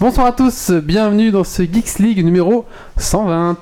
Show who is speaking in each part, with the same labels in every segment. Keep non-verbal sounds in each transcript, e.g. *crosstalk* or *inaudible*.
Speaker 1: Bonsoir à tous, bienvenue dans ce Geeks League numéro 120.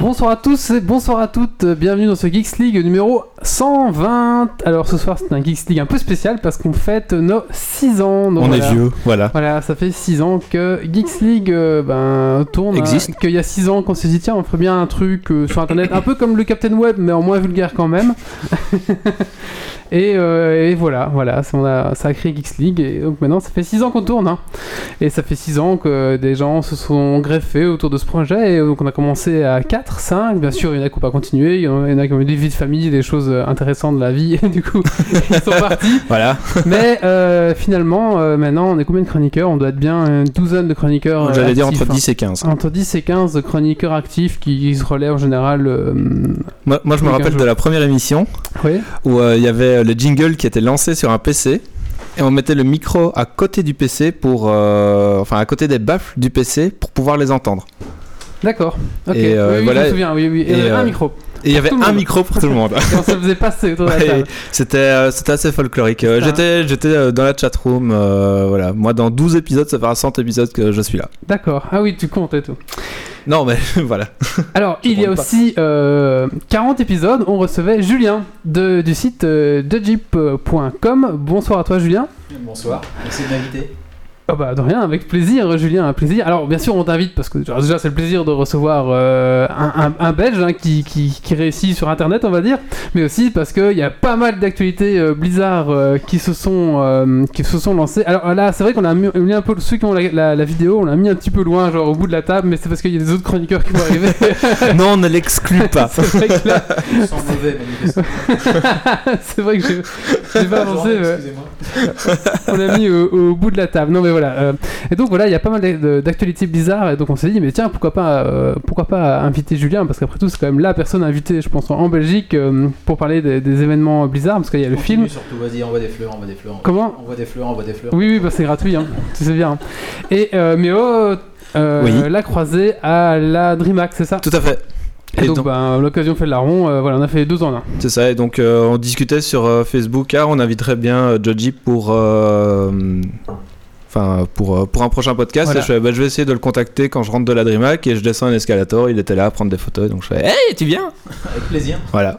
Speaker 1: Bonsoir à tous et bonsoir à toutes, bienvenue dans ce Geeks League numéro 120. Alors ce soir c'est un Geeks League un peu spécial parce qu'on fête nos 6 ans. Donc
Speaker 2: On
Speaker 1: voilà.
Speaker 2: est vieux, voilà.
Speaker 1: Voilà, ça fait 6 ans que Geeks League euh, ben, tourne.
Speaker 2: Existe.
Speaker 1: hein, Qu'il y a 6 ans qu'on s'est dit, tiens, on ferait bien un truc euh, sur Internet, un peu comme le Captain Web, mais en moins vulgaire quand même. *laughs* et, euh, et voilà, voilà, ça, on a, ça a créé Geeks League. Et donc maintenant, ça fait 6 ans qu'on tourne. hein. Et ça fait 6 ans que des gens se sont greffés autour de ce projet. Et donc on a commencé à 4, 5. Bien sûr, il y en a qui n'ont pas continué. Il y en a qui ont eu des vies de famille, des choses euh, intéressantes de la vie. *laughs* Et du coup, ils sont partis. *laughs*
Speaker 2: Voilà.
Speaker 1: Mais euh, finalement, euh, maintenant, on est combien de chroniqueurs On doit être bien une douzaine de chroniqueurs. euh,
Speaker 2: J'allais dire
Speaker 1: actifs,
Speaker 2: entre
Speaker 1: hein.
Speaker 2: 10 et 15.
Speaker 1: Entre 10 et 15 de chroniqueurs actifs qui se relaient en général. euh,
Speaker 2: Moi, moi, je me
Speaker 1: Oui,
Speaker 2: rappelle
Speaker 1: quinze
Speaker 2: de la première émission
Speaker 1: Oui.
Speaker 2: où euh, il y avait euh, le jingle qui était lancé sur un PC et on mettait le micro à côté du PC pour. euh, enfin, à côté des baffles du PC pour pouvoir les entendre.
Speaker 1: D'accord. Ok.
Speaker 2: Et, euh,
Speaker 1: oui, oui,
Speaker 2: voilà.
Speaker 1: je me souviens. Oui, oui. Et,
Speaker 2: Et,
Speaker 1: euh, un
Speaker 2: euh,
Speaker 1: micro.
Speaker 2: Et il y avait
Speaker 1: tout le
Speaker 2: un
Speaker 1: monde.
Speaker 2: micro pour tout
Speaker 1: *laughs*
Speaker 2: le monde.
Speaker 1: Et on se faisait passer autour de la
Speaker 2: Ouais,
Speaker 1: table.
Speaker 2: C'était euh, c'était assez folklorique. Euh,
Speaker 1: C'est ça.
Speaker 2: J'étais j'étais euh, dans la chatroom. euh, voilà. Moi, dans 12 épisodes, ça fera 100 épisodes que je suis là.
Speaker 1: D'accord. Ah oui, tu comptes et tout.
Speaker 2: Non, mais *laughs* voilà.
Speaker 1: Alors,
Speaker 2: Je
Speaker 1: il y a
Speaker 2: compte pas.
Speaker 1: aussi euh, 40 épisodes. On recevait Julien de, du site euh, dejeep.com. Bonsoir à toi, Julien.
Speaker 3: Bonsoir, merci de m'inviter.
Speaker 1: Ah bah de rien, avec plaisir, Julien, un plaisir. Alors bien sûr, on t'invite parce que alors, déjà c'est le plaisir de recevoir euh, un, un- un Belge hein, qui, qui, qui réussit sur Internet, on va dire, mais aussi parce qu'il y a pas mal d'actualités euh, Blizzard euh, qui se sont euh, qui se sont lancées. Alors là, c'est vrai qu'on a mis, mis un peu ceux qui ont la, la- la vidéo, on l'a mis un petit peu loin, genre au bout de la table, mais c'est parce qu'il y a des autres chroniqueurs qui vont arriver.
Speaker 2: *laughs* non, on ne l'exclut
Speaker 1: *laughs*
Speaker 2: pas.
Speaker 1: c'est vrai que là,
Speaker 3: Je sens mauvais, manifestement.
Speaker 1: c'est vrai que j'ai j'ai pas
Speaker 3: Bonjour,
Speaker 1: avancé. mais-
Speaker 3: Excusez-moi.
Speaker 1: on l'a mis au, au bout de la table. Non, mais voilà. euh, et donc voilà, il y a pas mal de- d'actualités bizarres. Et donc on s'est dit, mais tiens, pourquoi pas, euh, pourquoi pas inviter Julien Parce qu'après tout, c'est quand même la personne invitée, je pense, en, en Belgique euh, pour parler des, des événements bizarres. Parce qu'il y a le film.
Speaker 3: Continue Surtout, vas-y, envoie des fleurs, envoie des fleurs. envoie-
Speaker 1: Comment
Speaker 3: Envoie des fleurs, envoie des fleurs.
Speaker 1: Oui, oui, bah, c'est gratuit, hein. tu sais bien. Et euh, mais oh, euh,
Speaker 2: Oui.
Speaker 1: l'a croisée à la DreamHack, c'est ça
Speaker 2: Tout à fait.
Speaker 1: Et,
Speaker 2: Et
Speaker 1: donc,
Speaker 2: donc-
Speaker 1: bah, l'occasion fait le larron. euh, voilà, on a fait les deux en un.
Speaker 2: C'est ça, et donc euh, on discutait sur euh, Facebook, ah, on inviterait bien euh, Joji pour, euh, enfin, pour, euh, pour un prochain podcast.
Speaker 1: Voilà.
Speaker 2: Et je, fais, bah, je vais essayer de le contacter quand je rentre de la DreamHack et je descends un escalator, il était là à prendre des photos, donc je fais Hey, tu viens
Speaker 3: Avec plaisir.
Speaker 2: Voilà.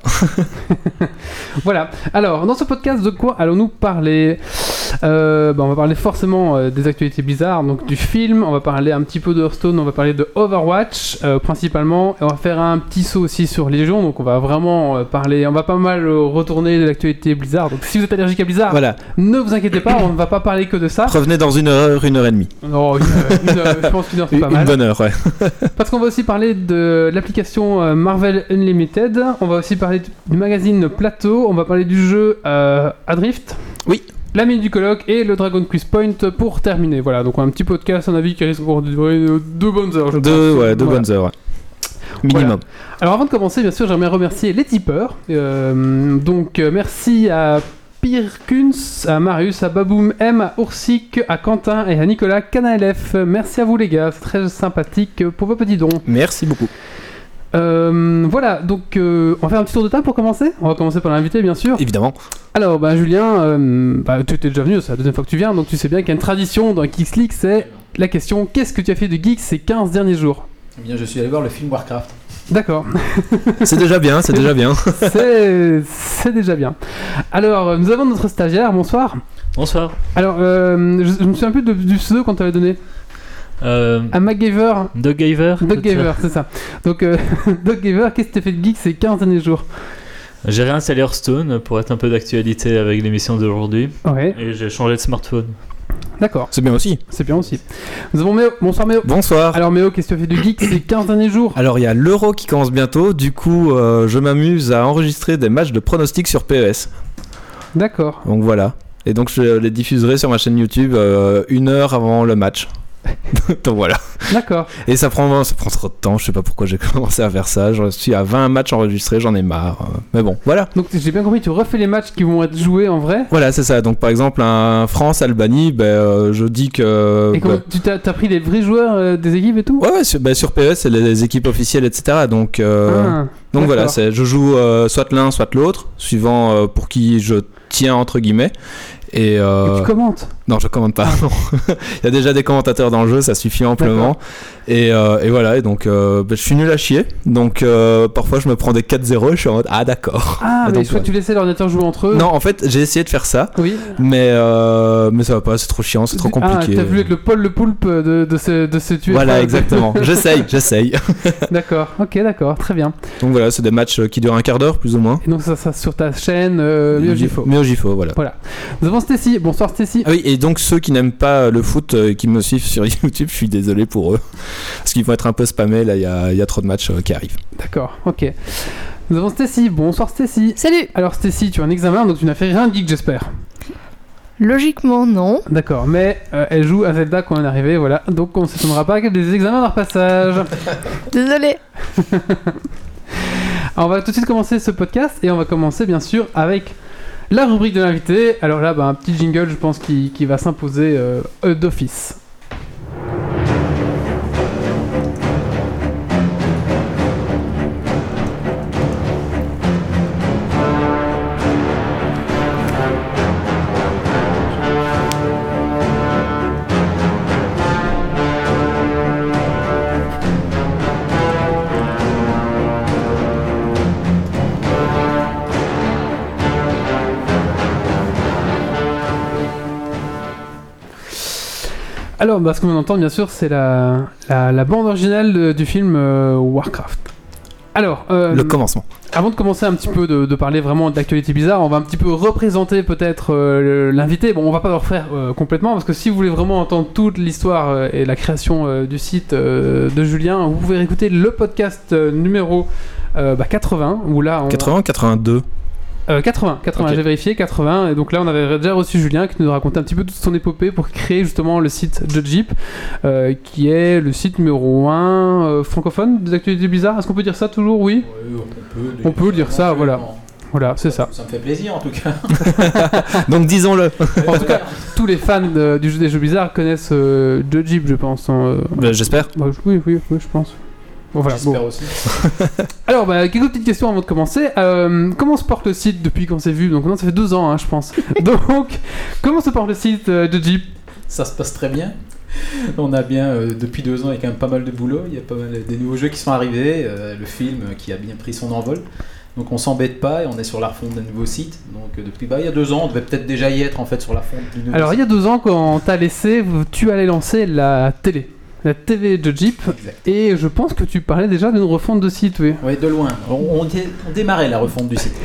Speaker 1: Voilà. Alors, dans ce podcast, de quoi allons-nous parler Euh, bah, On va parler forcément euh, des actualités bizarres, donc du film, on va parler un petit peu de Hearthstone, on va parler de Overwatch euh, principalement, et on va faire un petit saut aussi sur Légion, donc on va vraiment euh, parler, on va pas mal euh, retourner de l'actualité Blizzard. Donc si vous êtes allergique à Blizzard,
Speaker 2: *laughs* voilà.
Speaker 1: ne vous inquiétez pas, on ne va pas parler que de ça.
Speaker 2: Revenez dans une heure, une heure et demie.
Speaker 1: Non, une- une- euh, je pense qu'une heure c'est
Speaker 2: Une,
Speaker 1: pas
Speaker 2: une
Speaker 1: mal.
Speaker 2: bonne heure, ouais.
Speaker 1: Parce qu'on va aussi parler de l'application euh, Marvel Unlimited, on va aussi parler du- du magazine Plateau, on va parler du jeu euh, Adrift.
Speaker 2: Oui.
Speaker 1: La minute du colloque et le Dragon Quiz Point pour terminer. Voilà, donc un petit podcast, un avis qui risque encore de durer euh, deux bonnes heures, je
Speaker 2: Deux,
Speaker 1: pense.
Speaker 2: ouais, deux
Speaker 1: Voilà.
Speaker 2: bonnes heures, ouais. Minimum.
Speaker 1: Alors avant de commencer, bien sûr, j'aimerais remercier les tipeurs. Euh, donc euh, merci à Pirkuns, à Marius, à Baboum M, à Oursic, à Quentin et à Nicolas Canalef. Merci à vous les gars, c'est très sympathique pour vos petits dons.
Speaker 2: Merci beaucoup.
Speaker 1: Euh, voilà, donc euh, on va faire un petit tour de table pour commencer. On va commencer par l'invité, bien sûr.
Speaker 2: Évidemment.
Speaker 1: Alors, bah, Julien, euh, bah, tu étais déjà venu, c'est la deuxième fois que tu viens, donc tu sais bien qu'il y a une tradition dans Geeks League, c'est la question qu'est-ce que tu as fait de geek ces 15 derniers jours
Speaker 3: Eh bien, je suis allé voir le film Warcraft.
Speaker 1: D'accord, *laughs*
Speaker 2: C'est déjà bien, c'est déjà bien.
Speaker 1: c'est c'est déjà bien. Alors, euh, nous avons notre stagiaire, bonsoir.
Speaker 4: Bonsoir.
Speaker 1: Alors, euh, je, je me souviens plus de- du pseudo qu'on t'avait donné.
Speaker 4: Euh,
Speaker 1: À MacGyver,
Speaker 4: Doug Gaver.
Speaker 1: Doc Gaver, c'est ça. Donc, euh, *laughs* Doc Gaver, qu'est-ce que tu as fait de geek ces 15 derniers jours
Speaker 4: J'ai réinstallé Hearthstone pour être un peu d'actualité avec l'émission d'aujourd'hui.
Speaker 1: Ouais,
Speaker 4: Et j'ai changé de smartphone.
Speaker 1: d'accord,
Speaker 2: C'est bien aussi.
Speaker 1: c'est bien aussi. Nous avons Méo, bonsoir Méo.
Speaker 2: Bonsoir.
Speaker 1: Alors Méo, qu'est-ce que tu as fait de geek ces 15 derniers jours
Speaker 2: Alors il y a l'euro qui commence bientôt, du coup euh, je m'amuse à enregistrer des matchs de pronostics sur E PES.
Speaker 1: D'accord. *laughs*
Speaker 2: Donc voilà. Et donc je les diffuserai sur ma chaîne YouTube euh, une heure avant le match. Donc voilà.
Speaker 1: D'accord.
Speaker 2: Et ça prend, ça prend trop de temps. Je sais pas pourquoi j'ai *laughs* commencé à faire ça. Je suis à 20 matchs enregistrés, j'en ai marre. euh, Mais bon, voilà.
Speaker 1: Donc j'ai bien compris, tu refais les matchs qui vont être joués en vrai.
Speaker 2: Voilà, c'est ça. Donc par exemple, un France-Albanie, ben, euh, je dis que.
Speaker 1: Et
Speaker 2: ben,
Speaker 1: comment tu t'as t'as pris les vrais joueurs euh, des équipes et tout
Speaker 2: Ouais, ouais, sur, bah, sur PES, c'est les, les équipes officielles, etc. Donc, euh,
Speaker 1: Ah,
Speaker 2: donc voilà,
Speaker 1: d'accord.
Speaker 2: c'est- je joue euh, soit l'un, soit l'autre, suivant euh, pour qui je tiens, entre guillemets. Et, euh,
Speaker 1: Ah, Et tu commentes.
Speaker 2: non, je commande
Speaker 1: Ah
Speaker 2: pas. non. *laughs* Il y a déjà des commentateurs dans le jeu, ça suffit amplement. Et, euh, et voilà, et donc euh, bah, je suis nul à chier. Donc euh, parfois je me prends des 4-0 et je suis en mode Ah d'accord.
Speaker 1: Ah, mais
Speaker 2: donc,
Speaker 1: je crois
Speaker 2: ouais.
Speaker 1: que tu laissais l'ordinateur jouer entre eux.
Speaker 2: Non, en fait j'ai essayé de faire ça,
Speaker 1: Oui.
Speaker 2: mais, euh, mais ça va pas, c'est trop chiant, c'est trop compliqué.
Speaker 1: Ah, t'as voulu être le Paul le Poulpe de, de ce, de ce tuer.
Speaker 2: voilà, exactement. j'essaye, j'essaye.
Speaker 1: *laughs* D'accord, ok, d'accord, très bien.
Speaker 2: Donc voilà, c'est des matchs euh, qui durent un quart d'heure plus ou moins.
Speaker 1: Et donc ça, ça sur ta chaîne, euh, Miojifo.
Speaker 2: Miojifo, voilà.
Speaker 1: Nous avons Stacy. Bonsoir Stacy.
Speaker 2: Ah oui, et donc ceux qui n'aiment pas le foot, euh, qui me suivent sur *laughs* YouTube, je suis désolé pour eux. Parce qu'ils vont être un peu spammés, là, il y a, il y a trop de matchs euh, qui arrivent.
Speaker 1: D'accord, ok. Nous avons Stacy. Bonsoir Stacy.
Speaker 5: Salut
Speaker 1: Alors Stacy, tu as un examen, donc tu n'as fait rien de geek, j'espère.
Speaker 5: Logiquement, non.
Speaker 1: D'accord, mais euh, elle joue à Zelda quand on est arrivé, voilà. Donc on ne s'étonnera pas qu'elle ait des examens dans leur passage.
Speaker 5: Désolé.
Speaker 1: Alors, on va tout de suite commencer ce podcast et on va commencer bien sûr avec la rubrique de l'invité. Alors là, bah, un petit jingle, je pense, qui, qui va s'imposer euh, euh, d'office. Alors, bah, ce qu'on entend, bien sûr, c'est la, la, la bande originale de- du film euh, Warcraft. Alors, euh,
Speaker 2: Le commencement.
Speaker 1: avant de commencer un petit peu de, de parler vraiment de l'actualité bizarre, on va un petit peu représenter peut-être euh, le- l'invité. Bon, on va pas le refaire euh, complètement parce que si vous voulez vraiment entendre toute l'histoire euh, et la création euh, du site euh, de Julien, vous pouvez écouter le podcast euh, numéro euh, bah, 80 où là on
Speaker 2: 80, 82.
Speaker 1: euh, 80, 80,
Speaker 2: Ok.
Speaker 1: j'ai vérifié, 80. Et donc là, on avait déjà reçu Julien qui nous racontait un petit peu toute son épopée pour créer justement le site de Jeep, euh, qui est le site numéro 1 euh, francophone des actualités bizarres. Est-ce qu'on peut dire ça toujours Oui.
Speaker 3: Oui, on peut
Speaker 1: On peut dire ça, voilà.
Speaker 3: absolument.
Speaker 1: Voilà, c'est ça.
Speaker 3: Ça me fait plaisir en tout cas.
Speaker 2: Donc disons-le.
Speaker 1: En tout cas, tous les fans de- du jeu des jeux bizarres connaissent euh, de Jeep, je pense. hein, euh.
Speaker 2: Ben, J'espère.
Speaker 1: *laughs* Bah, je- oui, oui, oui, je pense. Bon, voilà,
Speaker 3: J'espère
Speaker 1: bon.
Speaker 3: aussi.
Speaker 1: Alors, bah, quelques petites questions avant de commencer. Euh, comment se porte le site depuis qu'on s'est vu Donc, non, ça fait deux ans, hein, je
Speaker 2: *laughs*
Speaker 1: pense. Donc, comment se porte le site euh, de Jeep
Speaker 3: Ça se passe très bien. On a bien, euh, depuis deux ans, il y a quand même pas mal de boulot. Il y a pas mal des nouveaux jeux qui sont arrivés. euh, le film euh, qui a bien pris son envol. Donc on s'embête pas et on est sur la refonte d'un nouveau site. Donc euh, depuis bah, il y a deux ans, on devait peut-être déjà y être en fait sur la refonte du nouveau
Speaker 1: Alors, il
Speaker 3: site.
Speaker 1: y a deux ans, quand t'as laissé, tu allais lancer la télé. La télé de Jeep.
Speaker 3: Exact.
Speaker 1: Et je pense que tu parlais déjà d'une refonte de site, oui.
Speaker 3: Oui, de loin. On, on dé- on démarrait la refonte du site.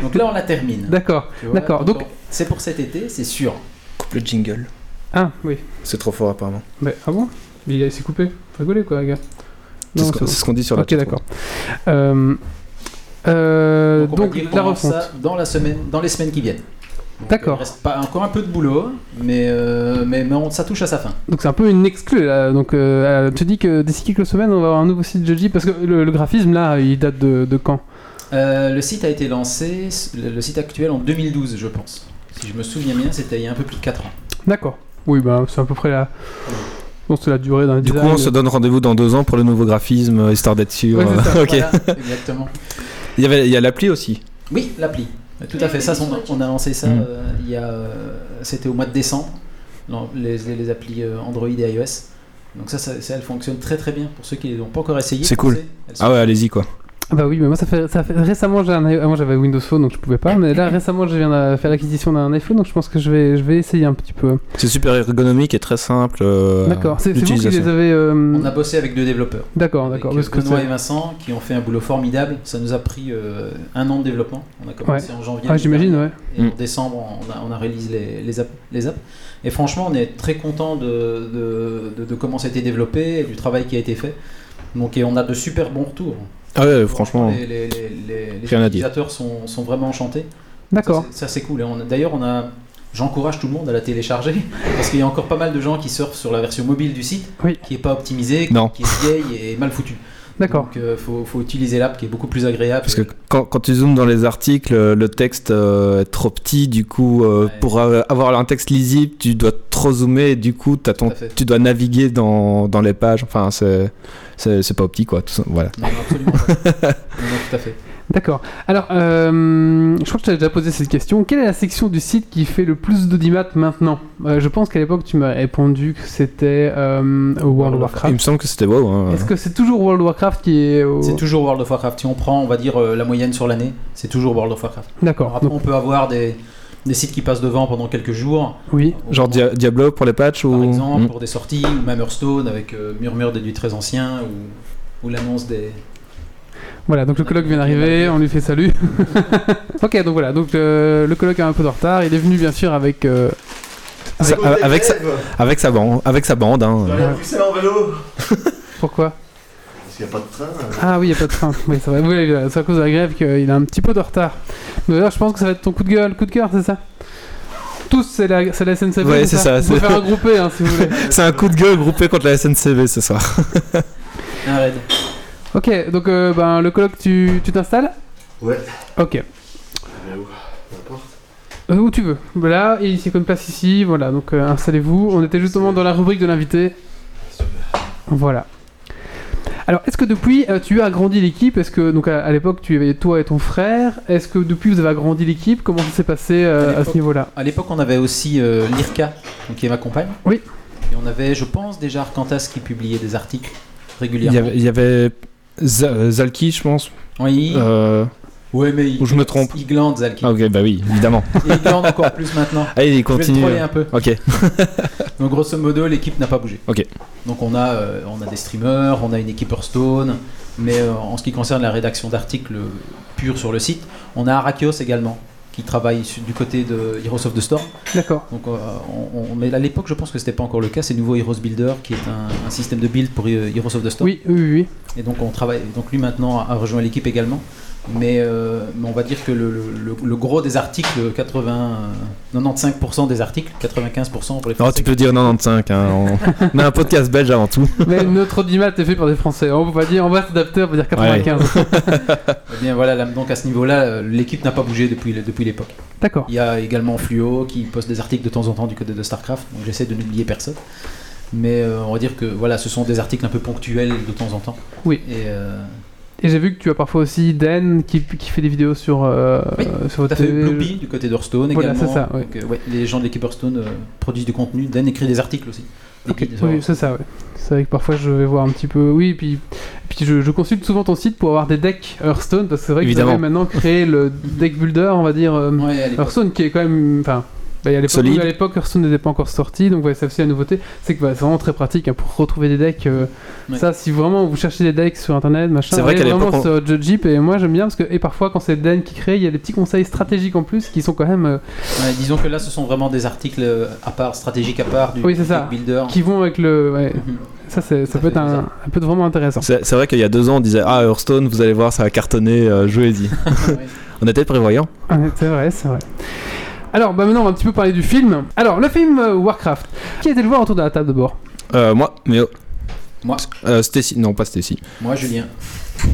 Speaker 3: Donc là, on la termine.
Speaker 1: D'accord.
Speaker 3: Tu vois,
Speaker 1: d'accord. Donc-
Speaker 3: on- c'est pour cet été, c'est sûr.
Speaker 2: Coupe le jingle.
Speaker 1: Ah, oui.
Speaker 2: C'est trop fort apparemment.
Speaker 1: Mais, ah bon Il a- il s'est coupé. Faut rigoler, quoi, les gars.
Speaker 2: C'est
Speaker 1: Non,
Speaker 2: ce
Speaker 1: c'est
Speaker 2: qu'on
Speaker 1: bon.
Speaker 2: c'est ce qu'on dit sur la
Speaker 1: Ok,
Speaker 2: chatroom.
Speaker 1: d'accord. Euh, euh,
Speaker 3: on
Speaker 1: donc,
Speaker 3: va dire
Speaker 1: la
Speaker 3: qu'on lance
Speaker 1: refonte.
Speaker 3: ça dans la semaine, dans les semaines qui viennent. Donc,
Speaker 1: D'accord.
Speaker 3: Il reste pas encore un peu de boulot, mais euh, mais, mais on- ça touche à sa fin.
Speaker 1: Donc c'est un peu une exclue. Là. Donc euh, euh, tu dis que d'ici quelques semaines on va avoir un nouveau site de Jeep parce que le, le graphisme là il date de, de quand
Speaker 3: Euh, le site a été lancé, le, le site actuel en 2012, je pense. Si je me souviens bien, c'était il y a un peu plus de 4 ans.
Speaker 1: D'accord. Oui bah c'est à peu près la. Bon c'est la durée d'un
Speaker 2: Du coup,
Speaker 1: design.
Speaker 2: on se donne rendez-vous dans deux ans pour le nouveau graphisme, euh, histoire d'être sûr.
Speaker 1: Ouais, c'est ça,
Speaker 2: euh, *laughs* ok.
Speaker 3: Voilà, exactement.
Speaker 2: Il y avait, il y a l'appli aussi.
Speaker 3: Oui, l'appli. Tout à fait. Ça, on, on a lancé ça.
Speaker 2: Mm.
Speaker 3: euh, il y a, euh, c'était au mois de décembre. Non, les, les- les applis euh, Android et iOS. Donc ça, ça, ça, elle fonctionne très très bien. Pour ceux qui ne l'ont pas encore essayé,
Speaker 2: C'est cool.
Speaker 3: foncez. Elles sont-
Speaker 2: Ah ouais, allez-y quoi.
Speaker 1: Ah bah oui mais moi ça fait, ça fait- récemment j'ai un i- avant j'avais Windows Phone donc je pouvais pas mais
Speaker 2: *laughs*
Speaker 1: là récemment je viens de faire l'acquisition d'un iPhone donc je pense que je vais je vais essayer un petit peu.
Speaker 2: C'est super ergonomique et très simple. euh,
Speaker 1: D'accord. C'est c'est vous qui
Speaker 2: d'utilisation.
Speaker 1: les avez. euh,
Speaker 3: On a bossé avec deux développeurs.
Speaker 1: D'accord Ah, d'accord
Speaker 3: Avec,
Speaker 1: parce
Speaker 3: euh,
Speaker 1: que
Speaker 3: Benoît
Speaker 1: c'est-
Speaker 3: et Vincent qui ont fait un boulot formidable. Ça nous a pris euh, un an de développement. On a commencé en janvier.
Speaker 1: ah j'imagine ouais.
Speaker 3: Et
Speaker 2: Mm.
Speaker 3: en décembre, on a, on a réalisé les, les, app- les apps. Et franchement, on est très content de, de, de- de comment ça a été développé et du travail qui a été fait. Donc, et on a de super bons retours.
Speaker 2: Ah ouais, franchement.
Speaker 3: les, les- les- les- les
Speaker 2: rien à dire.
Speaker 3: utilisateurs sont, sont vraiment enchantés.
Speaker 1: D'accord.
Speaker 3: Ça, c'est- Ça, c'est cool. Et on a- D'ailleurs, on a. j'encourage tout le monde à la télécharger *laughs* parce qu'il y a encore pas mal de gens qui surfent sur la version mobile du site
Speaker 1: Oui.
Speaker 3: qui est pas optimisée, qui-
Speaker 2: Non.
Speaker 3: qui est vieille et mal foutue.
Speaker 1: D'accord.
Speaker 3: Donc euh, faut, faut utiliser l'app qui est beaucoup plus agréable.
Speaker 2: Parce que quand, quand tu zoomes dans les articles, euh, le texte euh, est trop petit, du coup, euh,
Speaker 3: Ouais.
Speaker 2: pour euh, avoir un texte lisible, tu dois trop zoomer, et du coup, t'as ton-
Speaker 3: Tout à fait.
Speaker 2: tu dois naviguer dans, dans les pages. Enfin, c'est c'est- c'est pas optique, quoi. Tout ça, voilà.
Speaker 3: Non, non, absolument pas.
Speaker 2: *laughs*
Speaker 3: non, non, tout à fait.
Speaker 1: D'accord. Alors, euh, je crois que tu as déjà posé cette question. Quelle est la section du site qui fait le plus d'audimat maintenant Euh, Je pense qu'à l'époque, tu m'as répondu que c'était euh, World of
Speaker 2: Ah, Il me
Speaker 1: Warcraft.
Speaker 2: semble que c'était WoW. hein.
Speaker 1: Est-ce que c'est toujours World of Warcraft qui est. au-
Speaker 3: C'est toujours World of Warcraft. Si on prend, on va dire, euh, la moyenne sur l'année, c'est toujours World of Warcraft. Alors
Speaker 1: D'accord.
Speaker 3: après,
Speaker 1: Donc,
Speaker 3: on peut avoir des, des sites qui passent devant pendant quelques jours.
Speaker 1: oui.
Speaker 2: Genre Dia- Diablo pour les patchs
Speaker 3: Par
Speaker 2: ou...
Speaker 3: exemple,
Speaker 2: Mm.
Speaker 3: pour des sorties, ou même Hearthstone avec euh, Murmure des du très ancien, ou, ou l'annonce des.
Speaker 1: Voilà, donc le colloque vient d'arriver, on lui fait salut. *laughs* ok, donc voilà, donc euh, le colloque a un peu de retard. Il est venu bien sûr avec. euh,
Speaker 2: Ça- avec, sa, avec sa bande, avec sa bande hein.
Speaker 1: Ouais.
Speaker 6: Bruxelles en vélo
Speaker 1: Pourquoi
Speaker 6: Parce qu'il n'y a pas de train. euh.
Speaker 1: Ah oui, il n'y a pas de train. Oui, ça va. Oui, c'est à cause de la grève qu'il a un petit peu de retard. D'ailleurs, je pense que ça va être ton coup de gueule, coup de cœur, c'est ça Tous, c'est la, c'est la SNCF.
Speaker 2: Ouais, c'est ça,
Speaker 1: Vous
Speaker 2: c'est- *laughs*
Speaker 1: faire un groupé, hein, si vous voulez.
Speaker 2: C'est un coup de gueule groupé contre la SNCV ce soir.
Speaker 3: Un raid.
Speaker 1: ok, donc euh, ben, le colloque, tu tu t'installes
Speaker 6: Ouais.
Speaker 1: Ok.
Speaker 6: Mais où N'importe.
Speaker 1: Euh, où tu veux. Voilà, et ici, comme place ici, voilà, donc euh, installez-vous. On était justement dans la rubrique de l'invité. Voilà. Alors, est-ce que depuis, euh, tu as agrandi l'équipe Est-ce que, donc à, à l'époque, tu avais toi et ton frère Est-ce que depuis, vous avez agrandi l'équipe Comment ça s'est passé euh,
Speaker 3: À
Speaker 1: à,
Speaker 3: l'époque-
Speaker 1: ce niveau-là
Speaker 3: À l'époque, on avait aussi euh, Lirka, donc, qui est ma compagne.
Speaker 1: Oui.
Speaker 3: Et on avait, je pense, déjà Arcantas qui publiait des articles
Speaker 2: Il
Speaker 3: régulièrement.
Speaker 2: y avait, il y avait Z- Zalki, je pense.
Speaker 3: Oui.
Speaker 2: Euh,
Speaker 3: Ouais, mais. il-
Speaker 2: ou je me trompe.
Speaker 3: Il glande, Zalki.
Speaker 2: Ah, ok, bah oui,
Speaker 3: *laughs*
Speaker 2: évidemment.
Speaker 3: Et il glande encore plus maintenant.
Speaker 2: Allez, il
Speaker 3: Je vais
Speaker 2: *laughs*
Speaker 3: le
Speaker 2: continue.
Speaker 3: troller un peu.
Speaker 2: Ok.
Speaker 3: Donc grosso modo, l'équipe n'a pas bougé.
Speaker 2: Ok.
Speaker 3: Donc on a, euh, on a des streamers, on a une équipe Hearthstone, mais euh, en ce qui concerne la rédaction d'articles euh, purs sur le site, on a Arakios également, qui travaille su- du côté de Heroes of the Storm.
Speaker 1: D'accord.
Speaker 3: Donc, euh, on, on- mais à l'époque, je pense que c'était pas encore le cas. C'est nouveau Heroes Builder, qui est un, un système de build pour euh, Heroes of the Storm.
Speaker 1: Oui, oui, oui,
Speaker 6: *laughs*
Speaker 1: oui.
Speaker 3: Et donc on travaille. Donc lui maintenant a a rejoint l'équipe également. Mais, euh, mais on va dire que le, le- le- le gros des articles, 80, euh, 95% des articles, 95% pour les
Speaker 2: Non,
Speaker 3: Français.
Speaker 2: Ah, tu peux dire 95. Hein, on... on *laughs* a un podcast belge avant tout.
Speaker 1: Mais notre audimat est fait par des Français. On va dire, on va s'adapter, on va dire 95.
Speaker 3: Eh bien voilà, là, donc à ce niveau-là, euh, l'équipe n'a pas bougé depuis, le- depuis l'époque.
Speaker 1: D'accord.
Speaker 3: Il y a également Fluo qui poste des articles de temps en temps du côté de StarCraft, donc j'essaie de n'oublier personne. Mais euh, on va dire que voilà, ce sont des articles un peu ponctuels de temps en temps.
Speaker 1: Oui.
Speaker 3: Et, euh,
Speaker 1: Et j'ai vu que tu as parfois aussi Dan qui, qui fait des vidéos sur, euh,
Speaker 3: Oui,
Speaker 1: sur
Speaker 3: tout à fait,
Speaker 1: TV.
Speaker 3: Bloopy du côté d'Hearthstone
Speaker 1: Voilà,
Speaker 3: également.
Speaker 1: c'est ça, oui.
Speaker 3: Donc, euh, ouais, les gens de l'équipe Hearthstone euh, produisent du contenu, Dan écrit des articles aussi. Des
Speaker 1: Ok,
Speaker 3: guides sur-
Speaker 1: Oui, c'est ça, ouais. C'est vrai que parfois je vais voir un petit peu. Oui, et puis, puis je, je consulte souvent ton site pour avoir des decks Hearthstone, parce que c'est vrai que tu
Speaker 2: Évidemment.
Speaker 1: avais maintenant créé le deck builder, on va dire, euh,
Speaker 3: Ouais, à l'époque.
Speaker 1: Hearthstone, qui est quand même. Enfin, bah, à l'époque-
Speaker 2: Solide.
Speaker 1: à l'époque, Hearthstone n'était pas encore sorti, donc ouais, c'est aussi la nouveauté. C'est que bah, c'est vraiment très pratique hein, pour retrouver des decks. euh,
Speaker 3: Ouais.
Speaker 1: Ça, si vraiment vous cherchez des decks sur internet, machin,
Speaker 2: C'est vrai
Speaker 1: allez
Speaker 2: qu'à
Speaker 1: vraiment
Speaker 2: l'époque,
Speaker 1: sur Judgeep, et moi j'aime bien, parce que et parfois quand c'est Dan qui crée, il y a des petits conseils stratégiques en plus qui sont quand même. euh,
Speaker 3: Ouais, disons que là, ce sont vraiment des articles euh, à part, stratégiques à part du
Speaker 1: Oui, c'est
Speaker 3: du
Speaker 1: ça.
Speaker 3: Builder.
Speaker 1: qui vont avec le. ouais.
Speaker 3: Mhm.
Speaker 1: Ça, c'est- ça,
Speaker 3: Ça
Speaker 1: peut
Speaker 3: fait
Speaker 1: être un,
Speaker 3: plaisir.
Speaker 1: ça peut être vraiment intéressant.
Speaker 2: C'est c'est vrai qu'il y a deux ans, on disait Ah, Hearthstone, vous allez voir, ça va cartonner, euh, jouez-y.
Speaker 3: *laughs* Ouais.
Speaker 2: On était prévoyant.
Speaker 1: Ah, C'est vrai, c'est vrai. Alors, bah maintenant, on va un petit peu parler du film. Alors, le film euh, Warcraft. Qui a été le voir autour de la table d'abord
Speaker 2: Euh, moi, mais
Speaker 3: Moi,
Speaker 2: euh, Stacy, non, pas Stacy.
Speaker 3: moi, Julien.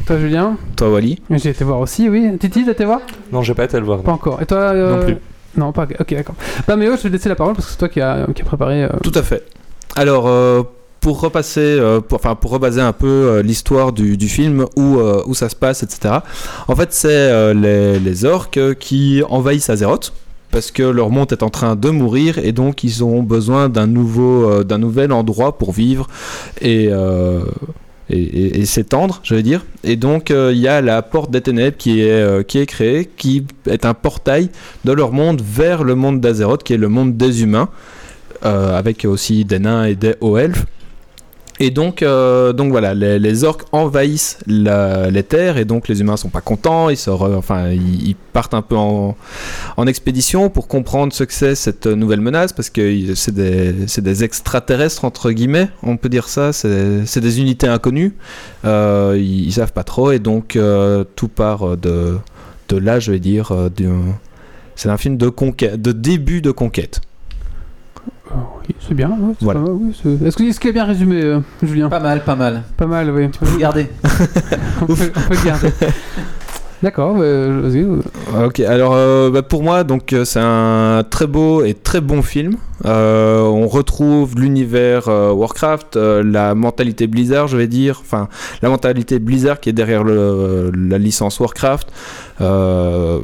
Speaker 1: Toi, Julien
Speaker 2: Toi, Wally.
Speaker 1: J'ai été voir aussi, oui. Titi, t'as été voir
Speaker 7: Non, j'ai pas été le voir.
Speaker 1: Pas encore. Et toi euh,
Speaker 7: Non plus.
Speaker 1: Non, pas. Ok, d'accord. Bah, mais je vais te laisser la parole parce que c'est toi qui as qui a préparé. euh,
Speaker 2: Tout à fait. Alors, euh, pour repasser, euh, pour, enfin, pour rebaser un peu euh, l'histoire du, du film, où, euh, où ça se passe, etc. En fait, c'est euh, les, les orques qui envahissent Azeroth parce que leur monde est en train de mourir et donc ils ont besoin d'un nouveau, euh, d'un nouvel endroit pour vivre et euh, et, et- et s'étendre, je veux dire. Et donc euh, il y a la porte des ténèbres qui est euh, qui est créée, qui est un portail de leur monde vers le monde d'Azeroth, qui est le monde des humains, euh, avec aussi des nains et des hauts elfes. Et donc, euh, donc voilà, les, les orques envahissent la- les terres et donc les humains sont pas contents. Ils se re- enfin, ils, ils partent un peu en, en expédition pour comprendre ce que c'est cette nouvelle menace parce que ils- c'est des, c'est des extraterrestres entre guillemets, on peut dire ça. C'est c'est des unités inconnues. Euh, ils, ils savent pas trop et donc euh, tout part euh, de de là, je vais dire, euh, d'un- C'est un film de conquête, de début de conquête.
Speaker 1: Euh, oui, c'est bien. ouais, c'est
Speaker 2: Voilà.
Speaker 1: pas mal, oui, c'est- Est-ce que- est-ce qu'il est bien résumé, euh, Julien
Speaker 3: Pas mal, pas mal.
Speaker 1: Pas mal, oui.
Speaker 3: Regardez.
Speaker 1: on, peut, on peut le garder. D'accord, euh, vas-y. euh,
Speaker 2: Ok, alors euh, bah, pour moi, donc euh, c'est un très beau et très bon film. Euh, on retrouve l'univers euh, Warcraft, euh, la mentalité Blizzard, je vais dire, enfin la mentalité Blizzard qui est derrière le- euh, la licence Warcraft. Euh,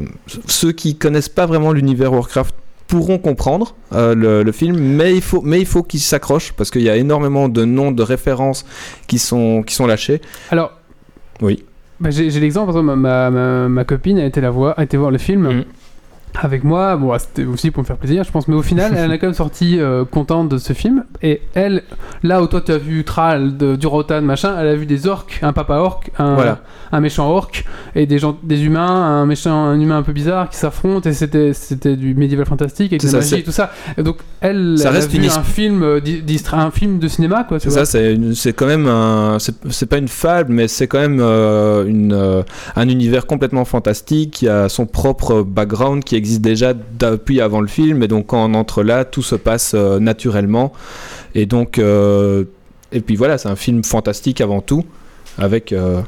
Speaker 2: ceux qui connaissent pas vraiment l'univers Warcraft pourront comprendre euh, le, le film, mais il faut, mais il faut qu'ils s'accrochent parce qu'il y a énormément de noms, de références qui sont qui sont lâchés.
Speaker 1: Alors.
Speaker 2: Oui.
Speaker 1: Bah, j'ai j'ai l'exemple, par exemple, ma, ma, ma copine a été, la voir, a été voir le film.
Speaker 2: Mhm.
Speaker 1: Avec moi, bon, ah, c'était aussi pour me faire plaisir, je pense, mais au final, elle en a quand même sorti euh, contente de ce film. Et elle, là où toi tu as vu Thrall, de, du Rotan, machin, elle a vu des orques, un papa orque, un,
Speaker 2: Voilà.
Speaker 1: un méchant orque, et des, gens, des humains, un méchant, un humain un peu bizarre qui s'affrontent, et c'était c'était du médiéval fantastique, avec
Speaker 2: C'est
Speaker 1: la
Speaker 2: ça,
Speaker 1: magie
Speaker 2: c'est-
Speaker 1: et tout ça. Et donc, elle,
Speaker 2: Ça
Speaker 1: elle
Speaker 2: reste
Speaker 1: a
Speaker 2: une
Speaker 1: vu
Speaker 2: his-
Speaker 1: un film, euh, di- distra- un film de cinéma, quoi. tu
Speaker 2: C'est
Speaker 1: vois.
Speaker 2: ça, c'est une- c'est quand même un, c'est c'est pas une fable, mais c'est quand même euh, une, euh, un univers complètement fantastique qui a son propre background qui existe déjà depuis avant le film, et donc quand on entre là, tout se passe euh, naturellement, et donc euh, et puis voilà, c'est un film fantastique avant tout, avec euh,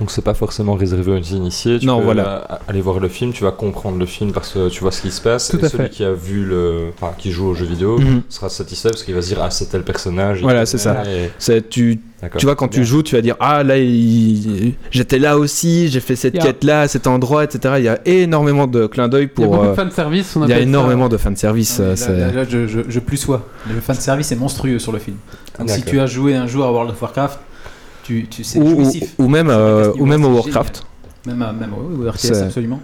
Speaker 7: Donc c'est pas forcément réservé aux initiés. Tu
Speaker 2: Non,
Speaker 7: peux,
Speaker 2: voilà.
Speaker 7: euh, aller voir le film, tu vas comprendre le film parce que tu vois ce qui se passe.
Speaker 1: Tout
Speaker 7: et
Speaker 1: à
Speaker 7: celui
Speaker 1: fait.
Speaker 7: qui a vu le, enfin, qui joue au jeu vidéo
Speaker 1: Mhm.
Speaker 7: sera satisfait parce qu'il va se dire ah c'est tel personnage. il
Speaker 2: Mm. Voilà,
Speaker 7: connaît,
Speaker 2: c'est ça.
Speaker 7: et-
Speaker 2: c'est tu
Speaker 7: D'accord.
Speaker 2: tu vois quand tu
Speaker 7: Bien.
Speaker 2: joues, tu vas dire ah là il- j'étais là aussi, j'ai fait cette
Speaker 1: Il y a-
Speaker 2: quête là, cet endroit, etc. Il y a énormément de clins d'œil
Speaker 1: Il y a
Speaker 2: pour
Speaker 1: beaucoup de
Speaker 2: euh,
Speaker 1: fan service, on
Speaker 2: il y a
Speaker 1: appelle ça.
Speaker 2: énormément de fan service.
Speaker 3: Là,
Speaker 2: c'est
Speaker 3: Ah là, là, je, je, je plus sois. Le fan service est monstrueux sur le film. Donc, si
Speaker 7: D'accord.
Speaker 3: tu as joué un jour à World of Warcraft, tu, tu c'est
Speaker 2: ou, ou-
Speaker 3: jouissif.
Speaker 2: ou même,
Speaker 3: à
Speaker 2: euh,
Speaker 3: ce
Speaker 2: ou même au
Speaker 3: niveau, c'est
Speaker 2: Warcraft.
Speaker 3: Même, à- même au- au RTS,
Speaker 2: C'est-
Speaker 3: absolument.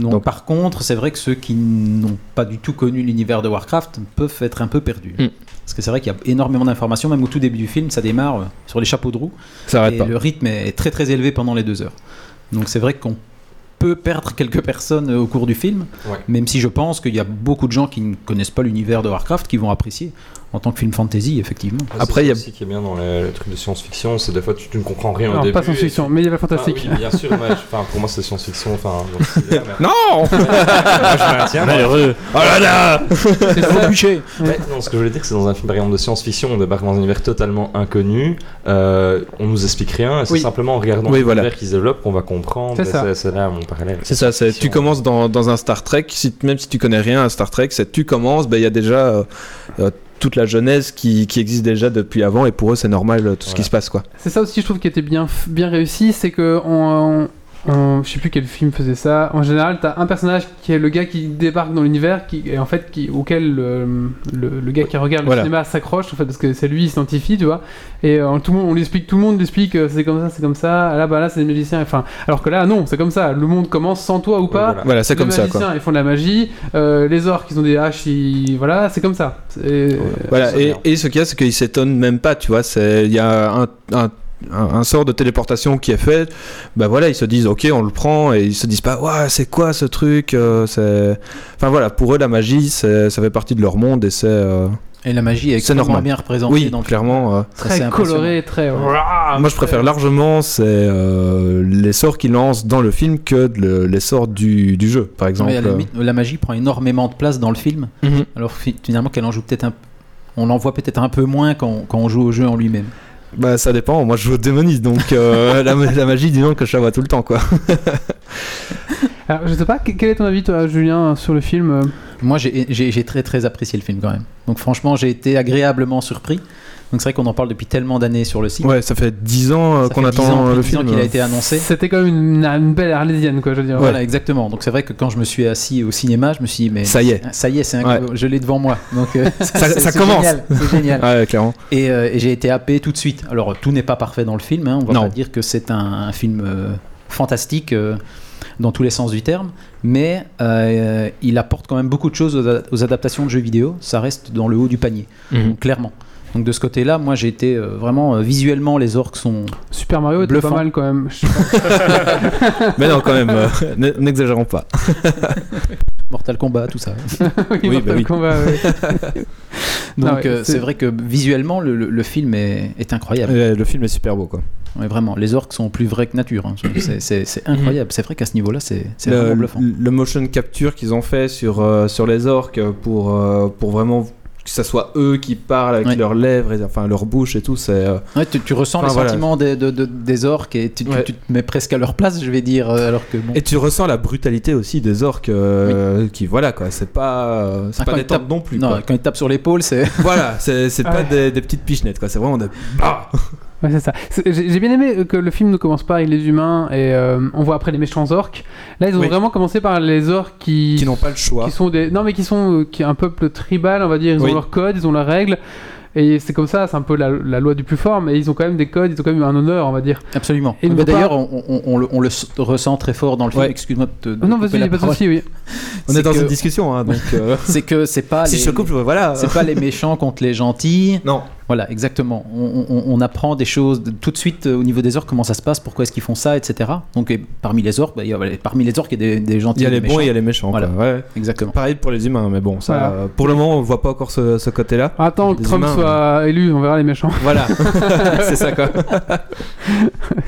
Speaker 3: Donc,
Speaker 2: Donc-
Speaker 3: par contre, c'est vrai que ceux qui n'ont pas du tout connu l'univers de Warcraft peuvent être un peu perdus.
Speaker 2: Mm.
Speaker 3: Parce que c'est vrai qu'il y a énormément d'informations, même au tout début du film, ça démarre euh, sur les chapeaux de roue.
Speaker 2: Ça
Speaker 3: et
Speaker 2: arrête pas.
Speaker 3: le rythme est très très élevé pendant les deux heures. Donc c'est vrai qu'on peut perdre quelques personnes euh, au cours du film,
Speaker 7: Ouais.
Speaker 3: même si je pense qu'il y a beaucoup de gens qui ne connaissent pas l'univers de Warcraft qui vont apprécier en tant que film fantasy, effectivement.
Speaker 7: Ouais,
Speaker 2: Après,
Speaker 7: Ah, c'est
Speaker 2: il y a-
Speaker 7: ça aussi qui est bien dans les, les trucs de science-fiction, c'est des fois tu, tu ne comprends rien au
Speaker 1: Alors,
Speaker 7: début.
Speaker 1: pas science-fiction, mais il y avait
Speaker 7: Ah oui,
Speaker 1: fantastique.
Speaker 7: bien sûr, ouais, je- enfin, pour moi c'est science-fiction. Enfin,
Speaker 2: *laughs*
Speaker 7: dans ce style-là, mais-
Speaker 2: Non
Speaker 4: Ah,
Speaker 7: Moi, je maintiens, moi.
Speaker 4: Malheureux.
Speaker 2: Oh là là
Speaker 1: C'est ça.
Speaker 7: Ouais, non, ce que je voulais dire, c'est dans un film par exemple de science-fiction, on débarque dans un univers totalement inconnu, euh, on nous explique rien, et c'est
Speaker 1: Oui.
Speaker 7: simplement en regardant
Speaker 2: Oui,
Speaker 7: l'univers
Speaker 2: voilà. Euh,
Speaker 7: qui se développe qu'on va comprendre.
Speaker 1: C'est
Speaker 7: et
Speaker 1: ça.
Speaker 7: C'est là mon parallèle.
Speaker 2: C'est ça, c'est- tu commences dans, dans un Star Trek, si, même si tu connais rien à Star Trek, c'est tu commences, ben, il y a déjà euh, euh, toute la jeunesse qui, qui existe déjà depuis avant, et pour eux c'est normal euh, tout ce qui
Speaker 7: Voilà.
Speaker 2: se passe. quoi.
Speaker 1: C'est ça aussi, je trouve, qui était bien, bien réussi, c'est que on, on- je sais plus quel film faisait ça. En général, t'as un personnage qui est le gars qui débarque dans l'univers, qui et en fait qui, auquel le, le- le gars qui regarde
Speaker 2: Voilà.
Speaker 1: le cinéma s'accroche, en fait, parce que c'est lui, il s'identifie, tu vois. Et euh, tout le monde, on lui explique, tout le monde lui explique, euh, c'est comme ça, c'est comme ça. ah Là, bah là, c'est des magiciens. Enfin, alors que là, non, c'est comme ça. Le monde commence sans toi ou pas.
Speaker 7: voilà.
Speaker 2: Voilà, c'est
Speaker 1: Les
Speaker 2: comme ça.
Speaker 1: magiciens,
Speaker 2: quoi.
Speaker 1: ils font de la magie. euh, les orques, ils ont des haches. Ils... Voilà, c'est comme ça. Et-
Speaker 2: Voilà,
Speaker 7: Ça,
Speaker 2: et,
Speaker 7: merde.
Speaker 2: et ce qu'il y a, c'est qu'ils s'étonnent même pas, tu vois. c'est- Il y a un, un, un- un sort de téléportation qui est fait, ben voilà, ils se disent, ok, on le prend, et ils se disent pas, ouais, c'est quoi ce truc euh, c'est... Enfin voilà, pour eux, la magie, c'est- ça fait partie de leur monde, et c'est. euh,
Speaker 3: Et la magie est
Speaker 2: C'est
Speaker 3: extrêmement
Speaker 2: normal.
Speaker 3: bien représentée
Speaker 2: Oui,
Speaker 3: dans le film.
Speaker 2: clairement. euh,
Speaker 3: Ça, c'est
Speaker 1: Très
Speaker 3: impressionnant.
Speaker 1: coloré, très.
Speaker 3: Ah,
Speaker 2: moi, je préfère largement c'est, euh, les sorts qu'ils lancent dans le film que de le- les sorts du, du jeu, par
Speaker 3: Non,
Speaker 2: exemple. euh.
Speaker 3: mais à la limite, la magie prend énormément de place dans le film,
Speaker 2: Mhm.
Speaker 3: alors fi- finalement qu'elle en joue peut-être un on en voit peut-être un peu moins quand, quand on joue au jeu en lui-même.
Speaker 2: Bah ça dépend, moi je joue au démoniste, donc euh, *laughs* la, la magie, disons que je la vois tout le temps,
Speaker 3: *laughs*
Speaker 2: quoi.
Speaker 1: Alors, je sais pas, que- quel est ton avis, toi, Julien, sur le film euh,
Speaker 3: Moi, j'ai j'ai- j'ai très très apprécié le film quand même. Donc franchement, j'ai été agréablement surpris. Donc c'est vrai qu'on en parle depuis tellement d'années sur le site.
Speaker 2: Ouais, ça fait 10 ans euh,
Speaker 3: Ça
Speaker 2: qu'on
Speaker 3: fait 10
Speaker 2: attend
Speaker 3: ans,
Speaker 2: euh, le
Speaker 3: plus de 10 ans
Speaker 2: film.
Speaker 3: qu'il a été annoncé.
Speaker 1: C'était quand même une, une belle arlésienne, quoi, je veux dire.
Speaker 3: Voilà, exactement. Donc c'est vrai que quand je me suis assis au cinéma, je me suis dit, mais Ah,
Speaker 2: Ça y est,
Speaker 3: ça y est, c'est
Speaker 2: Ouais.
Speaker 3: un... je l'ai devant moi. Donc euh,
Speaker 2: *laughs* ça,
Speaker 3: c'est-
Speaker 2: ça
Speaker 3: c'est
Speaker 2: commence.
Speaker 3: génial,
Speaker 2: *laughs*
Speaker 3: C'est génial.
Speaker 2: Ah Ouais, clairement.
Speaker 3: Et, euh, et j'ai été happé tout de suite. Alors tout n'est pas parfait dans le film. hein. On va
Speaker 2: Non.
Speaker 3: pas dire que c'est un, un film euh, fantastique euh, dans tous les sens du terme, mais euh, il apporte quand même beaucoup de choses aux, a- aux adaptations de jeux vidéo. Ça reste dans le haut du panier,
Speaker 2: Mhm.
Speaker 3: donc, clairement. Donc de ce côté-là, moi j'ai été euh, vraiment euh, visuellement les orques sont
Speaker 1: Super Mario était
Speaker 3: Bluffant.
Speaker 1: pas mal quand même. Je-
Speaker 2: *laughs* Mais non, quand même, euh, *laughs* n- n'exagérons pas.
Speaker 3: Mortal Kombat, tout ça.
Speaker 1: oui, Mortal
Speaker 2: bah oui.
Speaker 1: Kombat, ouais.
Speaker 2: *laughs*
Speaker 3: Donc
Speaker 1: Ah ouais,
Speaker 3: euh,
Speaker 1: c'est-
Speaker 3: c'est vrai que visuellement le, le- le film est, est incroyable.
Speaker 2: Euh, Le film est super beau, quoi.
Speaker 3: Ouais, vraiment, les orques sont plus vrais que nature. hein. C'est- C'est c'est incroyable. C'est vrai qu'à ce niveau-là, c'est c'est
Speaker 2: Mhm. le,
Speaker 3: vraiment bluffant.
Speaker 2: le motion capture qu'ils ont fait sur, euh, sur les orques pour, euh, pour vraiment que ça soit eux qui parlent avec
Speaker 3: Ouais.
Speaker 2: leurs lèvres, et, enfin leur bouche et tout, c'est. euh,
Speaker 3: Ouais, tu, tu ressens
Speaker 2: Enfin,
Speaker 3: les
Speaker 2: voilà.
Speaker 3: sentiments des, de- de- des orques et tu, tu-
Speaker 2: Ouais.
Speaker 3: tu te mets presque à leur place, je vais dire. euh, Alors que bon.
Speaker 2: Et tu ressens la brutalité aussi des orques euh, qui, voilà quoi, c'est pas, euh, c'est
Speaker 3: Ah,
Speaker 2: pas
Speaker 3: quand
Speaker 2: des
Speaker 3: ils tapent-
Speaker 2: tantes non plus.
Speaker 3: Non,
Speaker 2: quoi.
Speaker 3: quand ils tapent sur l'épaule, c'est. *laughs*
Speaker 2: voilà, c'est c'est pas
Speaker 1: Ouais.
Speaker 2: des, des petites pichenettes quoi, c'est vraiment des. Ah
Speaker 1: Ouais, c'est ça. C'est- J'ai j'ai bien aimé euh, que le film ne commence pas avec les humains et euh, on voit après les méchants orques. Là, ils ont
Speaker 2: Oui.
Speaker 1: vraiment commencé par les orques qui,
Speaker 2: qui n'ont pas le choix.
Speaker 1: qui sont des non mais qui sont euh, qui est un peuple tribal, on va dire. Ils
Speaker 2: Oui.
Speaker 1: ont leurs codes, ils ont leurs règles. Et c'est comme ça, c'est un peu la, la loi du plus fort, mais ils ont quand même des codes, ils ont quand même un honneur, on va dire.
Speaker 3: Absolument. Ah,
Speaker 1: Et ils ne
Speaker 3: Mais
Speaker 1: vont pas-
Speaker 3: D'ailleurs, on, on- on le, on le s- ressent très fort dans le film.
Speaker 2: Ouais.
Speaker 3: Excuse-moi de te. de
Speaker 1: Ah non,
Speaker 3: couper
Speaker 1: vas-y,
Speaker 3: la
Speaker 1: y a pas de
Speaker 3: parole.
Speaker 1: souci, oui.
Speaker 2: On est,
Speaker 3: C'est
Speaker 2: dans
Speaker 3: que-
Speaker 2: une discussion, hein, donc. euh,
Speaker 3: C'est que c'est pas.
Speaker 2: si
Speaker 3: les-
Speaker 2: je coupe, je- voilà.
Speaker 3: C'est pas les méchants contre les gentils.
Speaker 2: Non,
Speaker 3: Voilà, exactement. On, on- on apprend des choses de- tout de suite euh, au niveau des orques, comment ça se passe, pourquoi est-ce qu'ils font ça, etc. Donc et parmi les orques, bah, il y a, parmi les orques, il y a des, des gentils.
Speaker 2: il y a
Speaker 3: des
Speaker 2: les bons et il y a les méchants.
Speaker 3: Voilà.
Speaker 2: quoi, ouais.
Speaker 3: Exactement.
Speaker 2: Pareil pour les humains, mais bon, ça,
Speaker 1: Voilà.
Speaker 2: euh, pour le moment, on voit pas encore ce, ce
Speaker 1: *laughs*
Speaker 2: côté-là.
Speaker 1: Attends que
Speaker 2: Des
Speaker 1: Trump
Speaker 2: humains, hein.
Speaker 1: soit élu, on verra les méchants.
Speaker 2: Voilà, *laughs* c'est ça quoi.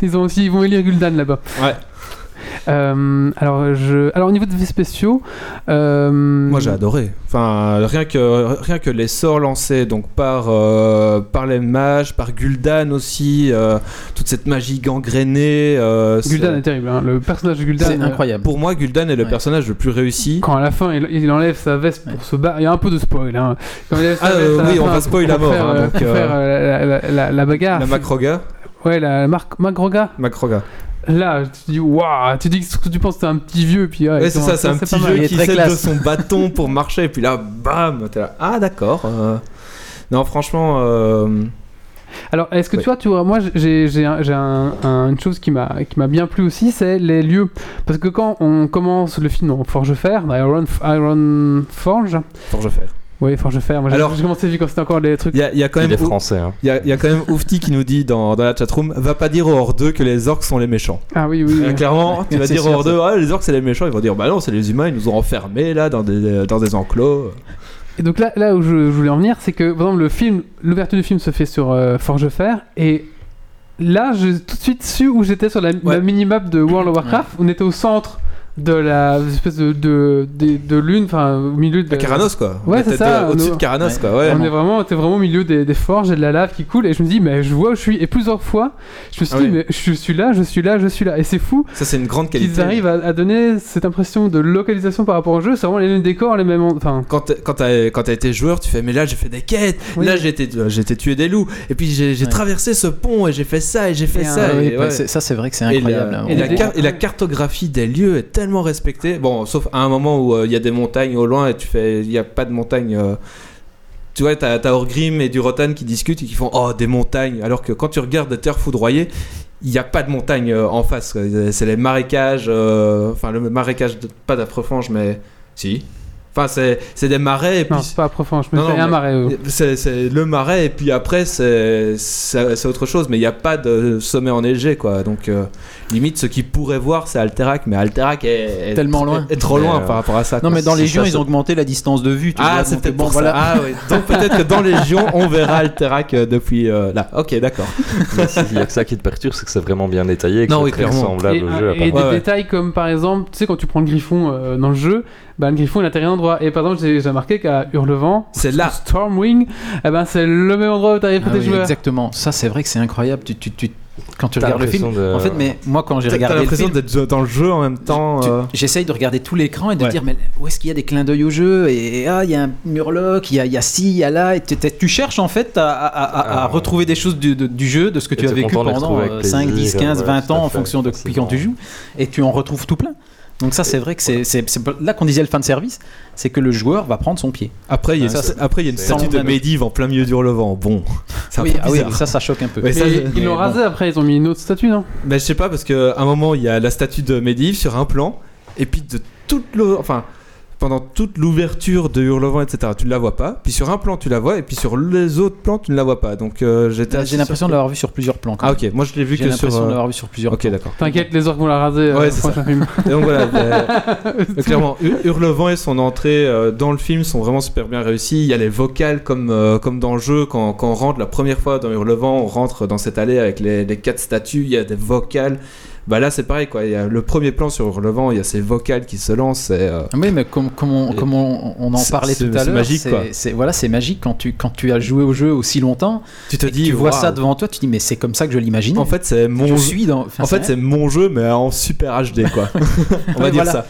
Speaker 1: Ils ont aussi, ils vont élire Gul'dan là-bas.
Speaker 2: Ouais.
Speaker 1: Euh, alors, je... alors au niveau des effets spéciaux, euh,
Speaker 2: Moi j'ai adoré. Enfin, rien que, rien que les sorts lancés donc par, euh, par les mages, par Gul'dan aussi, euh, toute cette magie gangrénée. euh, c'est-
Speaker 1: Gul'dan est terrible. hein. Le personnage de Gul'dan,
Speaker 3: C'est
Speaker 1: euh,
Speaker 3: incroyable.
Speaker 2: Pour moi, Gul'dan est le
Speaker 3: Ouais.
Speaker 2: personnage le plus réussi.
Speaker 1: quand à la fin il, il enlève sa veste pour se battre, il y a un peu de spoil. Hein. Quand il enlève sa
Speaker 2: Ah,
Speaker 1: veste
Speaker 2: euh,
Speaker 1: à la
Speaker 2: oui, on
Speaker 1: fin
Speaker 2: va spoil
Speaker 1: pour
Speaker 2: à mort,
Speaker 1: faire,
Speaker 2: hein,
Speaker 1: euh,
Speaker 2: donc,
Speaker 1: pour
Speaker 2: euh,
Speaker 1: faire, euh, la, la- la- la bagarre.
Speaker 2: La Macroga.
Speaker 1: Ouais, la Marc Marc Roga.
Speaker 2: Mac Roga.
Speaker 1: Là, tu te dis waouh, tu dis que ce que tu penses c'est un petit vieux, puis ouais,
Speaker 2: Ouais, c'est
Speaker 1: comment-
Speaker 2: ça, c'est un petit
Speaker 1: pas mal.
Speaker 2: vieux
Speaker 3: il est
Speaker 2: qui
Speaker 3: très
Speaker 2: s'aide de
Speaker 3: classe.
Speaker 2: son bâton pour marcher, et puis là, bam, t'es là. Ah, d'accord. euh. Non, franchement, euh,
Speaker 1: Alors, est-ce que
Speaker 2: Ouais.
Speaker 1: tu vois, tu vois, moi j'ai j'ai un- j'ai un- un- une chose qui m'a qui m'a bien plu aussi, c'est les lieux. Parce que quand on commence le film en Forge Fer, dans Iron, Iron Forge,
Speaker 2: forge à faire.
Speaker 1: oui, Forge Fer, moi j'ai-
Speaker 2: Alors-
Speaker 1: j'ai commencé vu quand c'était encore des trucs.
Speaker 2: Il y a, il y a quand
Speaker 7: Il est
Speaker 2: même.
Speaker 7: français. hein.
Speaker 2: Il y, a- il y a quand même Oufti qui nous dit dans, dans la chatroom Va pas dire aux hors 2 que les orques sont les méchants.
Speaker 1: Ah oui, oui.
Speaker 2: Euh,
Speaker 1: oui.
Speaker 2: clairement,
Speaker 1: *laughs*
Speaker 2: tu vas
Speaker 3: C'est
Speaker 2: dire aux
Speaker 3: sûr,
Speaker 2: hors 2 Ah, les orques c'est les méchants. Ils vont dire Bah non, c'est les humains, ils nous ont enfermés là dans des, dans des enclos.
Speaker 1: Euh, Et donc là, là où je, je voulais en venir, c'est que par exemple le film, l'ouverture du film se fait sur euh, Forge Fer et là, j'ai tout de suite su où j'étais sur la, la
Speaker 2: Ouais.
Speaker 1: minimap de World of Warcraft. On était au centre de la espèce de de, de- de lune, enfin au milieu de
Speaker 2: À Karanos quoi.
Speaker 1: Ouais,
Speaker 2: On
Speaker 1: c'est
Speaker 2: était
Speaker 1: ça,
Speaker 2: de- Au-dessus
Speaker 1: nous-
Speaker 2: de Karanos
Speaker 3: Ouais.
Speaker 2: quoi. Ouais.
Speaker 1: On est vraiment, t'es vraiment au milieu des, des forges et de la lave qui coule. Et je me dis, mais je vois où je suis. Et plusieurs fois, je me suis
Speaker 2: Ah
Speaker 1: dit,
Speaker 2: oui.
Speaker 1: mais je suis là, je suis là, je suis là. Et c'est fou
Speaker 2: Ça c'est une grande
Speaker 1: qu'ils
Speaker 2: qualité.
Speaker 1: arrivent à, à donner cette impression de localisation par rapport au jeu. C'est vraiment les mêmes décors, les mêmes. en- Enfin,
Speaker 2: Quand t'es- quand t'as quand t'as été joueur, tu fais mais là j'ai fait des quêtes,
Speaker 1: Oui.
Speaker 2: là j'ai été, j'ai été tué des loups, et puis j'ai j'ai
Speaker 3: Ouais.
Speaker 2: traversé ce pont et j'ai fait ça et j'ai fait
Speaker 1: Et
Speaker 2: ça.
Speaker 1: un-
Speaker 2: et
Speaker 3: Oui,
Speaker 2: ouais.
Speaker 3: bah, c'est- Ça, c'est vrai que c'est
Speaker 2: Et
Speaker 3: incroyable.
Speaker 2: la,
Speaker 3: hein.
Speaker 2: et
Speaker 3: On
Speaker 2: la
Speaker 3: voit-
Speaker 2: car- et la cartographie des lieux est tellement respectée. Bon, sauf à un moment où euh, il y a des montagnes au loin et tu fais, il n'y a pas de montagne. euh, tu vois, t'as as Orgrim et Durotan qui discutent et qui font Oh, des montagnes. Alors que quand tu regardes des terres foudroyées, il n'y a pas de montagne euh, en face. quoi. C'est les marécages, euh, enfin, le marécage, de- pas d'Afrefange, mais si. Enfin, c'est c'est des marais et puis.
Speaker 1: non, c'est pas à profond. Je me
Speaker 2: Non,
Speaker 1: fais
Speaker 2: non,
Speaker 1: un
Speaker 2: mais-
Speaker 1: marais. euh.
Speaker 2: C'est c'est le marais et puis après c'est c'est c'est autre chose mais il n'y a pas de sommet enneigé quoi donc euh, limite ce qu'ils pourraient voir c'est Alterac mais Alterac est, est
Speaker 3: Tellement
Speaker 2: tr-
Speaker 3: loin.
Speaker 2: est, trop
Speaker 7: Mais,
Speaker 2: loin
Speaker 7: euh,
Speaker 2: par rapport à ça quoi.
Speaker 3: Non, mais dans
Speaker 2: Si
Speaker 3: Légion,
Speaker 2: ça
Speaker 3: ils
Speaker 2: se-
Speaker 3: ont augmenté la distance de vue. Tu
Speaker 2: ah
Speaker 3: vois,
Speaker 2: c'est
Speaker 3: donc,
Speaker 2: peut-être
Speaker 3: bon,
Speaker 2: pour
Speaker 3: voilà.
Speaker 2: ça ah, oui. donc peut-être que dans Légion on verra Alterac euh, depuis euh, là ok d'accord
Speaker 7: Mais si, Il y a que ça qui te perturbe, c'est que c'est vraiment bien détaillé et que
Speaker 2: Non, oui,
Speaker 7: c'est très
Speaker 2: clairement.
Speaker 7: ressemblable
Speaker 1: et,
Speaker 7: au jeu. à
Speaker 1: et
Speaker 7: part-
Speaker 1: des
Speaker 2: Ouais, ouais.
Speaker 1: détails comme par exemple, tu sais, quand tu prends le griffon euh, dans le jeu, bah, le griffon il atterrit à un endroit. Et par exemple, j'ai j'ai remarqué qu'à Hurlevent,
Speaker 2: c'est là
Speaker 1: Stormwing, eh ben, c'est le même endroit où t'arrives
Speaker 3: Ah
Speaker 1: pour tes
Speaker 3: oui,
Speaker 1: joueurs.
Speaker 3: exactement. Ça, c'est vrai que c'est incroyable. Tu, tu, tu- Quand tu
Speaker 7: T'as
Speaker 3: regardes le film.
Speaker 7: l'impression euh, de-
Speaker 3: En fait, mais moi, quand j'ai
Speaker 2: t'as t'as
Speaker 3: regardé le
Speaker 2: l'impression
Speaker 3: film,
Speaker 2: d'être dans le jeu en même temps
Speaker 3: Tu-
Speaker 2: euh.
Speaker 3: J'essaye de regarder tout l'écran et de
Speaker 2: Ouais.
Speaker 3: dire mais où est-ce qu'il y a des clins d'œil au jeu et, et, ah il y a un murloc, il y a, il y a ci, il y a là et tu, tu- tu cherches en fait à, à- à- à
Speaker 7: Ah.
Speaker 3: retrouver des choses du, de- du jeu, de ce que
Speaker 7: Et
Speaker 3: tu as
Speaker 7: t'es
Speaker 3: vécu
Speaker 7: content de les
Speaker 3: pendant
Speaker 7: retrouver avec
Speaker 3: euh,
Speaker 7: plaisir,
Speaker 3: 5, 10, 15,
Speaker 7: ouais,
Speaker 3: 20
Speaker 7: tout à
Speaker 3: ans en
Speaker 7: fait,
Speaker 3: fonction de depuis quand tu joues
Speaker 7: forcément.
Speaker 3: et tu en retrouves tout plein. Donc ça c'est vrai que c'est c'est- c'est pas- là qu'on disait le fan service, c'est que le joueur va prendre son pied.
Speaker 2: après il y a
Speaker 7: Ouais,
Speaker 2: une-
Speaker 7: c'est-
Speaker 2: après, il y a une
Speaker 7: c'est-
Speaker 2: statue de
Speaker 3: Sans-
Speaker 2: Medivh en plein milieu d'Hurlevent bon c'est un
Speaker 3: Oui,
Speaker 2: peu
Speaker 3: ah oui,
Speaker 2: bizarre.
Speaker 3: ça ça choque un peu.
Speaker 2: Ouais,
Speaker 1: Mais
Speaker 2: ça, je-
Speaker 1: ils l'ont
Speaker 3: mais
Speaker 1: rasé après, ils ont mis une autre statue, non
Speaker 2: Ben, je sais pas, parce qu'à un moment, il y a la statue de Medivh sur un plan, et puis de toute l'autre. Enfin, pendant toute l'ouverture de Hurlevent, etc., tu ne la vois pas. Puis sur un plan, tu la vois. Et puis sur les autres plans, tu ne la vois pas. Donc euh, j'étais assez
Speaker 3: J'ai l'impression de
Speaker 2: surpris.
Speaker 3: l'avoir vu sur plusieurs plans. quand
Speaker 2: Ah
Speaker 3: même.
Speaker 2: ok, moi je l'ai vu
Speaker 3: J'ai
Speaker 2: que sur.
Speaker 3: l'impression de
Speaker 2: euh,
Speaker 3: l'avoir vu sur plusieurs
Speaker 2: Ok,
Speaker 3: plans.
Speaker 2: d'accord.
Speaker 1: T'inquiète, les orques vont la raser euh,
Speaker 2: Ouais,
Speaker 1: au
Speaker 2: c'est
Speaker 1: prochain
Speaker 2: *laughs*
Speaker 1: film.
Speaker 2: Et donc voilà.
Speaker 3: *laughs*
Speaker 2: euh, clairement, Hu- Hurlevent et son entrée euh, dans le film sont vraiment super bien réussies. Il y a les vocales comme, euh, comme dans le jeu. Quand, quand on rentre la première fois dans Hurlevent, on rentre dans cette allée avec les, les quatre statues. Il y a des vocales. Bah là, c'est pareil quoi. Il y a le premier plan sur Hurlevent, il y a ces vocales qui se lancent. et, euh,
Speaker 3: Ah Oui, mais comme, comme on,
Speaker 2: Et-
Speaker 3: comme on- on en
Speaker 2: C'est-
Speaker 3: parlait
Speaker 2: c'est-
Speaker 3: tout à
Speaker 2: c'est
Speaker 3: l'heure,
Speaker 2: magique, quoi.
Speaker 3: c'est voilà, c'est magique quand tu quand tu as joué au jeu aussi longtemps.
Speaker 2: tu te
Speaker 3: et que
Speaker 2: dis,
Speaker 3: tu vois
Speaker 2: waouh.
Speaker 3: ça devant toi, tu dis mais c'est comme ça que je l'imagine.
Speaker 2: En fait, c'est mon.
Speaker 3: je
Speaker 2: jeu-
Speaker 3: suis dans. enfin,
Speaker 2: En fait,
Speaker 3: c'est
Speaker 2: c'est mon jeu, mais en super HD
Speaker 3: *laughs*
Speaker 2: quoi. on va
Speaker 3: Ouais,
Speaker 2: dire
Speaker 3: voilà.
Speaker 2: ça.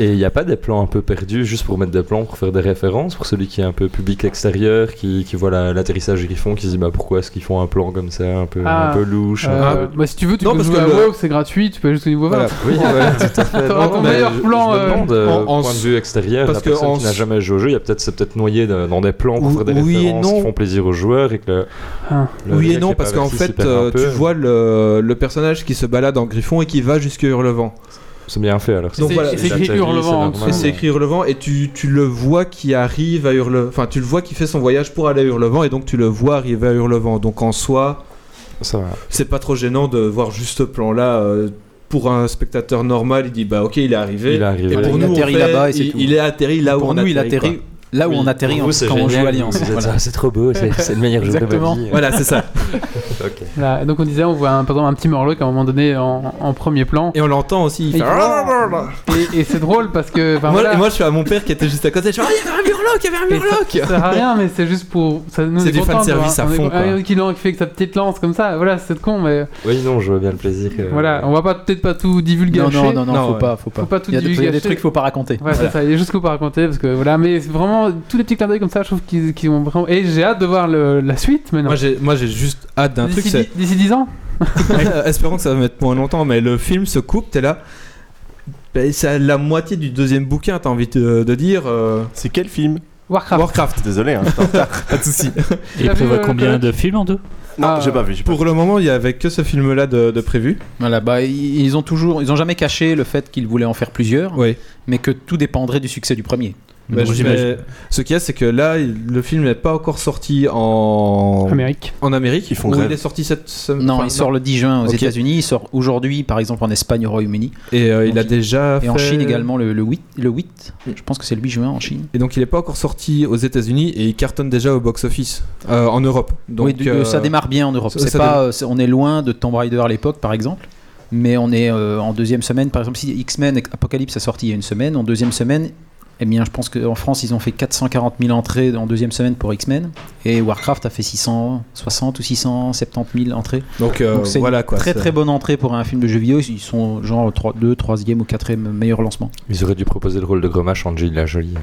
Speaker 7: Et il n'y a pas des plans un peu perdus juste pour mettre des plans, pour faire des références, pour celui qui est un peu public extérieur, qui, qui voit la- l'atterrissage qu'ils font, qui se dit bah pourquoi est-ce qu'ils font un plan comme ça, un peu,
Speaker 1: Ah.
Speaker 7: un peu louche. un
Speaker 1: Euh,
Speaker 7: peu-
Speaker 1: bah, si tu veux, tu
Speaker 2: Ah. Non,
Speaker 1: peux
Speaker 2: parce
Speaker 1: jouer
Speaker 2: que
Speaker 1: à
Speaker 2: le-
Speaker 1: WoW, c'est gratuit, tu peux juste au niveau 20.
Speaker 2: Voilà.
Speaker 7: Oui, ouais, tout à fait.
Speaker 1: T'auras ton
Speaker 7: mais
Speaker 1: meilleur
Speaker 7: je-
Speaker 1: plan,
Speaker 7: Je,
Speaker 1: euh,
Speaker 7: me demande, euh,
Speaker 2: en- en
Speaker 7: point de
Speaker 2: s-
Speaker 7: vue extérieur,
Speaker 2: parce
Speaker 7: la
Speaker 2: que
Speaker 7: personne
Speaker 2: en
Speaker 7: qui n'a
Speaker 2: s-
Speaker 7: jamais joué au jeu, il y a peut-être, c'est peut-être noyé de- dans des plans pour
Speaker 2: Ou-
Speaker 7: faire des
Speaker 2: oui et
Speaker 7: références
Speaker 2: non.
Speaker 7: qui font plaisir aux joueurs et que le-
Speaker 1: Ah.
Speaker 2: *laughs*
Speaker 7: le
Speaker 2: oui
Speaker 7: gars
Speaker 2: et
Speaker 7: qui
Speaker 2: non,
Speaker 7: est pas
Speaker 2: parce qu'en
Speaker 7: averti s'y
Speaker 2: fait,
Speaker 7: perd un
Speaker 2: euh, tu
Speaker 7: peu.
Speaker 2: vois le, le personnage qui se balade en griffon et qui va jusque Hurlevent.
Speaker 7: C'est bien fait alors.
Speaker 1: C'est-
Speaker 2: Donc voilà,
Speaker 1: c'est écrit
Speaker 7: Jacques Attali, c'est
Speaker 1: hurlevent en
Speaker 7: normal.
Speaker 2: Et
Speaker 1: dessous.
Speaker 2: c'est écrit Hurlevent et tu, tu le vois qui arrive à Hurlevent. Enfin, tu le vois qui fait son voyage pour aller à Hurlevent et donc tu le vois arriver à Hurlevent. Donc en soi,
Speaker 7: Ça va.
Speaker 2: c'est pas trop gênant de voir juste ce plan-là. euh, pour un spectateur normal, il dit bah ok, il est arrivé.
Speaker 7: Il est arrivé.
Speaker 2: Et pour
Speaker 3: Il
Speaker 2: nous, on
Speaker 3: atterrit
Speaker 2: fait,
Speaker 3: là-bas et c'est
Speaker 2: il,
Speaker 3: tout.
Speaker 2: il est atterri là où
Speaker 3: pour
Speaker 2: on
Speaker 3: nous, il
Speaker 2: atterrit,
Speaker 3: atterrit là où
Speaker 7: Oui,
Speaker 3: on atterrit
Speaker 7: pour vous, c'est
Speaker 3: quand on joue
Speaker 7: génial,
Speaker 3: Alliance.
Speaker 7: vous êtes,
Speaker 3: Voilà.
Speaker 7: ah, C'est trop beau, c'est c'est le meilleur jeu de ma
Speaker 3: Exactement.
Speaker 7: vie.
Speaker 2: quoi. Voilà, c'est ça.
Speaker 7: Ok.
Speaker 1: Voilà, et donc on disait, on voit un, par exemple un petit Morlock à un moment donné en, en premier plan.
Speaker 2: Et on l'entend aussi. il
Speaker 1: Et
Speaker 2: fait,
Speaker 1: il- Et, et c'est drôle parce que. enfin,
Speaker 2: Moi,
Speaker 1: voilà,
Speaker 2: moi, je suis à mon père qui était juste à côté. Je fais, Ah, il y avait un Hurloc, il y avait un Hurloc.
Speaker 1: ça sert à rien, mais c'est juste pour. ça nous
Speaker 2: C'est
Speaker 1: est
Speaker 2: du
Speaker 1: content de
Speaker 2: fanservice
Speaker 1: voir-
Speaker 2: à
Speaker 1: on est-
Speaker 2: fond, quoi.
Speaker 1: ah, Qui lance- qui fait que sa petite lance comme ça, voilà, c'est con,
Speaker 2: Euh.
Speaker 1: mais
Speaker 7: Oui, non, je vois bien le plaisir. euh,
Speaker 1: voilà, on va pas- peut-être pas tout divulguer.
Speaker 3: *laughs* Non, non, non, non,
Speaker 2: Non,
Speaker 3: faut
Speaker 2: ouais.
Speaker 3: pas, faut pas.
Speaker 1: Faut pas tout
Speaker 3: il y a des, il y a des
Speaker 1: divulgacher.
Speaker 3: trucs qu'il faut pas raconter.
Speaker 1: Ouais,
Speaker 3: Voilà.
Speaker 1: c'est ça, il y a juste qu'on peut raconter parce que voilà, mais c'est vraiment tous les petits clins d'œil comme ça, je trouve qu'ils qu'ils ont vraiment. Et j'ai hâte de voir le- la suite maintenant.
Speaker 2: Moi, j'ai- Moi, j'ai juste hâte d'un truc.
Speaker 1: D'ici
Speaker 2: c'est-
Speaker 1: dix- d'ici 10 ans
Speaker 2: *laughs* Espérons que ça va mettre moins longtemps, mais le film se coupe, t'es là. Ben, C'est à la moitié du deuxième bouquin, t'as envie de, de dire. euh,
Speaker 6: C'est quel film
Speaker 1: Warcraft.
Speaker 2: Warcraft,
Speaker 6: Désolé, *laughs* hein.
Speaker 2: pas de soucis.
Speaker 1: Il
Speaker 4: Il prévoit
Speaker 1: avait, euh,
Speaker 4: combien
Speaker 1: le-
Speaker 4: de films en deux
Speaker 6: Non,
Speaker 1: Ah.
Speaker 6: j'ai pas vu. j'ai pas
Speaker 2: *laughs* Pour le moment, il y avait que ce film-là de, de prévu.
Speaker 3: Voilà, bah, ils ils ont toujours, ils ont jamais caché le fait qu'ils voulaient en faire plusieurs,
Speaker 2: Oui.
Speaker 3: mais que tout dépendrait du succès du premier.
Speaker 2: Ben,
Speaker 4: Donc,
Speaker 2: je-
Speaker 4: j'imagine.
Speaker 2: mais ce qu'il y a, c'est que là, il- le film n'est pas encore sorti en
Speaker 1: Amérique.
Speaker 2: En Amérique,
Speaker 6: Ils font
Speaker 2: ou
Speaker 6: grève.
Speaker 2: il est sorti cette semaine.
Speaker 3: Non,
Speaker 2: enfin,
Speaker 3: il sort le 10 juin aux
Speaker 2: Ok.
Speaker 3: États-Unis, il sort aujourd'hui par exemple en Espagne, au Royaume-Uni,
Speaker 2: Et euh, il a
Speaker 3: Donc,
Speaker 2: déjà.
Speaker 3: et en
Speaker 2: fait- Mm.
Speaker 3: Chine également le, le 8, le 8. Je pense que c'est le 8 juin en Chine.
Speaker 2: Et donc, il n'est pas encore sorti aux États-Unis et il cartonne déjà au box-office euh, en Europe. Donc,
Speaker 3: oui, du-
Speaker 2: euh,
Speaker 3: ça démarre bien en Europe.
Speaker 2: ça-
Speaker 3: C'est
Speaker 2: ça
Speaker 3: pas, euh, c'est- on est loin de Tomb Raider à l'époque, par exemple, mais on est euh, en deuxième semaine. Par exemple, si X-Men Apocalypse a sorti il y a une semaine, en deuxième semaine, eh bien, je pense qu'en France, ils ont fait 440 000 entrées en deuxième semaine pour X-Men, et Warcraft a fait 660 ou 670 000 entrées.
Speaker 2: Donc, euh,
Speaker 3: Donc, c'est une
Speaker 2: voilà quoi.
Speaker 3: très
Speaker 2: c'est-
Speaker 3: très bonne entrée pour un film de jeu vidéo. Ils sont genre 3, 2, 3e ou 4e meilleur lancement.
Speaker 7: Ils auraient dû proposer le rôle de Gromache en Gilles la Jolie.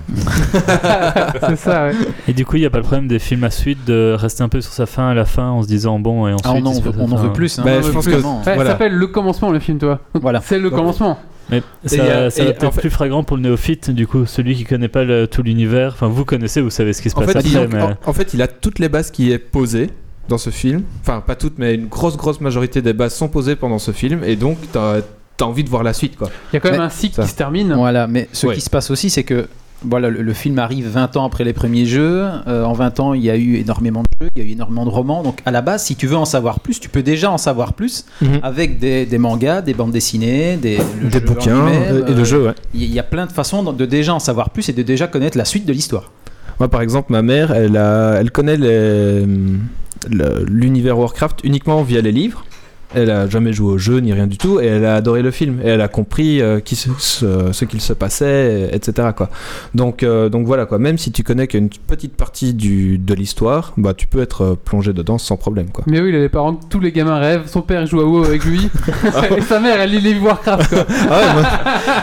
Speaker 1: C'est ça, ouais.
Speaker 4: Et du coup, il n'y a pas le problème des films à suite de rester un peu sur sa fin à la fin en se disant bon, et ensuite.
Speaker 3: Ah, on en,
Speaker 4: il se
Speaker 3: veut-
Speaker 4: passe
Speaker 3: on en
Speaker 4: ça.
Speaker 3: veut plus. hein.
Speaker 2: Bah,
Speaker 3: On en
Speaker 2: je
Speaker 3: veut
Speaker 2: pense
Speaker 3: plus,
Speaker 2: que-
Speaker 3: vraiment.
Speaker 1: Ouais,
Speaker 2: Voilà.
Speaker 1: Ça s'appelle le commencement le film, toi.
Speaker 3: Voilà.
Speaker 1: C'est le
Speaker 2: Donc-
Speaker 1: commencement.
Speaker 4: Mais ça,
Speaker 2: il y a-
Speaker 4: ça
Speaker 2: et
Speaker 4: va
Speaker 2: en
Speaker 4: peut-être
Speaker 2: fait-
Speaker 4: plus flagrant pour le néophyte, du coup, celui qui connaît pas le- tout l'univers. Enfin, vous connaissez, vous savez ce qui se
Speaker 2: En
Speaker 4: passe
Speaker 2: fait,
Speaker 4: après,
Speaker 2: il,
Speaker 4: mais- euh,
Speaker 2: en- en fait, il a toutes les bases qui est posée dans ce film. Enfin, pas toutes, mais une grosse, grosse majorité des bases sont posées pendant ce film. Et donc, t'as as envie de voir la suite, quoi.
Speaker 1: Il y a quand même
Speaker 3: Mais-
Speaker 1: un cycle
Speaker 2: Ça.
Speaker 1: qui se termine.
Speaker 3: Voilà, mais ce
Speaker 2: Ouais.
Speaker 3: qui se passe aussi, c'est que voilà, le, le film arrive 20 ans après les premiers jeux. Euh, en 20 ans, il y a eu énormément de jeux, il y a eu énormément de romans. Donc à la base, si tu veux en savoir plus, tu peux déjà en savoir plus
Speaker 2: Mhm.
Speaker 3: avec des, des mangas, des bandes dessinées, des, le jeu en lui-même,
Speaker 2: euh, et de
Speaker 3: euh,
Speaker 2: jeux, ouais.
Speaker 3: Il y a- il y a plein de façons de, de déjà en savoir plus et de déjà connaître la suite de l'histoire.
Speaker 2: Moi, par exemple, ma mère, elle, a- elle connaît les- le- l'univers Warcraft uniquement via les livres. Elle a jamais joué au jeu ni rien du tout, et elle a adoré le film. Et elle a compris euh, qui se- ce, ce qu'il se passait, etc. Quoi. Donc, euh, donc voilà quoi. Même si tu connais qu'une petite partie du, de l'histoire, bah tu peux être euh, plongé dedans sans problème quoi.
Speaker 1: Mais oui, il a les parents que tous les gamins rêvent. Son père joue à WoW avec lui. et sa mère, elle lit les Warcraft, quoi.
Speaker 2: *laughs* Ah ouais, moi-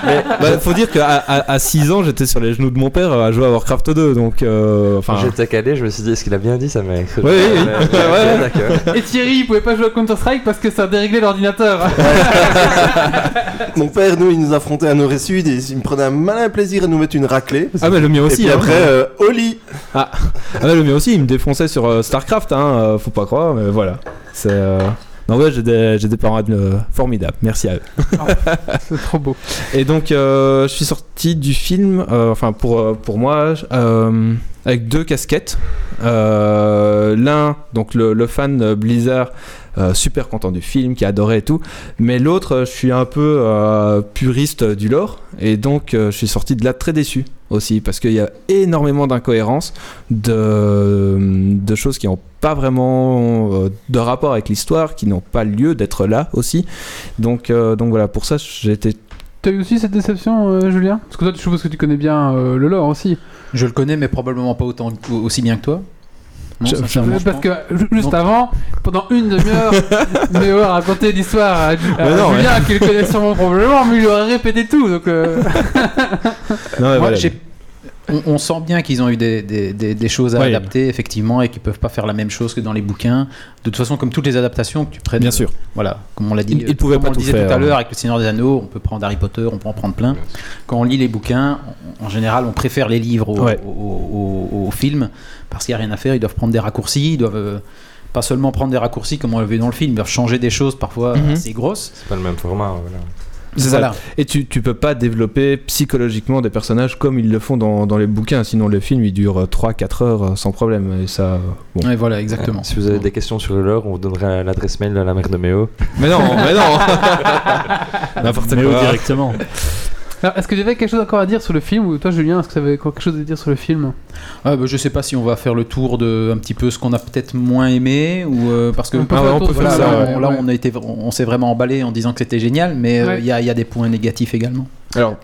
Speaker 2: mais, bah, faut dire qu'à à, 6 ans, j'étais sur les genoux de mon père euh, à joué à Warcraft 2, donc euh, enfin.
Speaker 7: Quand j'étais calé, je me suis dit, est-ce qu'il a bien dit ça, mec
Speaker 2: oui, oui.
Speaker 7: *laughs* Ouais, ouais,
Speaker 2: Ouais, ouais.
Speaker 7: d'accord.
Speaker 1: Et Thierry, il pouvait pas jouer à Counter-Strike parce que ça déréglait l'ordinateur.
Speaker 6: Mon père, nous, il nous affrontait à Nord et Sud et il me prenait un malin plaisir à nous mettre une raclée.
Speaker 2: Ah mais le mien aussi.
Speaker 6: et puis
Speaker 2: hein.
Speaker 6: après, euh, au lit.
Speaker 2: Ah, le mien aussi, il me défonçait sur euh, StarCraft, hein, euh, faut pas croire, mais voilà. C'est, euh, Donc ouais, j'ai des, j'ai des parents euh, formidables. Merci à eux.
Speaker 1: *laughs* C'est trop beau.
Speaker 2: Et donc, euh, je suis sorti du film, euh, enfin pour, euh, pour moi, euh, avec deux casquettes. Euh, L'un, donc le, le fan de Blizzard, euh, super content du film, qui adorait et tout. Mais l'autre, euh, je suis un peu euh, puriste du lore. Et donc, euh, je suis sorti de là très déçu aussi, parce qu'il y a énormément d'incohérences, de, de choses qui n'ont pas vraiment euh, de rapport avec l'histoire, qui n'ont pas lieu d'être là aussi. Donc, euh, donc voilà, pour ça, j'ai été
Speaker 1: T'as eu aussi cette déception, euh, Julien Parce que toi, je suppose que tu connais bien euh, le lore aussi.
Speaker 3: Je le connais, mais probablement pas autant, aussi bien que toi. Non,
Speaker 2: Je-
Speaker 3: sincèrement, je
Speaker 1: parce
Speaker 3: pense.
Speaker 1: que ju- juste
Speaker 3: Donc-
Speaker 1: avant, pendant une demi-heure, Méo a raconté l'histoire à, Ju- à
Speaker 2: Mais non,
Speaker 1: Julien, qu'il connaît sûrement probablement, mais il lui aurait répété tout. Donc, euh,
Speaker 2: Non, mais
Speaker 3: Moi,
Speaker 2: voilà.
Speaker 3: j'ai- on, on sent bien qu'ils ont eu des, des- des- des choses à
Speaker 2: Ouais.
Speaker 3: adapter, effectivement, et qu'ils peuvent pas faire la même chose que dans les bouquins. De toute façon, comme toutes les adaptations que tu prennes.
Speaker 2: Bien
Speaker 3: euh,
Speaker 2: sûr.
Speaker 3: Voilà, comme on l'a dit, euh,
Speaker 2: Ils- ils pouvaient
Speaker 3: comme
Speaker 2: pas
Speaker 3: on le
Speaker 2: tout
Speaker 3: disait
Speaker 2: faire. hein.
Speaker 3: tout à l'heure avec le Seigneur des Anneaux, on peut prendre Harry Potter, on peut en prendre plein. Quand on lit les bouquins, on- en général, on préfère les livres aux,
Speaker 2: Ouais.
Speaker 3: aux- aux- aux films parce qu'il n'y a rien à faire. Ils doivent prendre des raccourcis, ils doivent euh, pas seulement prendre des raccourcis comme on l'a vu dans le film, ils doivent changer des choses parfois
Speaker 2: Mhm.
Speaker 3: assez grosses.
Speaker 7: C'est pas le même format. Voilà.
Speaker 2: C'est ça.
Speaker 3: Voilà.
Speaker 2: Et tu, tu peux pas développer psychologiquement des personnages comme ils le font dans, dans les bouquins, sinon le film il dure 3-4 heures euh, sans problème. Et ça, euh, bon.
Speaker 3: Ouais, voilà, exactement.
Speaker 7: Si vous avez des questions sur le lore, on vous donnera l'adresse mail à la mère de Méo.
Speaker 2: Mais non, mais non N'importe
Speaker 4: Mais au
Speaker 2: quoi.
Speaker 4: directement.
Speaker 1: Alors, est-ce que tu avais quelque chose encore à dire sur le film Ou toi, Julien, est-ce que tu avais quelque chose à dire sur le film
Speaker 3: Ah, bah, je sais pas si on va faire le tour de un petit peu ce qu'on a peut-être moins aimé ou euh, parce que
Speaker 1: On peut
Speaker 2: Ah
Speaker 1: faire
Speaker 2: ouais,
Speaker 1: le
Speaker 2: on
Speaker 1: tour
Speaker 2: peut
Speaker 1: de-
Speaker 2: faire
Speaker 3: Voilà,
Speaker 2: ça,
Speaker 1: ouais,
Speaker 3: on- là
Speaker 1: ouais.
Speaker 3: on a été, on s'est vraiment emballé en disant que c'était génial, mais euh, il
Speaker 1: Ouais.
Speaker 3: y, a, il y a des points négatifs également.
Speaker 2: Alors,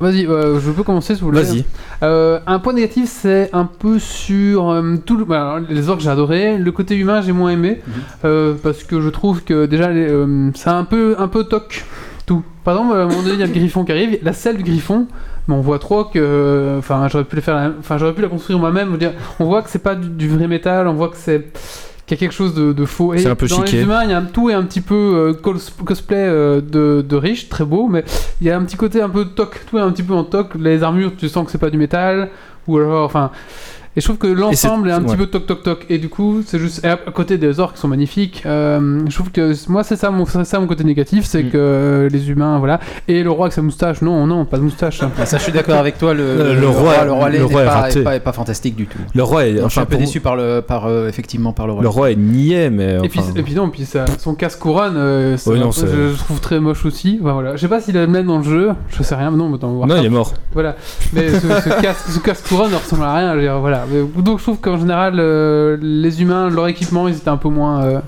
Speaker 1: Vas-y, euh, je peux commencer si vous voulez.
Speaker 2: vas-y.
Speaker 1: Euh, un point négatif, c'est un peu sur euh, tout le- bah, alors, les orques, j'ai adoré. Le côté humain, j'ai moins aimé
Speaker 3: Mhm.
Speaker 1: euh, parce que je trouve que déjà, les, euh, c'est un peu, un peu toc tout. Par exemple, à un moment donné, il y a le griffon qui arrive, la selle du griffon. Mais on voit trop que, euh, enfin, j'aurais pu le faire, la- enfin, j'aurais pu la construire moi-même. je veux dire, On voit que c'est pas du, du vrai métal, on voit que c'est qu'il y a quelque chose de, de faux. Et
Speaker 2: C'est un peu
Speaker 1: dans
Speaker 2: chiqué.
Speaker 1: les humains, il y a un, tout est un petit peu euh, cos- cosplay euh, de, de riche, très beau, mais il y a un petit côté un peu toc, tout est un petit peu en toc. Les armures, tu sens que c'est pas du métal, ou alors, enfin. Et je trouve que l'ensemble est, un
Speaker 2: ouais.
Speaker 1: petit peu toc toc toc. Et du coup, c'est juste. et à à côté des orques qui sont magnifiques, euh, je trouve que moi, c'est ça, mon- c'est ça mon côté négatif, c'est
Speaker 3: Mm.
Speaker 1: que euh, les humains, voilà. Et le roi avec sa moustache, non, non, pas de moustache. hein.
Speaker 3: Ah, ça, je suis d'accord avec toi. Le,
Speaker 2: Le- le roi-
Speaker 3: le roi, Lé
Speaker 2: le
Speaker 3: n'est
Speaker 2: roi est
Speaker 3: pas,
Speaker 2: raté.
Speaker 3: est pas- est pas fantastique du tout.
Speaker 2: Le roi est,
Speaker 3: Donc, je suis
Speaker 2: enfin,
Speaker 3: un peu
Speaker 2: pour-
Speaker 3: déçu par le, par euh, effectivement par le roi.
Speaker 2: Le roi est niais, mais.
Speaker 1: Et puis,
Speaker 2: enfin,
Speaker 1: et puis non, puis ça, son casque couronne, euh, c'est
Speaker 2: Oui,
Speaker 1: un
Speaker 2: non,
Speaker 1: peu-
Speaker 2: c'est-
Speaker 1: je, je trouve très moche aussi. Enfin, voilà. Je sais pas s'il est le même dans le jeu, je sais rien, mais non, mais dans
Speaker 2: non,
Speaker 1: Warcraft,
Speaker 2: il est
Speaker 3: *laughs*
Speaker 2: mort.
Speaker 1: Voilà, mais ce, ce casque, ce casque couronne ne ressemble à rien. je veux dire, voilà. Mais Donc je trouve qu'en général, euh, les humains, leur équipement, ils étaient un peu moins. euh,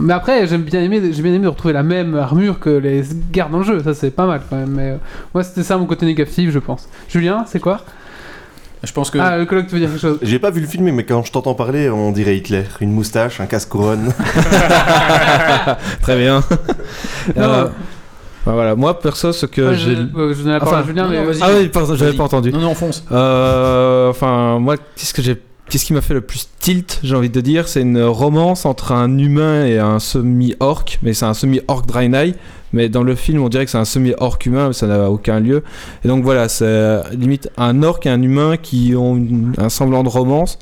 Speaker 1: Mais après, j'aime bien aimé, j'ai bien aimé de retrouver la même armure que les gardes dans le jeu. Ça, c'est pas mal quand même. Mais euh, moi, c'était ça mon côté négatif, je pense. Julien, c'est quoi
Speaker 3: Je pense que
Speaker 1: Ah, le colloque, tu veux dire quelque chose
Speaker 6: J'ai pas vu le film, mais quand je t'entends parler, on dirait Hitler. Une moustache, un *laughs* casse-couronne.
Speaker 2: Très bien.
Speaker 1: Non,
Speaker 2: Euh,
Speaker 1: non.
Speaker 2: ben voilà, moi perso, ce que
Speaker 1: Ouais, Je,
Speaker 2: j'ai.
Speaker 1: euh, je donne la parole
Speaker 2: Enfin,
Speaker 1: à Julien,
Speaker 3: non,
Speaker 1: mais euh,
Speaker 3: non, vas-y.
Speaker 2: Ah oui, pardon, j'avais
Speaker 3: Vas-y.
Speaker 2: pas entendu.
Speaker 3: non non on fonce.
Speaker 2: Euh, enfin, moi, qu'est-ce que j'ai, qu'est-ce qui m'a fait le plus tilt, j'ai envie de dire, c'est une romance entre un humain et un semi-orc, mais c'est un semi-orc Draenei. Mais dans le film, on dirait que c'est un semi-orc humain, mais ça n'a aucun lieu. Et donc voilà, c'est euh, limite un orc et un humain qui ont une- un semblant de romance,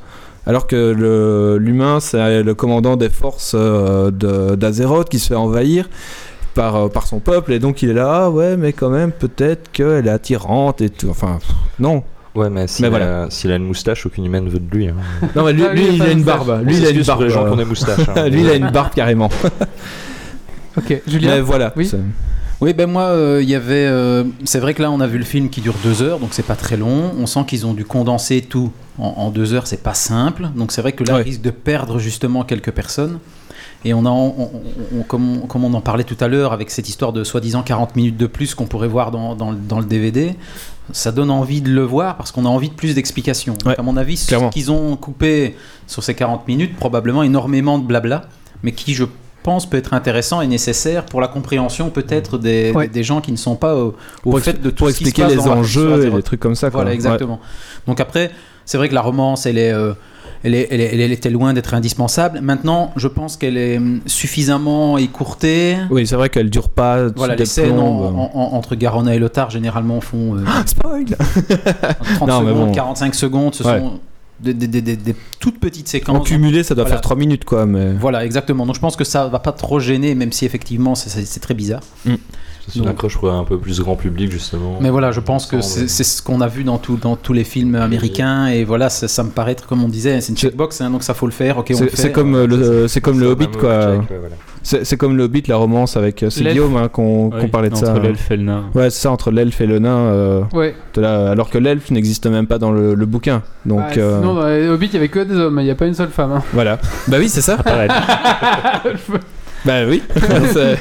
Speaker 2: alors que le- l'humain, c'est le commandant des forces euh, de- d'Azeroth qui se fait envahir par, euh, par son peuple, et donc il est là, ah ouais, mais quand même, peut-être qu'elle est attirante et tout. Enfin, pff, non.
Speaker 7: Ouais, mais s'il
Speaker 2: Mais
Speaker 7: a,
Speaker 2: voilà.
Speaker 7: s'il a une moustache, aucune humaine veut de lui. hein.
Speaker 2: Non, mais lui,
Speaker 1: Ah,
Speaker 2: lui, il a une
Speaker 1: moustache.
Speaker 2: barbe.
Speaker 7: On
Speaker 2: Lui, il a
Speaker 7: s'excuse
Speaker 2: une
Speaker 7: pour
Speaker 2: barbe.
Speaker 7: les gens qui ont
Speaker 2: euh,
Speaker 7: des moustaches.
Speaker 2: *laughs*
Speaker 7: hein.
Speaker 2: Lui, il a une barbe carrément.
Speaker 1: Ok,
Speaker 2: Mais
Speaker 1: Julien.
Speaker 2: voilà.
Speaker 1: Oui.
Speaker 2: c'est-
Speaker 3: Oui, ben moi, euh, il y avait. euh, c'est vrai que là, on a vu le film qui dure deux heures, donc c'est pas très long. On sent qu'ils ont dû condenser tout en, en deux heures, c'est pas simple. Donc c'est vrai que là,
Speaker 2: Ouais.
Speaker 3: ils risquent de perdre justement quelques personnes. Et on a, on- on- on- comme, on, comme on en parlait tout à l'heure, avec cette histoire de soi-disant 40 minutes de plus qu'on pourrait voir dans, dans le- dans le DVD, ça donne envie de le voir parce qu'on a envie de plus d'explications. Donc,
Speaker 2: Ouais,
Speaker 3: à mon avis, ce
Speaker 2: clairement.
Speaker 3: qu'ils ont coupé sur ces 40 minutes, probablement énormément de blabla, mais qui, je pense, peut être intéressant et nécessaire pour la compréhension peut-être des,
Speaker 1: Ouais.
Speaker 3: des- des gens qui ne sont pas au, au
Speaker 2: Pour
Speaker 3: fait de tout
Speaker 2: Pour
Speaker 3: ce qui se
Speaker 2: expliquer
Speaker 3: passe
Speaker 2: les
Speaker 3: dans la culture
Speaker 2: enjeux et
Speaker 3: Azeroth.
Speaker 2: les trucs comme ça. quoi.
Speaker 3: Voilà,
Speaker 2: Ouais.
Speaker 3: exactement. Donc après, c'est vrai que la romance, elle est, euh, elle, est- elle est- elle était loin d'être indispensable. Maintenant, je pense qu'elle est hum, suffisamment écourtée.
Speaker 2: Oui, c'est vrai qu'elle dure pas.
Speaker 3: Voilà,
Speaker 2: des
Speaker 3: les scènes en-
Speaker 2: plombes.
Speaker 3: en- en- entre Garona
Speaker 2: *laughs*
Speaker 3: et Lothar généralement font euh,
Speaker 2: Spoil
Speaker 3: 30
Speaker 2: Non, mais
Speaker 3: secondes,
Speaker 2: bon.
Speaker 3: 45 secondes. Ce
Speaker 2: Ouais.
Speaker 3: sont des, des- des- des- des toutes petites
Speaker 2: En
Speaker 3: séquences.
Speaker 2: cumulé, ça doit
Speaker 3: Voilà.
Speaker 2: faire 3 minutes, quoi. Mais...
Speaker 3: Voilà, exactement. Donc je pense que ça va pas trop gêner, même si effectivement c'est- c'est c'est très bizarre.
Speaker 7: C'est une
Speaker 3: Donc-
Speaker 7: accroche pour un peu plus grand public, justement.
Speaker 3: Mais voilà, je pense que c'est c'est ce qu'on a vu dans, tout, dans tous les films américains. Et voilà, ça, ça me paraît être, comme on disait, c'est une checkbox, hein, donc ça faut le faire. Ok, on le
Speaker 2: C'est
Speaker 3: fait.
Speaker 2: c'est comme, euh, le- c'est comme le Hobbit,
Speaker 7: Même,
Speaker 2: quoi.
Speaker 7: euh, Jack, ouais, voilà.
Speaker 2: C'est c'est comme le Hobbit, la romance avec. euh, C'est
Speaker 4: L'elfe.
Speaker 2: Guillaume hein, qu'on qu'on
Speaker 4: Ouais,
Speaker 2: parlait de
Speaker 4: entre
Speaker 2: ça. hein.
Speaker 4: l'elfe et le nain.
Speaker 2: Ouais, c'est ça, entre l'elfe et le nain. euh,
Speaker 1: Ouais.
Speaker 2: de la- Alors que l'elfe n'existe même pas dans le, le bouquin. Donc
Speaker 1: Ah,
Speaker 2: euh,
Speaker 1: Sinon, dans les Hobbits, il y avait que des hommes, il n'y a pas une seule femme.
Speaker 2: *laughs*
Speaker 1: hein.
Speaker 2: voilà. bah oui, c'est ça.
Speaker 4: Ah, Pareil.
Speaker 2: bah
Speaker 3: *laughs*
Speaker 2: oui. C'est-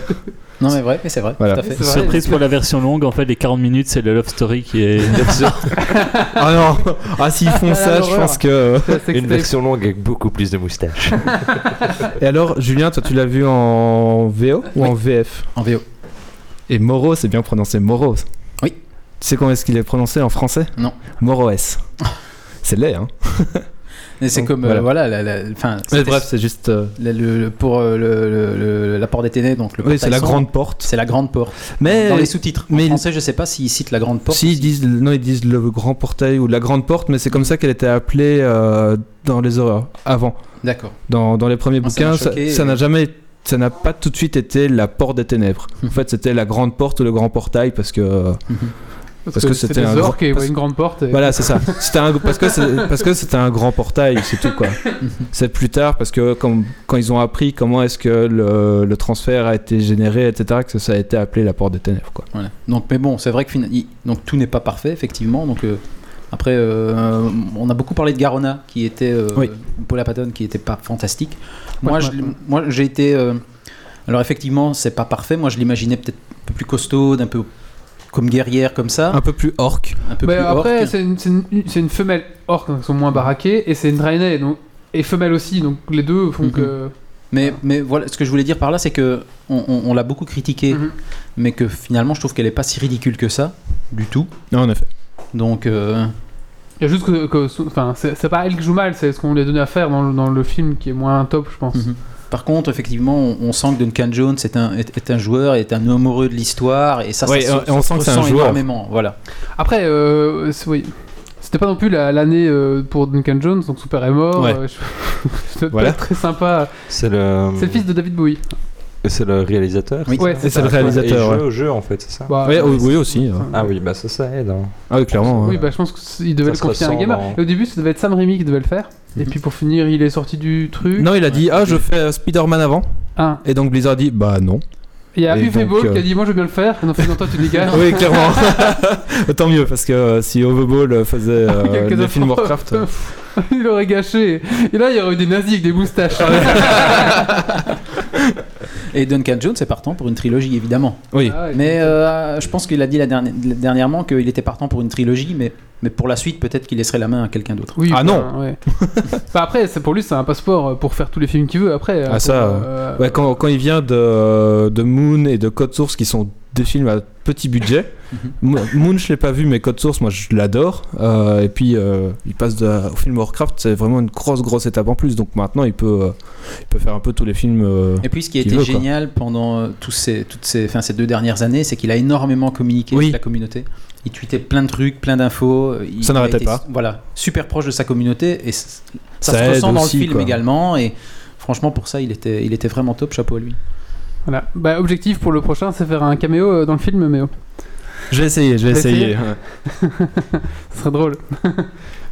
Speaker 3: Non, mais vrai, mais c'est vrai.
Speaker 2: Voilà.
Speaker 3: Tout à fait.
Speaker 1: C'est vrai,
Speaker 4: Surprise pour la version longue, en fait, les 40 minutes, c'est le love story qui est.
Speaker 2: *laughs* Ah non. Ah s'ils font
Speaker 1: Ah,
Speaker 2: ça, je
Speaker 1: l'horreur.
Speaker 2: pense que. euh,
Speaker 1: c'est la sex
Speaker 7: Une
Speaker 1: tape.
Speaker 7: version longue avec beaucoup plus de moustaches.
Speaker 2: Et alors, Julien, toi, tu l'as vu en VO ou en VF
Speaker 3: En VO.
Speaker 2: Et Moro, c'est bien prononcé Moro.
Speaker 3: Oui.
Speaker 2: Tu sais comment est-ce qu'il est prononcé en français
Speaker 3: Non.
Speaker 2: Moroes. C'est laid, hein.
Speaker 3: Mais c'est
Speaker 2: Donc,
Speaker 3: comme. euh,
Speaker 2: voilà.
Speaker 3: Voilà, la- la- enfin,
Speaker 2: Mais
Speaker 3: c'était-
Speaker 2: bref, c'est juste. euh,
Speaker 3: la- le- le- pour euh, le, le- le- la porte des ténèbres, donc le
Speaker 2: Oui, c'est
Speaker 3: portail
Speaker 2: la
Speaker 3: sombre,
Speaker 2: grande porte.
Speaker 3: C'est la grande porte.
Speaker 2: Mais
Speaker 3: Dans les sous-titres. En
Speaker 2: mais-
Speaker 3: français, je sais pas s'ils citent la grande porte.
Speaker 2: si ils disent non, ils disent le grand portail ou la grande porte, mais c'est comme ça qu'elle était appelée euh, dans les horreurs avant.
Speaker 3: D'accord.
Speaker 2: Dans, dans les premiers
Speaker 3: Moi, Ah, ça
Speaker 2: bouquins,
Speaker 3: m'a
Speaker 2: ça
Speaker 3: choqué, euh.
Speaker 2: ça
Speaker 3: et-
Speaker 2: n'a jamais, ça n'a pas tout de suite été la porte des ténèbres.
Speaker 3: Mhm.
Speaker 2: En fait, c'était la grande porte ou le grand portail parce que euh,
Speaker 1: Parce que c'était un orques et
Speaker 2: parce-
Speaker 1: une grande porte. et-
Speaker 2: Voilà, c'est ça. C'était un, parce que c'est- parce que c'était un grand portail, c'est tout quoi. C'est plus tard parce que quand, quand ils ont appris comment est-ce que le, le transfert a été généré, etc., que ça a été appelé la porte des ténèbres quoi.
Speaker 3: Voilà. Donc, mais bon, c'est vrai que fina- il- donc tout n'est pas parfait, effectivement. Donc euh, après, euh, on a beaucoup parlé de Garona, qui était euh,
Speaker 2: Oui.
Speaker 3: Paula Patton, qui était pas fantastique.
Speaker 1: Ouais,
Speaker 3: moi,
Speaker 1: ouais,
Speaker 3: je l'ai-
Speaker 1: ouais.
Speaker 3: moi, j'ai été. euh, alors effectivement, c'est pas parfait. Moi, je l'imaginais peut-être un peu plus costaud, un peu comme guerrière, comme ça,
Speaker 2: Un peu plus orc.
Speaker 3: un peu
Speaker 1: Ah, Mais
Speaker 3: plus
Speaker 1: après,
Speaker 3: orque.
Speaker 1: c'est une, c'est une- c'est une femelle orque, donc elles sont moins baraquées, et c'est une drainée, donc et femelle aussi, donc les deux font
Speaker 3: Mhm.
Speaker 1: que.
Speaker 3: Mais, mais voilà, ce que je voulais dire par là, c'est que on, on- on l'a beaucoup critiquée,
Speaker 1: Mhm.
Speaker 3: mais que finalement, je trouve qu'elle est pas si ridicule que ça, du tout.
Speaker 2: Non, en effet.
Speaker 3: Donc euh,
Speaker 1: Il y a juste que, que son- enfin, c'est c'est pas elle qui joue mal, c'est ce qu'on lui a donné à faire dans le, dans le film qui est moins top, je pense.
Speaker 3: Mhm. Par contre, effectivement, on, on sent que Duncan Jones est un, est, est un joueur, est un amoureux de l'histoire, et ça,
Speaker 2: Ouais,
Speaker 3: ça se-
Speaker 2: on- on
Speaker 3: se
Speaker 2: sent que c'est un
Speaker 3: ressent
Speaker 2: joueur.
Speaker 3: énormément. Voilà.
Speaker 1: Après, euh, c'est- oui. C'était pas non plus la- l'année euh, pour Duncan Jones, donc son père est mort.
Speaker 2: Ouais.
Speaker 1: euh, je- *laughs* c'est
Speaker 2: Voilà.
Speaker 1: pas très sympa.
Speaker 7: C'est le...
Speaker 1: C'est le fils de David Bowie.
Speaker 7: C'est le réalisateur.
Speaker 3: Oui.
Speaker 1: Ouais,
Speaker 2: Et c'est le réalisateur.
Speaker 7: Et il
Speaker 2: ouais.
Speaker 7: joue au jeu, en fait, c'est ça
Speaker 1: Bah,
Speaker 2: Ouais,
Speaker 1: euh,
Speaker 2: Ah, oui, oui, aussi. ouais.
Speaker 7: Ah oui, bah ça, ça aide. hein.
Speaker 2: Ah oui, clairement.
Speaker 1: Oui,
Speaker 2: ouais.
Speaker 1: bah je pense qu'il devait
Speaker 7: Ça
Speaker 1: le
Speaker 7: se
Speaker 1: confier à un
Speaker 7: ressent
Speaker 1: gamer.
Speaker 7: dans-
Speaker 1: Et au début, ça devait être Sam Raimi qui devait le faire. Et puis pour finir, il est sorti du truc.
Speaker 2: Non, il a dit
Speaker 3: Ouais.
Speaker 2: ah je fais euh, Spider-Man avant.
Speaker 1: Ah.
Speaker 2: Et donc Blizzard dit bah non.
Speaker 1: Il y a
Speaker 2: Et
Speaker 1: Uwe
Speaker 2: donc,
Speaker 1: Ball
Speaker 2: euh,
Speaker 1: qui a dit Moi je veux bien le faire. Et non, finalement, toi tu dégages.
Speaker 2: *laughs* oui, clairement. Tant mieux parce que euh, si Overball faisait euh,
Speaker 1: Quelques
Speaker 2: les films
Speaker 1: enfants.
Speaker 2: Warcraft. euh,
Speaker 1: il aurait gâché. Et là, il y aurait eu des nazis avec des moustaches.
Speaker 2: Ah,
Speaker 3: Et Duncan Jones est partant pour une trilogie, évidemment.
Speaker 2: Oui.
Speaker 1: *laughs* Ah ouais.
Speaker 3: Mais euh, je pense qu'il a dit la dernière, dernièrement qu'il était partant pour une trilogie, mais, mais pour la suite, peut-être qu'il laisserait la main à quelqu'un d'autre.
Speaker 1: Oui, bah,
Speaker 2: Ah non.
Speaker 1: ouais. Bah, après, c'est pour lui, c'est un passeport euh, pour faire tous les films qu'il veut. Après,
Speaker 2: Ah,
Speaker 1: pour,
Speaker 2: ça,
Speaker 1: euh,
Speaker 2: Ouais, quand, quand il vient de, euh, de Moon et de Code Source, qui sont des films à petit budget. Mo- Moon, je l'ai pas vu, mais Code Source, moi, je l'adore. Euh, et puis, euh, il passe de- au film Warcraft, c'est vraiment une grosse, grosse étape en plus. Donc maintenant, il peut, euh, il peut faire un peu tous les films. euh,
Speaker 3: Et puis, ce qui a
Speaker 2: Qui
Speaker 3: été
Speaker 2: veut, quoi.
Speaker 3: génial pendant euh, tous ces, toutes ces, enfin, ces deux dernières années, c'est qu'il a énormément communiqué
Speaker 2: Oui.
Speaker 3: avec la communauté. Il tweetait plein de trucs, plein d'infos. euh, il-
Speaker 2: Ça
Speaker 3: il a
Speaker 2: n'arrêtait
Speaker 3: été,
Speaker 2: pas.
Speaker 3: Voilà, super proche de sa communauté. Et c- ça,
Speaker 2: Ça
Speaker 3: se
Speaker 2: aide
Speaker 3: ressent dans
Speaker 2: aussi,
Speaker 3: le film
Speaker 2: quoi.
Speaker 3: également. Et franchement, pour ça, il était, il était vraiment top. Chapeau à lui.
Speaker 1: voilà. Bah, objectif pour le prochain, c'est faire un caméo euh, dans le film, mais oh,
Speaker 2: Je vais essayer, je vais
Speaker 1: T'as
Speaker 2: essayer.
Speaker 1: essayé ça serait drôle. *laughs*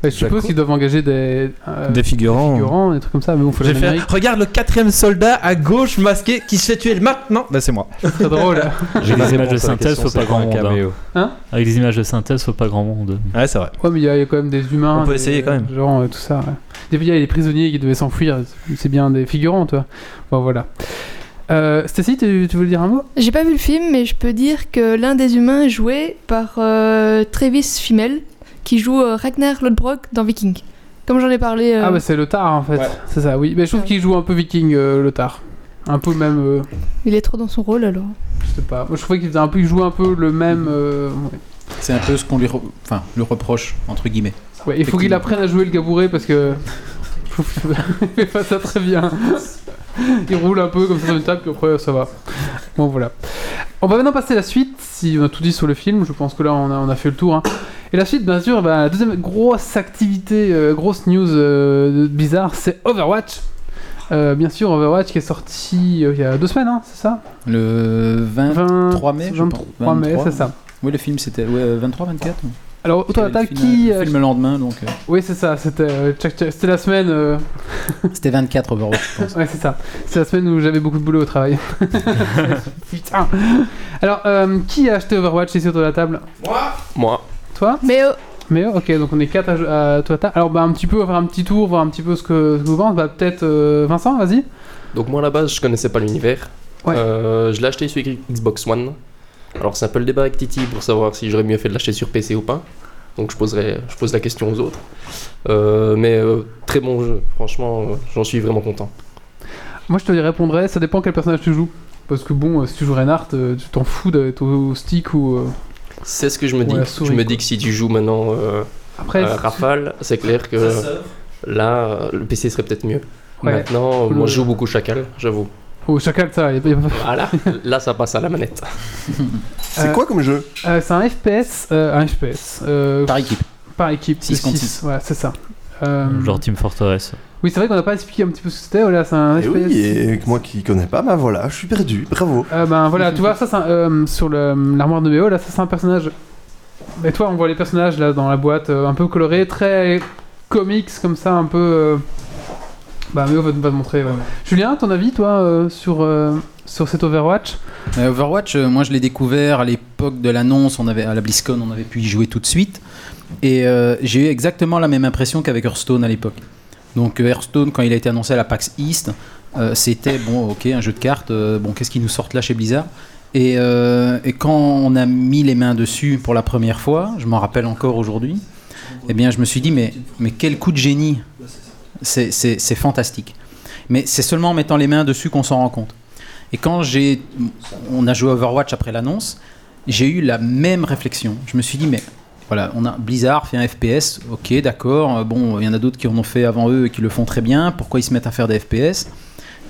Speaker 1: Ouais, je suppose
Speaker 2: D'accord.
Speaker 1: qu'ils doivent engager des, euh,
Speaker 2: Bah, Des figurants.
Speaker 1: figurants, des trucs comme ça, mais bon, faut
Speaker 2: Je
Speaker 1: les
Speaker 2: vais faire,
Speaker 1: américains,
Speaker 2: Regarde le quatrième soldat à gauche masqué qui se fait tuer maintenant. Bah, c'est moi.
Speaker 1: c'est très drôle.
Speaker 2: *laughs*
Speaker 7: J'ai
Speaker 4: des
Speaker 7: la
Speaker 4: images
Speaker 7: réponse
Speaker 4: de
Speaker 7: à la
Speaker 4: synthèse,
Speaker 7: question,
Speaker 4: faut pas
Speaker 7: c'est
Speaker 4: grand
Speaker 7: un
Speaker 4: monde, hein.
Speaker 7: caméo.
Speaker 4: Avec des images de synthèse, faut pas grand monde.
Speaker 2: Ouais, c'est vrai.
Speaker 1: Ouais, mais il y, a il y a quand même des humains.
Speaker 2: On peut
Speaker 1: des-
Speaker 2: essayer quand même.
Speaker 1: Genre euh, tout ça. ouais. Et puis il y a les prisonniers qui devaient s'enfuir. C'est bien des figurants, toi. Bon, voilà. Euh, Stacy, tu, tu voulais dire un mot
Speaker 5: J'ai pas vu le film, mais je peux dire que l'un des humains est joué par euh, Travis Fimmel, qui joue euh, Ragnar Lodbrok dans Viking. Comme j'en ai parlé. euh,
Speaker 1: Ah, bah c'est le tard en fait.
Speaker 6: Ouais.
Speaker 1: C'est ça, oui. Mais je trouve
Speaker 5: Ouais.
Speaker 1: qu'il joue un peu viking, euh, le tard. Un peu même. euh,
Speaker 5: Il est trop dans son rôle alors.
Speaker 1: je sais pas. Moi, je trouvais qu'il faisait un peu. Il jouait un peu le même. euh, ouais.
Speaker 3: C'est un peu ce qu'on lui, re- enfin, le reproche entre guillemets.
Speaker 1: Ouais, il faut qu'il apprenne à jouer le gabouret parce que. *laughs* je trouve qu'il fait pas ça très bien. Il roule un peu comme ça sur une table, puis après ça va. Bon voilà. On va maintenant passer à la suite. Si on a tout dit sur le film, je pense que là on a, on a fait le tour. hein. Et la suite, bien sûr, bah, la deuxième grosse activité, euh, grosse news euh, bizarre, c'est Overwatch. Euh, bien sûr, Overwatch qui est sorti euh, il y a deux semaines, hein, c'est ça
Speaker 3: Le 23 mai, je pense.
Speaker 1: 23 mai, c'est ça.
Speaker 3: Oui, le film c'était ouais, euh, 23, 24.
Speaker 1: Alors, autour de la table, qui.
Speaker 3: Le
Speaker 1: euh,
Speaker 3: film le lendemain, donc euh,
Speaker 2: *laughs*
Speaker 1: Oui, c'est ça, c'était euh, tchac, tchac, c'était la semaine. euh,
Speaker 3: c'était 24 Overwatch, je pense.
Speaker 1: Ouais, c'est ça. C'est la semaine où j'avais beaucoup de boulot au travail.
Speaker 3: *laughs*
Speaker 1: Putain. Alors, euh, qui a acheté Overwatch ici autour de la table
Speaker 6: Moi.
Speaker 1: Toi
Speaker 5: Mais euh,
Speaker 1: Mais euh, ok, donc on est quatre à, jou- à toi. ta- Alors, bah, un petit peu, on va faire un petit tour, voir un petit peu ce que, ce que vous pensez. Bah, peut-être euh, Vincent, vas-y.
Speaker 8: Donc moi à la base je connaissais pas l'univers.
Speaker 1: Ouais.
Speaker 8: Euh, je l'ai acheté sur Xbox One. Alors c'est un peu le débat avec Titi pour savoir si j'aurais mieux fait de l'acheter sur PC ou pas. Donc je poserai, je pose la question aux autres. Euh, mais euh, très bon jeu, franchement euh, j'en suis vraiment content.
Speaker 1: Moi, je te répondrais, ça dépend quel personnage tu joues. Parce que bon, euh, si tu joues Reinhardt, euh, tu t'en fous d'être au au stick ou. euh,
Speaker 8: C'est ce que je me
Speaker 1: Ouais,
Speaker 8: dis.
Speaker 1: la souris,
Speaker 8: je me
Speaker 1: quoi.
Speaker 8: dis que si tu joues maintenant euh,
Speaker 1: Après,
Speaker 8: à
Speaker 1: si tu-
Speaker 8: Rafale, c'est clair que là euh, le PC serait peut-être mieux.
Speaker 1: Ouais.
Speaker 8: Maintenant, euh,
Speaker 1: Le-
Speaker 8: moi je joue beaucoup Chacal, j'avoue.
Speaker 1: Oh, chacal, ça. y a pas- y a pas-
Speaker 8: Voilà, là ça passe à la manette.
Speaker 6: C'est
Speaker 1: Euh,
Speaker 6: quoi comme jeu
Speaker 1: Euh, c'est un FPS. euh, un FPS. euh,
Speaker 3: Par équipe.
Speaker 1: par équipe.
Speaker 3: Six
Speaker 1: de
Speaker 3: contre
Speaker 1: six.
Speaker 3: six.
Speaker 1: Voilà, c'est ça. Euh,
Speaker 4: Genre Team Fortress.
Speaker 1: Oui, c'est vrai qu'on n'a pas expliqué un petit peu ce que c'était. Voilà, c'est un
Speaker 6: Eh
Speaker 1: FPS.
Speaker 6: oui, et moi qui connais pas, bah voilà, je suis perdu, bravo.
Speaker 1: Euh, ben
Speaker 3: *laughs*
Speaker 1: voilà, tu vois, ça c'est un- euh, sur le- l'armoire de BO, là, ça c'est un personnage. Mais toi, on voit les personnages là dans la boîte, euh, un peu colorés, très comics comme ça, un peu. euh, Bah, BO va pas te montrer. ouais. Julien, ton avis, toi, euh, sur, euh, sur cet Overwatch
Speaker 3: Euh, Overwatch, euh, moi je l'ai découvert à l'époque de l'annonce, on avait à la BlizzCon, on avait pu y jouer tout de suite, et euh, j'ai eu exactement la même impression qu'avec Hearthstone à l'époque. Donc euh, Hearthstone, quand il a été annoncé à la PAX East, euh, c'était bon, ok, un jeu de cartes. euh, bon, qu'est-ce qu'ils nous sortent là chez Blizzard et, euh, et quand on a mis les mains dessus pour la première fois, je m'en rappelle encore aujourd'hui. Eh bien, je me suis dit, mais, mais quel coup de génie C'est- C'est c'est fantastique. Mais c'est seulement en mettant les mains dessus qu'on s'en rend compte. Et quand j'ai, on a joué à Overwatch après l'annonce, j'ai eu la même réflexion. Je me suis dit, mais voilà, on a Blizzard fait un FPS, ok, d'accord. euh, Bon, il y en a d'autres qui en ont fait avant eux et qui le font très bien. Pourquoi ils se mettent à faire des FPS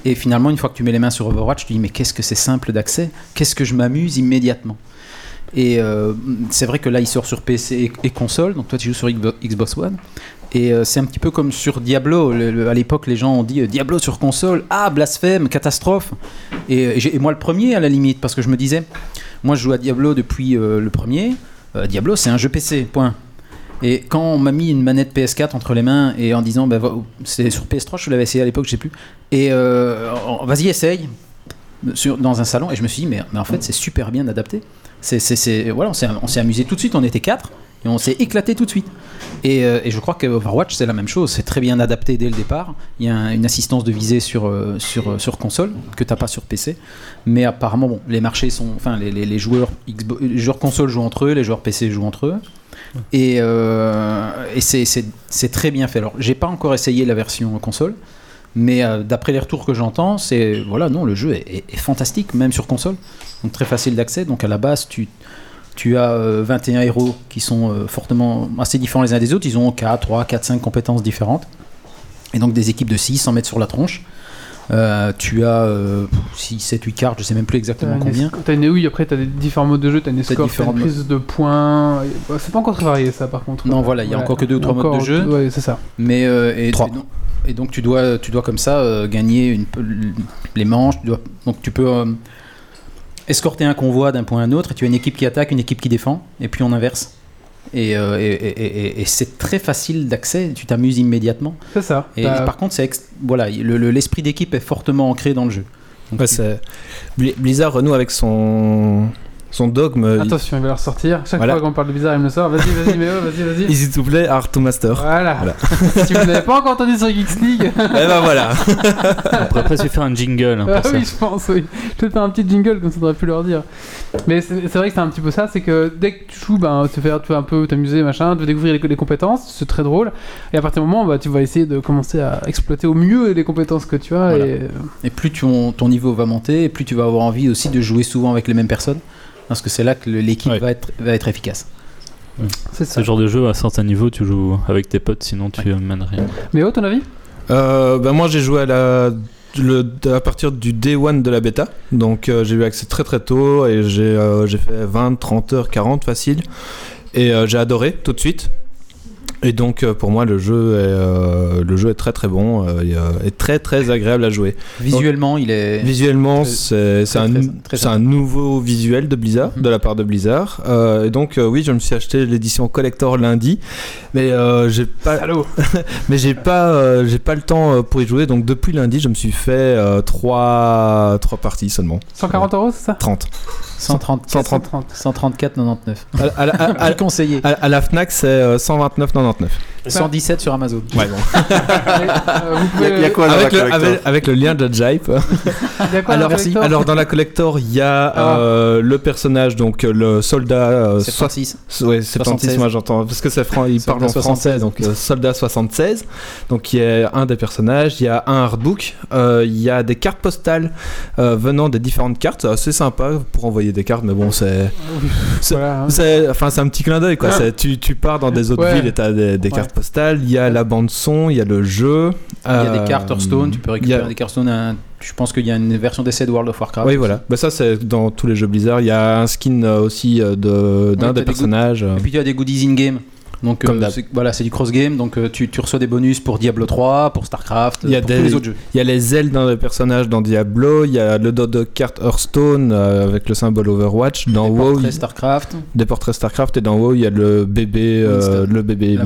Speaker 3: Et finalement, une fois que tu mets les mains sur Overwatch, tu te dis, mais qu'est-ce que c'est simple d'accès Qu'est-ce que je m'amuse immédiatement et euh, c'est vrai que là, il sort sur PC et, et console, donc toi tu joues sur Xbo- Xbox One. Et euh, c'est un petit peu comme sur Diablo. Le- le- à l'époque, les gens ont dit euh, Diablo sur console, ah blasphème, catastrophe. Et, euh, j'ai- et moi le premier à la limite, parce que je me disais, moi je joue à Diablo depuis euh, le premier. Euh, Diablo c'est un jeu PC, point. Et quand on m'a mis une manette PS4 entre les mains et en disant, bah, va- c'est sur PS3, je l'avais essayé à l'époque, je sais plus. Et euh, en- vas-y essaye sur- dans un salon. Et je me suis dit, mais, mais en fait c'est super bien adapté. C'est, c'est- c'est- voilà, on s'est, on s'est amusé tout de suite, on était quatre et on s'est éclaté tout de suite. Et, euh, et je crois que Overwatch, c'est la même chose. C'est très bien adapté dès le départ. Il y a un- une assistance de visée sur, euh, sur, euh, sur console que t'as pas sur PC. Mais apparemment, bon, les marchés sont. Enfin, les, les- les joueurs, Xbo- les joueurs console jouent entre eux, les joueurs PC jouent entre eux. Et, euh, et c'est, c'est- c'est très bien fait. Alors, j'ai pas encore essayé la version console. Mais euh, d'après les retours que j'entends, c'est. Voilà, non, le jeu est- est- est fantastique, même sur console donc très facile d'accès. Donc à la base, tu, tu as euh, 21 héros qui sont euh, fortement assez différents les uns des autres. Ils ont 4, 3, 4, 5 compétences différentes. Et donc des équipes de 6 s'en mettent sur la tronche. Euh, tu as 6, 7, 8 cartes, je sais même plus exactement
Speaker 1: une
Speaker 3: combien.
Speaker 1: es... T'as une oui, après t'as des différents modes de jeu, t'as une
Speaker 3: T'as
Speaker 1: escorte, t'as
Speaker 3: différents
Speaker 1: une prise de points. Bah, C'est pas encore très varié ça par contre.
Speaker 3: Non, voilà, il y a encore que deux ou trois modes de
Speaker 1: Encore-
Speaker 3: jeu.
Speaker 1: Ouais, c'est ça.
Speaker 3: Mais euh, et,
Speaker 2: Trois.
Speaker 3: et donc, et donc tu dois tu dois comme ça euh, gagner une, peu- les manches. Tu dois, donc tu peux euh, escorter un convoi d'un point à un autre. Et tu as une équipe qui attaque, une équipe qui défend, et puis on inverse. Et, euh, et- et- et- et c'est très facile d'accès. Tu t'amuses immédiatement.
Speaker 1: C'est ça.
Speaker 3: Et,
Speaker 2: Bah,
Speaker 1: T'as-
Speaker 3: par contre, c'est ex- voilà, le- le- l'esprit d'équipe est fortement ancré dans le jeu. Donc,
Speaker 2: Ouais,
Speaker 3: tu-
Speaker 2: c'est- Bli- Blizzard renoue avec son, son dogme
Speaker 1: Attention, il va le ressortir. Chaque
Speaker 2: Euh, Voilà.
Speaker 1: fois qu'on parle de bizarre, il me le sort. Vas-y, vas-y, Méo, vas-y,
Speaker 2: *laughs*
Speaker 1: vas-y.
Speaker 2: Easy to play, hard to master.
Speaker 1: Voilà.
Speaker 2: Voilà.
Speaker 1: *laughs* si vous n'avez pas encore entendu sur Geeks League,
Speaker 2: Eh ben voilà.
Speaker 4: On pourrait presque faire un
Speaker 1: *laughs*
Speaker 4: jingle hein,
Speaker 1: ah
Speaker 4: pour ça.
Speaker 1: oui, je pense, oui. Je vais te faire un petit jingle comme ça, t'aurais pu leur dire. Mais c'est c'est vrai que c'est un petit peu ça, c'est que dès que tu joues, ben, tu vas, tu vas un peu t'amuser, machin, tu vas découvrir les, les compétences, c'est très drôle. Et à partir du moment, bah, tu vas essayer de commencer à exploiter au mieux les compétences que tu as.
Speaker 3: Voilà.
Speaker 1: Et... euh,
Speaker 3: Et plus tu en- ton niveau va monter, et plus tu vas avoir envie aussi de jouer souvent avec les mêmes personnes, parce que c'est là que le- l'équipe
Speaker 4: Ouais.
Speaker 3: va être va être efficace.
Speaker 1: C'est
Speaker 4: Ce
Speaker 1: ça.
Speaker 4: genre de jeu, à certains niveaux, tu joues avec tes potes, sinon tu mènes rien.
Speaker 1: Mais oh, ton avis
Speaker 2: *laughs* Euh, ben moi j'ai joué à la le- à partir du day one de la bêta donc euh, j'ai eu accès très très tôt et j'ai euh, j'ai fait 20 30 heures 40 facile Et euh, j'ai adoré tout de suite. Et donc euh, pour moi le jeu est, euh, le jeu est très très bon euh, et, euh, et très très agréable à jouer.
Speaker 3: Visuellement, il est.
Speaker 2: Visuellement,
Speaker 3: Très-
Speaker 2: c'est c'est
Speaker 3: très,
Speaker 2: un,
Speaker 3: très, très
Speaker 2: c'est un nouveau visuel de Blizzard,
Speaker 3: Mhm.
Speaker 2: de la part de Blizzard. Euh, et donc, euh, oui, je me suis acheté l'édition collector lundi, mais euh, j'ai pas, *laughs* mais j'ai pas, euh, j'ai pas le temps euh, pour y jouer. Donc depuis lundi, je me suis fait euh, trois, trois parties seulement,
Speaker 1: 140 euros, c'est ça
Speaker 2: 30.
Speaker 3: 134,
Speaker 1: 130.
Speaker 3: 134,99.
Speaker 2: À, à la- à- à-
Speaker 3: Plus conseillé.
Speaker 2: à- à la Fnac, c'est euh, 129,99.
Speaker 3: 117 sur Amazon.
Speaker 1: Euh, vous pouvez-
Speaker 6: Il y, a- il y a quoi dans
Speaker 2: Avec,
Speaker 6: la
Speaker 2: le-
Speaker 6: collector
Speaker 2: avec- avec le lien de Jipe.
Speaker 1: il y a quoi
Speaker 2: Alors,
Speaker 1: dans le collector
Speaker 2: Alors dans la collector, il y a
Speaker 1: Ah.
Speaker 2: euh, le personnage, donc euh, le soldat euh,
Speaker 3: 76.
Speaker 2: Ouais, 76,
Speaker 3: 76.
Speaker 2: moi j'entends, parce que c'est fran- il
Speaker 3: Soldat
Speaker 2: parle en
Speaker 3: 76.
Speaker 2: français, donc euh, Soldat 76, donc il y a un des personnages, il y a un artbook, euh, il y a des cartes postales euh, venant des différentes cartes, c'est assez sympa pour envoyer des cartes, mais bon, c'est.
Speaker 1: Voilà, hein.
Speaker 2: c'est- Enfin, c'est un petit clin d'œil, quoi. c'est- Tu, tu pars dans des autres
Speaker 1: Ouais.
Speaker 2: villes et t'as des, des
Speaker 3: Ah. Ouais.
Speaker 2: cartes postales, il y a la bande-son, il y a le jeu. euh,
Speaker 3: Il y a des cartes Hearthstone, tu peux récupérer des cartes Hearthstone. un- Je pense qu'il y a une version d'essai de World of Warcraft.
Speaker 2: Oui, voilà. Bah, ça, c'est dans tous les jeux Blizzard. Il y a un skin euh, aussi euh, de- d'un
Speaker 3: t'as
Speaker 2: des
Speaker 3: des
Speaker 2: personnages. euh.
Speaker 3: Et puis tu as des goodies in-game. Donc
Speaker 2: Comme
Speaker 3: euh,
Speaker 2: d'hab.
Speaker 3: c'est- voilà, c'est du cross-game. Donc euh, tu, tu reçois des bonus pour Diablo 3, pour StarCraft, euh,
Speaker 2: Il y a
Speaker 3: pour
Speaker 2: des-
Speaker 3: tous les autres jeux.
Speaker 2: Il y a les ailes d'un des personnages dans Diablo, il y a le dos de carte Hearthstone euh, avec le symbole Overwatch, dans
Speaker 3: Des
Speaker 2: Oh, WoW,
Speaker 3: portraits
Speaker 2: il-
Speaker 3: StarCraft,
Speaker 2: des portraits StarCraft et dans WoW il y a le bébé, euh,
Speaker 3: Winston.
Speaker 2: le bébé
Speaker 3: La
Speaker 2: Winston.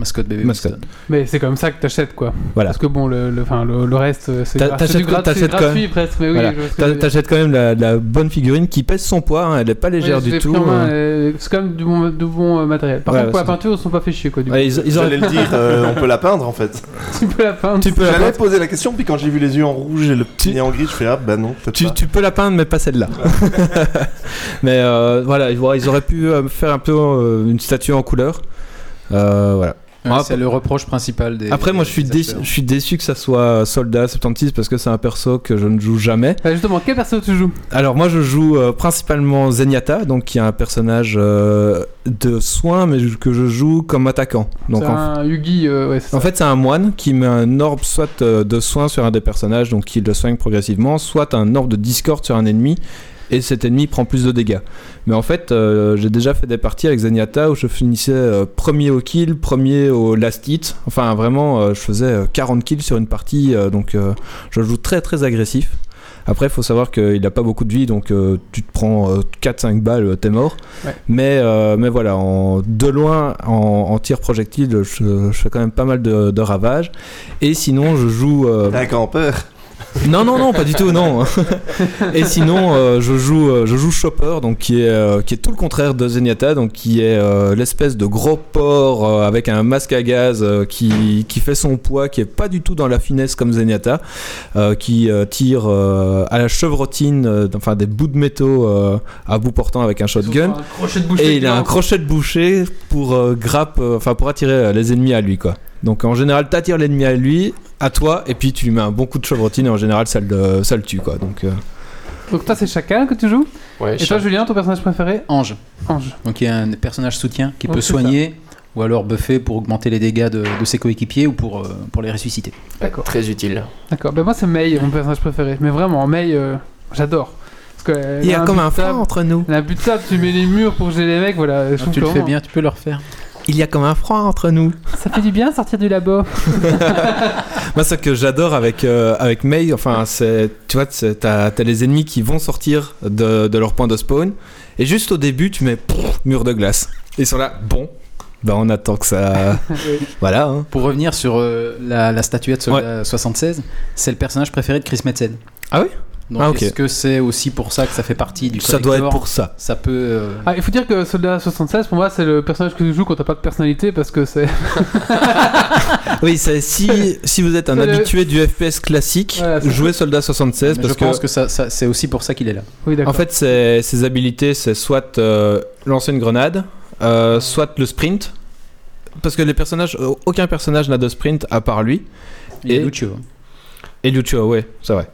Speaker 3: mascotte bébé.
Speaker 2: Mascotte.
Speaker 3: Winston.
Speaker 1: Mais c'est comme ça que t'achètes quoi.
Speaker 2: Voilà.
Speaker 1: Parce que bon, le, le, enfin, le, le reste, euh, c'est
Speaker 2: T'a-
Speaker 1: gra-
Speaker 2: t'achètes
Speaker 1: c'est du
Speaker 2: quoi-
Speaker 1: grat- c'est
Speaker 2: t'achètes quand
Speaker 1: gratuit presque. Mais oui,
Speaker 2: Voilà.
Speaker 1: je vois ce que
Speaker 2: T'a-
Speaker 1: tu veux dire.
Speaker 2: T'achètes quand même la, la bonne figurine qui pèse son poids, hein, elle est pas légère
Speaker 1: Ouais, je
Speaker 2: du
Speaker 1: l'ai
Speaker 2: tout.
Speaker 1: pris en main,
Speaker 2: euh.
Speaker 1: euh, C'est quand même du bon, du bon euh, matériel. Par
Speaker 2: Ouais,
Speaker 1: contre, pour
Speaker 2: ouais,
Speaker 1: la peinture, ils se sont pas fait chier quoi. Du coup.
Speaker 2: Ouais, ils- ils auraient-
Speaker 6: J'allais le dire, euh, on peut la peindre en fait.
Speaker 1: *laughs* Tu peux la peindre.
Speaker 2: *laughs* tu, peux la
Speaker 6: J'allais
Speaker 2: peindre,
Speaker 6: poser la question, puis quand j'ai vu les yeux en rouge et
Speaker 2: Tu-
Speaker 6: le petit nez en gris, je fais ah bah non, peut-être
Speaker 2: tu,
Speaker 6: pas.
Speaker 2: tu peux la peindre, mais pas celle-là. *laughs* mais euh, voilà, ils auraient- ils auraient pu euh, faire un peu euh, une statue en couleur. Euh, voilà.
Speaker 3: Ouais,
Speaker 2: Ah,
Speaker 3: c'est le reproche principal des.
Speaker 2: Après, moi, je suis,
Speaker 3: des
Speaker 2: déçu,
Speaker 3: acheteurs.
Speaker 2: je suis déçu que ça soit Soldat 76 parce que c'est un perso que je ne joue jamais.
Speaker 1: Enfin, Ah, justement, quel perso tu joues
Speaker 2: Alors, moi, je joue euh, principalement Zenyatta, donc qui est un personnage euh, de soins, mais que je joue comme attaquant. Donc,
Speaker 1: C'est
Speaker 2: en,
Speaker 1: un Yugi. euh, ouais, c'est
Speaker 2: en
Speaker 1: ça.
Speaker 2: fait, c'est un moine qui met un orbe soit euh, de soins sur un des personnages, donc qui le soigne progressivement, soit un orbe de discorde sur un ennemi. Et cet ennemi prend plus de dégâts. Mais en fait, euh, j'ai déjà fait des parties avec Zenyatta où je finissais euh, premier au kill, premier au last hit. Enfin, vraiment, euh, je faisais euh, 40 kills sur une partie. euh, donc, euh, je joue très très agressif. Après, il faut savoir qu'il n'a pas beaucoup de vie, donc euh, tu te prends euh, 4-5 balles, euh, t'es mort.
Speaker 1: Ouais.
Speaker 2: Mais, euh, mais voilà, en, de loin, en, en tir projectile, je, je fais quand même pas mal de, de ravages. Et sinon, je joue. euh,
Speaker 6: T'es un campeur.
Speaker 2: non, non, non, pas du tout, non. *laughs* Et sinon, euh, je joue, euh, je joue Chopper, donc qui est, euh, qui est tout le contraire de Zenyatta, donc qui est euh, l'espèce de gros porc euh, avec un masque à gaz euh, qui, qui fait son poids, qui est pas du tout dans la finesse comme Zenyatta, euh, qui euh, tire euh, à la chevrotine, euh, enfin des bouts de métaux euh, à bout portant avec un shotgun.
Speaker 1: Un crochet de bouche
Speaker 2: Et il a
Speaker 1: dedans.
Speaker 2: un crochet de boucher pour euh, grappe, euh, enfin pour attirer euh, les ennemis à lui quoi. Donc en général, t'attires l'ennemi à lui, à toi, et puis tu lui mets un bon coup de chevrotine et en général ça le, ça le tue quoi. Donc euh,
Speaker 1: Donc toi, c'est Chacal que tu joues.
Speaker 8: Ouais,
Speaker 1: Et toi, Julien, ton personnage préféré
Speaker 3: Ange.
Speaker 1: Ange.
Speaker 3: Donc il y a un personnage soutien qui
Speaker 2: Oh,
Speaker 1: Ouais,
Speaker 3: peut
Speaker 1: c'est ça.
Speaker 3: soigner ou alors buffer pour augmenter les dégâts de, de ses coéquipiers ou pour, euh, pour les ressusciter.
Speaker 1: D'accord.
Speaker 8: très utile.
Speaker 1: D'accord. Ben moi, c'est Mei, mon personnage préféré. Mais vraiment, Mei, euh, j'adore. Parce que euh,
Speaker 2: il y
Speaker 1: elle
Speaker 2: a
Speaker 1: a
Speaker 2: comme
Speaker 1: but
Speaker 2: un
Speaker 1: de
Speaker 2: frein
Speaker 1: table.
Speaker 2: entre nous.
Speaker 1: Elle a un but de table, tu mets les murs pour geler les mecs, voilà. je
Speaker 3: Ah, tu
Speaker 1: trouve
Speaker 3: le
Speaker 1: que
Speaker 3: fais
Speaker 1: vraiment,
Speaker 3: bien, tu peux le refaire.
Speaker 2: Il y a comme un frein entre nous.
Speaker 1: Ça fait du bien sortir du labo.
Speaker 2: Moi, ce que j'adore avec, euh, avec Mei, enfin, c'est, tu vois, c'est- t'as, t'as les ennemis qui vont sortir de, de leur point de spawn, et juste au début, tu mets pouf, mur de glace. Ils sont là, bon, ben on attend que *laughs* ça. voilà, hein.
Speaker 3: Pour revenir sur euh, la, la statuette Soldat 76, c'est le personnage préféré de Chris Metzen.
Speaker 2: Ah oui
Speaker 3: Donc
Speaker 2: Ah, ok.
Speaker 3: est-ce que c'est aussi pour ça que ça fait partie du
Speaker 2: ça doit être
Speaker 3: collector
Speaker 2: pour ça.
Speaker 3: Ça peut... euh,
Speaker 1: Ah, il faut dire que Soldat 76, pour moi, c'est le personnage que tu joues quand t'as pas de personnalité parce que c'est. *laughs*
Speaker 2: Oui, c'est- si, si vous êtes
Speaker 1: *laughs*
Speaker 2: un
Speaker 1: C'est le-
Speaker 2: habitué du FPS classique,
Speaker 1: Voilà, c'est
Speaker 2: jouez Soldat 76
Speaker 3: mais
Speaker 2: parce
Speaker 3: je pense que,
Speaker 2: que,
Speaker 3: ça, ça- c'est aussi pour ça qu'il est là.
Speaker 1: Oui, d'accord.
Speaker 2: en fait, ses, ses habilités, c'est soit euh, lancer une grenade, euh, soit le sprint. Parce que les personnages, euh, aucun personnage n'a de sprint à part lui.
Speaker 3: Il y
Speaker 2: Et-
Speaker 3: a Lucio. hein.
Speaker 2: Et Lucio, ouais, c'est vrai.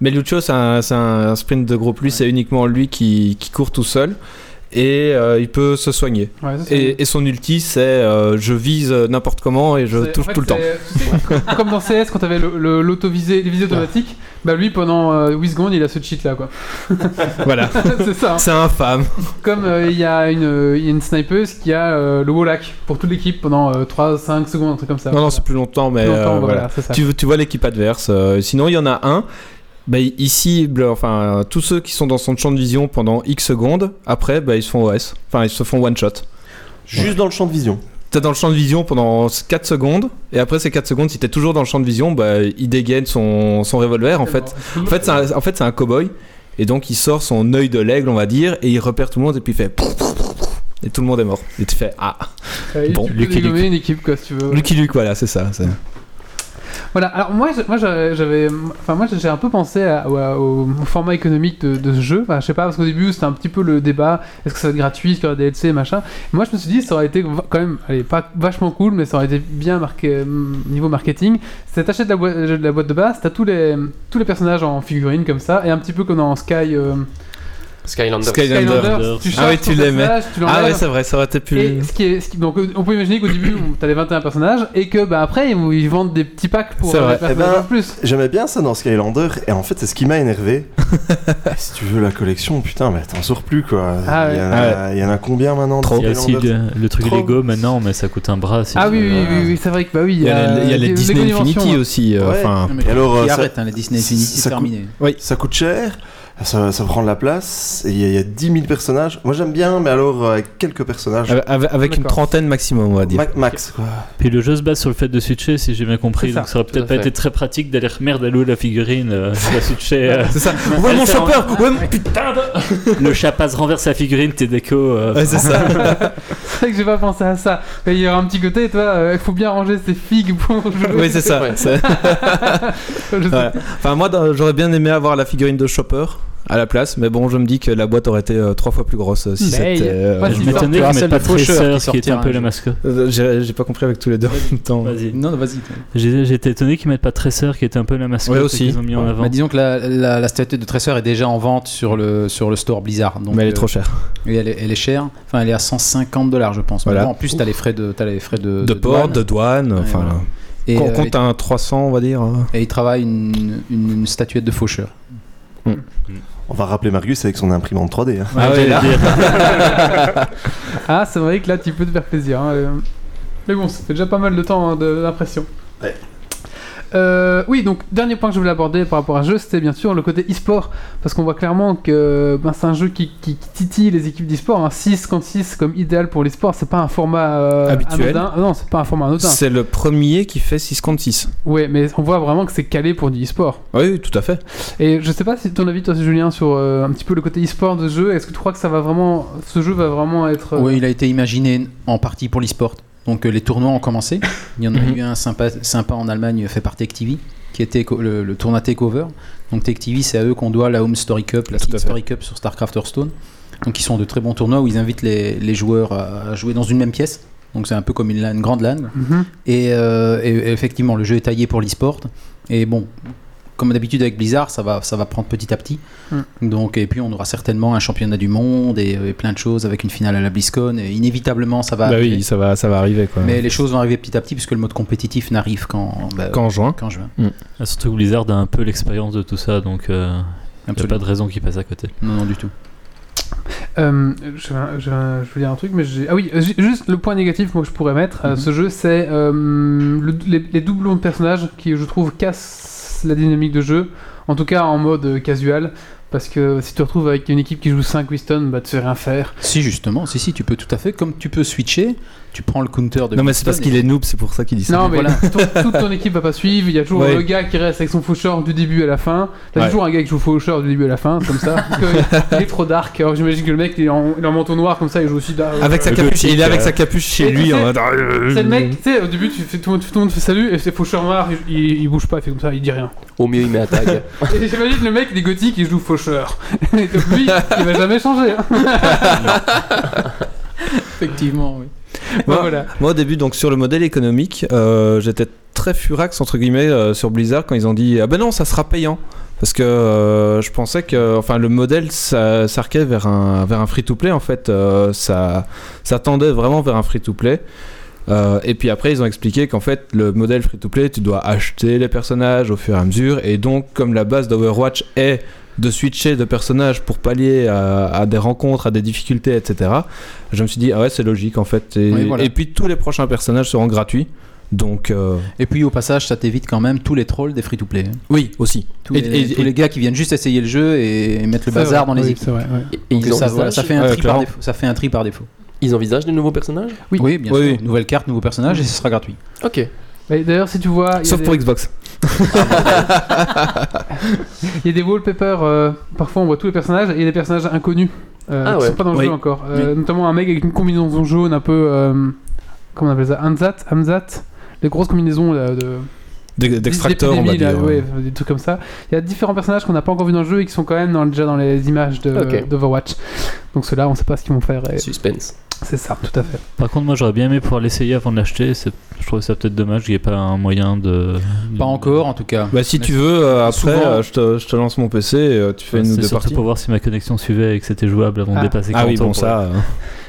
Speaker 2: Mais Lucio, c'est un, c'est un sprint de groupe. Lui, c'est uniquement lui qui, qui court tout seul. et euh, il peut se soigner.
Speaker 1: Ouais, ça, c'est-
Speaker 2: Et, et son ulti, c'est euh, je vise n'importe comment et je
Speaker 1: C'est- en
Speaker 2: touche
Speaker 1: fait,
Speaker 2: tout le temps.
Speaker 1: c'est- tu sais, comme- comme dans CS, quand t'avais le- le- l'auto-visée, les visées automatiques, bah lui pendant euh, 8 secondes il a ce cheat là quoi. *laughs*
Speaker 2: Voilà,
Speaker 1: c'est ça. hein.
Speaker 2: c'est infâme.
Speaker 1: Comme euh, il y, a une euh, il y a une snipeuse qui a euh, le wallhack pour toute l'équipe pendant 3-5 secondes, un truc comme ça.
Speaker 2: Non, non, c'est plus longtemps, mais
Speaker 1: Plus longtemps,
Speaker 2: euh,
Speaker 1: voilà,
Speaker 2: voilà.
Speaker 1: c'est ça.
Speaker 2: Tu, tu vois l'équipe adverse. euh, sinon, il y en a un. Bah, il il cible, enfin, euh, tous ceux qui sont dans son champ de vision pendant X secondes, après, bah, ils se font OS. Enfin, ils se font one shot.
Speaker 6: Juste dans le champ de vision.
Speaker 2: T'es dans le champ de vision pendant 4 secondes, et après ces 4 secondes, si t'es toujours dans le champ de vision, bah, il dégaine son, son revolver. En fait, en fait c'est un, en fait, c'est un cow-boy, et donc il sort son œil de l'aigle, on va dire, et il repère tout le monde, et puis il fait. Et tout le monde est mort. Et tu fais Ah
Speaker 1: Ouais,
Speaker 2: Bon,
Speaker 1: tu peux
Speaker 2: Lucky Luke.
Speaker 1: dégommer une équipe quoi si tu veux.
Speaker 2: Lucky Luke, voilà, c'est ça. c'est-
Speaker 1: Voilà, alors moi, je- moi j'avais, j'avais- enfin moi j'ai un peu pensé à- au, au- au format économique de, de ce jeu. Enfin, je sais pas parce qu'au début c'était un petit peu le débat, est-ce que ça va être gratuit, est-ce qu'il y aura des DLC, machin. Moi je me suis dit ça aurait été va- quand même, allez pas vachement cool, mais ça aurait été bien marqué euh, niveau marketing. C'est t'achètes la, boi- euh, la boîte de base, t'as tous les tous les personnages en figurine comme ça et un petit peu comme dans Sky euh,
Speaker 8: Skylander.
Speaker 2: Skylander.
Speaker 1: Skylanders, tu
Speaker 2: Ah
Speaker 1: charges
Speaker 2: oui, tu
Speaker 1: ton
Speaker 2: l'aimais.
Speaker 1: personnage, tu
Speaker 2: Ah ouais,
Speaker 1: l'enlèves,
Speaker 2: c'est vrai, ça aurait été plus.
Speaker 1: et ce qui est, ce qui- donc euh, on peut imaginer qu'au début on- t'as les 21 personnages et que bah après ils ils vendent des petits packs pour
Speaker 2: C'est
Speaker 1: euh,
Speaker 2: vrai.
Speaker 1: les
Speaker 6: Eh ben,
Speaker 1: personnages en plus.
Speaker 6: J'aimais bien ça dans Skylander, et en fait, c'est ce qui
Speaker 2: *laughs*
Speaker 6: m'a énervé. si tu veux la collection, putain, mais t'en sors plus quoi.
Speaker 1: Ah ouais.
Speaker 6: il, y en a, il y en a combien maintenant de
Speaker 2: Trop.
Speaker 4: Il y a aussi
Speaker 6: Skylander
Speaker 4: le, le truc
Speaker 6: Trop.
Speaker 4: Lego maintenant, mais ça coûte un bras. si
Speaker 1: Ah
Speaker 4: tu
Speaker 1: oui,
Speaker 4: veux.
Speaker 1: oui, oui, oui, c'est vrai que bah oui,
Speaker 2: Il y a, les- il y a les Disney Infinity aussi. euh,
Speaker 6: Ouais.
Speaker 2: enfin,
Speaker 6: Et alors, euh, ça-
Speaker 3: arrête, hein, les Disney
Speaker 6: ça-
Speaker 3: Infinity,
Speaker 6: ça
Speaker 3: c'est
Speaker 6: coûte-
Speaker 3: terminé.
Speaker 6: Ça coûte cher, ça, ça prend de la place, et il y, a- il y a 10 000 personnages. Moi j'aime bien, mais alors euh, quelques personnages.
Speaker 2: avec avec une
Speaker 1: D'accord.
Speaker 2: trentaine maximum, Ah on va dire.
Speaker 6: Ma- Max, quoi.
Speaker 4: Puis le jeu se base sur le fait de switcher, si j'ai bien compris.
Speaker 1: C'est ça.
Speaker 4: Donc ça aurait peut-être
Speaker 8: à
Speaker 4: pas
Speaker 8: fait.
Speaker 4: été très pratique d'aller merde à l'eau la figurine. euh, tu vas
Speaker 2: *laughs*
Speaker 4: switcher. euh,
Speaker 2: C'est ça. Ouais, mon
Speaker 4: Elle fait en-
Speaker 2: chopper Ouais, mon putain
Speaker 4: le chat passe renverse la figurine, t'es déco. euh,
Speaker 2: Ouais, c'est ça.
Speaker 1: C'est vrai que j'ai pas pensé à ça. Mais il y aura un petit côté, toi, euh, il faut bien ranger ses figues pour jouer.
Speaker 2: *laughs* Oui, c'est ça.
Speaker 8: Ouais.
Speaker 2: C'est-
Speaker 1: Je sais.
Speaker 2: Ouais. Enfin, moi, dans- j'aurais bien aimé avoir la figurine de Chopper à la place, mais bon, je me dis que la boîte aurait été euh, trois fois plus grosse euh, si
Speaker 3: Bah,
Speaker 1: Mais
Speaker 2: c'était.
Speaker 1: il y a-
Speaker 2: euh,
Speaker 1: pas
Speaker 4: je
Speaker 1: si
Speaker 2: je-
Speaker 1: fort.
Speaker 4: m'étonnais
Speaker 3: Tu
Speaker 4: qu'ils
Speaker 3: auras
Speaker 4: mettent
Speaker 3: celle
Speaker 4: pas
Speaker 3: de Faucheur qui
Speaker 4: Tracer qui était
Speaker 3: sortira
Speaker 4: un peu
Speaker 3: un
Speaker 4: la
Speaker 3: jour.
Speaker 4: mascotte.
Speaker 2: euh, J'ai j'ai pas compris avec tous les deux en même temps.
Speaker 4: Vas-y.
Speaker 3: Non, non, vas-y.
Speaker 4: J'ai- J'étais étonné qu'ils mettent pas Tracer qui était un peu la mascotte
Speaker 2: Ouais, aussi.
Speaker 4: qu'ils ont mis en avant.
Speaker 3: Bah, disons que la, la, la statue de Tracer est déjà en vente sur le, sur le store Blizzard. Donc,
Speaker 2: mais elle est
Speaker 3: euh,
Speaker 2: trop chère.
Speaker 3: et elle, est, elle est chère. Enfin, elle est à 150 dollars, je pense. Mais
Speaker 2: Voilà.
Speaker 3: bon, en plus, t'as les frais de, t'as les frais euh, de,
Speaker 2: De port,
Speaker 3: douane.
Speaker 2: de douane,
Speaker 3: Ouais,
Speaker 2: enfin.
Speaker 3: voilà. et,
Speaker 2: on
Speaker 3: euh,
Speaker 2: compte un 300, on va dire. hein.
Speaker 3: et, et il travaille une, une, une statuette de faucheur.
Speaker 6: On va rappeler Margus avec son imprimante 3D. hein.
Speaker 2: Ah ouais,
Speaker 4: j'allais
Speaker 2: là.
Speaker 4: dire.
Speaker 1: Ah, c'est vrai que là, tu peux te faire plaisir. hein, euh. Mais bon, ça fait déjà pas mal de temps hein, de l'impression.
Speaker 6: Ouais.
Speaker 1: Euh, oui, donc dernier point que je voulais aborder par rapport à ce jeu, c'était bien sûr le côté e-sport, parce qu'on voit clairement que ben, c'est un jeu qui, qui- qui titille les équipes d'e-sport. Hein. 6 contre 6 comme idéal pour l'e-sport, c'est pas un format euh,
Speaker 2: Habituel.
Speaker 1: anodin. Ah Non, c'est pas un format anodin.
Speaker 2: C'est le premier qui fait 6 contre 6.
Speaker 1: Ouais, mais on voit vraiment que c'est calé pour du e-sport.
Speaker 2: Oui, oui, tout à fait.
Speaker 1: Et je sais pas si ton avis, toi, c'est Julien, sur euh, un petit peu le côté e-sport de ce jeu. Est-ce que tu crois que ça va vraiment, ce jeu va vraiment être euh,
Speaker 3: Oui, il a été imaginé en partie pour l'e-sport. Donc euh, les tournois ont commencé. Il y en a
Speaker 2: Mhm.
Speaker 3: eu un sympa, sympa en Allemagne fait par TechTV, qui était co- le, le tournoi Takeover. Donc TechTV, c'est à eux qu'on doit la Home Story Cup, la
Speaker 2: Tout à
Speaker 3: King
Speaker 2: fait.
Speaker 3: Story Cup sur StarCraft Hearthstone. Donc ils sont de très bons tournois où ils invitent les, les joueurs à à jouer dans une même pièce. Donc c'est un peu comme une, lan- une grande LAN.
Speaker 1: Mhm.
Speaker 3: Et, euh, et- et effectivement, le jeu est taillé pour l'e-sport. Et bon, comme d'habitude avec Blizzard, ça va, ça va prendre petit à petit.
Speaker 1: Mm.
Speaker 3: Donc, et puis on aura certainement un championnat du monde et, euh, et plein de choses avec une finale à la BlizzCon. Et inévitablement, ça va.
Speaker 2: bah
Speaker 3: arriver.
Speaker 2: oui, ça va, ça va arriver quoi.
Speaker 3: Mais les choses vont arriver petit à petit puisque le mode compétitif n'arrive qu'en bah,
Speaker 2: Qu'en juin.
Speaker 3: qu'en juin.
Speaker 4: Ah, Surtout que Blizzard a un peu l'expérience de tout ça, donc euh, y a
Speaker 3: Absolument.
Speaker 4: pas de raison qu'il passe à côté.
Speaker 3: Non, non, du tout.
Speaker 1: Euh, je, vais- je vais- je voulais dire un truc, mais j'ai. Ah oui, j'ai- juste le point négatif moi, que je pourrais mettre à
Speaker 3: Mhm.
Speaker 1: ce jeu, c'est euh, le- les, les doublons de personnages qui, je trouve, cassent la dynamique de jeu. En tout cas, en mode euh, casual. Parce que si tu te retrouves avec une équipe qui joue 5 Winston, bah tu sais rien faire.
Speaker 3: Si, justement, si, si, tu peux tout à fait. Comme tu peux switcher, tu prends le counter de.
Speaker 2: Non, mais c'est
Speaker 3: Winston
Speaker 2: parce qu'il
Speaker 3: et-
Speaker 2: est noob, c'est pour ça qu'il dit ça.
Speaker 1: Non, mais
Speaker 3: voilà.
Speaker 1: ton- toute ton équipe va pas suivre. Il y a toujours
Speaker 2: Ouais.
Speaker 1: le gars qui reste avec son faucheur du début à la fin. T'as
Speaker 2: Ouais.
Speaker 1: toujours un gars qui joue faucheur du début à la fin, comme
Speaker 3: *laughs*
Speaker 1: ça. parce que il est trop dark. Alors j'imagine que le mec, il est, en, il est en manteau noir, comme ça, il joue aussi dark.
Speaker 2: Avec sa
Speaker 4: Le
Speaker 2: capuche,
Speaker 4: gothique,
Speaker 2: il est avec
Speaker 4: euh.
Speaker 2: sa capuche chez
Speaker 1: Et tu
Speaker 2: lui en
Speaker 1: sais,
Speaker 2: mode. euh,
Speaker 1: C'est le mec, tu sais, au début, tu fais, tout, le monde, tout le monde fait salut, et c'est faucheur noir, il, il- il bouge pas, il fait comme ça, il dit rien.
Speaker 8: Au mieux, il met un tag.
Speaker 1: Et j'imagine le mec, il est gothique, il joue faucheur. *laughs* Et donc lui, il va jamais changer. hein.
Speaker 3: *laughs* Effectivement, oui.
Speaker 1: Bah,
Speaker 2: Ouais.
Speaker 1: voilà.
Speaker 2: Moi au début donc sur le modèle économique, euh, j'étais très furax entre guillemets euh, sur Blizzard quand ils ont dit ah ben non ça sera payant. Parce que euh, je pensais que enfin, le modèle ça- s'arquait vers un, vers un free-to-play, en fait. euh, ça, ça tendait vraiment vers un free-to-play. Euh, et puis après, ils ont expliqué qu'en fait, le modèle free-to-play, tu dois acheter les personnages au fur et à mesure. Et donc, comme la base d'Overwatch est de switcher de personnages pour pallier à, à des rencontres, à des difficultés, etc., je me suis dit, ah ouais, c'est logique en fait. Et,
Speaker 3: Oui, voilà.
Speaker 2: et puis tous les prochains personnages seront gratuits. Donc, euh,
Speaker 3: Et puis au passage, ça t'évite quand même tous les trolls des free-to-play. hein.
Speaker 2: oui, aussi.
Speaker 3: Tous,
Speaker 2: Et-
Speaker 3: les,
Speaker 2: et-
Speaker 3: tous les gars qui viennent juste essayer le jeu et mettre le
Speaker 1: C'est
Speaker 3: bazar
Speaker 1: vrai,
Speaker 3: dans les
Speaker 1: oui,
Speaker 3: équipes.
Speaker 1: c'est vrai, ouais.
Speaker 8: Et, et ils,
Speaker 3: Donc ça,
Speaker 8: envisagent,
Speaker 3: voilà, ça fait un
Speaker 2: Ouais,
Speaker 3: tri par
Speaker 2: clairement.
Speaker 3: défaut. Ça fait un tri par défaut.
Speaker 8: ils envisagent des nouveaux personnages
Speaker 3: Oui, bien
Speaker 2: Oui,
Speaker 3: sûr.
Speaker 2: oui.
Speaker 3: Nouvelle carte, nouveau personnage et ce sera gratuit.
Speaker 8: Ok.
Speaker 1: Mais D'ailleurs, si tu vois, il y a
Speaker 2: Sauf
Speaker 1: des-
Speaker 2: pour Xbox.
Speaker 1: il y a des wallpapers, euh, parfois on voit tous les personnages, et il y a des personnages inconnus euh,
Speaker 8: Ah
Speaker 1: qui
Speaker 8: ouais.
Speaker 1: sont pas dans le
Speaker 2: Oui.
Speaker 1: jeu encore. Euh, Notamment un mec avec une combinaison jaune un peu. euh, comment on appelle ça Hamzat Hamzat Les grosses combinaisons là, de.
Speaker 2: D'ex- D'extracteur, on va
Speaker 1: d'épidémie, là,
Speaker 2: dire.
Speaker 1: ouais, des trucs comme ça. Il y a différents personnages qu'on n'a pas encore vu dans le jeu et qui sont quand même dans- déjà dans les images de-
Speaker 8: Ok.
Speaker 1: d'Overwatch. Donc ceux-là, on sait pas ce qu'ils vont faire. et
Speaker 8: Suspense.
Speaker 1: C'est ça, tout à fait.
Speaker 4: Par contre, moi j'aurais bien aimé pouvoir l'essayer avant de l'acheter. c'est- Je trouve ça peut-être dommage qu'il n'y ait pas un moyen de. de-
Speaker 3: Pas encore en tout cas.
Speaker 2: Bah, si
Speaker 3: Mais
Speaker 2: tu veux, euh, après,
Speaker 3: souvent-
Speaker 2: euh, je, te, je te lance mon PC, euh, tu fais
Speaker 4: Ouais,
Speaker 2: une ou
Speaker 4: C'est
Speaker 2: deux
Speaker 4: surtout
Speaker 2: parties.
Speaker 4: pour voir si ma connexion suivait et que c'était jouable avant
Speaker 1: Ah.
Speaker 4: de dépasser 40
Speaker 2: Ah oui,
Speaker 4: ans
Speaker 2: bon,
Speaker 4: pour
Speaker 2: ça. euh,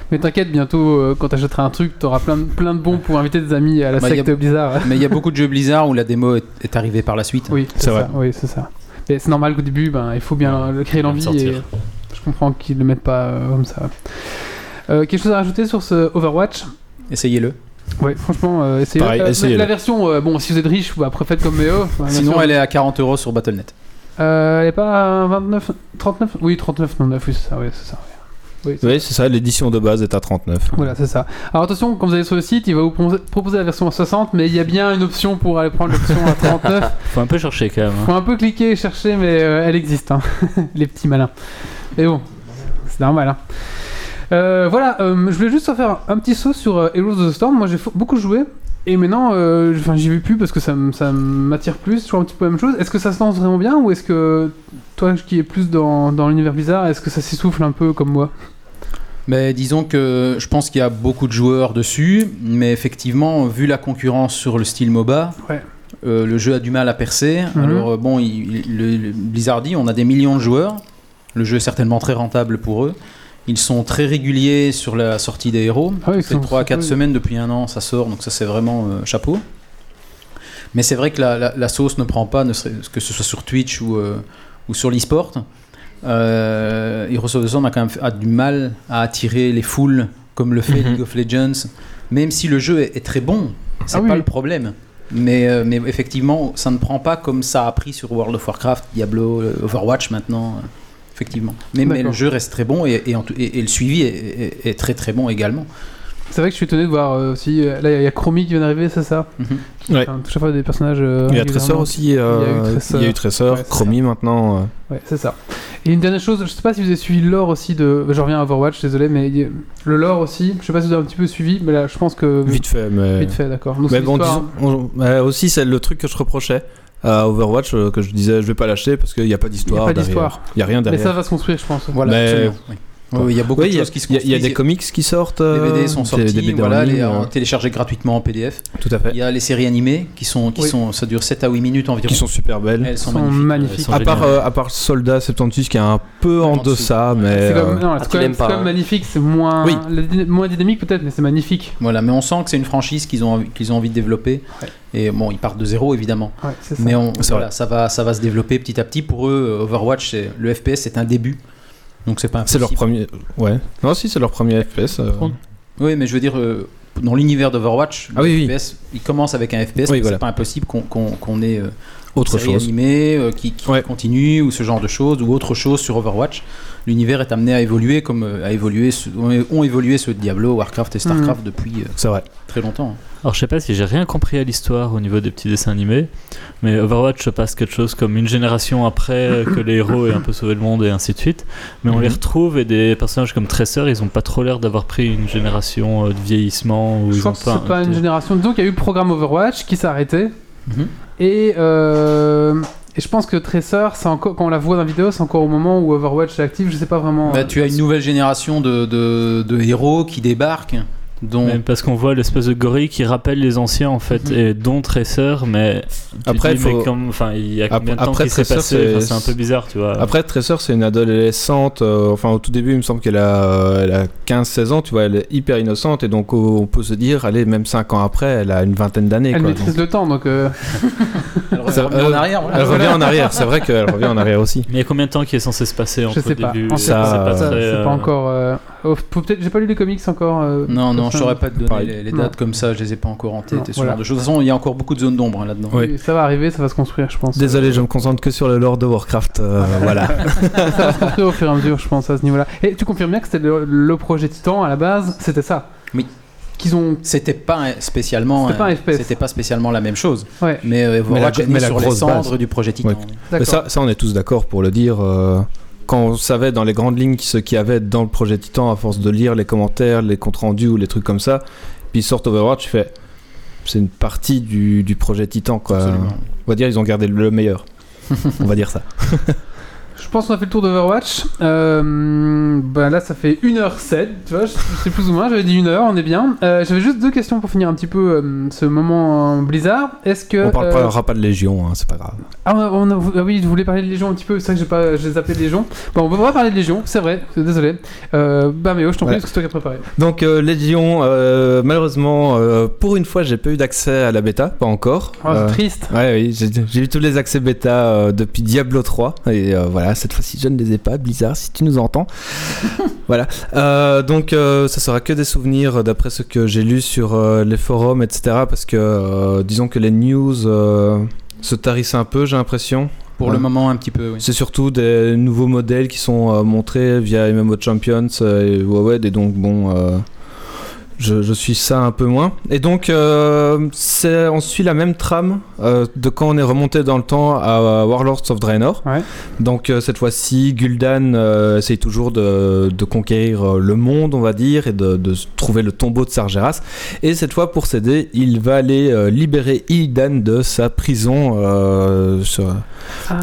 Speaker 1: Mais t'inquiète, bientôt, euh, quand t'achèteras un truc, t'auras plein, de- plein de bons pour inviter des amis à la
Speaker 3: Bah, y a-
Speaker 1: secte bizarre.
Speaker 3: Mais il y a beaucoup de jeux Blizzard où la démo est, est arrivée par la suite.
Speaker 1: Oui,
Speaker 2: C'est
Speaker 1: c'est
Speaker 2: vrai.
Speaker 1: ça. Oui, c'est ça. Mais c'est normal qu'au début, ben, il faut bien euh, créer
Speaker 4: bien
Speaker 1: l'envie
Speaker 4: sortir.
Speaker 1: et je comprends qu'ils le mettent pas euh, comme ça. Euh, quelque chose à rajouter sur ce Overwatch
Speaker 3: Essayez-le.
Speaker 1: Ouais, franchement, euh, essayez,
Speaker 2: Pareil, essayez-le.
Speaker 1: La version, euh, bon, si vous êtes riche, bah, après faites comme Méo. Enfin, la
Speaker 3: Sinon,
Speaker 1: version-
Speaker 3: elle est à 40 euros sur Battle.net.
Speaker 1: Euh, elle est pas à 29, 39 Oui, 39, 99, oui, c'est ça, oui, c'est ça. Oui, c'est-
Speaker 2: euh, Oui, c'est ça, l'édition de base est à 39.
Speaker 1: Voilà, c'est ça. Alors attention, quand vous allez sur le site, il va vous pro- proposer la version à 60, mais il y a bien une option pour aller prendre l'option à 39.
Speaker 4: Faut un peu chercher quand même. hein.
Speaker 1: Faut un peu cliquer et chercher, mais euh, elle existe, hein. *laughs* les petits malins. Mais bon, c'est normal. hein. Euh, voilà, euh, je voulais juste faire un petit saut sur euh, Heroes of the Storm. Moi, j'ai fo- beaucoup joué. Et maintenant, euh, j- enfin, j'y vais plus parce que ça m- ça m'attire plus. Je trouve un petit peu la même chose. Est-ce que ça se lance vraiment bien ou est-ce que toi qui es plus dans, dans l'univers bizarre, est-ce que ça s'essouffle un peu comme moi
Speaker 3: Mais disons que je pense qu'il y a beaucoup de joueurs dessus, mais effectivement, vu la concurrence sur le style MOBA,
Speaker 1: Ouais.
Speaker 3: euh, le jeu a du mal à percer.
Speaker 1: Mhm.
Speaker 3: Alors euh, bon, il- il- le, le Blizzard dit, on a des millions de joueurs. Le jeu est certainement très rentable pour eux. Ils sont très réguliers sur la sortie des héros.
Speaker 1: Ah oui, ils
Speaker 3: C'est
Speaker 1: sont-
Speaker 3: 3 à 4
Speaker 1: oui.
Speaker 3: semaines depuis un an, ça sort, donc ça c'est vraiment euh, chapeau. Mais c'est vrai que la, la- la sauce ne prend pas, ne serait- que ce soit sur Twitch ou, euh, ou sur l'e-sport. Euh, Heroes of the Storm a quand même fait- a du mal à attirer les foules comme le fait
Speaker 2: Mhm.
Speaker 3: League of Legends, même si le jeu est, est très bon, c'est
Speaker 1: Ah oui,
Speaker 3: pas
Speaker 1: oui.
Speaker 3: le problème. Mais, euh, mais effectivement, ça ne prend pas comme ça a pris sur World of Warcraft, Diablo, euh, Overwatch maintenant. euh, Effectivement. Mais, mais le
Speaker 1: D'accord.
Speaker 3: jeu reste très bon et, et en tout- et- et le suivi est- est- est très très bon également.
Speaker 1: C'est vrai que je suis étonné de voir euh, aussi. euh, Là, il y a- il y a Chromie qui vient d'arriver, c'est ça
Speaker 3: Mhm.
Speaker 2: Ouais.
Speaker 1: Enfin, chaque fois des personnages. euh,
Speaker 2: Il y a
Speaker 1: régulièrement.
Speaker 2: Tracer aussi. euh,
Speaker 1: Il y a eu Tracer.
Speaker 2: il y a eu Tracer,
Speaker 1: Ouais, c'est
Speaker 2: Chromie maintenant. euh.
Speaker 1: Ouais, c'est ça. Et une dernière chose, je sais pas si vous avez suivi le lore aussi de. Je reviens à Overwatch, désolé, mais il y a- le lore aussi, je sais pas si vous avez un petit peu suivi, mais là, je pense que.
Speaker 2: Vite fait, mais.
Speaker 1: Vite fait, d'accord. Donc,
Speaker 2: Mais
Speaker 1: c'est
Speaker 2: bon,
Speaker 1: l'histoire-
Speaker 2: disons, on- euh, aussi, c'est le truc que je reprochais à Overwatch, euh, que je disais, je vais pas l'acheter parce qu'il n'y a pas
Speaker 1: Il y
Speaker 2: d'histoire.
Speaker 1: a pas
Speaker 2: derrière.
Speaker 1: d'histoire.
Speaker 2: Il n'y a rien
Speaker 1: hein. Mais
Speaker 2: derrière.
Speaker 1: ça va se construire, je pense.
Speaker 3: Voilà,
Speaker 2: Mais-
Speaker 3: absolument, oui. Oui, oui, il y a beaucoup
Speaker 2: Oui,
Speaker 3: de
Speaker 2: il y a-
Speaker 3: choses qui se
Speaker 2: il y a- il y, a
Speaker 3: construisent.
Speaker 2: des comics qui sortent.
Speaker 3: Les
Speaker 2: euh,
Speaker 3: BD sont
Speaker 2: des-
Speaker 3: sortis,
Speaker 2: des BD en
Speaker 3: voilà, les
Speaker 2: ligne, euh,
Speaker 3: euh, téléchargés gratuitement en PDF.
Speaker 2: tout à
Speaker 3: Il
Speaker 2: fait.
Speaker 3: y a les séries animées qui sont, qui
Speaker 1: Oui.
Speaker 3: sont, ça dure 7 à 8 minutes environ.
Speaker 2: Qui sont super belles.
Speaker 3: Elles sont,
Speaker 1: Ils sont
Speaker 3: magnifiques.
Speaker 1: magnifiques. Ah,
Speaker 4: sont
Speaker 2: À part,
Speaker 4: géniales.
Speaker 2: euh, à part Soldat 76 qui est un peu en
Speaker 3: En dessous.
Speaker 2: deçà, mais.
Speaker 1: C'est
Speaker 2: euh,
Speaker 1: comme, non, c'est
Speaker 8: tu
Speaker 1: quand même,
Speaker 8: l'aimes
Speaker 1: c'est
Speaker 8: pas,
Speaker 1: quand même
Speaker 8: hein.
Speaker 1: magnifique, c'est moins,
Speaker 2: Oui.
Speaker 1: la dyna- moins dynamique peut-être, mais c'est magnifique.
Speaker 3: Voilà, mais on sent que c'est une franchise qu'ils ont, envie- qu'ils ont envie de développer.
Speaker 1: Ouais.
Speaker 3: Et bon, ils partent de zéro évidemment.
Speaker 1: Ouais, c'est ça.
Speaker 3: Mais on,
Speaker 2: C'est
Speaker 3: voilà, ça, va, ça va se développer petit à petit. Pour eux, euh, Overwatch, c'est- le FPS, c'est un début. Donc c'est pas
Speaker 2: C'est leur
Speaker 3: impossible.
Speaker 2: premier. Ouais. Non, si, c'est leur premier FPS. euh.
Speaker 4: contre,
Speaker 3: Oui, mais je veux dire, euh, dans l'univers d'Overwatch,
Speaker 2: Ah
Speaker 3: le
Speaker 2: oui, oui.
Speaker 3: FPS, il commence avec un FPS,
Speaker 2: Oui,
Speaker 3: mais
Speaker 2: voilà.
Speaker 3: c'est pas impossible qu'on qu'on- qu'on ait euh,
Speaker 2: Autre
Speaker 3: série
Speaker 2: chose.
Speaker 3: animée euh, qui, qui
Speaker 2: Ouais.
Speaker 3: continue ou ce genre de choses ou autre chose sur Overwatch. L'univers est amené à évoluer comme euh, a évolué ce- ont ont évolué ceux de Diablo, Warcraft et
Speaker 2: Hmm.
Speaker 3: Starcraft depuis euh,
Speaker 2: C'est vrai.
Speaker 3: très longtemps.
Speaker 4: Alors je sais pas si j'ai rien compris à l'histoire au niveau des petits dessins animés, mais Overwatch se passe quelque chose comme une génération après euh, que les héros aient un peu sauvé le monde et ainsi de suite, mais
Speaker 1: Mhm.
Speaker 4: on les retrouve et des personnages comme Tracer, ils ont pas trop l'air d'avoir pris une génération euh, de vieillissement ou
Speaker 1: Je
Speaker 4: ils ont
Speaker 1: pense que
Speaker 4: pas. hein,
Speaker 1: c'est pas une génération. Disons qu'il y a eu le programme Overwatch qui s'est arrêté.
Speaker 3: Mhm.
Speaker 1: Et, euh, et je pense que Tracer, c'est encore, quand on la voit dans la vidéo, c'est encore au moment où Overwatch est actif. Je sais pas vraiment.
Speaker 3: Bah, tu as une nouvelle génération de, de- de héros qui débarquent dont
Speaker 4: Mais parce qu'on voit l'espèce de gorille qui rappelle les anciens en fait,
Speaker 3: Mhm.
Speaker 4: et dont Tracer, mais tu te
Speaker 2: Après,
Speaker 4: dis,
Speaker 2: faut-
Speaker 4: mais comme- enfin, il y a
Speaker 2: Après-
Speaker 4: combien de temps
Speaker 2: après,
Speaker 4: qui s'est
Speaker 2: Tracer,
Speaker 4: passé Enfin,
Speaker 2: c'est-
Speaker 4: C'est un peu bizarre, tu vois.
Speaker 2: Après, Tracer, c'est une adolescente. euh, enfin, au tout début, il me semble qu'elle a, euh, elle a 15-16 ans, tu vois, elle est hyper innocente. Et donc, oh, on peut se dire, allez, même 5 ans après, elle a une vingtaine d'années.
Speaker 1: Elle
Speaker 2: quoi,
Speaker 1: maîtrise
Speaker 2: donc.
Speaker 1: le temps, donc euh,
Speaker 3: elle revient
Speaker 2: Ça-
Speaker 3: en
Speaker 2: euh,
Speaker 3: arrière. voilà.
Speaker 2: Elle revient en arrière, c'est vrai qu'elle revient en
Speaker 1: *laughs*
Speaker 2: arrière aussi.
Speaker 4: Mais il y a combien de temps qui est censé se passer entre
Speaker 1: je sais
Speaker 4: le
Speaker 1: pas.
Speaker 4: début
Speaker 1: En
Speaker 4: et-
Speaker 1: fait,
Speaker 2: ça,
Speaker 4: c'est pas
Speaker 1: ça,
Speaker 4: très,
Speaker 1: c'est
Speaker 4: euh,
Speaker 1: pas encore. euh, oh, faut- Peut-être, j'ai pas lu les comics encore. euh,
Speaker 3: Non, non, je
Speaker 1: personne.
Speaker 3: saurais pas te donner
Speaker 2: Pareil.
Speaker 3: les, les dates comme ça, je les ai pas encore en tête
Speaker 1: Non,
Speaker 3: et ce
Speaker 1: voilà.
Speaker 3: genre de choses. De toute façon, il y a encore beaucoup de zones d'ombre hein, là-dedans.
Speaker 2: Oui.
Speaker 1: Ça va arriver, ça va se construire, je pense.
Speaker 2: Désolé, je me concentre que sur le lore de Warcraft. euh, voilà.
Speaker 1: Ça va se construire au fur et à mesure, je pense, à ce niveau-là. Et tu confirmes bien que c'était le, le projet Titan à la base, c'était ça
Speaker 3: Oui.
Speaker 1: Qu'ils ont.
Speaker 3: C'était pas euh, spécialement,
Speaker 1: C'était pas
Speaker 3: euh,
Speaker 1: un FPS.
Speaker 3: c'était pas spécialement la même chose,
Speaker 1: Ouais,
Speaker 3: mais euh, voilà,
Speaker 2: la-
Speaker 3: on est
Speaker 2: mais la
Speaker 3: sur les
Speaker 2: grosse
Speaker 3: cendres
Speaker 2: base.
Speaker 3: du projet Titan.
Speaker 2: Ouais. Mais
Speaker 1: d'accord.
Speaker 2: ça, ça, on est tous d'accord pour le dire. euh, quand on savait dans les grandes lignes ce qu'il y avait dans le projet Titan, à force de lire les commentaires, les comptes rendus ou les trucs comme ça, puis ils sortent Overwatch, tu fais. C'est une partie du, du projet Titan, quoi.
Speaker 3: Absolument.
Speaker 2: On va dire, ils ont gardé le meilleur. on va dire ça.
Speaker 1: Je pense qu'on a fait le tour d'Overwatch. Euh, bah là, ça fait 1h07, tu vois, je, je sais plus ou moins, j'avais dit 1h, on est bien. Euh, j'avais juste deux questions pour finir un petit peu euh, ce moment euh, Blizzard. Est-ce *laughs* que.
Speaker 2: on parle
Speaker 1: euh,
Speaker 2: parlera pas de Légion, hein, c'est pas grave.
Speaker 1: Ah, on a- on a- ah oui, je voulais parler de Légion un petit peu, c'est vrai que j'ai pas, je les appelais Légion. Bon, on va parler de Légion, c'est vrai, désolé. Euh, bah, Méo, je t'en prie,
Speaker 2: Voilà.
Speaker 1: parce que c'est toi qui as préparé.
Speaker 2: Donc euh, Légion, euh, malheureusement, euh, pour une fois, j'ai pas eu d'accès à la bêta, pas encore.
Speaker 1: Oh, c'est
Speaker 2: Euh,
Speaker 1: triste.
Speaker 2: Ouais, oui, j'ai j'ai eu tous les accès bêta euh, depuis Diablo 3. Et euh, voilà, cette fois-ci, je ne les ai pas. Blizzard, si tu nous entends. voilà. Euh, donc, euh, ça sera que des souvenirs euh, d'après ce que j'ai lu sur euh, les forums, etc. Parce que, euh, disons que les news euh, se tarissent un peu, j'ai l'impression.
Speaker 3: Pour
Speaker 2: Ouais.
Speaker 3: le moment, un petit peu. Oui.
Speaker 2: C'est surtout des nouveaux modèles qui sont euh, montrés via MMO Champions euh, et Wowed, et donc bon, euh, je, je suis ça un peu moins. Et donc, euh, c'est- on suit la même trame euh, de quand on est remonté dans le temps à Warlords of Draenor.
Speaker 1: Ouais.
Speaker 2: Donc euh, cette fois-ci, Gul'dan euh, essaye toujours de, de conquérir euh, le monde, on va dire, et de, de s- trouver le tombeau de Sargeras. Et cette fois, pour s'aider, il va aller euh, libérer Illidan de sa prison euh, sur-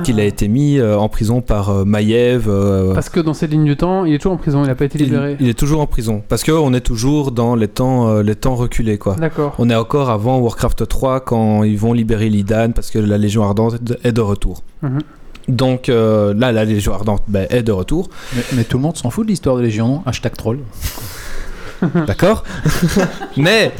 Speaker 2: qu'il a été mis euh, en prison par euh, Maiev. euh,
Speaker 1: Ah. Parce que dans cette ligne du temps, il est toujours en prison, il a pas été
Speaker 2: il,
Speaker 1: libéré.
Speaker 2: il est toujours en prison. Parce qu'on est toujours dans les temps, euh, les temps reculés, quoi.
Speaker 1: D'accord.
Speaker 2: On est encore avant Warcraft 3 quand ils vont libérer Lidan parce que la Légion Ardente est de- est de retour.
Speaker 1: Mhm.
Speaker 2: Donc euh, là, la Légion Ardente ben, est de retour.
Speaker 3: Mais, mais tout le monde s'en fout de l'histoire de Légion, non hashtag troll.
Speaker 1: Mhm.
Speaker 2: D'accord *laughs* Mais *laughs*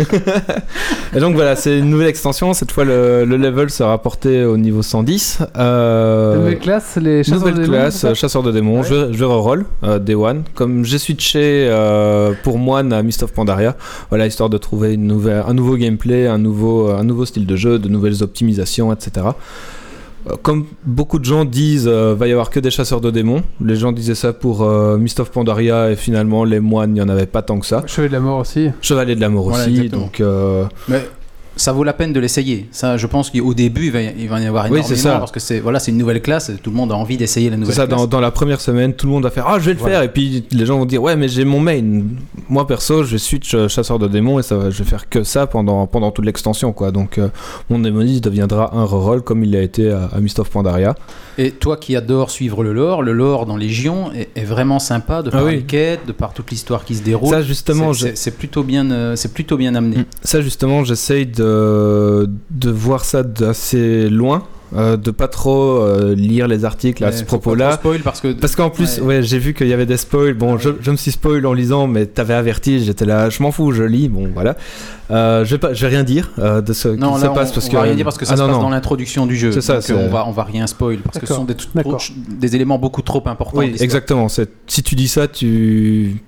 Speaker 2: Et donc voilà, c'est une nouvelle extension. Cette fois, le, le level sera porté au niveau 110.
Speaker 1: La
Speaker 2: Euh,
Speaker 1: nouvelle classe, les chasseurs
Speaker 2: Nouvelle
Speaker 1: de démons,
Speaker 2: classe,
Speaker 1: c'est ça
Speaker 2: euh, chasseur de démons, je, je reroll, euh, Day One. Comme j'ai switché euh, pour moine à Mist of Pandaria, voilà, histoire de trouver une nouvelle, un nouveau gameplay, un nouveau, euh, un nouveau style de jeu, de nouvelles optimisations, etc. Euh, Comme beaucoup de gens disent, euh, va y avoir que des chasseurs de démons. Les gens disaient ça pour euh, Mist of Pandaria et finalement les moines, il n'y en avait pas tant que ça.
Speaker 1: Chevet de la mort aussi.
Speaker 2: Chevalier de la mort
Speaker 3: Voilà,
Speaker 2: aussi,
Speaker 3: exactement.
Speaker 2: donc euh,
Speaker 3: Mais ça vaut la peine de l'essayer. Ça, je pense qu'au début, il va, y- il va y avoir
Speaker 2: Oui,
Speaker 3: énormément
Speaker 2: c'est ça.
Speaker 3: parce que c'est voilà, c'est une nouvelle classe. et Tout le monde a envie d'essayer la
Speaker 2: C'est
Speaker 3: nouvelle
Speaker 2: ça,
Speaker 3: classe.
Speaker 2: dans, dans la première semaine, tout le monde va faire Ah, je vais le
Speaker 3: Voilà.
Speaker 2: faire. Et puis les gens vont dire Ouais, mais j'ai mon main. Moi, perso, je switch euh, chasseur de démons et ça, va- je vais faire que ça pendant, pendant toute l'extension. quoi. Donc, euh, mon démoniste deviendra un reroll comme il l'a été à, à Mist of Pandaria.
Speaker 3: Et toi qui adores suivre le lore, le lore dans Légion est, est vraiment sympa de par
Speaker 2: Ah oui.
Speaker 3: les quêtes, de par toute l'histoire qui se déroule.
Speaker 2: ça,
Speaker 3: C'est-
Speaker 2: justement, je-
Speaker 3: c'est c'est plutôt bien, euh, c'est plutôt bien amené.
Speaker 2: Mm. ça, justement, j'essaye de, de voir ça d'assez loin, euh, de pas trop euh, lire les articles à
Speaker 3: Mais
Speaker 2: ce
Speaker 3: faut pas
Speaker 2: propos-là.
Speaker 3: trop spoil parce que
Speaker 2: Parce qu'en plus,
Speaker 3: Ouais.
Speaker 2: ouais, j'ai vu qu'il y avait des spoils. Bon,
Speaker 3: Ah
Speaker 2: je,
Speaker 3: oui.
Speaker 2: je me suis spoil en lisant, mais t'avais averti, j'étais là, je m'en fous, je lis, bon, voilà. Euh, je, vais pas, je vais rien dire euh, de ce
Speaker 3: non,
Speaker 2: qui
Speaker 3: là,
Speaker 2: se passe
Speaker 3: on,
Speaker 2: parce
Speaker 3: on
Speaker 2: que.
Speaker 3: va rien dire parce que ça
Speaker 2: Ah,
Speaker 3: se
Speaker 2: non,
Speaker 3: passe
Speaker 2: non.
Speaker 3: dans l'introduction du jeu.
Speaker 2: C'est ça,
Speaker 3: Donc, euh,
Speaker 2: c'est-
Speaker 3: on va on va rien spoil parce que ce
Speaker 1: D'accord.
Speaker 3: sont des, tout-
Speaker 1: D'accord.
Speaker 3: trop- des éléments beaucoup trop importants. de
Speaker 2: Oui,
Speaker 3: l'histoire.
Speaker 2: exactement. c'est- Si tu dis ça, tu,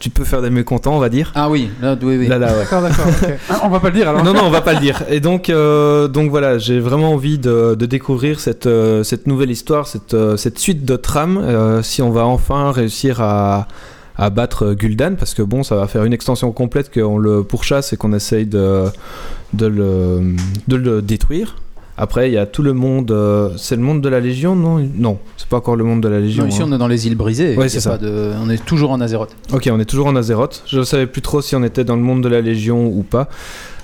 Speaker 2: tu peux faire des mécontents, on va dire.
Speaker 3: Ah oui, là, oui, oui.
Speaker 2: Là, là, ouais.
Speaker 1: D'accord, d'accord. ok. *laughs* Ah, on va pas le dire alors.
Speaker 2: Non, non, on va pas le dire. Et donc, euh, donc voilà, j'ai vraiment envie de, de découvrir cette, euh, cette nouvelle histoire, cette, euh, cette suite de trames, euh, si on va enfin réussir à, à battre Gul'dan, parce que bon, ça va faire une extension complète qu'on le pourchasse et qu'on essaye de, de, le, de le détruire. Après, il y a tout le monde. euh, c'est le monde de la Légion, non Non, c'est pas encore le monde de la Légion.
Speaker 3: Non, ici,
Speaker 2: hein.
Speaker 3: on est dans les îles brisées.
Speaker 2: Ouais,
Speaker 3: Il y
Speaker 2: c'est
Speaker 3: a
Speaker 2: ça.
Speaker 3: pas de- On est toujours en Azeroth.
Speaker 2: Ok, on est toujours en Azeroth. Je ne savais plus trop si on était dans le monde de la Légion ou pas.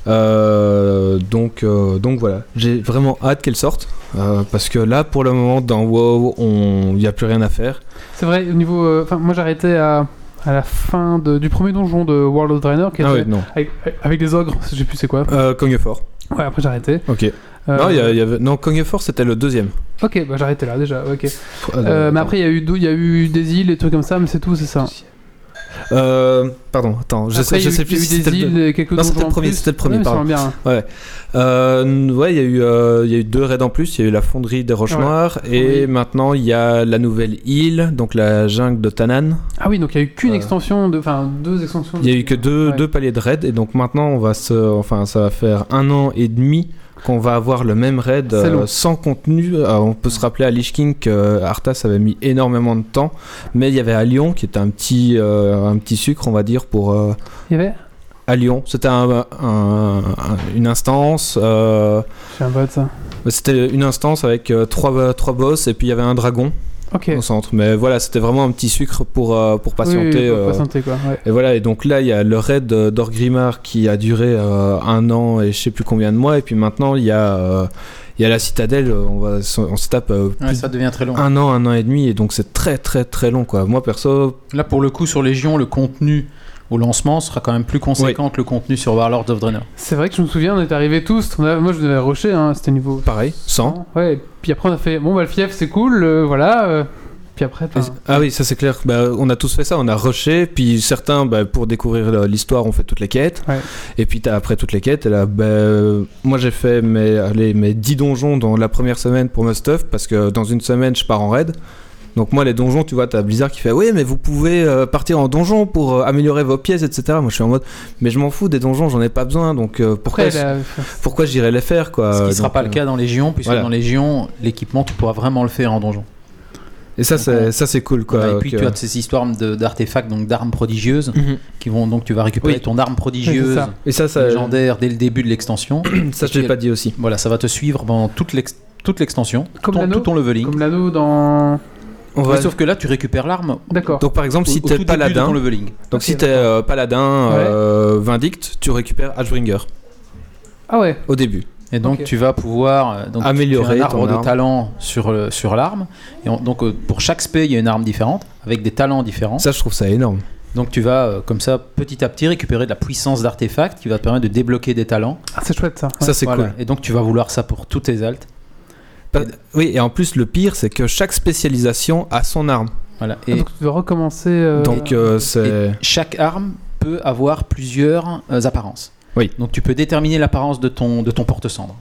Speaker 2: Euh, donc, euh, donc voilà, j'ai vraiment hâte qu'elle sorte. euh, parce que là, pour le moment, dans WoW, on- il n'y a plus rien à faire.
Speaker 1: C'est vrai, au niveau. euh, Enfin, moi j'arrêtais à. à la fin de- du premier donjon de World of Draenor, qui
Speaker 2: Ah
Speaker 1: était
Speaker 2: ouais, non.
Speaker 1: avec, avec des ogres, je sais plus c'est quoi.
Speaker 2: Euh, Cognefort.
Speaker 1: Ouais, après j'ai arrêté.
Speaker 2: Ok.
Speaker 1: Euh,
Speaker 2: Non, il y a- il y avait... non, Cognefort, c'était le deuxième.
Speaker 1: Ok, bah j'ai arrêté là déjà. Ok.
Speaker 2: Ah,
Speaker 1: Euh, mais
Speaker 2: attends.
Speaker 1: après il y a eu dou- il y a eu des îles et trucs comme ça, mais c'est tout, c'est ça.
Speaker 2: Euh, pardon, attends, je
Speaker 1: Après,
Speaker 2: sais,
Speaker 1: il y
Speaker 2: je
Speaker 1: a eu-
Speaker 2: sais plus
Speaker 1: il y a eu
Speaker 2: si c'était
Speaker 1: des
Speaker 2: le
Speaker 1: îles et quelques
Speaker 2: Non,
Speaker 1: donjons
Speaker 2: c'était le
Speaker 1: en
Speaker 2: premier,
Speaker 1: plus.
Speaker 2: c'était le premier,
Speaker 1: Ouais, mais c'est
Speaker 2: pardon.
Speaker 1: bien.
Speaker 2: Euh, ouais, il y, a eu, euh, il y a eu deux raids en plus. Il y a eu la fonderie des Roches
Speaker 1: Ouais.
Speaker 2: Noires et
Speaker 1: Oui.
Speaker 2: maintenant il y a la nouvelle île, donc la jungle de Tanan.
Speaker 1: Ah oui, donc il y a eu qu'une
Speaker 2: Euh,
Speaker 1: extension, de- enfin deux extensions.
Speaker 2: Il y a eu que deux,
Speaker 1: Ouais.
Speaker 2: deux paliers de raids et donc maintenant on va se, enfin ça va faire un an et demi qu'on va avoir le même raid
Speaker 1: C'est
Speaker 2: euh,
Speaker 1: long.
Speaker 2: sans contenu. Euh, on peut se rappeler à Lich King que euh, Arthas avait mis énormément de temps, mais il y avait Allion qui était un petit, euh, un petit sucre on va dire pour euh,
Speaker 1: Il y avait
Speaker 2: à Lyon. C'était un- un- un- une instance. euh,
Speaker 1: J'ai un bot ça.
Speaker 2: c'était une instance avec euh, trois, trois boss et puis il y avait un dragon
Speaker 1: Ok.
Speaker 2: au centre. Mais voilà, c'était vraiment un petit sucre pour, euh, pour patienter.
Speaker 1: Oui, oui, pour
Speaker 2: euh,
Speaker 1: patienter quoi. Ouais.
Speaker 2: et voilà, et donc là, il y a le raid euh, d'Orgrimmar qui a duré euh, un an et je sais plus combien de mois. Et puis maintenant, il y a, euh, il y a la citadelle. On, va, on se tape euh,
Speaker 3: Ouais,
Speaker 2: plus
Speaker 3: ça devient très long.
Speaker 2: un an, un an et demi. Et donc, c'est très, très, très long. quoi. Moi, perso,
Speaker 3: Là, pour le coup, sur Légion, le contenu au lancement sera quand même plus conséquent que le contenu sur Warlord of Draenor.
Speaker 1: C'est vrai que je me souviens, on est arrivés tous. on a- moi je devais rusher, hein, c'était niveau.
Speaker 2: pareil, 100.
Speaker 1: Ouais. et Puis après on a fait bon bah le fief c'est cool, euh, voilà. euh, puis après. enfin,
Speaker 2: Ah oui, ça c'est clair. Bah, on a tous fait ça. On a rushé. Puis certains, bah, pour découvrir euh, l'histoire, ont fait toutes les quêtes.
Speaker 1: Ouais.
Speaker 2: Et puis t'as- après toutes les quêtes, et là, bah, euh, moi j'ai fait mes, allez, mes 10 donjons dans la première semaine pour me stuff. Parce que dans une semaine, je pars en raid. Donc moi, les donjons, tu vois, t'as Blizzard qui fait Oui, mais vous pouvez euh, partir en donjon pour euh, améliorer vos pièces, etc. Moi je suis en mode Mais je m'en fous des donjons, j'en ai pas besoin. Donc euh, pourquoi,
Speaker 1: après, la-
Speaker 2: pourquoi j'irais les faire quoi
Speaker 3: Ce qui ne
Speaker 2: Donc,
Speaker 3: sera pas le
Speaker 2: euh,
Speaker 3: cas dans Légion, puisque
Speaker 2: voilà.
Speaker 3: dans Légion, l'équipement, tu pourras vraiment le faire en donjon.
Speaker 2: Et ça,
Speaker 3: Donc,
Speaker 2: c'est
Speaker 3: on-
Speaker 2: ça, c'est cool quoi.
Speaker 3: et puis,
Speaker 2: que-
Speaker 3: tu as ces histoires de- d'artefacts, donc d'armes prodigieuses,
Speaker 2: Mhm.
Speaker 3: qui vont donc tu vas récupérer
Speaker 2: Oui.
Speaker 3: ton arme prodigieuse
Speaker 1: ça.
Speaker 2: Et ça, euh, ça,
Speaker 3: légendaire dès le début
Speaker 2: *coughs*
Speaker 3: de l'extension.
Speaker 2: ça je l'ai pas dit aussi.
Speaker 3: voilà, ça va te suivre pendant toute l'ex- toute l'extension,
Speaker 1: Comme
Speaker 3: ton-
Speaker 1: l'anneau.
Speaker 3: tout ton leveling.
Speaker 1: comme l'anneau dans.
Speaker 2: On
Speaker 3: Ouais,
Speaker 2: va...
Speaker 3: sauf que là, tu récupères l'arme
Speaker 1: D'accord.
Speaker 2: Donc par exemple,
Speaker 3: au,
Speaker 2: si
Speaker 3: au
Speaker 2: t'es
Speaker 3: tout début de
Speaker 2: paladin,
Speaker 3: ton leveling.
Speaker 2: donc
Speaker 1: Ok,
Speaker 2: si t'es euh, paladin
Speaker 1: Ouais.
Speaker 2: euh, vindict, tu récupères Ashbringer
Speaker 1: Ah ouais.
Speaker 2: au début.
Speaker 3: Et donc
Speaker 1: Ok.
Speaker 3: tu vas pouvoir euh, donc,
Speaker 2: Améliorer
Speaker 3: tu as un
Speaker 2: ton
Speaker 3: arbre
Speaker 2: arme.
Speaker 3: de talent sur, le- sur l'arme. Et on- donc euh, pour chaque spé, il y a une arme différente, avec des talents différents.
Speaker 2: Ça, je trouve ça énorme.
Speaker 3: Donc tu vas euh, comme ça petit à petit récupérer de la puissance d'artefact qui va te permettre de débloquer des talents.
Speaker 1: Ah, c'est chouette ça. Ouais.
Speaker 2: Ça c'est
Speaker 3: Voilà.
Speaker 2: cool.
Speaker 3: Et donc tu vas vouloir ça pour tous tes altes.
Speaker 2: Pa- Oui, et en plus le pire, c'est que chaque spécialisation a son arme.
Speaker 3: Voilà.
Speaker 1: Ah,
Speaker 3: Et
Speaker 1: donc tu dois recommencer. euh,
Speaker 2: Donc euh, c'est
Speaker 3: chaque arme peut avoir plusieurs euh, apparences.
Speaker 2: Oui.
Speaker 3: Donc tu peux déterminer l'apparence de ton, de ton porte-cendre.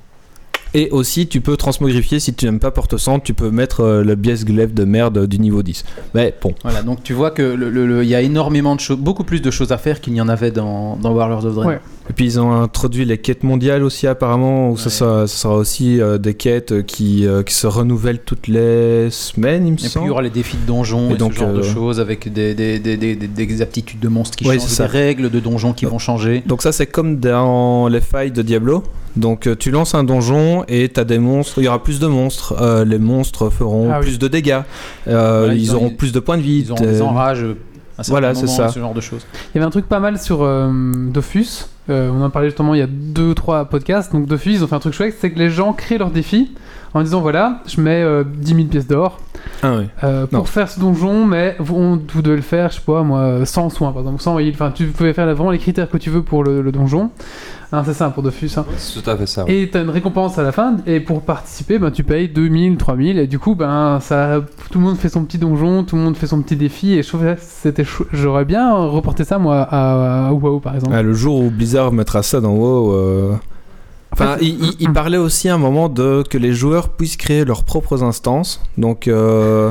Speaker 2: et... aussi tu peux transmogrifier si tu n'aimes pas porte centre tu peux mettre euh, le biais glaive de merde du niveau 10. Mais bon,
Speaker 3: Voilà, donc tu vois que le- le- le- il y a énormément de choses, beaucoup plus de choses à faire qu'il n'y en avait dans, dans Warlords of Draenor.
Speaker 1: Ouais.
Speaker 2: et puis ils ont introduit les quêtes mondiales aussi apparemment où ça,
Speaker 3: Ouais.
Speaker 2: sera, ça sera aussi euh, des quêtes qui, euh, qui se renouvellent toutes les semaines, il me
Speaker 3: Et puis il y
Speaker 2: semble.
Speaker 3: aura les défis de donjon
Speaker 2: Et
Speaker 3: et,
Speaker 2: donc,
Speaker 3: ce genre
Speaker 2: euh,
Speaker 3: de choses avec des, des, des, des, des- des aptitudes de monstres qui
Speaker 2: Ouais,
Speaker 3: changent,
Speaker 2: c'est ça.
Speaker 3: des règles de donjon qui
Speaker 2: Euh,
Speaker 3: vont changer.
Speaker 2: Donc ça c'est comme dans les failles de Diablo. Donc euh, tu lances un donjon et t'as des monstres. Il y aura plus de monstres. Euh, les monstres feront
Speaker 1: Ah oui.
Speaker 2: plus de dégâts. Euh,
Speaker 3: Voilà,
Speaker 2: ils,
Speaker 3: ils ont-
Speaker 2: auront
Speaker 3: ils-
Speaker 2: plus de points de vie.
Speaker 3: Ils ont des
Speaker 2: Euh,
Speaker 3: enrages. euh, à certains
Speaker 2: voilà, c'est
Speaker 3: moments,
Speaker 2: ça.
Speaker 3: Ce genre de choses.
Speaker 1: Il y avait un truc pas mal sur euh, Dofus. Euh, on en parlait justement il y a deux ou trois podcasts. Donc Dofus, ils ont fait un truc chouette, c'est que les gens créent leurs défis en disant voilà, je mets euh, 10 000 pièces d'or
Speaker 2: Ah oui.
Speaker 1: euh,
Speaker 2: Non.
Speaker 1: pour faire ce donjon, mais vous, on- vous devez le faire, je sais pas moi, sans soin par exemple, sans heal. Enfin, tu pouvais faire vraiment les critères que tu veux pour le, le donjon. Hein, c'est ça pour Dofus. hein.
Speaker 7: C'est tout à fait ça. ouais.
Speaker 1: Et t'as une récompense à la fin, et pour participer, ben, tu payes 2000, 3000, et du coup, ben, ça, tout le monde fait son petit donjon, tout le monde fait son petit défi, et je trouve que c'était chou- J'aurais bien reporté ça, moi, à, à WoW, par exemple.
Speaker 2: Ah, le jour où Blizzard mettra ça dans WoW. euh, Enfin,
Speaker 1: Après,
Speaker 2: il, il- il parlait aussi à un moment de que les joueurs puissent créer leurs propres instances. Donc, euh,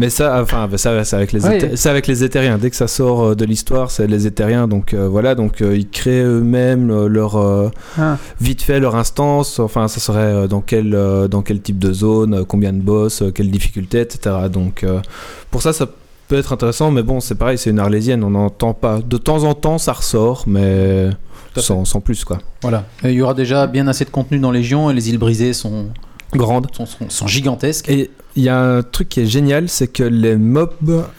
Speaker 2: mais ça, enfin, bah, ça, c'est avec les,
Speaker 1: Oui.
Speaker 2: Éthé- c'est avec les Éthériens. Dès que ça sort euh, de l'histoire, c'est les Éthériens. Donc euh, voilà, donc euh, ils créent eux-mêmes euh, leur euh,
Speaker 1: Ah.
Speaker 2: vite fait leur instance. Enfin, ça serait euh, dans quel euh, dans quel type de zone, euh, combien de boss, euh, quelle difficulté, etc. Donc euh, pour ça, ça peut être intéressant, mais bon, c'est pareil, c'est une arlésienne, on n'entend pas. De temps en temps, ça ressort, mais
Speaker 3: à fait.
Speaker 2: sans, sans plus, quoi.
Speaker 3: Voilà. Et il y aura déjà bien assez de contenu dans Légion et les îles brisées sont,
Speaker 2: Grande.
Speaker 3: sont, sont, sont gigantesques.
Speaker 2: Et il y a un truc qui est génial, c'est que les mobs,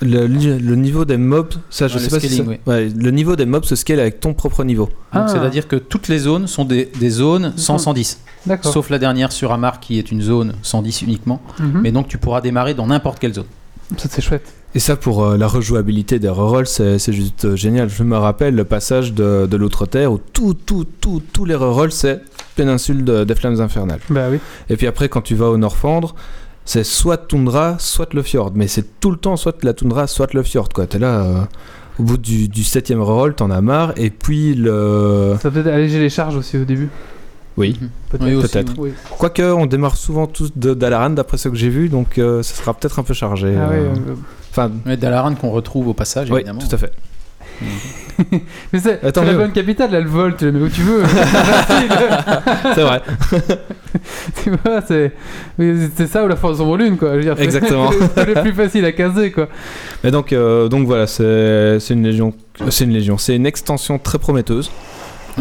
Speaker 2: le, le niveau des mobs, ça je
Speaker 3: Ouais,
Speaker 2: sais
Speaker 3: le
Speaker 2: pas si
Speaker 3: scaling,
Speaker 2: ça-
Speaker 3: oui.
Speaker 2: ouais, le niveau des mobs se scale avec ton propre niveau.
Speaker 1: Ah.
Speaker 3: Donc, C'est-à-dire que toutes les zones sont des, des zones 100-110,
Speaker 1: D'accord.
Speaker 3: sauf la dernière sur Amar qui est une zone 110 uniquement.
Speaker 1: Mhm.
Speaker 2: Hmm.
Speaker 3: Mais donc tu pourras démarrer dans n'importe quelle zone.
Speaker 1: Ça, c'est chouette.
Speaker 2: Et ça, pour euh, la rejouabilité des rerolls, c'est c'est juste euh, génial. Je me rappelle le passage de, de l'Outre-Terre où tout, tout, tout, tous les rerolls, c'est péninsule de- des flammes infernales.
Speaker 1: Bah oui.
Speaker 2: Et puis après, quand tu vas au Norfandre, c'est soit toundra, soit le fjord. Mais c'est tout le temps soit la toundra, soit le fjord. Quoi. T'es là, euh, au bout du, du septième reroll, t'en as marre. Et puis le.
Speaker 1: Ça peut peut-être alléger les charges aussi au début.
Speaker 2: Oui.
Speaker 1: Peut-être.
Speaker 3: Oui, Hmm. aussi,
Speaker 2: Peut-être.
Speaker 1: Oui.
Speaker 2: Quoique, on démarre souvent tous de- d'Alaran, d'après ce que j'ai vu, donc euh, ça sera peut-être un peu chargé.
Speaker 1: Ah oui,
Speaker 2: euh.
Speaker 1: euh,
Speaker 2: Enfin,
Speaker 3: Ouais, Dalaran qu'on retrouve au passage,
Speaker 2: oui,
Speaker 3: évidemment.
Speaker 2: tout à fait.
Speaker 1: Mais c'est
Speaker 2: Attends,
Speaker 1: c'est la
Speaker 2: mais-
Speaker 1: bonne capitale, là, le vol, tu le mets où tu
Speaker 2: *laughs*
Speaker 1: veux. *laughs*
Speaker 2: C'est vrai.
Speaker 1: tu vois, c'est mais c'est ça ou la force en lune, quoi. Je veux dire, c'est-
Speaker 2: Exactement.
Speaker 1: *laughs* c'est le plus facile à caser, quoi.
Speaker 2: Et donc, euh, donc voilà, c'est c'est une légion, c'est une légion, c'est une extension très prometteuse.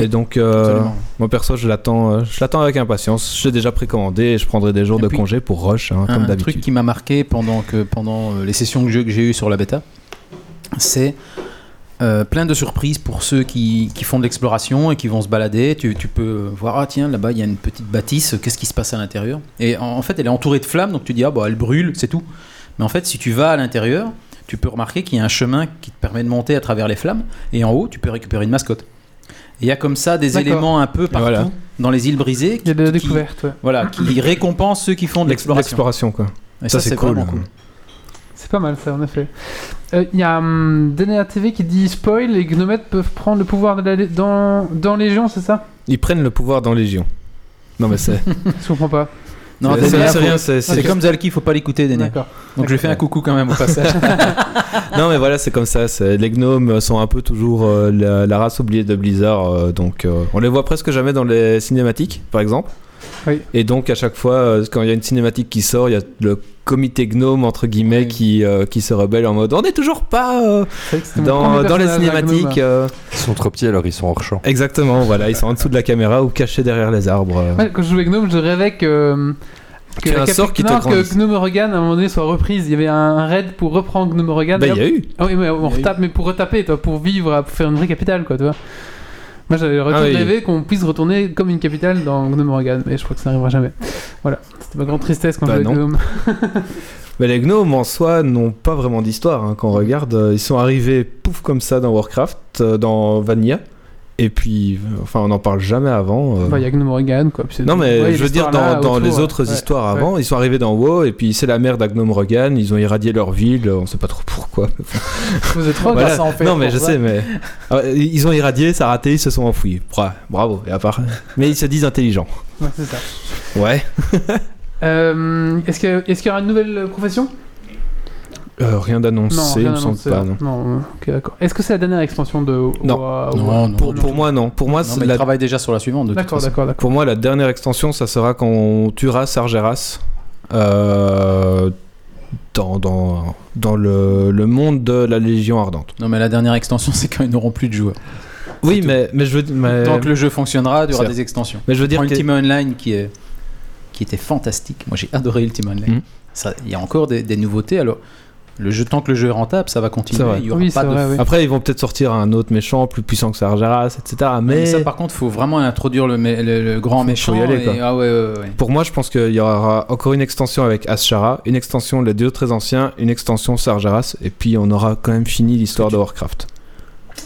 Speaker 2: Et donc, euh,
Speaker 3: Absolument.
Speaker 2: moi perso, je l'attends, euh, je l'attends avec impatience. J'ai déjà précommandé et je prendrai des jours
Speaker 3: Et
Speaker 2: de
Speaker 3: puis,
Speaker 2: congé pour Rush, hein, comme
Speaker 3: un, truc
Speaker 2: d'habitude.
Speaker 3: qui m'a marqué pendant, que, pendant euh, les sessions de jeu que j'ai eues sur la bêta, c'est euh, plein de surprises pour ceux qui, qui font de l'exploration et qui vont se balader. Tu, tu peux voir, ah tiens, là-bas, il y a une petite bâtisse, qu'est-ce qui se passe à l'intérieur Et en, en fait, elle est entourée de flammes, donc tu dis, ah bah, elle brûle, c'est tout. Mais en fait, si tu vas à l'intérieur, tu peux remarquer qu'il y a un chemin qui te permet de monter à travers les flammes, et en haut, tu peux récupérer une mascotte. Et Il y a comme ça des
Speaker 1: D'accord.
Speaker 3: éléments un peu partout
Speaker 2: Voilà.
Speaker 3: dans les îles brisées
Speaker 1: Il y a
Speaker 3: qui,
Speaker 1: de la
Speaker 3: qui-
Speaker 1: découverte, ouais.
Speaker 2: *coughs*
Speaker 3: voilà, qui récompensent ceux qui font de
Speaker 2: L'ex-
Speaker 3: l'exploration.
Speaker 2: L'exploration, quoi.
Speaker 3: Et
Speaker 2: Ça, c'est cool.
Speaker 3: vraiment cool.
Speaker 1: C'est pas mal, ça, en effet. Euh, Il y a hum, DNA TV qui dit spoil, les gnomètes peuvent prendre le pouvoir de la lé- dans, dans Légion, c'est ça *laughs*
Speaker 2: Ils prennent le pouvoir dans Légion. Non mais c'est.
Speaker 1: Je comprends pas.
Speaker 3: *laughs* Non,
Speaker 2: c'est-
Speaker 3: Denis,
Speaker 2: c'est-
Speaker 3: là,
Speaker 2: c'est
Speaker 3: faut-
Speaker 2: rien, c'est-
Speaker 3: C'est
Speaker 2: c'est-
Speaker 3: comme Zalki, faut pas l'écouter, Denis.
Speaker 1: D'accord.
Speaker 3: Donc je lui fais un coucou quand même au
Speaker 2: *laughs*
Speaker 3: passage.
Speaker 2: Non mais voilà, c'est comme ça. c'est- Les gnomes sont un peu toujours euh, la, la race oubliée de Blizzard, euh, donc euh, on les voit presque jamais dans les cinématiques, par exemple.
Speaker 1: Oui.
Speaker 2: Et donc à chaque fois, euh, quand il y a une cinématique qui sort, il y a le comité gnome entre guillemets
Speaker 3: Oui.
Speaker 2: qui euh, qui se rebelle en mode on n'est toujours pas euh,
Speaker 1: C'est vrai que c'était mon
Speaker 2: dans,
Speaker 1: premier
Speaker 2: dans les
Speaker 1: personnage, un gnome.
Speaker 2: cinématiques. euh.
Speaker 7: Ils sont trop petits alors ils sont hors champ.
Speaker 2: Exactement, voilà, ils sont en dessous de la caméra ou cachés derrière les arbres. euh.
Speaker 1: Ouais, quand je jouais Gnome, je rêvais que.
Speaker 2: Qu'il y ait un
Speaker 1: la
Speaker 2: sort qui te
Speaker 1: non, que
Speaker 2: grandisse.
Speaker 1: Gnome Regan à un moment donné soit reprise. Il y avait un, un raid pour reprendre Gnome Regan.
Speaker 2: Bah
Speaker 1: et
Speaker 2: il y
Speaker 1: hop.
Speaker 2: a eu.
Speaker 1: Ah oui, mais, on
Speaker 3: Il y a
Speaker 1: retape, mais pour retaper, toi, pour vivre, pour faire une vraie capitale, quoi, tu vois. Moi j'avais
Speaker 2: Ah oui.
Speaker 1: rêvé qu'on puisse retourner comme une capitale dans Gnome Regan, mais je crois que ça n'arrivera jamais. Voilà, c'était ma grande tristesse quand
Speaker 2: Bah
Speaker 1: je jouais
Speaker 2: non.
Speaker 1: Gnome.
Speaker 2: Mais les gnomes en soi n'ont pas vraiment d'histoire hein, quand on regarde. euh, Ils sont arrivés pouf comme ça dans Warcraft, euh, dans Vanilla, et puis euh, enfin on n'en parle jamais avant. euh.
Speaker 1: Enfin, Bah, il y a Gnome Regan, quoi. puis c'est-
Speaker 2: Non mais
Speaker 1: Ouais,
Speaker 2: je veux dire
Speaker 1: l'histoire là,
Speaker 2: dans, dans
Speaker 1: autour,
Speaker 2: les
Speaker 1: ouais.
Speaker 2: autres
Speaker 1: Ouais.
Speaker 2: histoires avant, ils sont arrivés dans WoW et puis c'est la merde à Gnome Regan, ils ont irradié leur ville, euh, on sait pas trop pourquoi.
Speaker 1: Vous êtes trop
Speaker 2: Voilà.
Speaker 1: grâce à en fait.
Speaker 2: non mais
Speaker 1: pour
Speaker 2: je
Speaker 1: ça.
Speaker 2: sais mais Ah, ils ont irradié, ça a raté, ils se sont enfouis. Bra- Bravo, et à part. Mais ils se disent intelligents.
Speaker 1: Ouais, c'est ça.
Speaker 2: Ouais.
Speaker 1: Euh, Est-ce que- est-ce qu'il y aura une nouvelle profession
Speaker 2: Euh, rien d'annoncé, hein. il
Speaker 1: rien
Speaker 2: me semble
Speaker 1: annoncé,
Speaker 2: pas.
Speaker 1: là.
Speaker 2: non.
Speaker 1: Non, ok, d'accord. Est-ce que c'est la dernière expansion de Wa-
Speaker 2: Non.
Speaker 1: Wa- Wa-
Speaker 3: non, non.
Speaker 2: Pour,
Speaker 3: non,
Speaker 2: pour moi non, pour moi
Speaker 3: mais
Speaker 2: c'est
Speaker 3: il
Speaker 2: la
Speaker 3: travaille déjà sur la suivante. de toute
Speaker 1: D'accord,
Speaker 3: façon.
Speaker 1: d'accord, d'accord.
Speaker 2: Pour moi, la dernière extension, ça sera quand on tuera Sargeras euh, dans, dans, dans le, le monde de la Légion Ardente.
Speaker 3: Non, mais la dernière extension, *laughs* c'est quand ils n'auront plus de joueurs.
Speaker 2: Oui, mais, mais, je veux, mais,
Speaker 3: Tant que le jeu fonctionnera, il y aura
Speaker 2: C'est-
Speaker 3: des extensions.
Speaker 2: mais je veux dire
Speaker 3: Prends
Speaker 2: que...
Speaker 3: Ultima Online qui est qui était fantastique. Moi, j'ai adoré Ultima Online.
Speaker 2: Mhm.
Speaker 3: Ça, il y a encore des, des nouveautés. Alors, le jeu, tant que le jeu est rentable, ça va
Speaker 2: C'est
Speaker 3: continuer.
Speaker 2: vrai.
Speaker 3: Il y aura
Speaker 1: Oui,
Speaker 3: pas
Speaker 1: c'est
Speaker 3: de
Speaker 1: vrai, oui.
Speaker 2: Après, ils vont peut-être sortir un autre méchant plus puissant que Sargeras, etc. Mais,
Speaker 3: Mais ça, par contre, faut vraiment introduire le, mé- le- le grand méchant.
Speaker 2: y aller,
Speaker 3: et-
Speaker 2: quoi.
Speaker 3: Ah ouais, ouais, ouais.
Speaker 2: pour moi, je pense qu'il y aura encore une extension avec Ashara, une extension Les Dieux Très Anciens, une extension Sargeras, et puis on aura quand même fini l'histoire de Warcraft.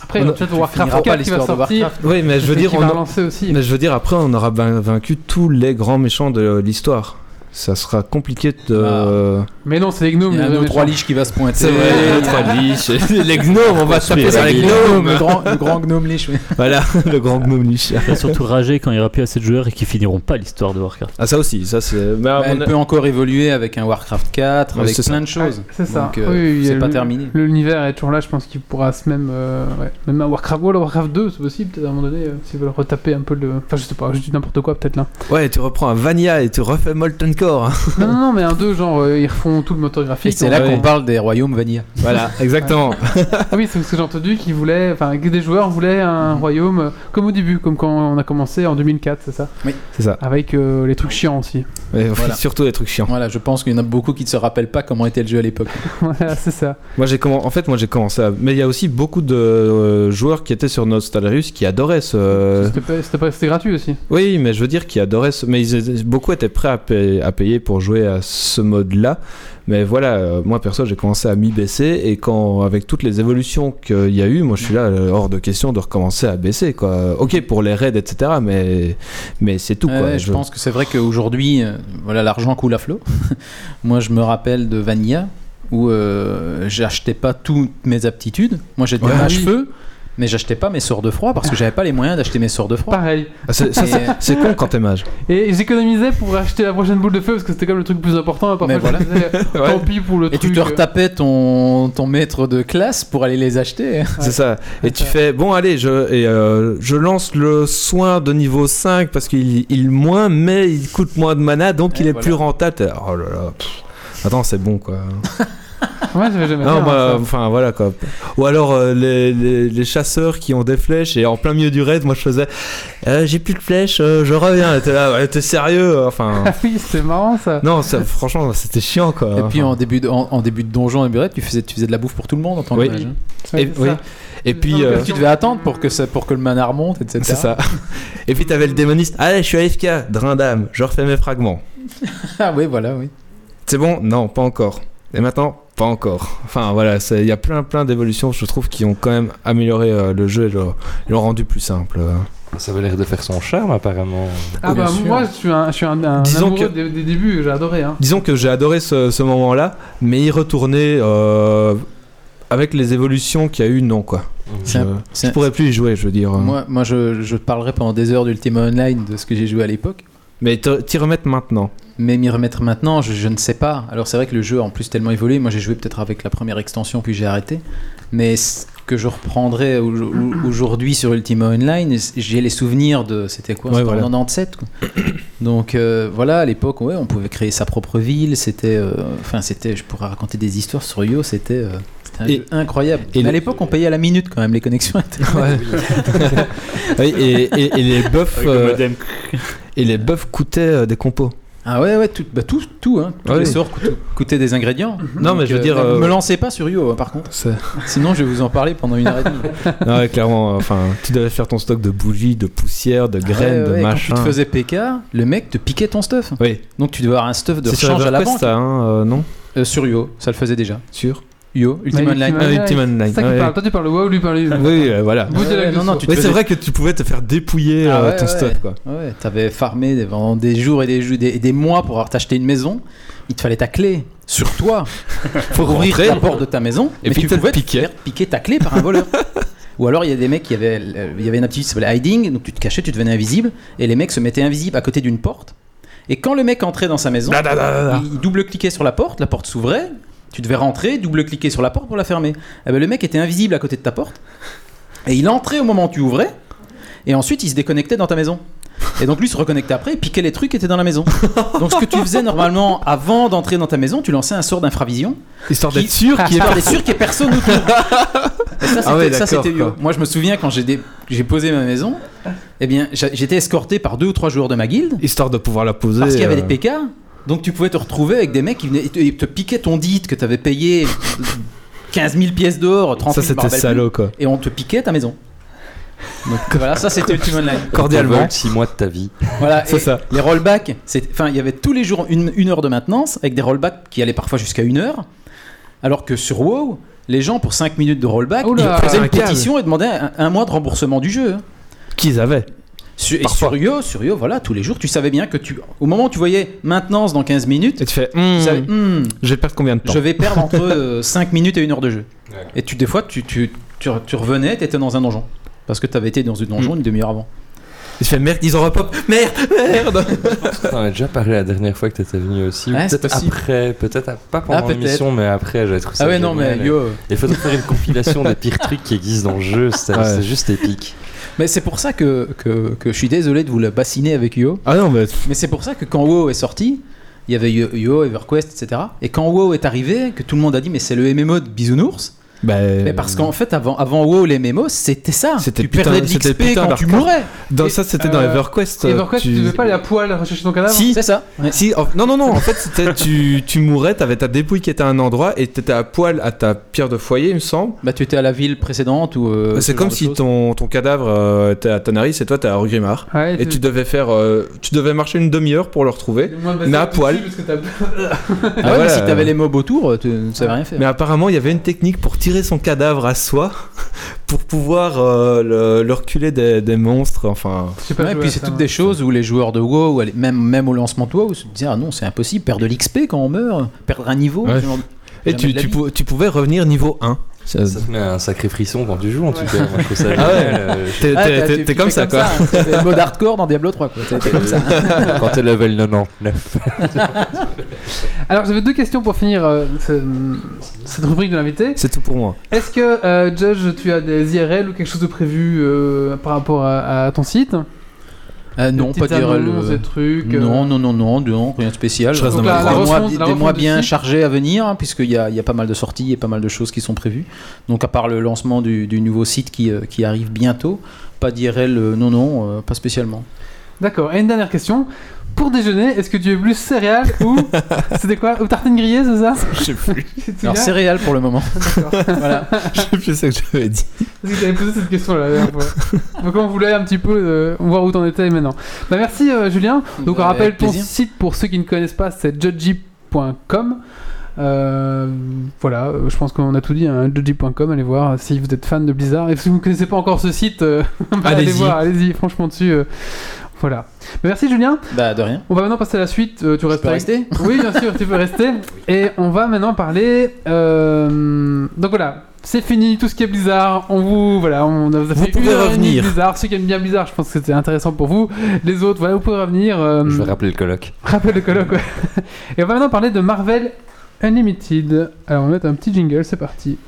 Speaker 1: Après, il y a peut-être
Speaker 3: finiras
Speaker 1: Warcraft 4
Speaker 3: pas
Speaker 1: qui va
Speaker 3: l'histoire de
Speaker 1: sortir.
Speaker 3: Warcraft.
Speaker 2: Oui, mais je veux
Speaker 1: et
Speaker 2: dire,
Speaker 1: qui
Speaker 2: on,
Speaker 1: va relancer aussi.
Speaker 2: Mais je veux dire, après, on aura vain- vaincu tous les grands méchants de l'histoire. Ça sera compliqué de. *laughs*
Speaker 3: Ah.
Speaker 1: Mais non, c'est les gnomes.
Speaker 3: Il y
Speaker 1: les
Speaker 3: a un
Speaker 1: vrais
Speaker 3: autre roi
Speaker 1: méchants.
Speaker 3: liche qui va se pointer.
Speaker 2: les trois liches, les gnomes, on va se taper sur les
Speaker 3: Le
Speaker 2: gnomes.
Speaker 3: grand, le grand gnome liche. oui.
Speaker 2: Voilà, *laughs* le grand gnome liche.
Speaker 4: Il va surtout rager quand il n'y aura plus assez de joueurs et qui finiront pas l'histoire de Warcraft.
Speaker 2: Ah, ça aussi, ça c'est. mais à
Speaker 3: Bah,
Speaker 2: Ah, mon
Speaker 3: elle
Speaker 2: a- Ah,
Speaker 3: peut encore évoluer avec un Warcraft 4,
Speaker 2: Ouais,
Speaker 3: avec
Speaker 2: c'est
Speaker 3: plein
Speaker 2: ça.
Speaker 3: de choses.
Speaker 1: Ouais, c'est ça.
Speaker 3: Donc, euh,
Speaker 1: Oui, oui, il y a
Speaker 3: c'est pas
Speaker 1: le-
Speaker 3: terminé.
Speaker 1: L'univers est toujours là, je pense qu'il pourra se même. euh, ouais. Même à Warcraft, ou alors Warcraft 2, c'est possible, peut-être à un moment donné, euh, s'ils veulent retaper un peu le. Enfin, je sais pas, je dis n'importe quoi peut-être là.
Speaker 2: Ouais, tu reprends un Vania et tu refais Molten Core. hein.
Speaker 1: non, non, non, mais un 2, genre, euh, ils refont tout le moteur
Speaker 3: Et
Speaker 1: graphique.
Speaker 3: c'est là
Speaker 1: on-
Speaker 3: qu'on parle des
Speaker 2: *laughs*
Speaker 3: royaumes vanilla.
Speaker 2: Voilà, exactement.
Speaker 1: Ah oui, c'est parce que j'ai entendu qu'ils voulaient. Enfin, que des joueurs voulaient
Speaker 3: Mhm.
Speaker 1: un royaume euh, comme au début, comme quand on a commencé en 2004, c'est ça
Speaker 2: C'est ça.
Speaker 1: Avec euh, les trucs chiants aussi. *laughs*
Speaker 2: Mais *laughs*
Speaker 3: Voilà.
Speaker 2: Surtout des trucs chiants.
Speaker 3: Voilà, je pense qu'il y en a beaucoup qui ne se rappellent pas comment était le jeu à l'époque.
Speaker 1: voilà, c'est ça.
Speaker 2: Moi, j'ai commen- En fait, moi, j'ai commencé à. Mais il y a aussi beaucoup de euh, joueurs qui étaient sur Nostalrius qui adoraient ce.
Speaker 3: Euh.
Speaker 1: C'était pas- c'était pas- c'était gratuit aussi.
Speaker 2: Oui, mais je veux dire qu'ils adoraient ce... Mais ils étaient- beaucoup étaient prêts à, pa- à à payer pour jouer à ce mode-là. Mais voilà, euh, moi perso, j'ai commencé à m'y baisser et quand, avec toutes les évolutions qu'il y a eu, moi je suis là, euh, hors de question de recommencer à baisser quoi. Ok pour les raids, etc. Mais, mais c'est tout
Speaker 3: Ouais,
Speaker 2: quoi.
Speaker 3: ouais, je, pense que c'est vrai qu'aujourd'hui, euh, voilà, l'argent coule à flot. *laughs* Moi, je me rappelle de Vanilla où euh, j'achetais pas toutes mes aptitudes. Moi, j'étais
Speaker 2: Ouais,
Speaker 3: mage
Speaker 2: oui.
Speaker 3: feu, mais j'achetais pas mes sorts de froid parce que j'avais pas les moyens d'acheter mes sorts de froid.
Speaker 1: Pareil.
Speaker 2: Ah, c'est- ça,
Speaker 3: *laughs* Et-
Speaker 2: c'est- c'est con quand t'es mage.
Speaker 1: Et j'économisais pour acheter la prochaine boule de feu parce que c'était comme le truc le plus important. Parfois,
Speaker 3: Mais
Speaker 1: je
Speaker 3: voilà.
Speaker 1: me
Speaker 3: *laughs*
Speaker 1: disais, Tant pis pour le
Speaker 3: Et
Speaker 1: truc.
Speaker 3: tu te
Speaker 1: euh,
Speaker 3: retapais ton, ton maître de classe pour aller les acheter.
Speaker 2: C'est ça. Et tu fais, bon, allez, je, et, euh, je lance le soin de niveau 5 parce qu'il il moins, mais il coûte moins de mana, donc
Speaker 3: Et
Speaker 2: il est
Speaker 3: voilà.
Speaker 2: plus rentable. T'es là, Oh là là. pff, Attends, c'est bon quoi.
Speaker 1: Ouais, j'avais jamais
Speaker 2: Non,
Speaker 1: fait,
Speaker 2: bah,
Speaker 3: euh,
Speaker 1: hein, ça.
Speaker 2: enfin voilà quoi. Ou alors euh, les, les- les chasseurs qui ont des flèches et en plein milieu du raid, moi je faisais Euh, j'ai plus de flèches, euh, je reviens. Et T'es là, ouais, t'es sérieux *laughs* Enfin,
Speaker 1: *laughs* Ah oui, c'est marrant ça.
Speaker 2: non, ça, franchement, c'était chiant quoi.
Speaker 3: Et puis
Speaker 2: Enfin.
Speaker 3: en début de, en, en début de donjon et burette, tu faisais, tu faisais de la bouffe pour tout le monde en tant
Speaker 2: Oui.
Speaker 3: que mage. hein.
Speaker 1: Ouais,
Speaker 2: et,
Speaker 1: c'est
Speaker 2: oui.
Speaker 1: ça.
Speaker 2: et puis.
Speaker 1: Non,
Speaker 2: euh,
Speaker 1: comme
Speaker 3: Tu devais attendre pour que, ça, pour que le mana remonte, etc.
Speaker 2: C'est ça. Et puis t'avais le démoniste. Allez, je suis AFK, drain d'âme, je refais mes fragments.
Speaker 3: *laughs* ah oui, voilà, oui.
Speaker 2: C'est bon Non, pas encore. Et maintenant Pas encore. Enfin voilà, c'est- il y a plein plein d'évolutions, je trouve, qui ont quand même amélioré euh, le jeu et le- l'ont rendu plus simple. euh.
Speaker 7: Ça avait l'air de faire son charme apparemment.
Speaker 1: Ah
Speaker 3: Bien
Speaker 1: bah
Speaker 3: sûr.
Speaker 1: moi je suis un, je suis un, un
Speaker 2: Disons
Speaker 1: amoureux
Speaker 2: que-
Speaker 1: des, des débuts, j'ai adoré. Hein.
Speaker 2: Disons que j'ai adoré ce, ce moment-là, mais y retourner euh, avec les évolutions qu'il y a eu, non quoi. Je,
Speaker 3: C'est un- c'est
Speaker 2: je
Speaker 3: un-
Speaker 2: pourrais plus y jouer, je veux dire.
Speaker 3: Moi, moi je, je parlerai pendant des heures d'Ultima Online de ce que j'ai joué à l'époque.
Speaker 2: Mais te- t'y remettre
Speaker 3: *laughs*
Speaker 2: maintenant.
Speaker 3: Mais m'y remettre maintenant, je, je ne sais pas. Alors c'est vrai que le jeu a en plus tellement évolué. Moi j'ai joué peut-être avec la première extension puis j'ai arrêté. Mais ce que je reprendrai au- au- aujourd'hui sur Ultima Online, j'ai les souvenirs de... C'était quoi
Speaker 2: Ouais,
Speaker 3: C'était
Speaker 2: voilà.
Speaker 3: en 97 quoi. Donc euh, voilà, à l'époque, ouais, on pouvait créer sa propre ville. C'était... euh, Enfin, c'était... Je pourrais raconter des histoires sur Yo, c'était... euh, c'était un
Speaker 2: Et-
Speaker 3: jeu incroyable.
Speaker 2: et
Speaker 3: Mais à
Speaker 2: le-
Speaker 3: l'époque, on payait à la minute quand même les connexions. Internet.
Speaker 2: Oui, *laughs* et, et- et les buffs,
Speaker 4: Avec le
Speaker 2: euh,
Speaker 4: modem.
Speaker 2: et les buffs coûtaient euh, des compos.
Speaker 3: Ah ouais, ouais, tout, bah tout, tout hein. Tous
Speaker 2: Ouais.
Speaker 3: les sorts coûtent- coûtaient des ingrédients.
Speaker 2: Non, mais je veux dire,
Speaker 3: Mhm. ne
Speaker 2: euh,
Speaker 3: Me lancez pas sur Yo, hein, par contre.
Speaker 2: C'est-
Speaker 3: Sinon, je vais vous en parler pendant une heure et demie.
Speaker 2: Non, *laughs* ouais, clairement, euh, enfin, tu devais faire ton stock de bougies, de poussière, de graines,
Speaker 3: Ah Ouais, ouais,
Speaker 2: de
Speaker 3: quand
Speaker 2: machin.
Speaker 3: tu te faisais PK, le mec te piquait ton stuff.
Speaker 2: Oui,
Speaker 3: Donc tu devais avoir un stuff de
Speaker 2: c'est sur
Speaker 3: rechange à la
Speaker 2: EverQuest,
Speaker 3: banque.
Speaker 2: ça, hein, euh, non
Speaker 3: Euh, sur Yo, ça le faisait déjà.
Speaker 2: Sur
Speaker 3: Yo, Ultima
Speaker 1: Mais
Speaker 3: Online.
Speaker 1: Ultima- Ouais,
Speaker 2: Ultimate Online.
Speaker 1: C'est ça qui
Speaker 2: ouais.
Speaker 1: parle. Toi tu parles WoW, lui parle.
Speaker 2: Oui, euh, voilà.
Speaker 1: Bout de
Speaker 3: Ouais,
Speaker 1: la gueule
Speaker 3: non,
Speaker 1: du
Speaker 3: non,
Speaker 1: soir.
Speaker 3: tu te
Speaker 2: Oui, c'est
Speaker 3: faisais-
Speaker 2: vrai que tu pouvais te faire dépouiller
Speaker 3: Ah
Speaker 2: euh,
Speaker 3: ouais,
Speaker 2: ton
Speaker 3: ouais.
Speaker 2: stuff, quoi.
Speaker 3: Ouais, t'avais farmé des- pendant des jours et des, jours- des, des mois pour avoir t'acheté une maison. Il te fallait ta clé sur toi pour ouvrir
Speaker 2: rentrer.
Speaker 3: la porte de ta maison.
Speaker 2: Et
Speaker 3: mais
Speaker 2: puis
Speaker 3: tu
Speaker 2: te le
Speaker 3: pouvais te
Speaker 2: piquer.
Speaker 3: faire piquer ta clé par
Speaker 2: *laughs*
Speaker 3: un voleur. Ou alors il y a des mecs qui avaient, euh, il y avait une aptitude qui s'appelait hiding, donc tu te cachais, tu devenais invisible, et les mecs se mettaient invisibles à côté d'une porte. Et quand le mec entrait dans sa maison, il double-cliquait sur la porte, la porte s'ouvrait, tu devais rentrer, double-cliquer sur la porte pour la fermer. Eh ben, le mec était invisible à côté de ta porte, et il entrait au moment où tu ouvrais, et ensuite il se déconnectait dans ta maison. Et donc lui se reconnectait après, et piquait les trucs qui étaient dans la maison. Donc ce que tu faisais normalement avant d'entrer dans ta maison, tu lançais un sort d'infravision.
Speaker 2: Histoire
Speaker 3: Qui-
Speaker 2: d'être Ah, sûr qu'il y
Speaker 3: Qui
Speaker 2: ait
Speaker 3: est sûr qu'il n'y ait personne autour. *laughs* Et ça, c'était,
Speaker 2: Ah ouais,
Speaker 3: ça,
Speaker 2: d'accord,
Speaker 3: c'était
Speaker 2: quoi.
Speaker 3: yo. Moi, je me souviens quand j'ai, dé- j'ai posé ma maison, eh bien, j'a- j'étais escorté par deux ou trois joueurs de ma guilde
Speaker 2: Histoire de pouvoir la poser.
Speaker 3: parce qu'il y avait
Speaker 2: euh,
Speaker 3: des PK. Donc tu pouvais te retrouver avec des mecs qui venaient et te, et te piquaient ton dit que t'avais payé 15 000 pièces d'or, 30
Speaker 2: Ça,
Speaker 3: 000, je me
Speaker 2: c'était
Speaker 3: rappelle
Speaker 2: salaud, quoi.
Speaker 3: plus, Et on te piquait ta maison. Donc voilà, ça c'était Ultima Online.
Speaker 2: Cordialement.
Speaker 7: 6 mois de ta vie.
Speaker 3: Voilà,
Speaker 2: C'est
Speaker 3: et
Speaker 2: ça.
Speaker 3: Les rollbacks, c'est- enfin, il y avait tous les jours une, une heure de maintenance avec des rollbacks qui allaient parfois jusqu'à une heure. Alors que sur WoW, les gens pour 5 minutes de rollback,
Speaker 2: Oh,
Speaker 1: Oula,
Speaker 3: ils faisaient une
Speaker 2: un câble.
Speaker 3: pétition et demandaient un, un mois de remboursement du jeu. hein.
Speaker 2: Qu'ils avaient.
Speaker 3: Sur, et
Speaker 2: Parfois.
Speaker 3: sur Yo, sur Yo, voilà, tous les jours, tu savais bien que tu, au moment où tu voyais maintenance dans 15 minutes,
Speaker 2: Et tu fais,
Speaker 3: tu savais,
Speaker 2: hmm,
Speaker 3: Hmm,
Speaker 2: je vais perdre combien de temps
Speaker 3: je vais perdre entre 5 minutes et une heure de jeu. Et tu, des fois, tu, tu, tu, tu revenais, t'étais dans un donjon. Parce que t'avais été dans un donjon une demi-heure avant.
Speaker 2: Et tu fais, merde, ils ont repop. Merde, merde
Speaker 7: On en a déjà parlé la dernière fois que t'étais venu aussi. ou
Speaker 3: Ouais, c'est
Speaker 7: peut-être
Speaker 3: possible.
Speaker 7: après, peut-être à- pas pendant
Speaker 3: Ah, peut-être.
Speaker 7: l'émission, mais après, j'avais trouvé ça.
Speaker 3: Ah ouais, non, mais
Speaker 7: génial.
Speaker 3: Yo.
Speaker 7: Il faudrait faire une compilation des pires trucs qui existent dans le jeu. C'est
Speaker 2: Ouais.
Speaker 7: c'est juste épique.
Speaker 3: Mais c'est pour ça que, que, que je suis désolé de vous le bassiner avec Yo.
Speaker 2: Ah non, mais.
Speaker 3: Mais c'est pour ça que quand WoW est sorti, il y avait Yo, Yo, EverQuest, etc. Et quand WoW est arrivé, que tout le monde a dit mais c'est le MMO de Bisounours,
Speaker 2: Ben,
Speaker 3: Mais parce qu'en fait, avant, avant WoW, les mémos, c'était ça.
Speaker 2: C'était
Speaker 3: tu
Speaker 2: putain-
Speaker 3: perdais de
Speaker 2: c'était
Speaker 3: l'XP
Speaker 2: putain
Speaker 3: quand tu
Speaker 2: d'hardcore.
Speaker 3: mourais.
Speaker 2: dans
Speaker 3: et-
Speaker 2: ça, c'était dans
Speaker 1: euh,
Speaker 2: EverQuest.
Speaker 1: Et pourquoi tu
Speaker 2: tu-
Speaker 1: devais pas aller à poil rechercher ton cadavre
Speaker 2: Si,
Speaker 3: C'est ça.
Speaker 2: Si, en- non, non, non, en fait, c'était- tu, tu mourais, t'avais ta dépouille qui était à un endroit et t'étais à poil à ta pierre de foyer, il me semble.
Speaker 3: Bah, tu étais à la ville précédente ou.
Speaker 2: c'est
Speaker 3: euh, ce
Speaker 2: comme
Speaker 3: genre de
Speaker 2: si
Speaker 3: choses.
Speaker 2: ton, ton cadavre euh, était à Tanaris et toi t'es à Rugrimard.
Speaker 1: Ouais,
Speaker 2: Et tu devais faire. euh, tu devais marcher une demi-heure pour le retrouver.
Speaker 1: bah,
Speaker 2: mais à poil.
Speaker 3: Ah ouais,
Speaker 2: Ah, voilà,
Speaker 3: mais si t'avais
Speaker 2: euh.
Speaker 3: les mobs autour, tu ne savais rien faire.
Speaker 2: Mais apparemment, il y avait une technique pour tirer son cadavre à soi *laughs* pour pouvoir euh, le, le reculer des, des monstres. Enfin.
Speaker 3: Ouais, et puis c'est toutes des choses où les joueurs de WoW, ou allez, même, même au lancement de WoW, se disaient Ah non, c'est impossible, perdre de l'XP quand on meurt, perdre un niveau.
Speaker 2: Ouais.
Speaker 3: ce genre de-
Speaker 2: Et
Speaker 3: Jamais
Speaker 2: tu,
Speaker 3: de la
Speaker 2: tu,
Speaker 3: vie.
Speaker 2: pou- tu pouvais revenir niveau 1.
Speaker 7: Ça te met un sacré frisson quand tu joues en tout cas. moi, je trouve ça
Speaker 2: Ah ouais.
Speaker 7: génial, euh, je-
Speaker 2: T'es
Speaker 3: Ah,
Speaker 2: t'es- t'es-
Speaker 3: tu
Speaker 2: t'es
Speaker 3: fais
Speaker 2: comme ça, quoi.
Speaker 3: hein. C'est le mode hardcore dans Diablo 3, quoi. C'était comme ça.
Speaker 2: *laughs*
Speaker 7: quand t'es level 99.
Speaker 1: Alors j'avais deux questions pour finir euh, ce- cette rubrique de l'invité.
Speaker 2: C'est tout pour moi.
Speaker 1: Est-ce que, euh, Judge, tu as des IRL ou quelque chose de prévu euh, par rapport à, à ton site
Speaker 3: Euh, non,
Speaker 1: Des
Speaker 3: pas
Speaker 1: petites
Speaker 3: dire
Speaker 1: annonces, des trucs. euh,
Speaker 3: Non, non, non, non, non, rien de spécial.
Speaker 2: Je reste
Speaker 1: Donc,
Speaker 2: dans
Speaker 1: la,
Speaker 2: mes
Speaker 1: la
Speaker 2: droits.
Speaker 3: des mois,
Speaker 1: refonte-
Speaker 3: bi-
Speaker 1: la
Speaker 3: des mois
Speaker 1: refonte du
Speaker 3: bien
Speaker 1: site.
Speaker 3: chargés à venir, hein, puisqu'il y a, il y a pas mal de sorties et pas mal de choses qui sont prévues. Donc, à part le lancement du, du nouveau site qui, euh, qui arrive bientôt, pas d'IRL, euh, non, non, euh, pas spécialement.
Speaker 1: D'accord. Et une dernière question. Pour déjeuner, est-ce que tu es plus céréales ou c'était quoi Ou tartine grillée, c'est ça
Speaker 2: Je sais plus,
Speaker 1: *laughs* Tu te
Speaker 3: Alors,
Speaker 1: souviens
Speaker 3: céréales pour
Speaker 2: *laughs*
Speaker 3: le moment. voilà.
Speaker 2: je sais plus ce que j'avais dit.
Speaker 1: Parce que t'avais posé cette question la dernière fois. Donc on voulait un petit peu euh, voir où t'en étais maintenant. Bah merci euh, Julien.
Speaker 3: *laughs*
Speaker 1: Donc on
Speaker 3: Bah,
Speaker 1: rappelle
Speaker 3: avec
Speaker 1: ton
Speaker 3: plaisir.
Speaker 1: site pour ceux qui ne connaissent pas, c'est judgy.com. Euh, voilà, euh, je pense qu'on a tout dit, hein, judgy.com, allez voir euh, si vous êtes fan de Blizzard. Et si vous ne connaissez pas encore ce site, euh, *laughs* bah, allez
Speaker 2: Allez-y.
Speaker 1: voir, allez-y, franchement dessus. euh, voilà. Bah, merci Julien.
Speaker 3: Bah, de rien.
Speaker 1: On va maintenant passer à la suite. euh, tu restes
Speaker 3: peux
Speaker 1: avec-
Speaker 3: rester
Speaker 1: Oui, bien sûr, tu peux rester. Et on va maintenant parler. euh, Donc voilà, c'est fini tout ce qui est Blizzard. On vous voilà, on vous a
Speaker 2: Vous
Speaker 1: fait
Speaker 2: pouvez
Speaker 1: une heure et demie de
Speaker 2: revenir.
Speaker 1: Blizzard. Ceux qui aiment bien Blizzard, je pense que c'était intéressant pour vous. Les autres, voilà, vous pouvez revenir. euh,
Speaker 7: Je vais rappeler le colloque.
Speaker 1: Rappel de colloque. ouais. Et on va maintenant parler de Marvel Unlimited. Alors on va mettre un petit jingle. C'est parti.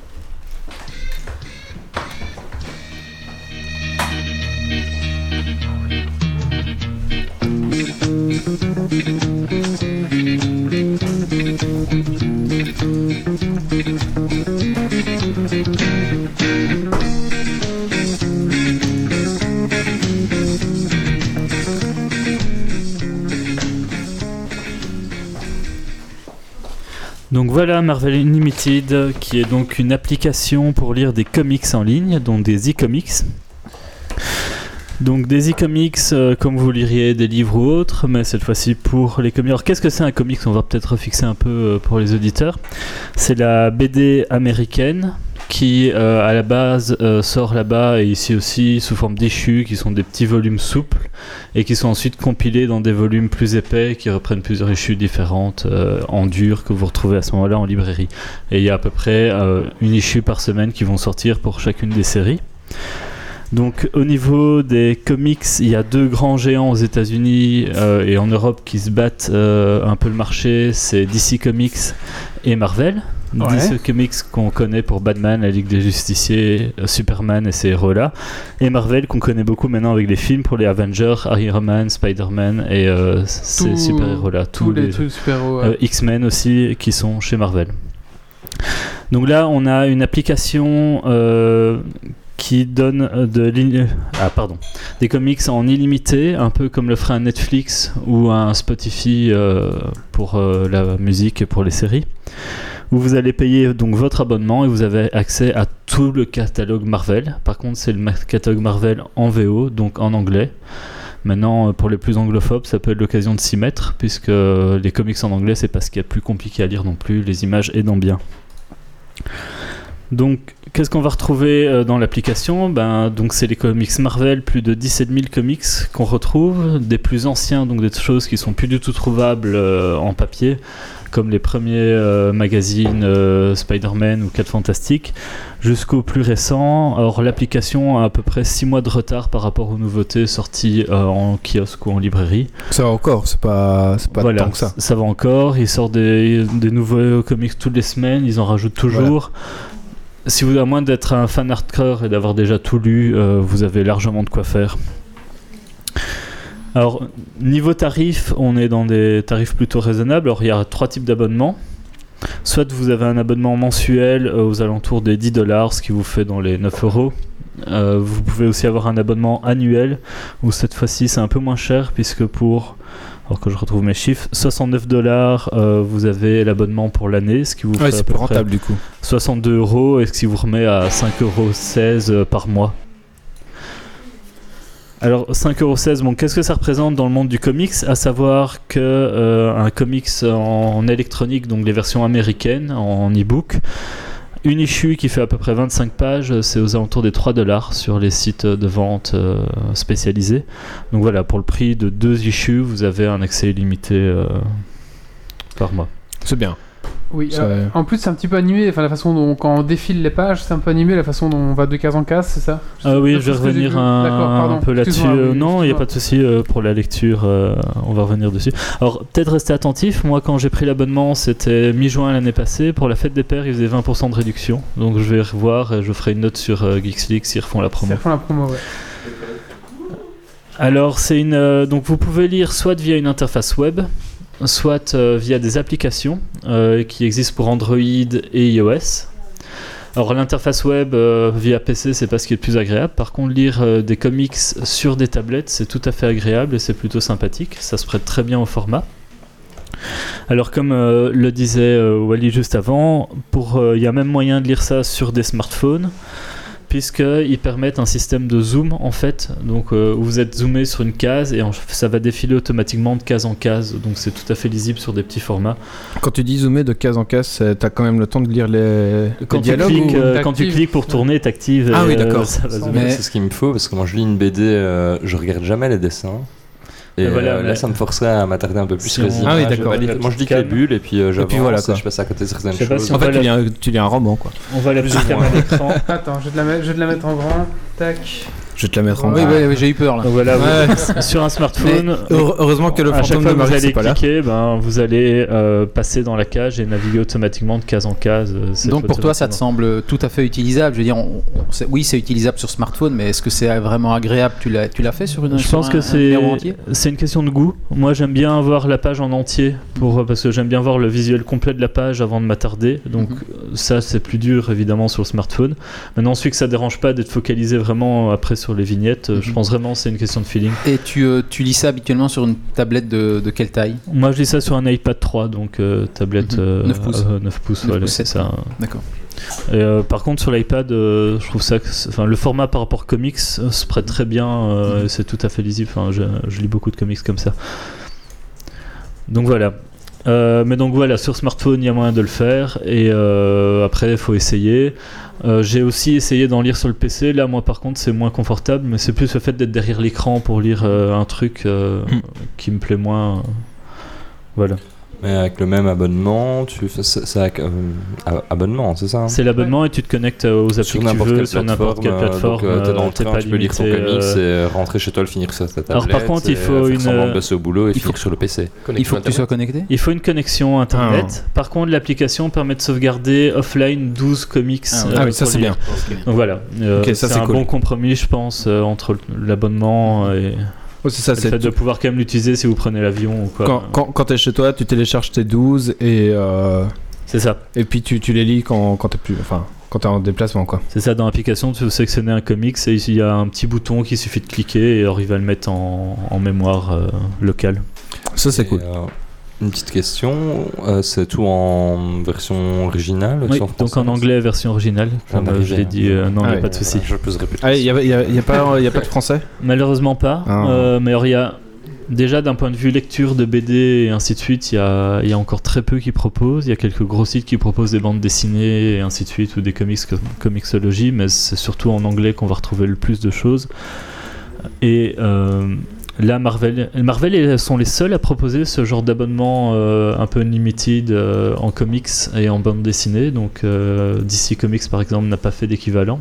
Speaker 4: Donc voilà Marvel Unlimited, euh, qui est donc une application pour lire des comics en ligne, donc des e-comics. Donc des e-comics euh, comme vous liriez des livres ou autres, mais cette fois-ci pour les comics. Alors qu'est-ce que c'est un comics On va peut-être refixer un peu euh, pour les auditeurs. C'est la BD américaine qui euh, à la base euh, sort là-bas et ici aussi sous forme d'échus qui sont des petits volumes souples et qui sont ensuite compilés dans des volumes plus épais qui reprennent plusieurs échus différentes euh, en dur que vous retrouvez à ce moment-là en librairie. Et il y a à peu près euh, une issue par semaine qui vont sortir pour chacune des séries. Donc au niveau des comics, il y a deux grands géants aux États-Unis euh, et en Europe qui se battent euh, un peu le marché, c'est DC Comics et Marvel.
Speaker 1: Ouais.
Speaker 4: DC Comics qu'on connaît pour Batman, la Ligue des Justiciers, euh, Superman et ces héros-là, et Marvel qu'on connaît beaucoup maintenant avec les films pour les Avengers, Iron Man, Spider-Man et euh, ces
Speaker 1: Tous-
Speaker 4: super-héros-là,
Speaker 1: Tous, les, trucs super héros.
Speaker 4: euh, X-Men aussi qui sont chez Marvel. Donc là, on a une application euh, qui donne euh, de l'in- ah, pardon. des comics en illimité, un peu comme le ferait un Netflix ou un Spotify euh, pour euh, la musique et pour les séries. Où vous allez payer donc votre abonnement et vous avez accès à tout le catalogue Marvel. Par contre, c'est le ma- catalogue Marvel en VO, donc en anglais. Maintenant, euh, pour les plus anglophobes, ça peut être l'occasion de s'y mettre, puisque euh, les comics en anglais, c'est pas ce qu'il y a de plus compliqué à lire non plus, les images aidant bien. Donc, qu'est-ce qu'on va retrouver euh, dans l'application ben, donc C'est les comics Marvel, plus de 17 000 comics qu'on retrouve, des plus anciens, donc des choses qui sont plus du tout trouvables euh, en papier, comme les premiers euh, magazines euh, Spider-Man ou 4 Fantastiques, jusqu'au plus récent. Or, l'application a à peu près 6 mois de retard par rapport aux nouveautés sorties euh, en kiosque ou en librairie.
Speaker 2: Ça va encore, c'est pas, c'est pas
Speaker 4: Voilà,
Speaker 2: tant que ça.
Speaker 4: va encore. Ils sortent des, des nouveaux comics toutes les semaines, ils en rajoutent toujours. Si vous, à moins d'être un fan hardcore et d'avoir déjà tout lu, euh, vous avez largement de quoi faire. Alors, niveau tarif, on est dans des tarifs plutôt raisonnables. Alors, il y a trois types d'abonnements. Soit vous avez un abonnement mensuel euh, aux alentours des 10 dollars, ce qui vous fait dans les 9 euros. Euh, vous pouvez aussi avoir un abonnement annuel où cette fois-ci c'est un peu moins cher puisque pour alors que je retrouve mes chiffres 69 dollars euh, vous avez l'abonnement pour l'année ce qui vous
Speaker 2: Ouais,
Speaker 4: fait à
Speaker 2: c'est
Speaker 4: peu
Speaker 2: plus
Speaker 4: près
Speaker 2: rentable du coup.
Speaker 4: 62 euros et ce qui vous remet à 5,16 euros euh, par mois. Alors 5,16 euros, bon, qu'est-ce que ça représente dans le monde du comics À savoir que euh, un comics en électronique, donc les versions américaines en e-book, une issue qui fait à peu près 25 pages, c'est aux alentours des 3 dollars sur les sites de vente euh, spécialisés. Donc voilà, pour le prix de deux issues, vous avez un accès illimité euh, par mois.
Speaker 2: C'est bien.
Speaker 1: Oui,
Speaker 2: Ça-
Speaker 1: euh, en plus c'est un petit peu animé, enfin la façon dont quand on défile les pages, c'est un peu animé, la façon dont on va de case en case, c'est ça
Speaker 4: Ah
Speaker 1: D'après
Speaker 4: oui, je vais
Speaker 1: ce que j'ai
Speaker 4: revenir
Speaker 1: vu.
Speaker 4: un,
Speaker 1: D'accord, pardon.
Speaker 4: un peu là-dessus.
Speaker 1: Excuse-moi,
Speaker 4: Euh,
Speaker 1: oui,
Speaker 4: non, il n'y a
Speaker 1: excuse-moi.
Speaker 4: pas de souci euh, pour la lecture. euh, on va revenir dessus. Alors, peut-être rester attentif. Moi, quand j'ai pris l'abonnement, c'était mi-juin l'année passée. Pour la fête des pères, ils faisaient 20% de réduction. Donc, je vais revoir et je ferai une note sur euh, Geeks League s'ils refont la
Speaker 1: C'est
Speaker 4: promo.
Speaker 1: la fin de la promo, ouais.
Speaker 4: Alors, c'est une. euh, donc, vous pouvez lire soit via une interface web, soit euh, via des applications euh, qui existent pour Android et iOS. Alors, l'interface web euh, via PC, c'est pas ce qui est le plus agréable. Par contre, lire euh, des comics sur des tablettes, c'est tout à fait agréable et c'est plutôt sympathique. Ça se prête très bien au format. Alors, comme euh, le disait euh, Wally juste avant, pour, euh, il y a même moyen de lire ça sur des smartphones puisqu'ils permettent un système de zoom en fait, donc euh, où vous êtes zoomé sur une case et en- ça va défiler automatiquement de case en case, donc c'est tout à fait lisible sur des petits formats.
Speaker 2: Quand tu dis zoomer de case en case, c'est- t'as quand même le temps de lire les, les
Speaker 4: Quand, tu
Speaker 2: dialogues
Speaker 4: cliques,
Speaker 2: ou-
Speaker 4: euh, quand tu
Speaker 1: t'actives
Speaker 4: cliques pour tourner, t'actives.
Speaker 2: Ah
Speaker 4: et,
Speaker 2: oui, d'accord.
Speaker 4: euh, ça va zoomer.
Speaker 7: Mais c'est ce qu'il me faut parce que quand je lis une BD, euh, je regarde jamais les dessins. Et
Speaker 4: Et voilà,
Speaker 7: euh, là,
Speaker 4: mais-
Speaker 7: ça me forcerait à m'attarder un peu plus
Speaker 4: Si
Speaker 7: sur
Speaker 4: on-
Speaker 7: les
Speaker 2: Ah oui,
Speaker 7: images.
Speaker 2: d'accord.
Speaker 7: Bah, Moi, je lis que les
Speaker 4: Calme.
Speaker 7: bulles et puis euh, j'avance,
Speaker 2: puis voilà, quoi.
Speaker 7: je passe à côté de certaines
Speaker 4: Je sais pas
Speaker 7: choses.
Speaker 4: si
Speaker 2: En fait,
Speaker 4: Voilà.
Speaker 2: tu lis, un, tu lis un roman quoi.
Speaker 4: On voit la petite cam à l'écran.
Speaker 1: Attends, je vais, te la mettre, je vais te la mettre en grand. Tac.
Speaker 2: Je vais te la mettre en
Speaker 1: Oui,
Speaker 2: bas.
Speaker 1: oui,
Speaker 9: j'ai eu peur
Speaker 4: Donc voilà, vous-
Speaker 2: Ouais.
Speaker 4: *laughs* sur un smartphone.
Speaker 2: Heure- Heureusement que le
Speaker 4: à chaque
Speaker 2: fantôme
Speaker 4: fois
Speaker 2: de
Speaker 4: que vous
Speaker 2: Marie
Speaker 4: allez
Speaker 2: c'est pas là.
Speaker 4: cliquer, ben, vous allez euh, passer dans la cage et naviguer automatiquement de case en case. euh, c'est
Speaker 9: Donc pour toi, ça te
Speaker 4: automatiquement.
Speaker 9: semble tout à fait utilisable. Je veux dire, on- on- c'est- oui, c'est utilisable sur smartphone, mais est-ce que c'est vraiment agréable Tu l'as, tu l'as fait sur une
Speaker 4: Je
Speaker 9: sur
Speaker 4: pense
Speaker 9: un-
Speaker 4: que
Speaker 9: un
Speaker 4: c'est
Speaker 9: numéro euh, entier
Speaker 4: c'est une question de goût. Moi, j'aime bien voir la page en entier pour euh, parce que j'aime bien voir le visuel complet de la page avant de m'attarder. Donc
Speaker 9: Mhm.
Speaker 4: euh, ça, c'est plus dur évidemment sur le smartphone. Maintenant, celui que ça dérange pas d'être focalisé vraiment après sur les vignettes, euh, je
Speaker 9: Mhm.
Speaker 4: pense vraiment que c'est une question de feeling.
Speaker 9: Et tu, euh, tu lis ça habituellement sur une tablette de, de quelle taille
Speaker 4: Moi, je lis ça sur un iPad 3, donc euh, tablette
Speaker 9: Mhm.
Speaker 4: euh,
Speaker 9: 9 pouces.
Speaker 4: euh, 9 pouces,
Speaker 9: 9
Speaker 4: voilà,
Speaker 9: pouces,
Speaker 4: c'est
Speaker 9: sept.
Speaker 4: ça.
Speaker 9: D'accord.
Speaker 4: Et, euh, par contre, sur l'iPad, euh, je trouve ça, que c'est- enfin, le format par rapport comics euh, se prête très bien. euh, C'est tout à fait lisible. Enfin, je, je lis beaucoup de comics comme ça. Donc voilà. Euh, mais donc voilà, sur smartphone, il y a moyen de le faire. Et euh, après, il faut essayer. Euh, J'ai aussi essayé d'en lire sur le PC. Là, moi, par contre, c'est moins confortable, mais c'est plus le fait d'être derrière l'écran pour lire euh, un truc euh, qui me plaît moins. Voilà.
Speaker 7: Mais avec le même abonnement, tu fais ça, ça- euh, a- abonnement, c'est ça hein
Speaker 4: C'est l'abonnement et tu te connectes euh, aux applis
Speaker 7: sur
Speaker 4: que tu
Speaker 7: n'importe
Speaker 4: veux,
Speaker 7: quelle
Speaker 4: sur
Speaker 7: plateforme,
Speaker 4: n'importe quelle
Speaker 7: euh,
Speaker 4: plateforme.
Speaker 7: donc, euh, t'es dans
Speaker 4: euh,
Speaker 7: le
Speaker 4: t'es
Speaker 7: train,
Speaker 4: pas
Speaker 7: tu peux lire ton
Speaker 4: limité,
Speaker 7: comics
Speaker 4: euh,
Speaker 7: et rentrer chez toi le finir sur ta tablette.
Speaker 4: Alors, par contre, il
Speaker 7: et
Speaker 4: faut
Speaker 7: faire
Speaker 4: une,
Speaker 7: semblant de
Speaker 4: euh,
Speaker 7: bosser au boulot et
Speaker 9: il faut-
Speaker 7: finir sur le PC.
Speaker 9: Il faut que tu sois connecté
Speaker 4: Il faut une connexion
Speaker 2: Ah.
Speaker 4: internet. Par contre, l'application permet de sauvegarder offline 12 comics.
Speaker 9: Ah ouais.
Speaker 4: euh,
Speaker 2: Ah oui, ça
Speaker 4: pour
Speaker 2: c'est
Speaker 4: lire.
Speaker 2: bien.
Speaker 4: Donc voilà, Euh,
Speaker 2: Ok, ça,
Speaker 4: c'est
Speaker 2: c'est
Speaker 4: un
Speaker 2: cool.
Speaker 4: bon compromis, je pense, euh, entre l'abonnement et
Speaker 2: Oh, c'est ça,
Speaker 4: le fait
Speaker 2: c'est
Speaker 4: de pouvoir quand même l'utiliser si vous prenez l'avion ou quoi.
Speaker 2: quand, quand, quand t'es chez toi, tu télécharges tes 12 et, euh,
Speaker 4: C'est ça.
Speaker 2: et puis tu, tu les lis quand, quand t'es plus. Enfin, quand t'es en déplacement quoi.
Speaker 4: C'est ça, dans l'application, tu veux sélectionner un comics et il y a un petit bouton qu'il suffit de cliquer et alors il va le mettre en, en mémoire euh, locale.
Speaker 2: Ça c'est
Speaker 7: Et,
Speaker 2: cool.
Speaker 7: euh, une petite question, euh, c'est tout en version originale
Speaker 4: Oui,
Speaker 7: sans
Speaker 4: donc
Speaker 7: français,
Speaker 4: en anglais, version originale,
Speaker 7: Ah,
Speaker 4: comme
Speaker 7: bah,
Speaker 4: euh, je
Speaker 7: j'ai-
Speaker 4: l'ai dit, euh, non, il
Speaker 2: Ah
Speaker 4: n'y a
Speaker 2: oui.
Speaker 4: pas de souci.
Speaker 7: Je peux se répéter.
Speaker 2: Ah, il n'y a, y a- y a, pas- y a pas de français
Speaker 4: Malheureusement pas,
Speaker 2: Ah.
Speaker 4: euh, mais alors il y a déjà d'un point de vue lecture de BD et ainsi de suite, il y a, il y a encore très peu qui proposent. Il y a quelques gros sites qui proposent des bandes dessinées et ainsi de suite ou des comics comme Comixology, mais c'est surtout en anglais qu'on va retrouver le plus de choses. Et euh, là, Marvel, Marvel est- sont les seuls à proposer ce genre d'abonnement euh, un peu limited euh, en comics et en bande dessinée. Donc euh, DC Comics par exemple n'a pas fait d'équivalent.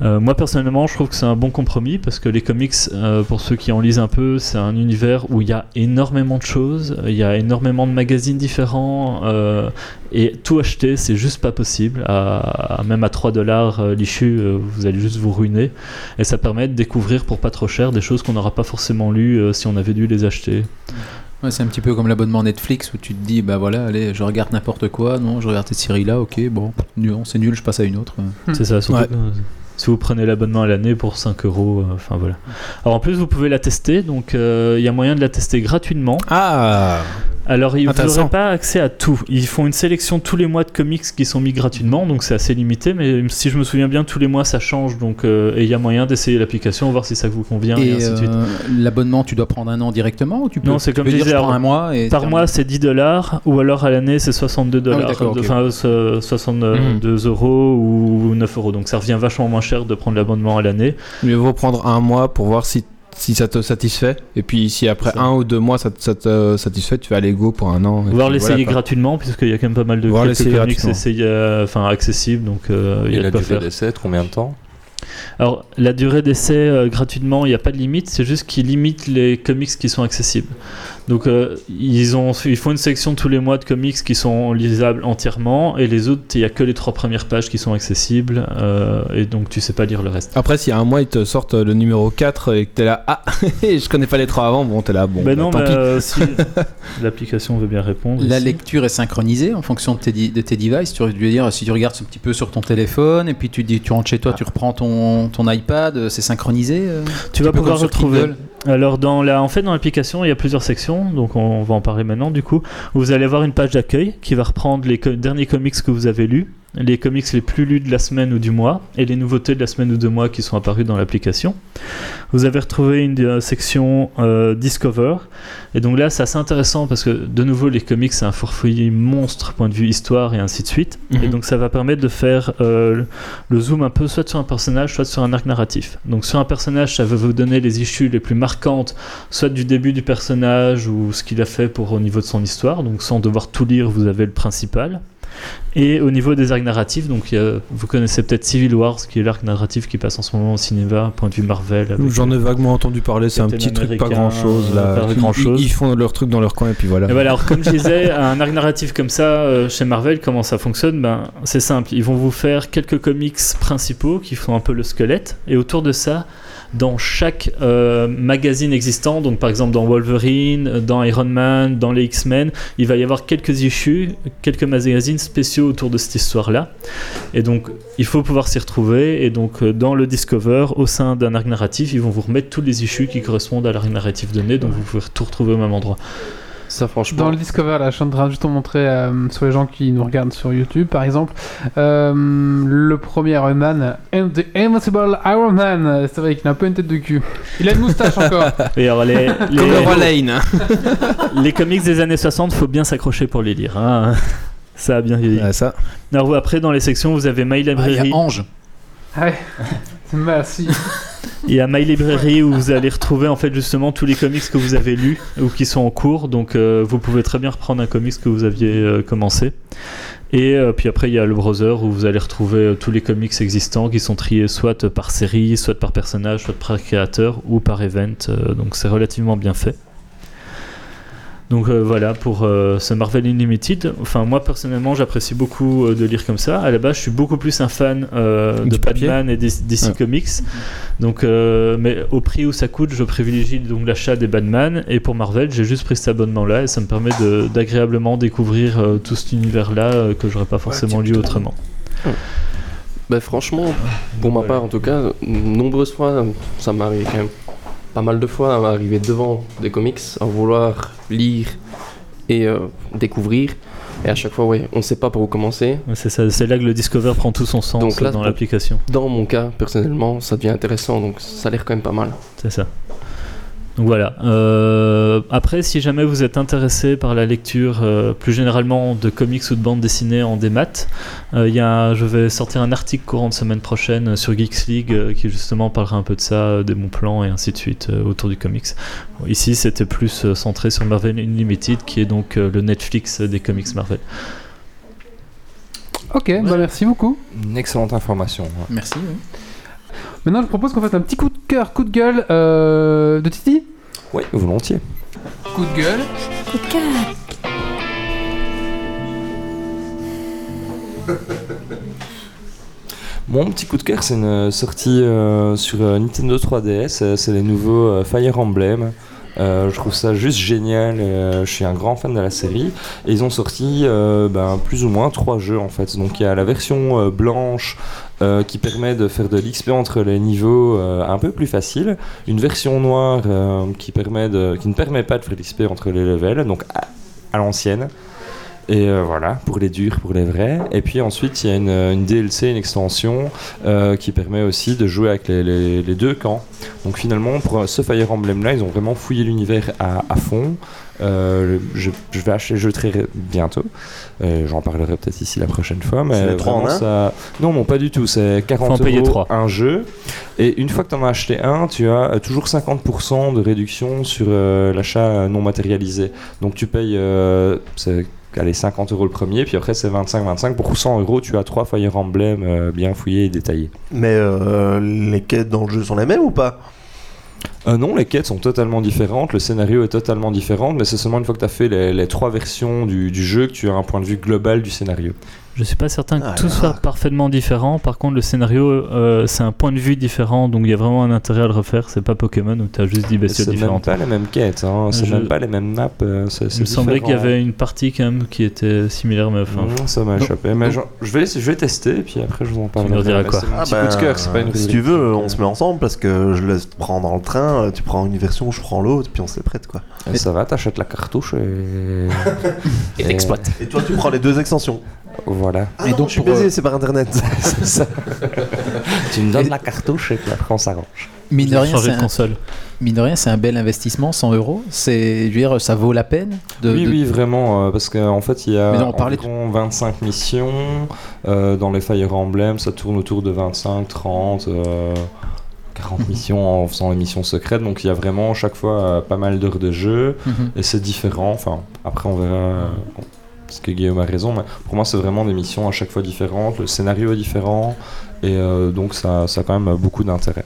Speaker 4: Euh, moi personnellement, je trouve que c'est un bon compromis parce que les comics, euh, pour ceux qui en lisent un peu, c'est un univers où il y a énormément de choses, il y a énormément de magazines différents euh, et tout acheter, c'est juste pas possible. À, à- même à 3 dollars l'issue, euh, vous allez juste vous ruiner. Et ça permet de découvrir pour pas trop cher des choses qu'on n'aura pas forcément lues euh, si on avait dû les acheter.
Speaker 9: Ouais, c'est un petit peu comme l'abonnement Netflix où tu te dis, bah voilà, allez, je regarde n'importe quoi, non, je regarde cette série-là, ok, bon, non, c'est nul, je passe à une autre.
Speaker 4: C'est ça, surtout
Speaker 2: Ouais.
Speaker 4: que, euh, si vous prenez l'abonnement à l'année pour 5 euros, euh, enfin voilà. Alors en plus, vous pouvez la tester, donc euh, il y a moyen de la tester gratuitement.
Speaker 2: Ah
Speaker 4: Alors, ils
Speaker 2: Intéressant.
Speaker 4: n'aurez pas accès à tout. Ils font une sélection tous les mois de comics qui sont mis gratuitement, donc c'est assez limité. Mais si je me souviens bien, tous les mois ça change, donc euh, et il y a moyen d'essayer l'application, voir si ça vous convient et,
Speaker 9: Et
Speaker 4: ainsi de suite.
Speaker 9: euh, l'abonnement, tu dois prendre un an directement ou tu peux,
Speaker 4: Non, c'est
Speaker 9: tu
Speaker 4: comme
Speaker 9: peux
Speaker 4: je
Speaker 9: dire
Speaker 4: disais,
Speaker 9: je prends
Speaker 4: alors,
Speaker 9: un mois et
Speaker 4: Par mois, c'est 10 dollars, ou alors à l'année, c'est 62
Speaker 9: Ah oui,
Speaker 4: dollars,
Speaker 9: d'accord, ok.
Speaker 4: enfin euh, 62 euros ou 9 euros. Donc ça revient vachement moins cher de prendre l'abonnement à l'année.
Speaker 2: Mieux vaut prendre un mois pour voir si, si ça te satisfait. Et puis si après
Speaker 4: Ça.
Speaker 2: un ou deux mois ça, te- ça te satisfait, tu vas aller go pour un an. et
Speaker 4: Voir
Speaker 2: puis
Speaker 4: l'essayer
Speaker 2: voilà, quoi.
Speaker 4: gratuitement, puisqu'il y a quand même pas mal de
Speaker 2: Voir
Speaker 4: quelques
Speaker 2: l'essayer
Speaker 4: comics
Speaker 2: gratuitement.
Speaker 4: essayés, euh, enfin accessibles, donc euh, il
Speaker 7: Et
Speaker 4: y a
Speaker 7: la
Speaker 4: de quoi
Speaker 7: durée
Speaker 4: faire.
Speaker 7: d'essai, de combien de temps
Speaker 4: Alors, la durée d'essai euh, gratuitement, il n'y a pas de limite, c'est juste qu'ils limitent les comics qui sont accessibles. Donc, euh, ils, ont, ils font une sélection tous les mois de comics qui sont lisables entièrement, et les autres, il n'y a que les trois premières pages qui sont accessibles, euh, et donc tu sais pas lire le reste.
Speaker 2: Après, si un mois ils te sortent le numéro 4 et que t'es là, ah, *laughs* je connais pas les trois avant, bon, t'es là, bon,
Speaker 4: Ben
Speaker 2: bah,
Speaker 4: non,
Speaker 2: tant
Speaker 4: mais,
Speaker 2: pis. *laughs*
Speaker 4: euh, si l'application veut bien répondre.
Speaker 9: La
Speaker 4: ici.
Speaker 9: lecture est synchronisée en fonction de tes, di- de tes devices. Tu veux dire, si tu regardes un petit peu sur ton téléphone, et puis tu, dis, tu rentres chez toi,
Speaker 4: Ah.
Speaker 9: tu reprends ton, ton iPad, euh, c'est synchronisé. euh,
Speaker 4: tu
Speaker 9: un
Speaker 4: vas
Speaker 9: peu
Speaker 4: pouvoir
Speaker 9: comme sur
Speaker 4: retrouver.
Speaker 9: Kindle.
Speaker 4: Alors dans la, en fait dans l'application il y a plusieurs sections, donc on, va en parler maintenant du coup. où Vous allez avoir une page d'accueil qui va reprendre les co- derniers comics que vous avez lus, les comics les plus lus de la semaine ou du mois, et les nouveautés de la semaine ou deux mois qui sont apparues dans l'application. Vous avez retrouvé une euh, section euh, Discover, et donc là c'est assez intéressant parce que de nouveau les comics c'est un forfouillis monstre point de vue histoire et ainsi de suite,
Speaker 2: Mhm.
Speaker 4: et donc ça va permettre de faire euh, le- le zoom un peu soit sur un personnage, soit sur un arc narratif. Donc sur un personnage, ça va vous donner les issues les plus marquantes, soit du début du personnage ou ce qu'il a fait pour au niveau de son histoire. Donc sans devoir tout lire, vous avez le principal. Et au niveau des arcs narratifs, donc il y a- vous connaissez peut-être Civil Wars, qui est l'arc narratif qui passe en ce moment au cinéma, point de vue Marvel.
Speaker 9: euh,
Speaker 4: avec-
Speaker 2: J'en ai vaguement entendu parler, c'est un
Speaker 4: Captain
Speaker 2: petit truc, pas
Speaker 4: America,
Speaker 2: grand chose là.
Speaker 4: pas
Speaker 2: Ils-
Speaker 4: grand-chose.
Speaker 2: Ils, ils font leur truc dans leur coin et puis voilà.
Speaker 4: Et voilà, Eh ben, alors comme je disais, un arc narratif comme ça euh, chez Marvel, comment ça fonctionne ben, C'est simple, ils vont vous faire quelques comics principaux qui font un peu le squelette, et autour de ça, dans chaque euh, magazine existant, donc par exemple dans Wolverine, dans Iron Man, dans les X-Men, il va y avoir quelques issues, quelques magazines spéciaux autour de cette histoire-là. Et donc il faut pouvoir s'y retrouver, et donc euh, dans le Discover, au sein d'un arc narratif, ils vont vous remettre toutes les issues qui correspondent à l'arc narratif donné, donc vous pouvez tout retrouver au même endroit.
Speaker 8: Ça,
Speaker 1: Dans
Speaker 8: franchement.
Speaker 1: le Discover, là, je suis en train de juste te montrer euh, sur les gens qui nous regardent sur YouTube, par exemple, euh, le premier Iron Man, and the Invincible Iron Man. Euh, C'est vrai qu'il a un peu une tête de cul. Il a une moustache
Speaker 4: *laughs*
Speaker 1: encore.
Speaker 4: Et alors, les, les-
Speaker 2: *laughs* Comme le roi
Speaker 4: *laughs*
Speaker 2: Lane.
Speaker 4: les comics des années 60, faut bien s'accrocher pour les lire. hein. Ça a bien vieilli.
Speaker 2: Ah, ça.
Speaker 4: Alors, vous, après, dans les sections, vous avez My
Speaker 9: Ah, Il
Speaker 4: Library.
Speaker 9: y a Ange.
Speaker 1: Ouais. Merci.
Speaker 4: *laughs* Il y a My Library où vous allez retrouver en fait justement tous les comics que vous avez lus ou qui sont en cours. Donc, euh, vous pouvez très bien reprendre un comics que vous aviez euh, commencé. Et euh, puis après, il y a le browser où vous allez retrouver euh, tous les comics existants qui sont triés soit euh, par série, soit par personnage, soit par créateur ou par event. euh, donc c'est relativement bien fait. Donc euh, voilà pour euh, ce Marvel Unlimited. Enfin, moi personnellement, j'apprécie beaucoup euh, de lire comme ça. À la base, je suis beaucoup plus un fan euh,
Speaker 2: Du
Speaker 4: de
Speaker 2: papier.
Speaker 4: Batman et des DC
Speaker 2: Ouais.
Speaker 4: Comics. Donc, euh, mais au prix où ça coûte, je privilégie donc l'achat des Batman. Et pour Marvel, j'ai juste pris cet abonnement-là et ça me permet de- d'agréablement découvrir euh, tout cet univers-là euh, que j'aurais pas forcément lu autrement.
Speaker 8: Bah, franchement, pour ma
Speaker 4: Ouais.
Speaker 8: part en tout cas, nombreuses fois, ça m'est arrivé quand même pas mal de fois à m'arriver devant des comics, à vouloir lire et euh, découvrir. Et à chaque fois, ouais, on ne sait pas par où commencer.
Speaker 4: Ouais, C'est ça, c'est là que le Discover prend tout son sens
Speaker 8: Donc là,
Speaker 4: euh, dans
Speaker 8: c'est-
Speaker 4: l'application.
Speaker 8: Dans mon cas, personnellement, ça devient intéressant, donc ça a l'air quand même pas mal.
Speaker 4: C'est ça. Donc voilà. Euh, après, si jamais vous êtes intéressé par la lecture euh, plus généralement de comics ou de bandes dessinées en démat, euh, il y a un- je vais sortir un article courant de semaine prochaine euh, sur Geeks League euh, qui justement parlera un peu de ça, euh, des bons plans et ainsi de suite euh, autour du comics. Bon, ici, c'était plus euh, centré sur Marvel Unlimited qui est donc euh, le Netflix des comics Marvel.
Speaker 1: Ok, bah merci beaucoup.
Speaker 7: Une excellente information. ouais.
Speaker 9: Merci. oui.
Speaker 1: Maintenant, je propose qu'on fasse un petit coup de cœur, coup de gueule euh, de Titi.
Speaker 7: Oui, volontiers.
Speaker 1: Coup de gueule.
Speaker 7: Mon petit coup de cœur, c'est une sortie euh, sur euh, Nintendo 3DS, euh, c'est les nouveaux euh, Fire Emblem. Euh, je trouve ça juste génial. et, euh, je suis un grand fan de la série. Et ils ont sorti euh, ben, plus ou moins trois jeux en fait. Donc il y a la version euh, blanche euh, qui permet de faire de l'XP entre les niveaux euh, un peu plus facile. Une version noire euh, qui, permet de, qui ne permet pas de faire de l'XP entre les levels, donc à, à l'ancienne. Et euh, voilà, pour les durs, pour les vrais. Et puis ensuite, il y a une, une DLC, une extension, euh, qui permet aussi de jouer avec les, les- les deux camps. Donc finalement, pour euh, ce Fire Emblem-là, ils ont vraiment fouillé l'univers à, à fond. Euh, je, je vais acheter le jeu très ré- bientôt. Euh, J'en parlerai peut-être ici la prochaine fois. Mais
Speaker 6: C'est les trois en
Speaker 7: vraiment,
Speaker 6: un
Speaker 7: ça... Non, non, pas du tout. C'est 40
Speaker 4: Faut en payer
Speaker 7: euros
Speaker 4: trois.
Speaker 7: un jeu. Et une fois que tu en as acheté un, tu as euh, toujours 50% de réduction sur euh, l'achat euh, non matérialisé. Donc tu payes euh, c'est- allez, 50 euros le premier, puis après c'est 25-25. Pour 100 euros, tu as trois Fire Emblem euh, bien fouillés et détaillés.
Speaker 6: Mais euh, les quêtes dans le jeu sont les mêmes ou pas
Speaker 7: Euh, non, les quêtes sont totalement différentes, le scénario est totalement différent, mais c'est seulement une fois que tu as fait les, les trois versions du, du jeu que tu as un point de vue global du scénario.
Speaker 4: Je suis pas certain que
Speaker 6: Ah
Speaker 4: tout
Speaker 6: là
Speaker 4: soit parfaitement différent. Par contre, le scénario, euh, c'est un point de vue différent, donc il y a vraiment un intérêt à le refaire. C'est pas Pokémon où t'as juste 10
Speaker 7: Et
Speaker 4: bestioles
Speaker 7: C'est même
Speaker 4: différentes.
Speaker 7: pas les mêmes quêtes, hein, c'est
Speaker 4: Euh, Je-
Speaker 7: même pas les mêmes maps. euh, c'est-
Speaker 4: Il
Speaker 7: c'est
Speaker 4: me semblait qu'il y
Speaker 7: différent. hein.
Speaker 4: avait une partie quand même qui était similaire, mais enfin.
Speaker 7: Non, ça m'a
Speaker 4: Non.
Speaker 7: échappé. Mais genre, je, vais, laisser- je vais tester et puis après je vous en parlerai.
Speaker 4: nous diras
Speaker 7: Mais
Speaker 4: quoi.
Speaker 7: C'est mon
Speaker 6: Ah
Speaker 7: petit coup de
Speaker 6: ben,
Speaker 7: cœur, c'est pas une
Speaker 6: Si
Speaker 7: rubrique.
Speaker 6: tu veux, on se met ensemble parce que je le prends dans le train, tu prends une version, je prends l'autre, puis on se les prête quoi.
Speaker 7: Et Ça va, t'achètes la cartouche et. *laughs*
Speaker 8: Et t'exploites.
Speaker 6: Et toi, tu prends les deux extensions.
Speaker 7: Voilà. *laughs*
Speaker 6: Ah
Speaker 9: Et
Speaker 6: non,
Speaker 9: donc
Speaker 6: je suis
Speaker 9: pour,
Speaker 6: baisé,
Speaker 9: euh,
Speaker 6: c'est par internet.
Speaker 7: c'est ça. tu me donnes
Speaker 9: Et-
Speaker 7: la cartouche et puis après on s'arrange.
Speaker 9: Mine de rien, c'est
Speaker 4: changer de
Speaker 9: un,
Speaker 4: console.
Speaker 9: mine de rien, c'est un bel investissement, 100 euros. C'est, je veux dire, ça vaut la peine. De,
Speaker 7: Oui,
Speaker 9: de-
Speaker 7: oui, vraiment, euh, parce qu'en fait, il y a
Speaker 9: Mais non, on parlait de-
Speaker 7: environ 25 missions. euh, dans les Fire Emblem, ça tourne autour de 25, 30, euh, 40 missions en faisant les missions secrètes. Donc il y a vraiment chaque fois euh, pas mal d'heures de jeu.
Speaker 9: Mhm.
Speaker 7: Et c'est différent, enfin, après on verra, euh, parce que Guillaume a raison, mais pour moi c'est vraiment des missions à chaque fois différentes, le scénario est différent, et euh, donc ça, ça a quand même beaucoup d'intérêt.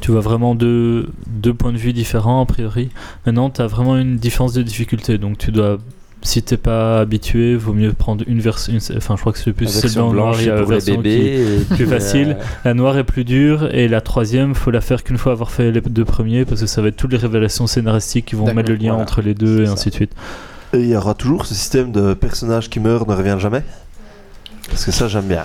Speaker 4: Tu vois vraiment deux, deux points de vue différents a priori. Maintenant, tu as vraiment une différence de difficulté, donc tu dois. Si t'es pas habitué, vaut mieux prendre une version. une- Enfin, je crois que c'est plus
Speaker 7: La
Speaker 4: celle
Speaker 7: version
Speaker 4: en noir,
Speaker 7: blanche
Speaker 4: il y a
Speaker 7: c'est
Speaker 4: la
Speaker 7: pour les
Speaker 4: version qui-
Speaker 7: bébés, et puis,
Speaker 4: facile.
Speaker 7: euh,
Speaker 4: La noire est plus dure et la troisième, faut la faire qu'une fois avoir fait les deux premiers parce que ça va être toutes les révélations scénaristiques qui vont
Speaker 9: D'accord,
Speaker 4: mettre le lien
Speaker 7: voilà.
Speaker 4: entre les deux et
Speaker 7: C'est
Speaker 4: ainsi de suite.
Speaker 6: Et *laughs* il y aura toujours ce système de personnage qui meurt ne revient jamais Parce que ça, j'aime bien.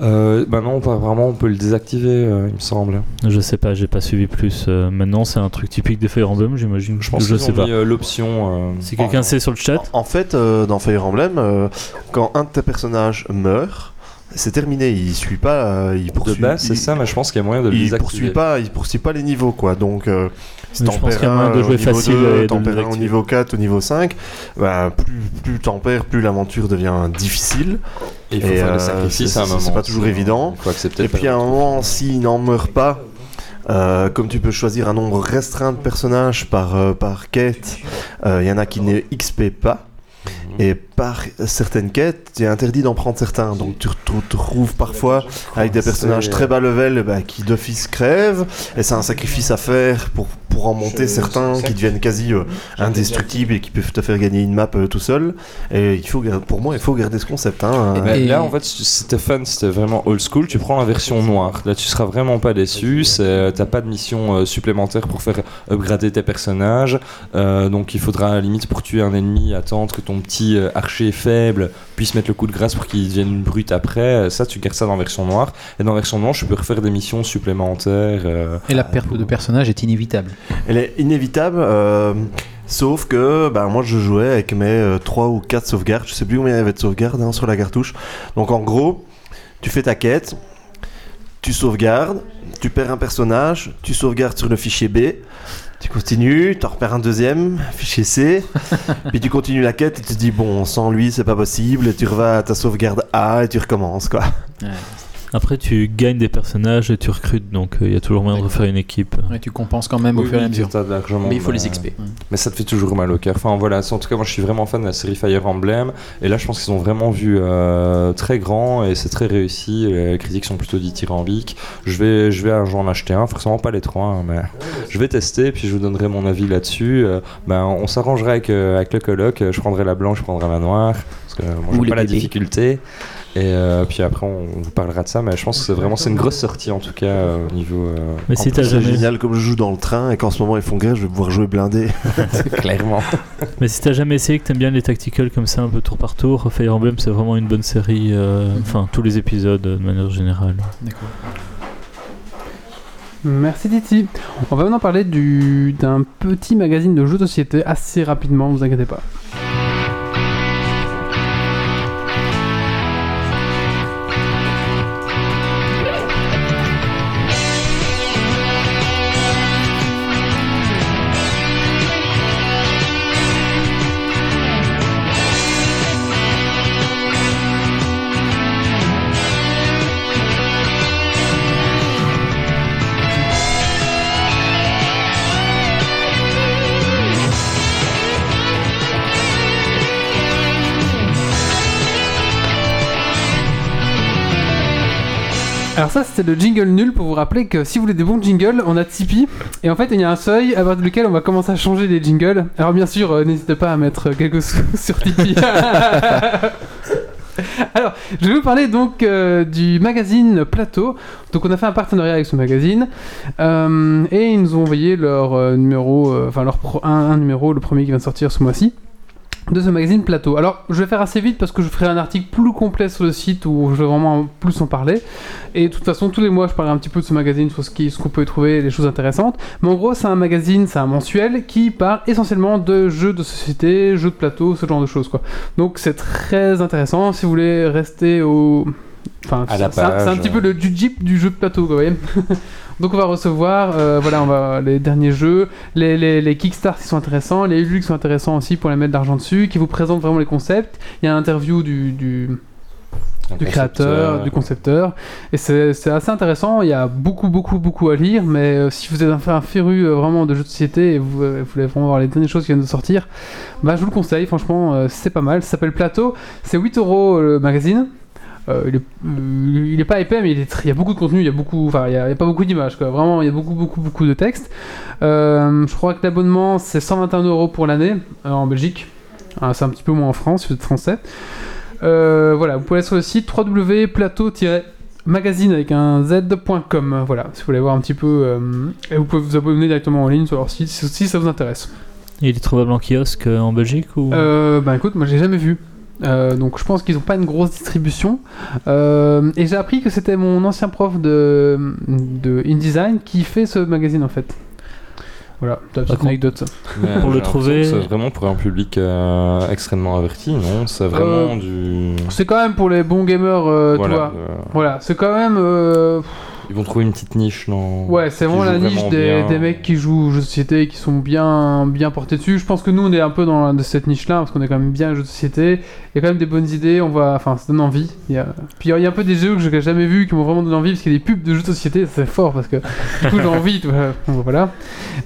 Speaker 7: euh, bah non, pas vraiment, on peut le désactiver, euh, il me semble.
Speaker 4: Je sais pas, j'ai pas suivi plus. euh, maintenant, c'est un truc typique des Fire Emblem, j'imagine.
Speaker 7: Je pense
Speaker 4: je
Speaker 7: qu'ils
Speaker 4: sais
Speaker 7: ont
Speaker 4: pas.
Speaker 7: mis euh, l'option. euh,
Speaker 4: Si quelqu'un sait sur le chat,
Speaker 6: En en fait, euh, dans Fire Emblem, euh, quand un de tes personnages meurt, c'est terminé. Il suit pas, euh, il poursuit.
Speaker 7: de base, c'est
Speaker 6: il-
Speaker 7: ça, mais je pense qu'il y a moyen de le
Speaker 6: Il
Speaker 7: désactiver.
Speaker 6: poursuit pas, il poursuit pas les niveaux quoi. Donc euh, si
Speaker 4: Mais
Speaker 6: t'en
Speaker 4: je pense
Speaker 6: perds
Speaker 4: qu'il y a moyen
Speaker 6: un
Speaker 4: de
Speaker 6: au
Speaker 4: jouer
Speaker 6: niveau
Speaker 4: facile
Speaker 6: 2,
Speaker 4: et de
Speaker 6: t'en
Speaker 4: le
Speaker 6: perds un au
Speaker 4: désactiver.
Speaker 6: niveau 4, au niveau 5, bah, plus plus t'en perds, plus l'aventure devient difficile.
Speaker 7: Et il faut
Speaker 6: Et,
Speaker 7: faire
Speaker 6: euh,
Speaker 7: des sacrifices à un
Speaker 6: c'est-
Speaker 7: moment.
Speaker 6: c'est pas toujours évident.
Speaker 7: Il faut accepter
Speaker 6: Et
Speaker 7: de faire
Speaker 6: puis à un moment, s'il n'en meurt pas, euh, comme tu peux choisir un nombre restreint de personnages par, euh, par quête, euh, il y en a qui ne XP pas. Et par certaines quêtes, tu es interdit d'en prendre certains. Donc tu te retrouves parfois avec des personnages très bas level bah, qui d'office crèvent. Et c'est un sacrifice à faire pour, pour en monter certains qui deviennent quasi euh, indestructibles et qui peuvent te faire gagner une map euh, tout seul. Et il faut, gar- pour moi, il faut garder ce concept. Hein.
Speaker 9: Et-
Speaker 7: Mais Bah, Là, en fait, c'était fun, c'était vraiment old school. Tu prends la version noire. Là, tu seras vraiment pas déçu. C'est- T'as pas de mission euh, supplémentaire pour faire upgrader tes personnages. Euh, donc, il faudra à la limite pour tuer un ennemi attendre que ton petit euh, archer faible puisse mettre le coup de grâce pour qu'il devienne une brute après. Euh, Ça, tu gardes ça dans la version noire. Et dans la version blanche, tu peux refaire des missions supplémentaires. euh,
Speaker 9: *laughs*
Speaker 4: Ah,
Speaker 9: Et la perte de personnage est inévitable.
Speaker 6: Elle est inévitable, euh, sauf que bah, moi je jouais avec mes 3 ou 4 sauvegardes, je sais plus combien il y avait de sauvegardes hein, sur la cartouche. Donc en gros, tu fais ta quête, tu sauvegardes, tu perds un personnage, tu sauvegardes sur le fichier B, tu continues, tu en repères un deuxième, fichier C, puis tu continues la quête et tu te dis bon, sans lui c'est pas possible, et tu revas à ta sauvegarde A et tu recommences quoi.
Speaker 4: après tu gagnes des personnages et tu recrutes, donc euh, il y a toujours moyen de refaire une équipe.
Speaker 9: Ouais, tu compenses quand même au
Speaker 7: oui,
Speaker 9: fur et à
Speaker 7: oui,
Speaker 9: mesure.
Speaker 7: t'as largement
Speaker 8: Euh, Mais il faut
Speaker 7: de-
Speaker 8: les XP.
Speaker 7: Mais ça te fait toujours mal au cœur. Enfin voilà, en tout cas, moi je suis vraiment fan de la série Fire Emblem. Et là, je pense qu'ils ont vraiment vu euh, très grand et c'est très réussi. Les critiques sont plutôt dithyrambiques. Je vais, je vais un jour en acheter un, forcément pas les trois, hein, mais je vais tester puis je vous donnerai mon avis là-dessus. Euh, ben, on s'arrangera avec, euh, avec le coloc. Je prendrai la blanche, je prendrai la noire. Parce que euh, moi
Speaker 8: Ou
Speaker 7: j'ai
Speaker 8: les
Speaker 7: pas la
Speaker 8: bébés.
Speaker 7: difficulté. Et euh, puis après, on vous parlera de ça, mais je pense que c'est vraiment c'est une grosse sortie en tout cas euh, au niveau. euh,
Speaker 4: Mais
Speaker 7: en
Speaker 4: si t'as
Speaker 7: plus,
Speaker 6: C'est
Speaker 4: jamais-
Speaker 6: génial comme je joue dans le train et qu'en ce moment ils font guerre, je vais pouvoir jouer blindé.
Speaker 7: clairement.
Speaker 4: Mais si t'as jamais essayé, que t'aimes bien les tacticals comme ça, un peu tour par tour, Fire Emblem c'est vraiment une bonne série, euh,
Speaker 7: Mhm.
Speaker 4: enfin tous les épisodes euh, de manière générale.
Speaker 3: D'accord.
Speaker 1: Merci Titi. On va maintenant parler du- d'un petit magazine de jeux de société assez rapidement, vous inquiétez pas. Alors ça, c'était le jingle nul pour vous rappeler que si vous voulez des bons jingles, on a Tipeee. Et en fait, il y a un seuil à partir duquel on va commencer à changer les jingles. Alors bien sûr, euh, n'hésitez pas à mettre euh, quelques sous *laughs* sur Tipeee. Alors, je vais vous parler donc euh, du magazine Plateau. Donc, on a fait un partenariat avec ce magazine Euh, et ils nous ont envoyé leur euh, numéro, euh, enfin leur pro- un, un numéro, le premier qui vient de sortir ce mois-ci de ce magazine Plateau. Alors, je vais faire assez vite parce que je ferai un article plus complet sur le site où je vais vraiment en- plus en parler. Et de toute façon, tous les mois, je parlerai un petit peu de ce magazine, sur ce qui- ce qu'on peut y trouver, les choses intéressantes. Mais en gros, c'est un magazine, c'est un mensuel qui parle essentiellement de jeux de société, jeux de plateau, ce genre de choses. Quoi. Donc, c'est très intéressant si vous voulez rester au. Enfin,
Speaker 7: À
Speaker 1: c'est
Speaker 7: la
Speaker 1: c'est un,
Speaker 7: page.
Speaker 1: c'est un petit peu le du jeep du jeu de plateau, quoi, vous voyez. *laughs* Donc, on va recevoir euh, voilà, on va, les derniers jeux, les, les, les Kickstarts qui sont intéressants, les Ulux qui sont intéressants aussi pour les mettre de l'argent dessus, qui vous présentent vraiment les concepts. Il y a une interview du, du, du créateur, du concepteur. Et c'est c'est assez intéressant, il y a beaucoup, beaucoup, beaucoup à lire, mais euh, si vous êtes un, un féru euh, vraiment de jeux de société et vous, euh, vous voulez vraiment voir les dernières choses qui viennent de sortir, bah, je vous le conseille, franchement, euh, c'est pas mal. Ça s'appelle Plateau, c'est 8 euros le magazine. Euh, il, est, euh, il est pas épais, mais il, est tr- il y a beaucoup de contenu, il y a beaucoup, enfin, il y a, il y a pas beaucoup d'images, quoi. Vraiment, il y a beaucoup, beaucoup, beaucoup de textes. Euh, je crois que l'abonnement c'est 121 euros pour l'année euh, en Belgique. Ah, c'est un petit peu moins en France, si vous êtes français. Euh, voilà, vous pouvez aller sur le site www.plateau-magazine avec un z.com. Voilà, si vous voulez voir un petit peu. euh, et vous pouvez vous abonner directement en ligne sur leur site si, si ça vous intéresse.
Speaker 4: Et il est trouvable en kiosque euh, en Belgique ou
Speaker 1: Euh, bah écoute, moi j'ai jamais vu. Euh, donc je pense qu'ils n'ont pas une grosse distribution. Euh, et j'ai appris que c'était mon ancien prof de, de InDesign qui fait ce magazine en fait. Voilà, c'est la petite
Speaker 4: Par contre-
Speaker 1: anecdote.
Speaker 4: Pour le trouver-
Speaker 7: C'est vraiment pour un public euh, extrêmement averti, non C'est vraiment du.
Speaker 1: C'est quand même pour les bons gamers, euh, tu vois.
Speaker 7: euh,
Speaker 1: Voilà, c'est quand même. euh,
Speaker 7: ils vont trouver une petite niche dans.
Speaker 1: Ouais, c'est
Speaker 7: qui
Speaker 1: vraiment
Speaker 7: joue
Speaker 1: la niche
Speaker 7: vraiment
Speaker 1: des,
Speaker 7: bien.
Speaker 1: des mecs qui jouent aux jeux de société et qui sont bien, bien portés dessus. Je pense que nous, on est un peu dans la- de cette niche-là, parce qu'on est quand même bien aux jeux de société. Il y a quand même des bonnes idées, on va... enfin, ça donne envie. Il y a... Puis il y a un peu des jeux que j'ai jamais vus qui m'ont vraiment donné envie, parce qu'il y a des pubs de jeux de société, ça, c'est fort, parce que du coup, j'ai envie, tu vois. Bon, voilà.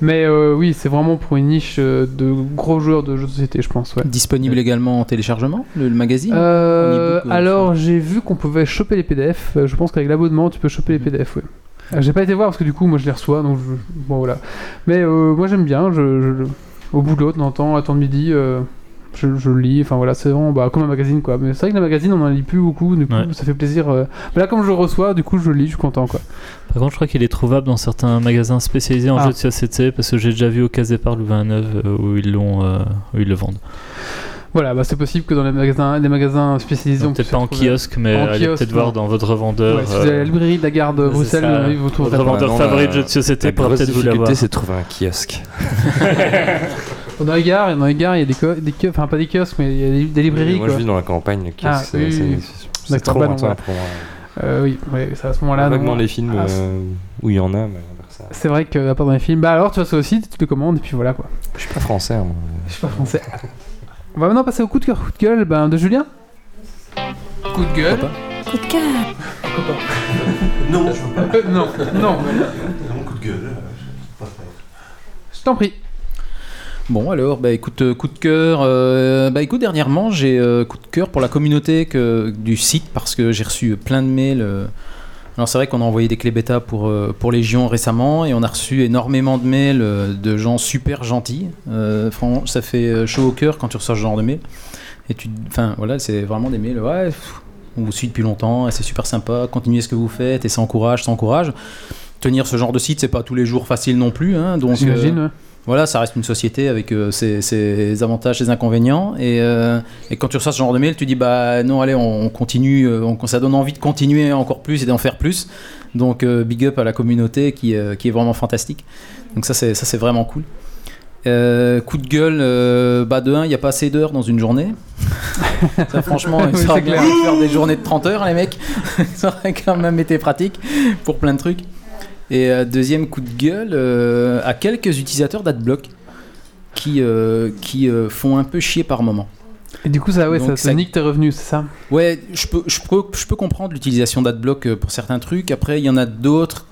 Speaker 1: Mais euh, oui, c'est vraiment pour une niche euh, de gros joueurs de jeux de société, je pense, ouais.
Speaker 9: Disponible également en téléchargement, le, le magazine
Speaker 1: Euh,
Speaker 9: En e-book, ouais,
Speaker 1: alors
Speaker 9: enfin.
Speaker 1: j'ai vu qu'on pouvait choper les PDF. Euh, Je pense qu'avec l'abonnement, tu peux choper les PDF. Ouais. Euh, J'ai pas été voir parce que du coup, moi, je les reçois. Donc je- bon voilà. Mais euh, moi, j'aime bien. Je, je- au boulot, de temps en temps, à temps de midi, euh, je, je lis. Enfin voilà, c'est vraiment bah, comme un magazine quoi. Mais c'est vrai que les magazines, on en lit plus beaucoup. Du coup,
Speaker 4: Ouais.
Speaker 1: ça fait plaisir. euh. Mais là, comme je reçois, du coup, je lis. Je suis content quoi.
Speaker 4: Par contre, je crois qu'il est trouvable dans certains magasins spécialisés en
Speaker 1: Ah.
Speaker 4: jeux de société parce que j'ai déjà vu au Cas des Parles ou 29 euh, où ils l'ont, euh, où ils le vendent.
Speaker 1: Voilà, bah, c'est possible que dans les magasins, les magasins spécialisés,
Speaker 4: Donc,
Speaker 1: on
Speaker 4: peut-être pas en
Speaker 1: puisse trouver-
Speaker 4: kiosque, mais
Speaker 1: En
Speaker 4: allez
Speaker 1: kiosque,
Speaker 4: peut-être
Speaker 1: non.
Speaker 4: voir dans votre revendeur.
Speaker 1: Ouais, si vous allez à la
Speaker 4: euh,
Speaker 1: librairie de la gare de
Speaker 4: c'est
Speaker 1: Bruxelles,
Speaker 4: ça.
Speaker 1: euh, vous trouverez
Speaker 4: votre
Speaker 1: pas.
Speaker 4: revendeur
Speaker 7: Maintenant,
Speaker 4: favori
Speaker 7: la-
Speaker 4: de jeux de société
Speaker 7: La
Speaker 4: pourra
Speaker 7: grosse
Speaker 4: peut-être vous l'avoir.
Speaker 7: difficulté, c'est de trouver un kiosque.
Speaker 1: Dans les gares, dans les gares, il y a des, co- des kiosques, enfin pas des kiosques, mais il y a des, des librairies
Speaker 7: Moi,
Speaker 1: quoi.
Speaker 7: je vis dans la campagne, le kiosque,
Speaker 1: Ah,
Speaker 7: c'est-
Speaker 1: oui,
Speaker 7: c'est-
Speaker 1: oui,
Speaker 7: c'est- c'est
Speaker 1: D'accord,
Speaker 7: trop
Speaker 1: bah non,
Speaker 7: lointain
Speaker 1: ouais.
Speaker 7: pour moi.
Speaker 1: Euh, oui, oui, c'est à ce moment-là.
Speaker 7: Vaguement
Speaker 1: non.
Speaker 7: les films
Speaker 1: Ah, c'est-
Speaker 7: euh, où il y en a, mais à part ça.
Speaker 1: C'est vrai que, à part dans les films, bah alors tu vas sur le site, tu te commandes, et puis voilà quoi.
Speaker 7: Je suis pas français, hein. moi.
Speaker 1: Je suis pas français. On va maintenant passer au coup de cœur, coup de gueule ben, de Julien. Coup de gueule
Speaker 5: Coup de cœur.
Speaker 6: Non, je veux pas.
Speaker 1: Euh, Non, non,
Speaker 6: Mon coup de gueule.
Speaker 1: je t'en prie.
Speaker 9: Bon alors, bah écoute, euh, coup de cœur. euh, bah écoute, dernièrement, j'ai euh, coup de cœur pour la communauté que, du site parce que j'ai reçu plein de mails. euh. alors c'est vrai qu'on a envoyé des clés bêta pour, euh, pour Légion récemment et on a reçu énormément de mails euh, de gens super gentils. Euh, franchement, ça fait euh, chaud au cœur quand tu reçois ce genre de mails. Et tu, enfin voilà, c'est vraiment des mails. Ouais, pff,
Speaker 3: on vous suit depuis longtemps, et c'est super sympa, continuez ce que vous faites, et ça encourage, ça encourage. Tenir ce genre de site, c'est pas tous les jours facile non plus, hein, donc...
Speaker 9: euh,
Speaker 1: J'imagine. ouais.
Speaker 3: Voilà, ça reste une société avec euh, ses, ses avantages, ses inconvénients. Et, euh, et quand tu reçois ce genre de mail, tu dis bah non, allez, on, on continue, euh, on- ça donne envie de continuer encore plus et d'en faire plus. Donc euh, big up à la communauté qui, euh, qui est vraiment fantastique. Donc ça c'est ça c'est vraiment cool. Euh, coup de gueule, euh, bah de 1, il n'y a pas assez d'heures dans
Speaker 1: *laughs*
Speaker 3: une journée. ça, franchement,
Speaker 1: Oui,
Speaker 3: ça aurait
Speaker 1: c'est
Speaker 3: bien
Speaker 1: clair.
Speaker 3: de faire des journées de 30 heures, les mecs. *laughs* ça aurait quand même été pratique pour plein de trucs. Et euh, deuxième coup de gueule euh, à quelques utilisateurs d'adblock qui, euh, qui euh, font un peu chier par moment.
Speaker 1: Et du coup, ça, ouais,
Speaker 3: Donc,
Speaker 1: ça, ça
Speaker 3: ça-
Speaker 1: nique tes revenus, c'est ça
Speaker 3: Ouais, je peux, je peux, je peux comprendre l'utilisation d'adblock euh, pour certains trucs. Après, il y en a d'autres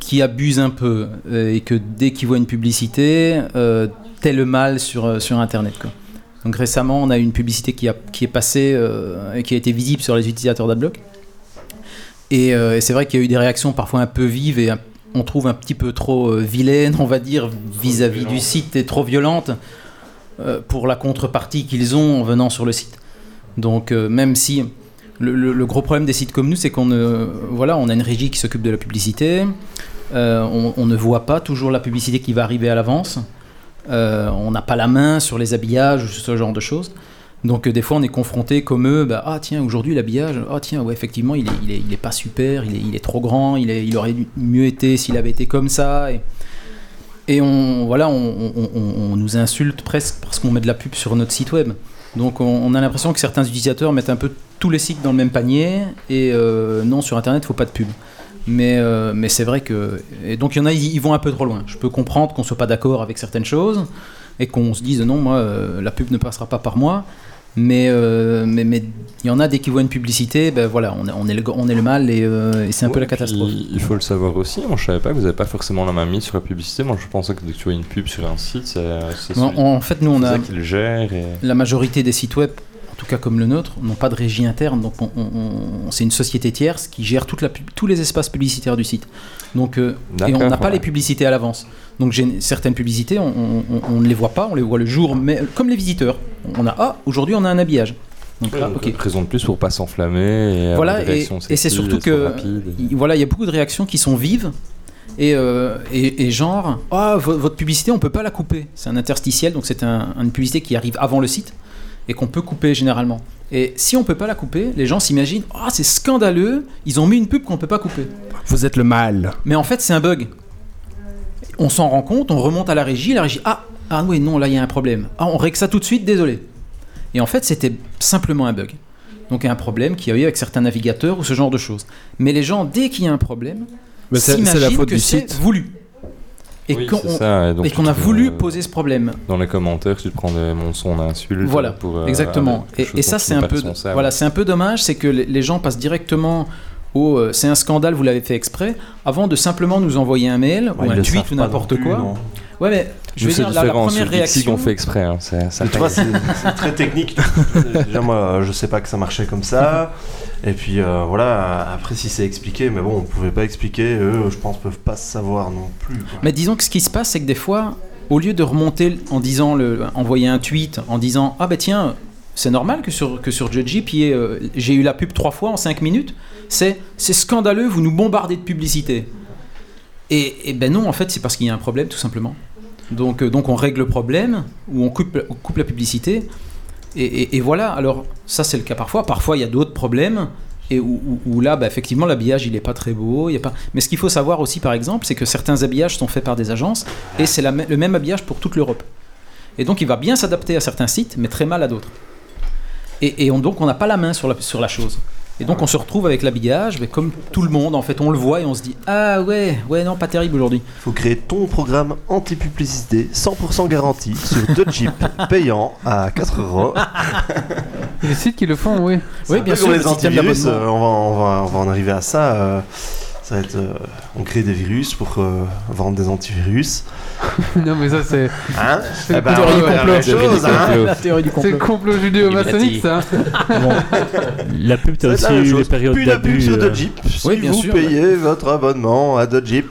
Speaker 3: qui abusent un peu euh, et que dès qu'ils voient une publicité, euh, t'es le mal sur, euh, sur Internet. Quoi. Donc récemment, on a eu une publicité qui, a, qui est passée euh, et qui a été visible sur les utilisateurs d'adblock. Et, euh, et c'est vrai qu'il y a eu des réactions parfois un peu vives et un- on trouve un petit peu trop euh, vilaines, on va dire, vis-à-vis du site et trop violentes euh, pour la contrepartie qu'ils ont en venant sur le site. Donc euh, même si le, le- le gros problème des sites comme nous, c'est qu'on ne- voilà, on a une régie qui s'occupe de la publicité, euh, on, on ne voit pas toujours la publicité qui va arriver à l'avance, euh, on n'a pas la main sur les habillages ou ce genre de choses. Donc euh, des fois on est confronté comme eux, bah, ah tiens aujourd'hui l'habillage, ah tiens ouais effectivement il est, il est, il est pas super, il est, il est trop grand, il, est, il aurait dû- mieux été s'il avait été comme ça. Et, et on, voilà, on, on- on- on nous insulte presque parce qu'on met de la pub sur notre site web. Donc on, on a l'impression que certains utilisateurs mettent un peu tous les sites dans le même panier et euh, non sur internet faut pas de pub. Mais, euh, mais c'est vrai que. Et donc il y en a, ils, ils vont un peu trop loin. Je peux comprendre qu'on soit pas d'accord avec certaines choses et qu'on se dise non, moi euh, la pub ne passera pas par moi. Mais euh, mais mais il y en a dès qu'ils voient une publicité, ben voilà, on est, on est, le, on est le mal et, euh, et c'est un peu
Speaker 7: Ouais,
Speaker 3: la catastrophe.
Speaker 7: puis, Il faut le savoir aussi. Moi, je savais pas que vous avez pas forcément la main mise sur la publicité. Moi, je pensais que dès que tu vois une pub sur un site, c'est c'est
Speaker 3: Mais
Speaker 7: celui
Speaker 3: en, en fait, nous on a.
Speaker 7: qui le gère. Et...
Speaker 3: La majorité des sites web, en tout cas comme le nôtre, n'ont pas de régie interne. Donc, on, on- on- c'est une société tierce qui gère toute la pub- tous les espaces publicitaires du site. Donc, euh, et
Speaker 7: D'accord,
Speaker 3: on n'a pas
Speaker 7: ouais.
Speaker 3: les publicités à l'avance. Donc, j'ai- certaines publicités, on, on- on- on ne les voit pas, on les voit le jour, mais comme les visiteurs. On a ah aujourd'hui on a un habillage. Donc là, Ah, ok.
Speaker 7: Raison de euh, plus pour pas s'enflammer. et
Speaker 3: Voilà,
Speaker 7: avoir des
Speaker 3: et-
Speaker 7: réactions
Speaker 3: et
Speaker 7: sexy,
Speaker 3: c'est surtout
Speaker 7: trop
Speaker 3: que-
Speaker 7: rapide.
Speaker 3: Il- voilà, il y a beaucoup de réactions qui sont vives et, euh, et, et genre ah vo- votre publicité on peut pas la couper, c'est un interstitiel donc c'est un- une publicité qui arrive avant le site et qu'on peut couper généralement. Et si on peut pas la couper, les gens s'imaginent ah c'est scandaleux, ils ont mis une pub qu'on peut pas couper.
Speaker 2: Vous êtes le mal.
Speaker 3: Mais en fait c'est un bug. On s'en rend compte, on remonte à la régie, la régie ah ah oui non là il y a un problème, ah on règle ça tout de suite, désolé. Et en fait c'était simplement un bug. Donc un problème qu'il y a eu avec certains navigateurs ou ce genre de choses. Mais les gens dès qu'il y a un problème
Speaker 10: Mais c'est c'est la
Speaker 3: s'imaginent
Speaker 10: faute
Speaker 3: que
Speaker 10: du
Speaker 3: c'est
Speaker 10: site.
Speaker 3: voulu. Et
Speaker 7: Oui,
Speaker 3: qu'on
Speaker 7: c'est ça, et donc
Speaker 3: et
Speaker 7: tu
Speaker 3: qu'on a
Speaker 7: te-
Speaker 3: voulu poser ce problème.
Speaker 7: Dans les commentaires, tu te prends des monsons d'insultes.
Speaker 3: Voilà,
Speaker 7: pour, euh,
Speaker 3: Exactement.
Speaker 7: quelque
Speaker 3: Et,
Speaker 7: chose
Speaker 3: et ça,
Speaker 7: dont tu
Speaker 3: c'est
Speaker 7: n'es
Speaker 3: un
Speaker 7: pas
Speaker 3: peu,
Speaker 7: responsable.
Speaker 3: voilà, c'est un peu dommage, c'est que les les gens passent directement au euh, c'est un scandale, vous l'avez fait exprès, avant de simplement nous envoyer un mail ou
Speaker 6: Ouais, ils
Speaker 3: un
Speaker 6: le
Speaker 3: tweet
Speaker 6: savent
Speaker 3: ou
Speaker 6: pas
Speaker 3: n'importe
Speaker 6: non plus,
Speaker 3: quoi.
Speaker 6: non.
Speaker 3: Ouais, mais je
Speaker 7: Nous,
Speaker 3: veux
Speaker 7: c'est
Speaker 3: dire, la, la
Speaker 7: différent.
Speaker 3: première
Speaker 7: Sur Geeksy,
Speaker 3: réaction.
Speaker 7: on fait exprès. hein, ça- ça
Speaker 6: Mais tu
Speaker 7: fait-
Speaker 6: vois, c'est c'est très technique. Déjà, moi, je sais pas que ça marchait comme ça. Et puis, euh, voilà, après, si c'est expliqué, mais bon, on pouvait pas expliquer. Eux, je pense, peuvent pas savoir non plus. quoi.
Speaker 3: Mais disons que ce qui se passe, c'est que des fois, au lieu de remonter en disant, le, envoyer un tweet en disant ah ben tiens, c'est normal que sur que sur Judgy, puis euh, j'ai eu la pub trois fois en cinq minutes, c'est c'est scandaleux, vous nous bombardez de publicité. Et, et ben non, en fait, c'est parce qu'il y a un problème tout simplement. Donc euh, donc on règle le problème ou on coupe on coupe la publicité. Et, et- et voilà. Alors ça c'est le cas parfois. Parfois il y a d'autres problèmes. Et où, où- où là, bah, effectivement, l'habillage, il est pas très beau. Il y a pas... Mais ce qu'il faut savoir aussi, par exemple, c'est que certains habillages sont faits par des agences et c'est la mê- le même habillage pour toute l'Europe. Et donc, il va bien s'adapter à certains sites, mais très mal à d'autres. Et, et on- donc, on n'a pas la main sur la, sur la chose. Et donc, on se retrouve avec l'habillage, mais comme tout le monde, en fait, on le voit et on se dit Ah ouais, ouais, non, pas terrible aujourd'hui.
Speaker 6: faut créer ton programme anti-publicité 100% garanti sur deux *laughs* chips payants à 4 euros.
Speaker 1: Les sites qui le font, oui. *laughs*
Speaker 3: Oui, bien sûr,
Speaker 6: Comme
Speaker 3: le
Speaker 6: les
Speaker 3: système
Speaker 6: antivirus,
Speaker 3: d'abonnement.
Speaker 6: euh, on, va, on, va, on va en arriver à ça. euh, ça va être, euh, on crée des virus pour euh, vendre des antivirus.
Speaker 1: non, mais ça, c'est
Speaker 6: *laughs* Hein
Speaker 1: le
Speaker 6: Eh ben,
Speaker 1: théorie
Speaker 6: on
Speaker 1: du
Speaker 6: va faire
Speaker 1: complot.
Speaker 6: la même chose, hein.
Speaker 3: *laughs* La théorie du
Speaker 1: c'est le
Speaker 3: complot.
Speaker 1: complot judéo-maçonnique, ça.
Speaker 4: La pub, t'as
Speaker 6: Ça va
Speaker 4: aussi
Speaker 6: être la même
Speaker 4: eu les
Speaker 6: chose.
Speaker 4: périodes
Speaker 6: Plus de pub
Speaker 4: d'abus.
Speaker 6: sur
Speaker 4: euh,
Speaker 6: Dodgeep, si
Speaker 3: Oui, bien
Speaker 6: vous
Speaker 3: sûr,
Speaker 6: payez votre abonnement à Dodgeep.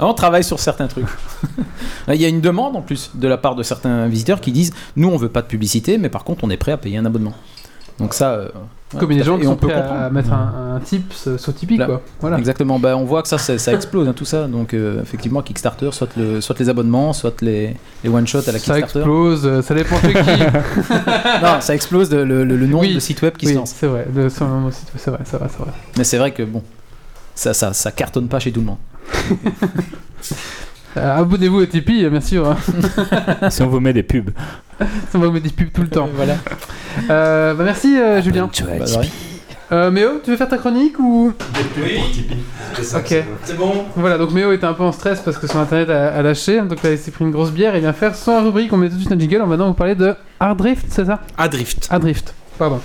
Speaker 3: Ah, on travaille sur certains
Speaker 9: *laughs*
Speaker 3: trucs. Là, Il y a une demande en plus de la part de certains visiteurs qui disent Nous, on veut pas de publicité, mais par contre, on est prêt à payer un abonnement.
Speaker 9: Donc ça. euh, ouais,
Speaker 1: hein. Comme
Speaker 9: tout
Speaker 1: les
Speaker 9: à
Speaker 1: gens
Speaker 9: fait.
Speaker 1: qui
Speaker 9: Et
Speaker 1: sont
Speaker 9: on peut
Speaker 1: prêts à
Speaker 9: comprendre. Mmh.
Speaker 1: mettre un, un tips euh, sur Tipeee,
Speaker 9: Là.
Speaker 1: quoi. Voilà.
Speaker 9: Exactement. Bah, on voit que ça, ça, ça explose, hein, tout ça. Donc euh, effectivement, Kickstarter, soit, le, soit les abonnements, soit les, les one shots à la
Speaker 1: Ça
Speaker 9: Kickstarter.
Speaker 1: explose, euh,
Speaker 9: *laughs*
Speaker 1: ça dépend de qui.
Speaker 9: non, ça explose de- le, le- le nombre
Speaker 1: Oui.
Speaker 9: de sites web qui se
Speaker 1: oui,
Speaker 9: lancent.
Speaker 1: c'est vrai, de sur le moment aussi, c'est vrai, c'est vrai, c'est vrai.
Speaker 9: Mais c'est vrai que bon, ça, ça, ça cartonne pas chez tout le monde.
Speaker 1: Euh, Abonnez-vous à Tipeee, euh, bien sûr. hein. *laughs*
Speaker 4: si on vous met des pubs.
Speaker 1: Ça va vous mettre des pubs tout le temps.
Speaker 9: voilà.
Speaker 1: Euh, bah merci euh, Julien.
Speaker 9: Bah, de rien.
Speaker 1: Euh, Méo, tu veux faire ta chronique ou Ok.
Speaker 3: C'est bon
Speaker 1: Voilà, donc Méo était un peu en stress parce que son internet a, a lâché, donc là il s'est pris une grosse bière et vient faire sans rubrique, on met tout de suite un jingle, on va maintenant vous parler de Hard Drift, c'est ça
Speaker 2: Adrift.
Speaker 1: Hard Drift, pardon.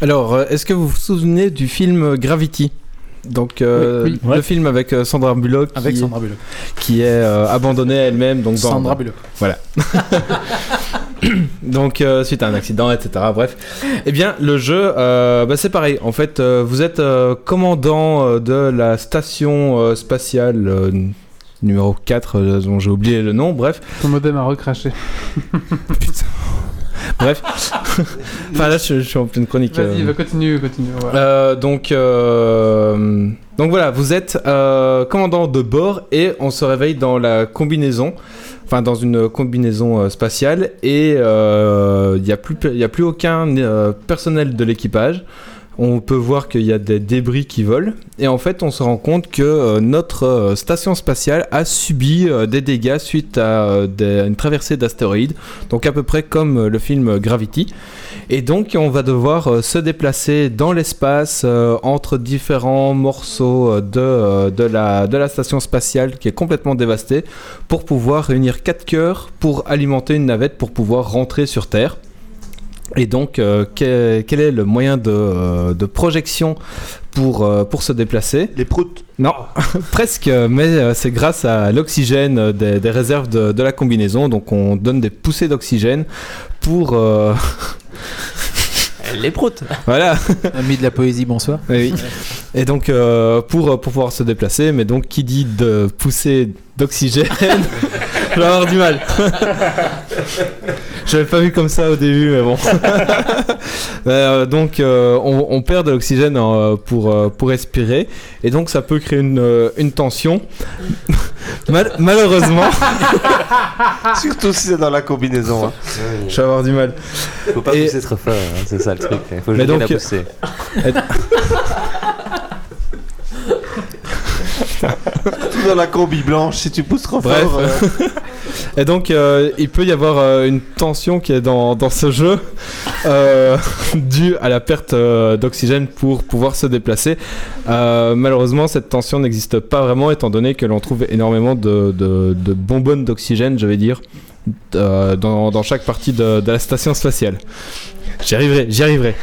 Speaker 2: Alors, euh, est-ce que vous vous souvenez du film euh, Gravity donc euh,
Speaker 1: Oui,
Speaker 2: le
Speaker 4: Ouais.
Speaker 2: film avec euh, Sandra Bullock qui,
Speaker 9: Avec Sandra Bullock.
Speaker 2: qui est euh, abandonnée à elle-même donc dans-
Speaker 9: Sandra Bullock.
Speaker 2: donc euh, suite à un accident, etc. Bref, eh bien le jeu, euh, bah, c'est pareil. En fait, euh, vous êtes euh, commandant euh, de la station euh, spatiale euh, n- numéro 4 euh, dont j'ai oublié le nom. Bref,
Speaker 1: Ton modem a recraché.
Speaker 2: bref. *laughs* enfin là, je, je suis en pleine chronique.
Speaker 1: Vas-y,
Speaker 2: euh.
Speaker 1: va, continue, continue. voilà.
Speaker 2: Euh, donc, euh, donc voilà, vous êtes euh, commandant de bord et on se réveille dans la combinaison, enfin dans une combinaison euh, spatiale et euh, il n'y a, plus pe- il y a plus aucun euh, personnel de l'équipage. On peut voir qu'il y a des débris qui volent et en fait on se rend compte que euh, notre euh, station spatiale a subi euh, des dégâts suite à euh, des- une traversée d'astéroïdes, donc à peu près comme euh, le film Gravity. Et donc, on va devoir euh, se déplacer dans l'espace euh, entre différents morceaux euh, de, euh, de, la, de la station spatiale qui est complètement dévastée pour pouvoir réunir quatre cœurs pour alimenter une navette pour pouvoir rentrer sur Terre. Et donc, euh, quel, quel est le moyen de, euh, de projection pour, euh, pour se déplacer
Speaker 6: Les proutes.
Speaker 2: non, *laughs* presque, mais euh, c'est grâce à l'oxygène euh, des, des réserves de, de la combinaison. Donc on donne des poussées d'oxygène pour... euh, *laughs*
Speaker 8: Les proutes
Speaker 2: voilà.
Speaker 9: Ami de la poésie, bonsoir.
Speaker 2: Oui. Et donc euh, pour, pour pouvoir se déplacer, mais donc qui dit de pousser *laughs* d'oxygène, je vais avoir du mal. J'avais pas vu comme ça au début, mais *laughs* bon. Euh, donc euh, on, on perd de l'oxygène euh, pour, euh, pour respirer, et donc ça peut créer une, euh, une tension. *laughs* Mal- malheureusement,
Speaker 1: Ah.
Speaker 6: *laughs* Surtout si c'est dans la combinaison. hein.
Speaker 2: je vais avoir du mal.
Speaker 7: Faut pas
Speaker 2: Et-
Speaker 7: pousser trop fort, hein, c'est ça le truc. hein. Faut
Speaker 2: Mais
Speaker 7: jamais
Speaker 2: donc,
Speaker 7: la pousser.
Speaker 6: Surtout dans la combi blanche, si tu pousses trop
Speaker 2: Bref.
Speaker 6: fort. euh,
Speaker 2: Et donc, euh, il peut y avoir euh, une tension qui est dans, dans ce jeu, euh, *laughs* due à la perte euh, d'oxygène pour pouvoir se déplacer. Euh, malheureusement, cette tension n'existe pas vraiment, étant donné que l'on trouve énormément de, de- de bonbonnes d'oxygène, je vais dire, euh, dans, dans chaque partie de, de la station spatiale. J'y arriverai, j'y arriverai.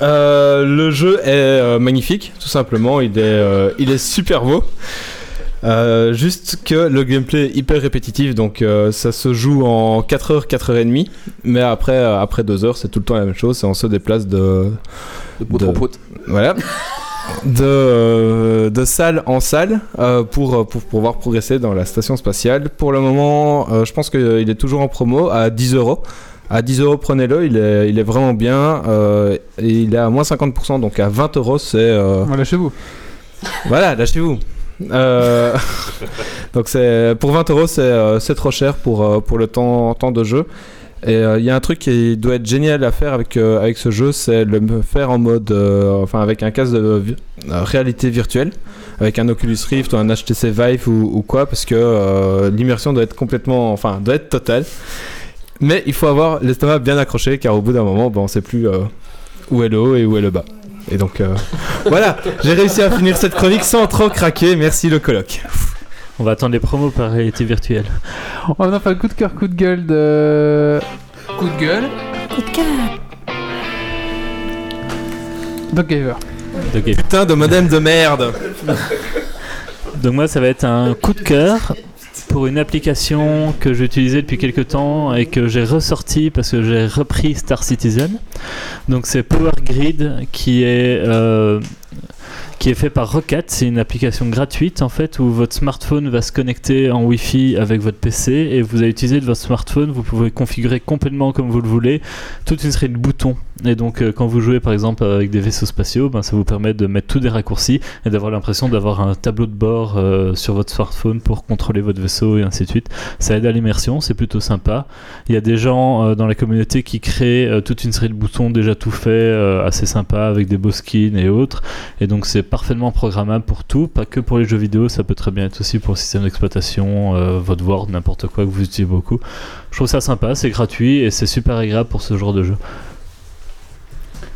Speaker 2: Euh, le jeu est euh, magnifique, tout simplement. Il est, euh, il est super beau. Euh, juste que le gameplay est hyper répétitif, donc euh, ça se joue en 4 heures, 4 heures et demie, mais après, euh, après 2 heures, c'est tout le temps la même chose, et on se déplace de...
Speaker 8: De proutes
Speaker 2: De-
Speaker 8: en proutes.
Speaker 2: Voilà. *laughs* De, euh, de salle en salle euh, pour, euh, pour pouvoir progresser dans la station spatiale. Pour le moment, euh, je pense qu'il est toujours en promo à 10 euros. À 10 euros, prenez-le, il est, il est vraiment bien. euh, et il est à moins 50%, donc à 20 euros, c'est... euh,
Speaker 1: Voilà, chez vous.
Speaker 2: voilà, lâchez-vous. Euh, *laughs* donc c'est pour 20 euros, c'est euh, c'est trop cher pour euh, pour le temps temps de jeu. Et euh, il y a un truc qui doit être génial à faire avec euh, avec ce jeu, c'est le me- faire en mode, euh, enfin avec un casque de vi- euh, réalité virtuelle, avec un Oculus Rift ou un HTC Vive ou, ou quoi, parce que euh, l'immersion doit être complètement, enfin doit être totale. Mais il faut avoir l'estomac bien accroché, car au bout d'un moment, ben, on sait plus euh, où est le haut et où est le bas. Et donc euh, voilà, j'ai réussi à finir cette chronique sans trop craquer, merci le coloc.
Speaker 4: On va attendre les promos par réalité virtuelle.
Speaker 1: On a fait le coup de cœur, coup de gueule de. Coup de gueule
Speaker 5: Coup de cœur.
Speaker 1: Doggiver.
Speaker 4: Ok.
Speaker 2: Putain de modem de merde
Speaker 4: Donc moi, ça va être un coup de cœur pour une application que j'utilisais depuis quelques temps et que j'ai ressorti parce que j'ai repris Star Citizen. Donc c'est Power Grid qui est euh, qui est fait par Rocket. C'est une application gratuite en fait où votre smartphone va se connecter en Wi-Fi avec votre PC et vous allez utiliser de votre smartphone. Vous pouvez configurer complètement comme vous le voulez toute une série de boutons. Et donc euh, quand vous jouez par exemple avec des vaisseaux spatiaux, ben, ça vous permet de mettre tous des raccourcis et d'avoir l'impression d'avoir un tableau de bord euh, sur votre smartphone pour contrôler votre vaisseau et ainsi de suite. Ça aide à l'immersion, c'est plutôt sympa. Il y a des gens euh, dans la communauté qui créent euh, toute une série de boutons déjà tout faits, euh, assez sympa, avec des beaux skins et autres. Et donc c'est parfaitement programmable pour tout, pas que pour les jeux vidéo, ça peut très bien être aussi pour le système d'exploitation, euh, votre Word, n'importe quoi que vous utilisez beaucoup. Je trouve ça sympa, c'est gratuit et c'est super agréable pour ce genre de jeu.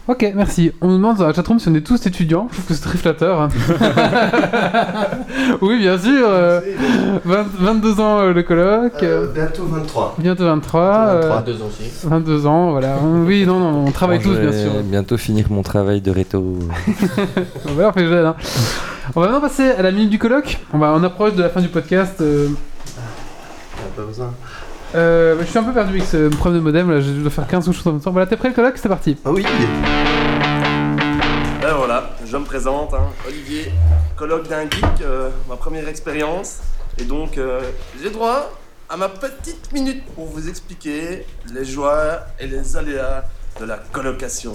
Speaker 1: Ok, merci. On nous demande dans la chatroom si on est tous étudiants. Je trouve que c'est très
Speaker 7: *laughs*
Speaker 1: flatteur. hein. oui, bien sûr. euh, 20 22 ans euh, le colloque. euh,
Speaker 6: bientôt 23.
Speaker 1: bientôt 23. euh,
Speaker 8: 22 ans aussi.
Speaker 1: 22 ans,
Speaker 6: *laughs*
Speaker 1: voilà. Oui, non, non, on travaille tous,
Speaker 7: je
Speaker 1: bien
Speaker 7: vais
Speaker 1: sûr.
Speaker 7: bientôt finir mon travail de réto.
Speaker 1: On va leur faire jeune, hein. On va maintenant passer à la minute du colloque. On, va, on approche de la fin du podcast. euh,
Speaker 6: Pas besoin.
Speaker 1: euh, je suis un peu perdu avec ce problème de modem. Là, je dois faire 15 choses en même temps. Voilà, t'es prêt le colloque C'est parti.
Speaker 6: Ah oui
Speaker 11: Ben voilà, je me présente, hein, Olivier, colloque d'un geek, euh, ma première expérience. Et donc, euh, j'ai droit à ma petite minute pour vous expliquer les joies et les aléas de la colocation.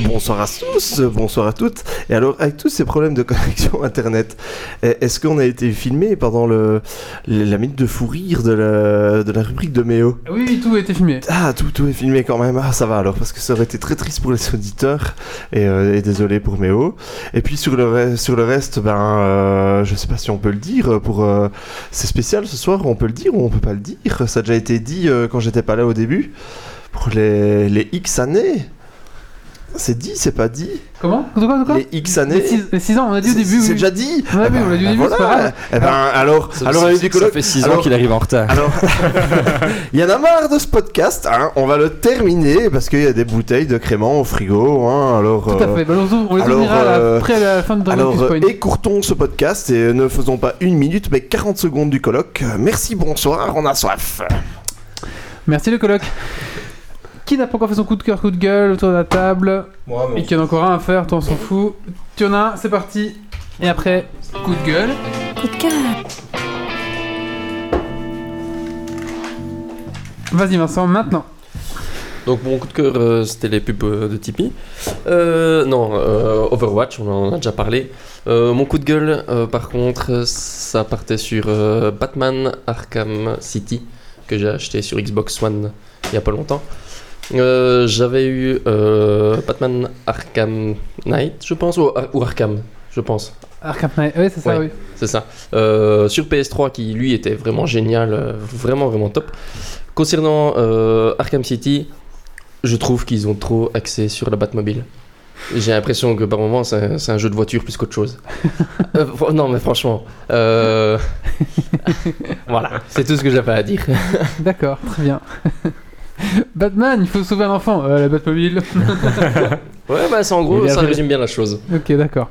Speaker 6: Bonsoir à tous, euh, bonsoir à toutes. Et alors, avec tous ces problèmes de connexion Internet, eh, est-ce qu'on a été filmé pendant le, le- la minute de fou rire de la, de la rubrique de Méo
Speaker 1: Oui, oui, tout a été filmé.
Speaker 6: Ah, tout, tout est filmé quand même. Ah, ça va alors, parce que ça aurait été très triste pour les auditeurs. Et, euh, et désolé pour Méo. Et puis sur le, re- sur le reste, ben, euh, je sais pas si on peut le dire. Pour euh, c'est spécial ce soir, on peut le dire ou on peut pas le dire. Ça a déjà été dit euh, quand j'étais pas là au début. Pour les, les X années. C'est dit, c'est pas dit.
Speaker 1: Comment De quoi, de quoi
Speaker 6: les X années.
Speaker 1: Les 6 ans, on a dit au
Speaker 6: C'est-
Speaker 1: début.
Speaker 6: C'est
Speaker 1: oui.
Speaker 6: déjà dit.
Speaker 1: Ouais,
Speaker 6: Eh
Speaker 1: oui, on l'a dit au
Speaker 6: ben
Speaker 1: début, c'est pas grave.
Speaker 6: Eh ben, alors, alors, la minute du
Speaker 7: ça
Speaker 6: colloque-
Speaker 7: fait 6 ans
Speaker 6: alors-
Speaker 7: qu'il arrive en retard.
Speaker 6: alors, *laughs* il y en a marre de ce podcast, hein. on va le terminer parce qu'il y a des bouteilles de crément au frigo. hein. Alors,
Speaker 1: Tout à
Speaker 6: euh,
Speaker 1: fait. Bah, on se- on les
Speaker 6: alors,
Speaker 1: ouvrira
Speaker 6: euh,
Speaker 1: après la fin de Dragon
Speaker 6: alors
Speaker 1: Quest
Speaker 6: euh,
Speaker 1: Point.
Speaker 6: écourtons ce podcast et ne faisons pas une minute mais 40 secondes du colloque. Euh, Merci, bonsoir, on a soif.
Speaker 1: Merci le colloque. Qui n'a pas encore fait son coup de cœur, coup de gueule autour de la table
Speaker 3: Moi,
Speaker 1: Et qui en a encore un à faire, toi on s'en fout. Tu en as un, c'est parti. Et après, coup de gueule.
Speaker 5: Coup de cœur.
Speaker 1: Vas-y Vincent, maintenant.
Speaker 8: Donc mon coup de cœur, euh, c'était les pubs euh, de Tipeee. Euh, non, euh, Overwatch, on en a déjà parlé. Euh, mon coup de gueule, euh, par contre, euh, ça partait sur euh, Batman Arkham City, que j'ai acheté sur Xbox One il n'y a pas longtemps. Euh, J'avais eu euh, Batman Arkham Knight, je pense, ou, Ar- ou Arkham, je pense.
Speaker 1: Arkham Knight, oui c'est ça,
Speaker 8: Ouais.
Speaker 1: oui.
Speaker 8: C'est ça. Euh, sur PS3, qui lui était vraiment génial, euh, vraiment vraiment top. Concernant euh, Arkham City, je trouve qu'ils ont trop axé sur la Batmobile. J'ai l'impression que par moment c'est un, c'est un jeu de voiture plus
Speaker 7: *laughs*
Speaker 8: qu'autre chose. Euh, fr- non mais franchement, euh, voilà, c'est tout ce que j'avais à dire.
Speaker 1: D'accord, très bien. *laughs* Batman, il faut sauver un enfant. Euh, la Batmobile. *laughs*
Speaker 8: Ouais bah c'est en
Speaker 4: Il
Speaker 8: gros,
Speaker 4: est
Speaker 8: ça
Speaker 4: vrai.
Speaker 8: résume bien la chose.
Speaker 1: ok, d'accord.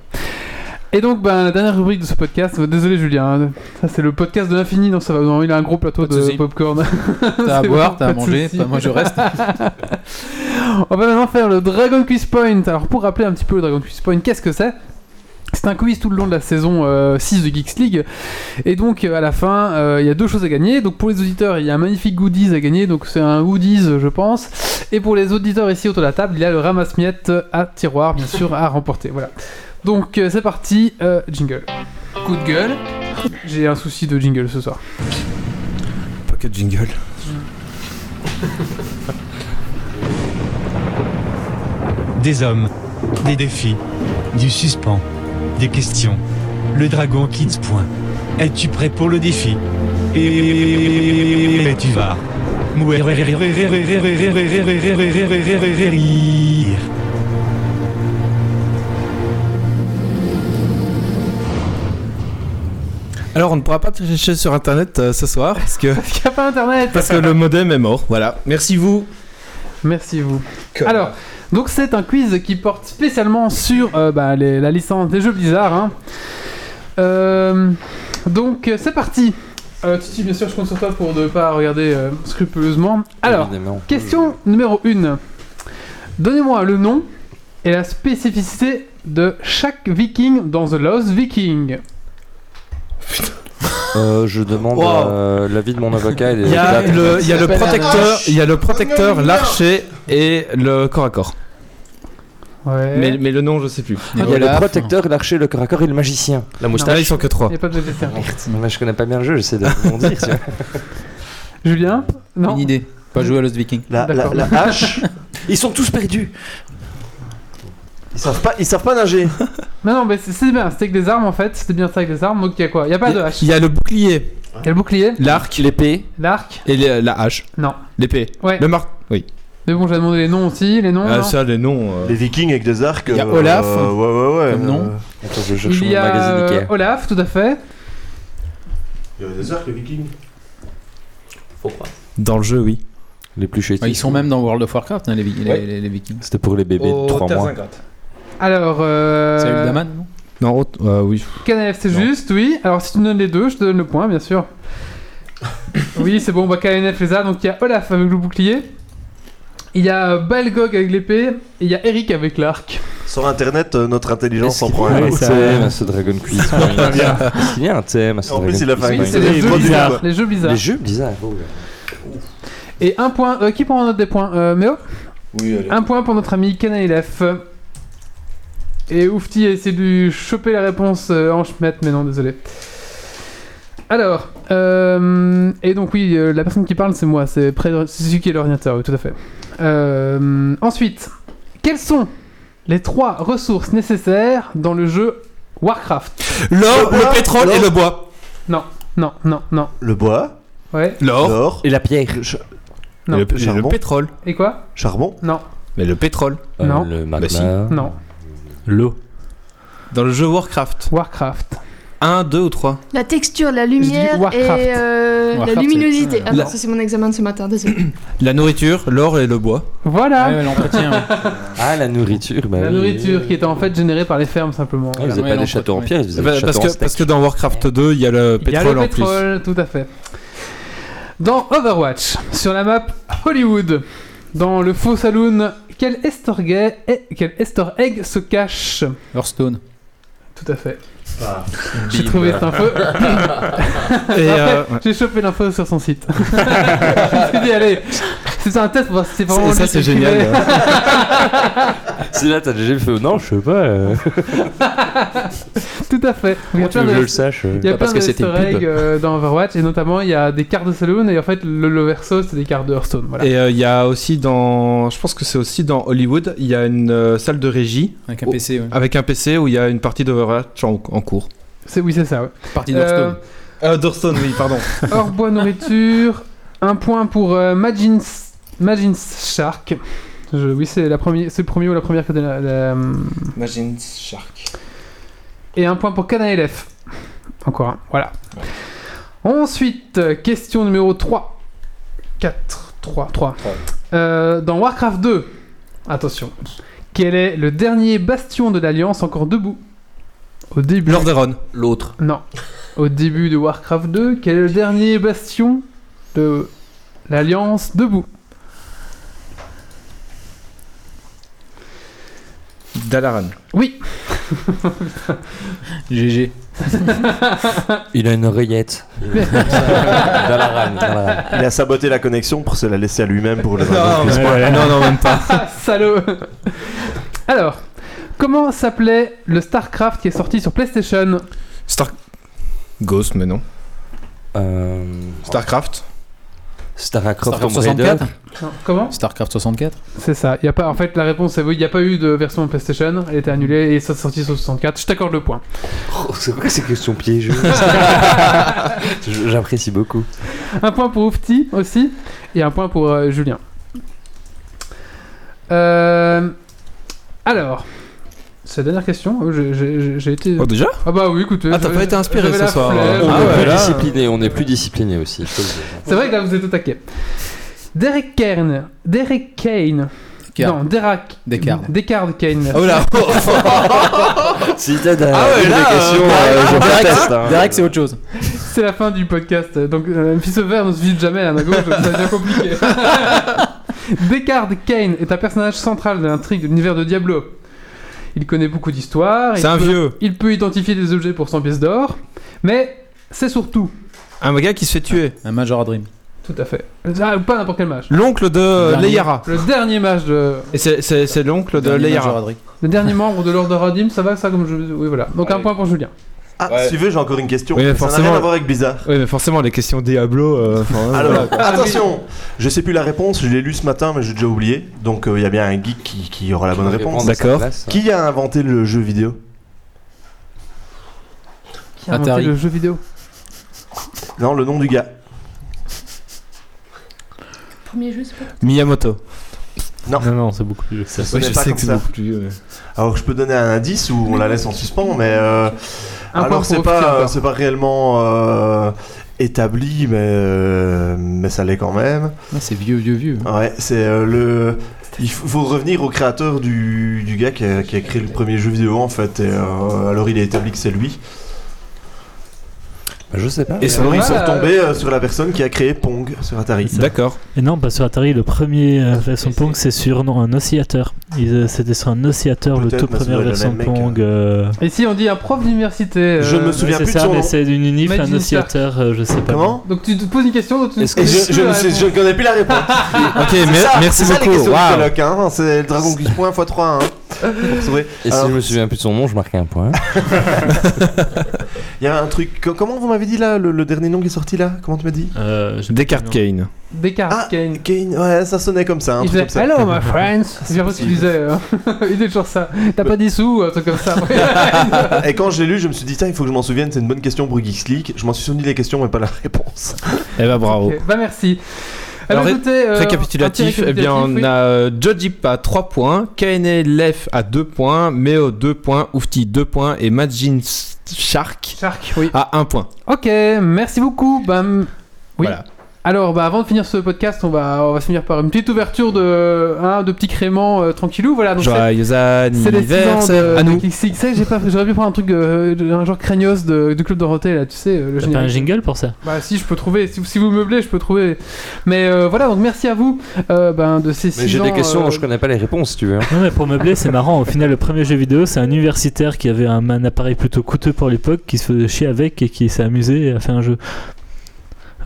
Speaker 1: Et donc, ben, la dernière rubrique de ce podcast, euh, désolé Julien, hein, ça c'est le podcast de l'infini, donc ça va, non, il a un gros plateau
Speaker 9: Pas de
Speaker 1: de,
Speaker 9: souci.
Speaker 1: popcorn.
Speaker 9: T'as à
Speaker 1: *laughs* C'est
Speaker 9: boire,
Speaker 1: bon,
Speaker 9: t'as
Speaker 1: pas
Speaker 9: à
Speaker 1: de
Speaker 9: manger,
Speaker 1: souci.
Speaker 9: enfin, moi je
Speaker 1: *laughs*
Speaker 9: reste.
Speaker 1: On va maintenant faire le Dragon Quiz Point. Alors pour rappeler un petit peu le Dragon Quiz Point, qu'est-ce que c'est c'est un quiz tout le long de la saison euh, 6 de Geeks League. Et donc euh, à la fin, euh, il y a deux choses à gagner. Donc pour les auditeurs, il y a un magnifique goodies à gagner. Donc c'est un goodies, euh, je pense. Et pour les auditeurs ici autour de la table, il y a le ramasse-miettes à tiroir, bien sûr, à remporter. Voilà. Donc euh, c'est parti, euh, jingle. Coup de gueule. J'ai un souci de jingle ce soir. *laughs*
Speaker 2: Pas que jingle.
Speaker 12: Des hommes, des défis, du suspens, des questions. Le dragon quitte point. Es-tu prêt pour le défi Et tu vas. Mourir.
Speaker 2: Alors, on ne pourra pas tricher sur Internet euh, ce soir parce que,
Speaker 1: Il n'y a pas internet
Speaker 2: parce que le modem est mort. Voilà. Merci vous.
Speaker 1: Merci vous. Alors, donc c'est un quiz qui porte spécialement sur euh, bah, les- la licence des jeux Blizzard. hein. Euh, donc euh, c'est parti. Euh, Titi, bien sûr, je compte sur toi pour ne pas regarder euh, scrupuleusement. Alors,
Speaker 7: Évidemment.
Speaker 1: question numéro 1. Donnez-moi le nom et la spécificité de chaque viking dans The Lost Viking.
Speaker 7: Euh, je demande
Speaker 3: Oh.
Speaker 2: Wow.
Speaker 7: euh, l'avis de mon avocat.
Speaker 3: *laughs*
Speaker 7: Et des
Speaker 2: Il y a
Speaker 7: avocats.
Speaker 2: le, il y a le protecteur, il y a le protecteur,
Speaker 11: Oh non,
Speaker 2: l'archer et le corps à corps.
Speaker 1: Ouais.
Speaker 2: Mais, mais le nom, je sais plus.
Speaker 7: Il y a
Speaker 6: Ah,
Speaker 7: le protecteur, l'archer, le corps et le magicien.
Speaker 8: La
Speaker 2: Là,
Speaker 8: moustache.
Speaker 2: Ah, ils sont que trois.
Speaker 1: Il n'y a pas de nécessaire.
Speaker 7: Mais je connais pas bien le jeu,
Speaker 3: *laughs*
Speaker 7: j'essaie de rebondir. tu vois.
Speaker 1: Julien Non
Speaker 9: Une idée. Pas jouer à Lost Viking.
Speaker 6: La, la,
Speaker 1: D'accord.
Speaker 6: la hache,
Speaker 7: Ils sont tous perdus.
Speaker 6: ils savent pas, ils savent pas nager.
Speaker 1: Non, non, mais c'est- c'est bien. C'était avec des armes en fait. C'était bien ça avec des armes. Donc il y a quoi Il n'y a pas
Speaker 2: Il y
Speaker 1: de
Speaker 2: a-
Speaker 1: hache.
Speaker 2: il y a le bouclier,
Speaker 1: Il y a le bouclier,
Speaker 2: l'arc, l'épée
Speaker 1: l'arc.
Speaker 2: et le- la hache.
Speaker 1: Non.
Speaker 2: L'épée.
Speaker 1: Ouais.
Speaker 2: Le marc. Oui.
Speaker 1: Mais bon, j'ai demandé les noms aussi. Les noms. hein.
Speaker 2: Ah,
Speaker 1: non
Speaker 2: ça, les noms. euh,
Speaker 6: Les Vikings avec des arcs.
Speaker 2: Il y a
Speaker 6: euh,
Speaker 2: Olaf.
Speaker 6: ouais, ouais, ouais.
Speaker 9: Comme nom.
Speaker 7: Attends, je cherche
Speaker 1: Il
Speaker 7: mon
Speaker 1: y a
Speaker 7: magazine
Speaker 1: euh,
Speaker 7: Ikea.
Speaker 1: Olaf, tout à fait.
Speaker 6: Il y a des arcs, les Vikings.
Speaker 8: Faut croire.
Speaker 2: Dans le jeu, oui.
Speaker 7: Les plus chétifs.
Speaker 3: Bah,
Speaker 9: Ouais, ils sont même dans World of Warcraft, hein, les, vi- les-
Speaker 2: Ouais.
Speaker 9: les- les Vikings.
Speaker 7: C'était pour les bébés
Speaker 2: Oh,
Speaker 1: Oh,
Speaker 7: de 3 mois.
Speaker 1: Alors, euh,
Speaker 9: C'est Uldaman, non
Speaker 2: Non, autre- euh, oui.
Speaker 1: KNF, c'est
Speaker 2: Non.
Speaker 1: juste, oui. Alors, si tu me donnes les deux, je te donne le point, bien sûr. oui, c'est bon, bah, KNF les a. Donc, il y a Olaf avec le bouclier. Il y a Balgog avec l'épée. Et il y a Eric avec l'arc.
Speaker 6: Sur internet, euh, notre intelligence s'en prend
Speaker 7: Il y a
Speaker 6: un
Speaker 7: un
Speaker 6: coup.
Speaker 7: thème à ce Dragon Quiz. *laughs* Est-ce qu'il y a un thème à ce
Speaker 6: En
Speaker 7: Dragon
Speaker 6: plus, il a fait un
Speaker 1: Oui,
Speaker 7: Quiz
Speaker 1: c'est
Speaker 6: les
Speaker 1: les, jeux
Speaker 6: produits
Speaker 1: bizarres.
Speaker 6: Blizzard.
Speaker 1: Les jeux bizarres.
Speaker 7: Les jeux bizarres.
Speaker 1: Et un point. euh, qui prend en note des points euh, Méo
Speaker 6: Oui, allez.
Speaker 1: Un point pour notre ami Kanalef. Et Oufti a essayé de lui choper la réponse euh, en schmette, mais non, désolé. Alors, euh, et donc oui, euh, la personne qui parle, c'est moi, c'est près de- c'est celui qui est l'ordinateur, oui, tout à fait. Euh, ensuite, quelles sont les trois ressources nécessaires dans le jeu Warcraft
Speaker 2: L'or,
Speaker 6: bois,
Speaker 2: le pétrole et
Speaker 6: l'or.
Speaker 2: le bois.
Speaker 1: Non, non, non.
Speaker 6: Le bois,
Speaker 1: Ouais.
Speaker 2: L'or.
Speaker 6: l'or,
Speaker 7: Et la pierre.
Speaker 6: le cha-
Speaker 1: Non.
Speaker 2: Et le, et le
Speaker 6: Charbon.
Speaker 2: pétrole.
Speaker 1: Et quoi
Speaker 6: charbon,
Speaker 1: Non,
Speaker 2: Mais le pétrole.
Speaker 6: Euh,
Speaker 1: Non.
Speaker 7: Euh, Le
Speaker 2: Bah si.
Speaker 7: magma.
Speaker 1: non.
Speaker 4: L'eau.
Speaker 2: Dans le jeu Warcraft.
Speaker 1: Warcraft.
Speaker 2: 1, 2 ou 3
Speaker 5: La texture, la lumière
Speaker 1: Warcraft.
Speaker 5: et euh,
Speaker 9: Warcraft,
Speaker 5: la luminosité.
Speaker 9: c'est-
Speaker 5: Ah non,
Speaker 2: La-
Speaker 5: ça c'est mon examen de ce matin, désolé.
Speaker 2: La nourriture, l'or et le bois.
Speaker 1: Voilà.
Speaker 9: Ouais, ouais, l'entretien. ouais.
Speaker 7: Ah, la nourriture. Bah
Speaker 1: La
Speaker 7: oui.
Speaker 1: nourriture qui est en fait générée par les fermes simplement.
Speaker 7: Ah, Vous n'avez
Speaker 9: Ouais,
Speaker 7: pas des
Speaker 9: l'entretien.
Speaker 7: châteaux en pierre, vous avez
Speaker 2: Bah,
Speaker 7: des
Speaker 2: parce,
Speaker 7: châteaux en
Speaker 2: que, *laughs*
Speaker 7: steak.
Speaker 2: parce que dans Warcraft 2, il y a le
Speaker 1: Il y a
Speaker 2: pétrole
Speaker 1: le
Speaker 2: en plus.
Speaker 1: pétrole, tout à fait. Dans Overwatch, sur la map Hollywood, dans le faux saloon, quel Easter gay- eh, quel Easter egg se cache
Speaker 9: *laughs* Hearthstone.
Speaker 1: Tout à fait. J'ai trouvé cette info. *laughs*
Speaker 2: Et,
Speaker 1: Après,
Speaker 2: euh, ouais.
Speaker 1: J'ai chopé l'info sur son site. *laughs* Je me suis dit, allez, c'est un test, pour voir si c'est vraiment
Speaker 2: Et ça,
Speaker 1: lui
Speaker 2: c'est
Speaker 1: qui écrivait.
Speaker 2: génial. hein.
Speaker 7: Si là, t'as déjà fait. Non, je sais pas. euh,
Speaker 1: *laughs* Tout à fait. Il y a
Speaker 7: Comment tu
Speaker 1: plein
Speaker 7: veux que je
Speaker 1: de,
Speaker 7: le sache euh
Speaker 1: il y a plein
Speaker 3: Pas parce
Speaker 1: de
Speaker 3: que c'était
Speaker 1: Easter
Speaker 3: une pub.
Speaker 1: eggs euh, dans Overwatch et notamment il y a des cartes de saloon et en fait le, le verso c'est des cartes de Hearthstone. Voilà.
Speaker 2: Et euh, il y a aussi dans. Je pense que c'est aussi dans Hollywood, il y a une euh, salle de régie
Speaker 9: Avec un
Speaker 2: Oh.
Speaker 9: PC, ouais.
Speaker 2: avec un PC où il y a une partie d'Overwatch en, en cours.
Speaker 1: C'est- Oui, c'est ça. ouais.
Speaker 9: Partie
Speaker 1: Euh,
Speaker 9: d'Hearthstone.
Speaker 2: Euh, Dorstone, oui, *laughs* pardon.
Speaker 1: Hors bois nourriture. Un point pour euh, Magins, Magins Shark. Je- oui, c'est la première, c'est le premier ou la première que donne la, la-
Speaker 2: Imagine Shark.
Speaker 1: Et un point pour Canalef. Encore un, voilà. Ensuite, euh, question numéro 3. 4, 3, 3. Euh, dans Warcraft 2, attention, quel est le dernier bastion de l'Alliance encore debout Au début.
Speaker 2: Lordaeron.
Speaker 8: L'autre.
Speaker 1: Non. Au début de Warcraft 2, quel est le dernier bastion de l'Alliance debout
Speaker 2: Dalaran.
Speaker 1: Oui,
Speaker 9: GG.
Speaker 7: Il a une oreillette. Dalaran, Dalaran.
Speaker 6: il a saboté la connexion pour se la laisser à lui-même pour le
Speaker 2: Non,
Speaker 6: Dragon Quest.
Speaker 2: non, non, même pas.
Speaker 1: ah, salaud Alors, comment s'appelait le StarCraft qui est sorti sur PlayStation
Speaker 2: Star. Ghost, mais non.
Speaker 7: Euh,
Speaker 2: Starcraft.
Speaker 7: Starcraft
Speaker 9: Starcraft
Speaker 7: Tomb Raider.
Speaker 9: 64
Speaker 1: Non, Comment
Speaker 9: Starcraft 64
Speaker 1: C'est ça. Y a pas, en fait, la réponse est oui, il n'y a pas eu de version PlayStation, elle était annulée et ça c'est sorti sur 64. Je t'accorde le point.
Speaker 7: Oh, c'est quoi ces questions pièges euh J'apprécie beaucoup.
Speaker 1: Un point pour Oufti aussi et un point pour euh, Julien. Euh, alors, C'est la dernière question. euh, j'ai- J'ai j'ai été.
Speaker 2: Oh, déjà
Speaker 1: Ah bah oui, écoutez.
Speaker 2: Ah, t'as
Speaker 1: j'avais-
Speaker 2: pas été inspiré
Speaker 1: j'avais
Speaker 2: ce
Speaker 1: la
Speaker 2: soir.
Speaker 1: flemme.
Speaker 7: On
Speaker 2: Ah
Speaker 7: est
Speaker 2: ouais,
Speaker 7: plus
Speaker 2: là.
Speaker 7: discipliné, on est plus discipliné aussi. je peux le dire.
Speaker 1: C'est vrai que là vous êtes au taquet. Derek Kane. Derek Kane.
Speaker 9: Kane.
Speaker 1: Non, Derek.
Speaker 9: Descartes.
Speaker 1: Descartes Kane.
Speaker 9: Ah,
Speaker 1: merci.
Speaker 2: Oh
Speaker 9: *laughs*
Speaker 2: là
Speaker 7: Ah, Si t'as des
Speaker 2: Ah ouais,
Speaker 7: des
Speaker 2: là,
Speaker 7: questions,
Speaker 2: euh,
Speaker 7: euh, je proteste. hein.
Speaker 9: Derek, c'est autre chose.
Speaker 1: C'est la fin du podcast. Donc, euh, fils vert ne se vide jamais à ma gauche, ça devient compliqué. *laughs* Descartes Kane est un personnage central de l'intrigue de l'univers de Diablo. Il connaît beaucoup d'histoires. il
Speaker 2: C'est un
Speaker 1: peut-
Speaker 2: vieux.
Speaker 1: Il peut identifier des objets pour 100 pièces d'or. Mais c'est surtout.
Speaker 2: Un gars qui se fait tuer.
Speaker 9: Un Major Dream.
Speaker 1: Tout à fait. Ah, pas n'importe quel match.
Speaker 2: L'oncle de euh, Leiara.
Speaker 1: Le dernier match de.
Speaker 2: Et c'est- c'est c'est l'oncle de
Speaker 9: Dernier
Speaker 2: Leiara.
Speaker 9: Major Dream.
Speaker 1: Le dernier *laughs* membre de l'Ordre Radim, ça va ça comme je. Oui, voilà. Donc, un
Speaker 8: Ouais.
Speaker 1: point pour Julien.
Speaker 6: Ah,
Speaker 8: Ouais.
Speaker 6: suivez, j'ai encore une question.
Speaker 2: Oui, mais
Speaker 6: ça n'a
Speaker 2: forcément.
Speaker 6: rien à voir avec bizarre.
Speaker 2: Oui, mais forcément, les questions Diablo. euh, enfin, ouais,
Speaker 6: Alors,
Speaker 2: voilà.
Speaker 6: attention Je sais plus la réponse, je l'ai lu ce matin, mais j'ai déjà oublié. Donc, euh, il y a bien un geek qui, qui aura la Ah, bonne
Speaker 7: Je vais
Speaker 6: réponse.
Speaker 7: prendre sa
Speaker 2: D'accord.
Speaker 7: place. hein.
Speaker 6: Qui a inventé le jeu vidéo
Speaker 1: Qui a inventé
Speaker 9: Atari.
Speaker 1: le jeu vidéo
Speaker 6: Non, le nom du gars.
Speaker 5: Premier jeu, c'est pas
Speaker 2: Miyamoto.
Speaker 6: Non.
Speaker 4: Non, non, c'est beaucoup plus vieux que ça.
Speaker 6: Ce n'est pas comme ça.
Speaker 2: plus euh, vieux. mais-
Speaker 6: Alors, je peux donner un indice ou on la laisse en suspens, mais. euh,
Speaker 1: Un point
Speaker 6: alors,
Speaker 1: pour
Speaker 6: c'est
Speaker 1: Ophi,
Speaker 6: pas, euh,
Speaker 1: encore.
Speaker 6: c'est pas réellement euh, établi, mais, euh, mais ça l'est quand même.
Speaker 9: Ah, c'est vieux, vieux, vieux.
Speaker 1: hein.
Speaker 6: Ouais, c'est euh, le. Il faut faut revenir au créateur du, du gars qui a, qui a créé le premier jeu vidéo en fait. Et, euh, alors il est établi que c'est lui.
Speaker 7: Bah, Je sais pas.
Speaker 2: Et son
Speaker 6: Alors ils
Speaker 1: Ah,
Speaker 6: sont
Speaker 1: euh,
Speaker 6: tombés euh, sur la personne qui a créé Pong sur Atari.
Speaker 2: D'accord.
Speaker 4: Et non, pas sur Atari, le premier euh, version de Pong, c'est sur non, un oscillateur. Ils, euh, C'était sur un oscillateur, le
Speaker 6: Peut-être,
Speaker 4: tout
Speaker 6: mais ça
Speaker 4: premier
Speaker 6: doit être le
Speaker 4: version de
Speaker 6: même mec,
Speaker 4: Pong. euh,
Speaker 1: Et si on dit un prof d'université.
Speaker 6: Je me
Speaker 1: euh,
Speaker 6: souviens
Speaker 4: ouais, c'est
Speaker 6: plus de
Speaker 4: ça,
Speaker 6: son
Speaker 4: mais
Speaker 6: nom.
Speaker 4: c'est une unif,
Speaker 1: Imagine
Speaker 4: un oscillateur, euh, je sais pas.
Speaker 6: Comment
Speaker 1: Donc, tu te poses une question dont tu ne
Speaker 7: Est-ce que
Speaker 6: Et
Speaker 1: connais
Speaker 6: je,
Speaker 1: plus
Speaker 6: je
Speaker 1: la
Speaker 6: ne sais-
Speaker 1: réponse.
Speaker 6: je ne connais plus la réponse.
Speaker 7: *laughs*
Speaker 2: Ok,
Speaker 6: C'est
Speaker 2: mer-
Speaker 6: ça,
Speaker 2: merci
Speaker 6: c'est ça, les
Speaker 2: beaucoup.
Speaker 6: questions du
Speaker 2: Waouh.
Speaker 6: colloque, hein, c'est
Speaker 7: *laughs*
Speaker 6: le Dragon Quiz Point x3. hein. Pour sauver.
Speaker 7: Et si
Speaker 6: Alors,
Speaker 7: je me souviens plus de son nom, je marque un point.
Speaker 6: Il y a un truc. co- Comment vous m'avez dit là le, le dernier nom qui est sorti là Comment tu m'as dit
Speaker 4: Euh, j'ai-
Speaker 2: Descartes Kane.
Speaker 1: Descartes
Speaker 6: Ah,
Speaker 1: Kane.
Speaker 6: Kane. Ouais, ça sonnait comme ça. Un
Speaker 1: Il
Speaker 6: truc
Speaker 1: faisait
Speaker 6: comme ça.
Speaker 1: Hello
Speaker 6: *laughs*
Speaker 1: my friends.
Speaker 6: c'est
Speaker 1: J'ai ce qu'il
Speaker 6: possible.
Speaker 1: disait. euh, *laughs* il est toujours ça. T'as pas des sous, un truc comme
Speaker 6: *laughs*
Speaker 1: ça. Ouais.
Speaker 6: Et quand je l'ai lu, je me suis dit, tiens, il faut que je m'en souvienne, c'est une bonne question pour Geeks League. Je m'en suis souvenu des questions, mais pas la
Speaker 7: *laughs*
Speaker 6: réponse.
Speaker 2: Eh ben
Speaker 6: Oh.
Speaker 2: bravo.
Speaker 1: Ok, Bah merci. Alors,
Speaker 2: Alors, ré-
Speaker 1: écoutez, euh, un
Speaker 2: Récapitulatif,
Speaker 1: petit
Speaker 2: eh bien on
Speaker 1: récapitulatif, oui.
Speaker 2: a euh, Jojip à 3 points, Kane Lef à 2 points, Meo 2 points, Oufti 2 points et Majin Shark
Speaker 1: Shark, oui.
Speaker 2: à 1 point.
Speaker 1: Ok, merci beaucoup. Bah, m- oui.
Speaker 2: Voilà.
Speaker 1: Alors, bah, avant de finir ce podcast, on va, on va se finir par une petite ouverture de, hein, de petits créments euh, tranquillou. Voilà, donc c'est- euh,
Speaker 2: Joyeux
Speaker 1: C'est les 6 ans
Speaker 2: anniversaire
Speaker 7: euh,
Speaker 1: de,
Speaker 2: à nous.
Speaker 1: de Geeks League. Tu sais, j'ai pas- j'aurais pu prendre un truc, euh, de- un genre craignos de, de Club Dorothée, là, tu sais, euh, le
Speaker 4: T'as pas un
Speaker 1: générique.
Speaker 4: jingle pour ça
Speaker 1: Bah si je peux trouver, si, si vous meublez, je peux trouver. Mais euh, voilà, donc merci à vous euh, ben, de ces
Speaker 7: Mais
Speaker 1: six
Speaker 7: j'ai
Speaker 1: ans.
Speaker 7: des questions
Speaker 1: euh,
Speaker 7: dont je connais pas les réponses, si
Speaker 4: *laughs*
Speaker 7: tu veux. hein.
Speaker 4: Non mais pour meubler c'est marrant, au final le premier jeu vidéo c'est un universitaire qui avait un, un appareil plutôt coûteux pour l'époque qui se faisait chier avec et qui s'est amusé et a fait un jeu.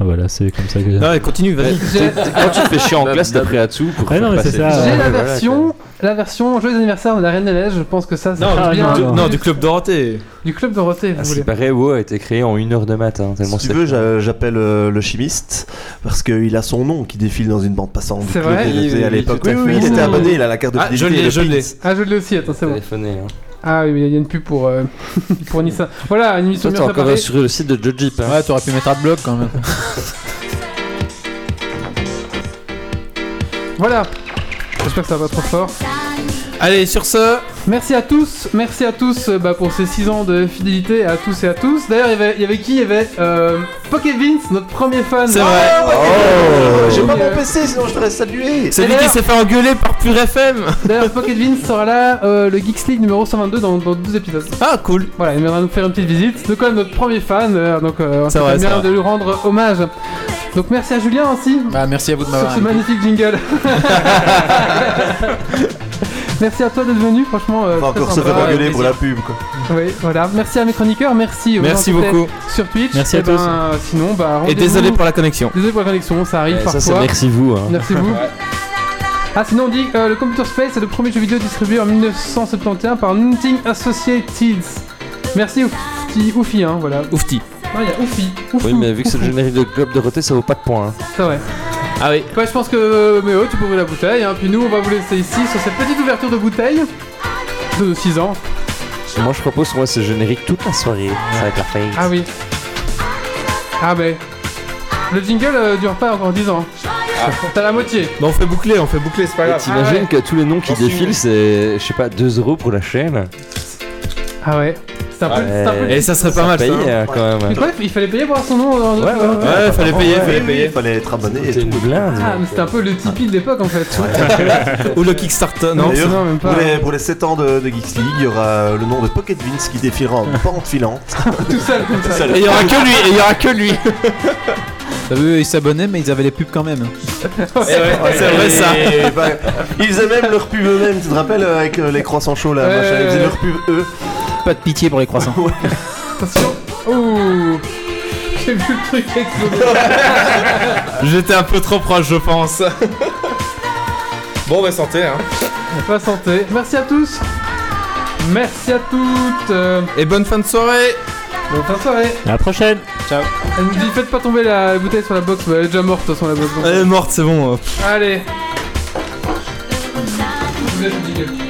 Speaker 4: Ah voilà c'est comme ça que...
Speaker 2: Non, mais continue, vas-y.
Speaker 1: J'ai
Speaker 7: Quand tu te fais chier en classe, t'as pris à tout pour.
Speaker 4: Ah non,
Speaker 7: faire
Speaker 4: mais c'est ça.
Speaker 7: passer le temps.
Speaker 1: j'ai la
Speaker 7: Voilà,
Speaker 1: version, la version Joyeux anniversaire de la Reine des Neiges, je pense que ça c'est
Speaker 2: Ah, Non,
Speaker 1: très
Speaker 4: du-
Speaker 1: bien.
Speaker 2: Du-
Speaker 4: non.
Speaker 2: non, du club Dorothée.
Speaker 1: Du Club Dorothée,
Speaker 7: Ah,
Speaker 1: vous
Speaker 7: ce
Speaker 1: voulez.
Speaker 7: qui paraît, WoW a été créé en une heure de matin,
Speaker 6: Si
Speaker 7: tellement
Speaker 6: tu
Speaker 7: c'est-
Speaker 6: veux, j'a- j'appelle euh, le chimiste, parce qu'il a son nom qui défile dans une bande passante. du
Speaker 1: C'est
Speaker 6: club
Speaker 1: vrai
Speaker 6: des Rotés
Speaker 7: Oui,
Speaker 6: à
Speaker 7: oui,
Speaker 6: l'époque.
Speaker 7: tout à
Speaker 6: Oui, oui,
Speaker 7: fait.
Speaker 6: il était
Speaker 1: Ouh.
Speaker 6: abonné, il a la carte de
Speaker 2: Ah, je
Speaker 6: fidélité.
Speaker 2: l'ai,
Speaker 6: le
Speaker 2: je
Speaker 6: pins.
Speaker 2: l'ai.
Speaker 1: Ah je l'ai aussi, attends c'est bon.
Speaker 7: Téléphoner, hein.
Speaker 1: Ah oui, mais il y a une pub pour, euh, *laughs* pour Nissan. Voilà, une émission
Speaker 7: Toi, t'es
Speaker 1: bien préparée.
Speaker 7: encore sur le site de Joji. hein.
Speaker 9: Ouais, t'aurais pu mettre un blog quand même.
Speaker 7: *laughs*
Speaker 1: Voilà. J'espère que ça va pas trop fort.
Speaker 2: Allez, sur ce,
Speaker 1: Merci à tous, merci à tous euh, bah, pour ces 6 ans de fidélité à tous et à tous. D'ailleurs, il y avait- il y avait qui Il y avait euh, Pocket Vince, notre premier fan.
Speaker 2: c'est vrai.
Speaker 6: Oh, J'ai pas
Speaker 1: Euh,
Speaker 6: mon PC, sinon je t'aurais salué.
Speaker 2: C'est lui qui s'est fait engueuler par Pure FM.
Speaker 1: euh, D'ailleurs, Pocket Vince sera là, euh, le Geeks League numéro 122 dans, dans 12 épisodes.
Speaker 2: *laughs* Ah, cool.
Speaker 1: Voilà, il viendra nous faire une petite visite. C'est quand même notre premier fan, euh, donc euh, on
Speaker 2: C'est
Speaker 1: s'est
Speaker 2: vrai,
Speaker 1: fait
Speaker 2: c'est
Speaker 1: bien
Speaker 2: vrai.
Speaker 1: de lui rendre hommage. Donc merci à Julien aussi
Speaker 9: Bah, merci à vous de
Speaker 1: sur
Speaker 9: m'avoir
Speaker 1: ce
Speaker 9: invité.
Speaker 1: magnifique jingle.
Speaker 2: *laughs*
Speaker 1: merci à toi d'être venu, franchement. euh,
Speaker 6: On va
Speaker 1: très
Speaker 6: encore se
Speaker 1: sympa.
Speaker 6: faire
Speaker 1: Ouais,
Speaker 6: engueuler pour la pub, quoi.
Speaker 1: Oui, voilà. Merci à mes chroniqueurs, merci. aux
Speaker 2: Merci
Speaker 1: gens qui étaient
Speaker 2: beaucoup.
Speaker 1: Sur Twitch.
Speaker 4: Merci à
Speaker 1: Et ben, Sinon, bah,
Speaker 2: Et
Speaker 1: rendez-vous-
Speaker 2: désolé pour la connexion.
Speaker 1: Désolé pour la connexion, ça arrive
Speaker 7: Eh, Ça,
Speaker 1: parfois.
Speaker 7: c'est merci vous. *laughs* hein.
Speaker 1: Merci vous. Ah sinon on dit euh, le Computer Space est le premier jeu vidéo distribué en 1971 par Knitting Associated. Merci Oufi, Oufi hein, voilà.
Speaker 2: Oufti.
Speaker 1: Non, il y a Oufi. Oufou,
Speaker 7: Oui, mais vu que c'est le
Speaker 1: Oufou.
Speaker 7: générique de Club Dorothée, ça vaut pas de points. hein.
Speaker 1: C'est vrai.
Speaker 2: Ah oui.
Speaker 1: Ouais, je pense que euh, Méo, tu peux ouvrir la bouteille, hein, puis nous on va vous laisser ici sur cette petite ouverture de bouteille de 6 ans.
Speaker 7: Et Moi, je propose moi ce générique toute la soirée. Ça va être parfait.
Speaker 1: Ah oui. Ah ben. Le jingle euh, dure pas encore 10 ans. T'as la moitié.
Speaker 2: Mais on fait boucler, on fait boucler, c'est pas
Speaker 7: Et
Speaker 2: grave.
Speaker 7: T'imagines que tous les noms qui défilent, c'est, je sais pas, 2 euros pour la chaîne
Speaker 1: Ah ouais. C'est un peu. c'est un peu-
Speaker 2: Et ça serait pas mal, ça.
Speaker 7: paye,
Speaker 2: hein.
Speaker 7: euh, quand
Speaker 1: Mais
Speaker 7: même.
Speaker 1: quoi Il fallait payer pour avoir son nom euh, dans
Speaker 7: Ouais, ouais, ouais.
Speaker 2: Ouais, fallait payer,
Speaker 6: Ouais,
Speaker 2: fallait
Speaker 6: oui,
Speaker 2: payer.
Speaker 6: oui, Fallait être abonné et
Speaker 7: C'est une
Speaker 6: tout.
Speaker 7: blinde.
Speaker 1: Ah, mais c'était un peu le Tipeee de l'époque en fait.
Speaker 2: Ou le Kickstarter, non
Speaker 6: D'ailleurs,
Speaker 1: non, même pas.
Speaker 6: Pour les, pour les 7 ans de, de Geeks League, il y aura euh, le nom de Pocket Vince qui défiera en pente filante.
Speaker 1: Tout seul comme ça.
Speaker 2: Et il y aura que lui, et il y aura que lui.
Speaker 9: T'as vu, ils s'abonnaient, mais ils avaient les pubs quand même.
Speaker 2: C'est vrai ça.
Speaker 6: Et bah, ils faisaient même leur pub eux-mêmes, tu te rappelles, euh, avec euh, les croissants chauds là,
Speaker 1: Ouais,
Speaker 6: machin,
Speaker 1: ouais,
Speaker 6: ils faisaient
Speaker 1: ouais.
Speaker 6: leur pub eux.
Speaker 9: Pas de pitié pour les croissants.
Speaker 1: Attention. Ouh. J'ai vu le truc exploser.
Speaker 2: *laughs* J'étais un peu trop proche, je pense. *laughs* Bon, bah santé, hein.
Speaker 1: Pas santé. Merci à tous. Merci à toutes. Euh,
Speaker 2: Et bonne fin de soirée.
Speaker 1: bonne fin de soirée.
Speaker 4: À la prochaine
Speaker 1: Elle nous dit faites pas tomber la bouteille sur la box. mais Elle est déjà morte de toute façon la box. donc-
Speaker 2: Elle est morte, c'est bon. euh.
Speaker 1: Allez. Je vous laisse le jingle.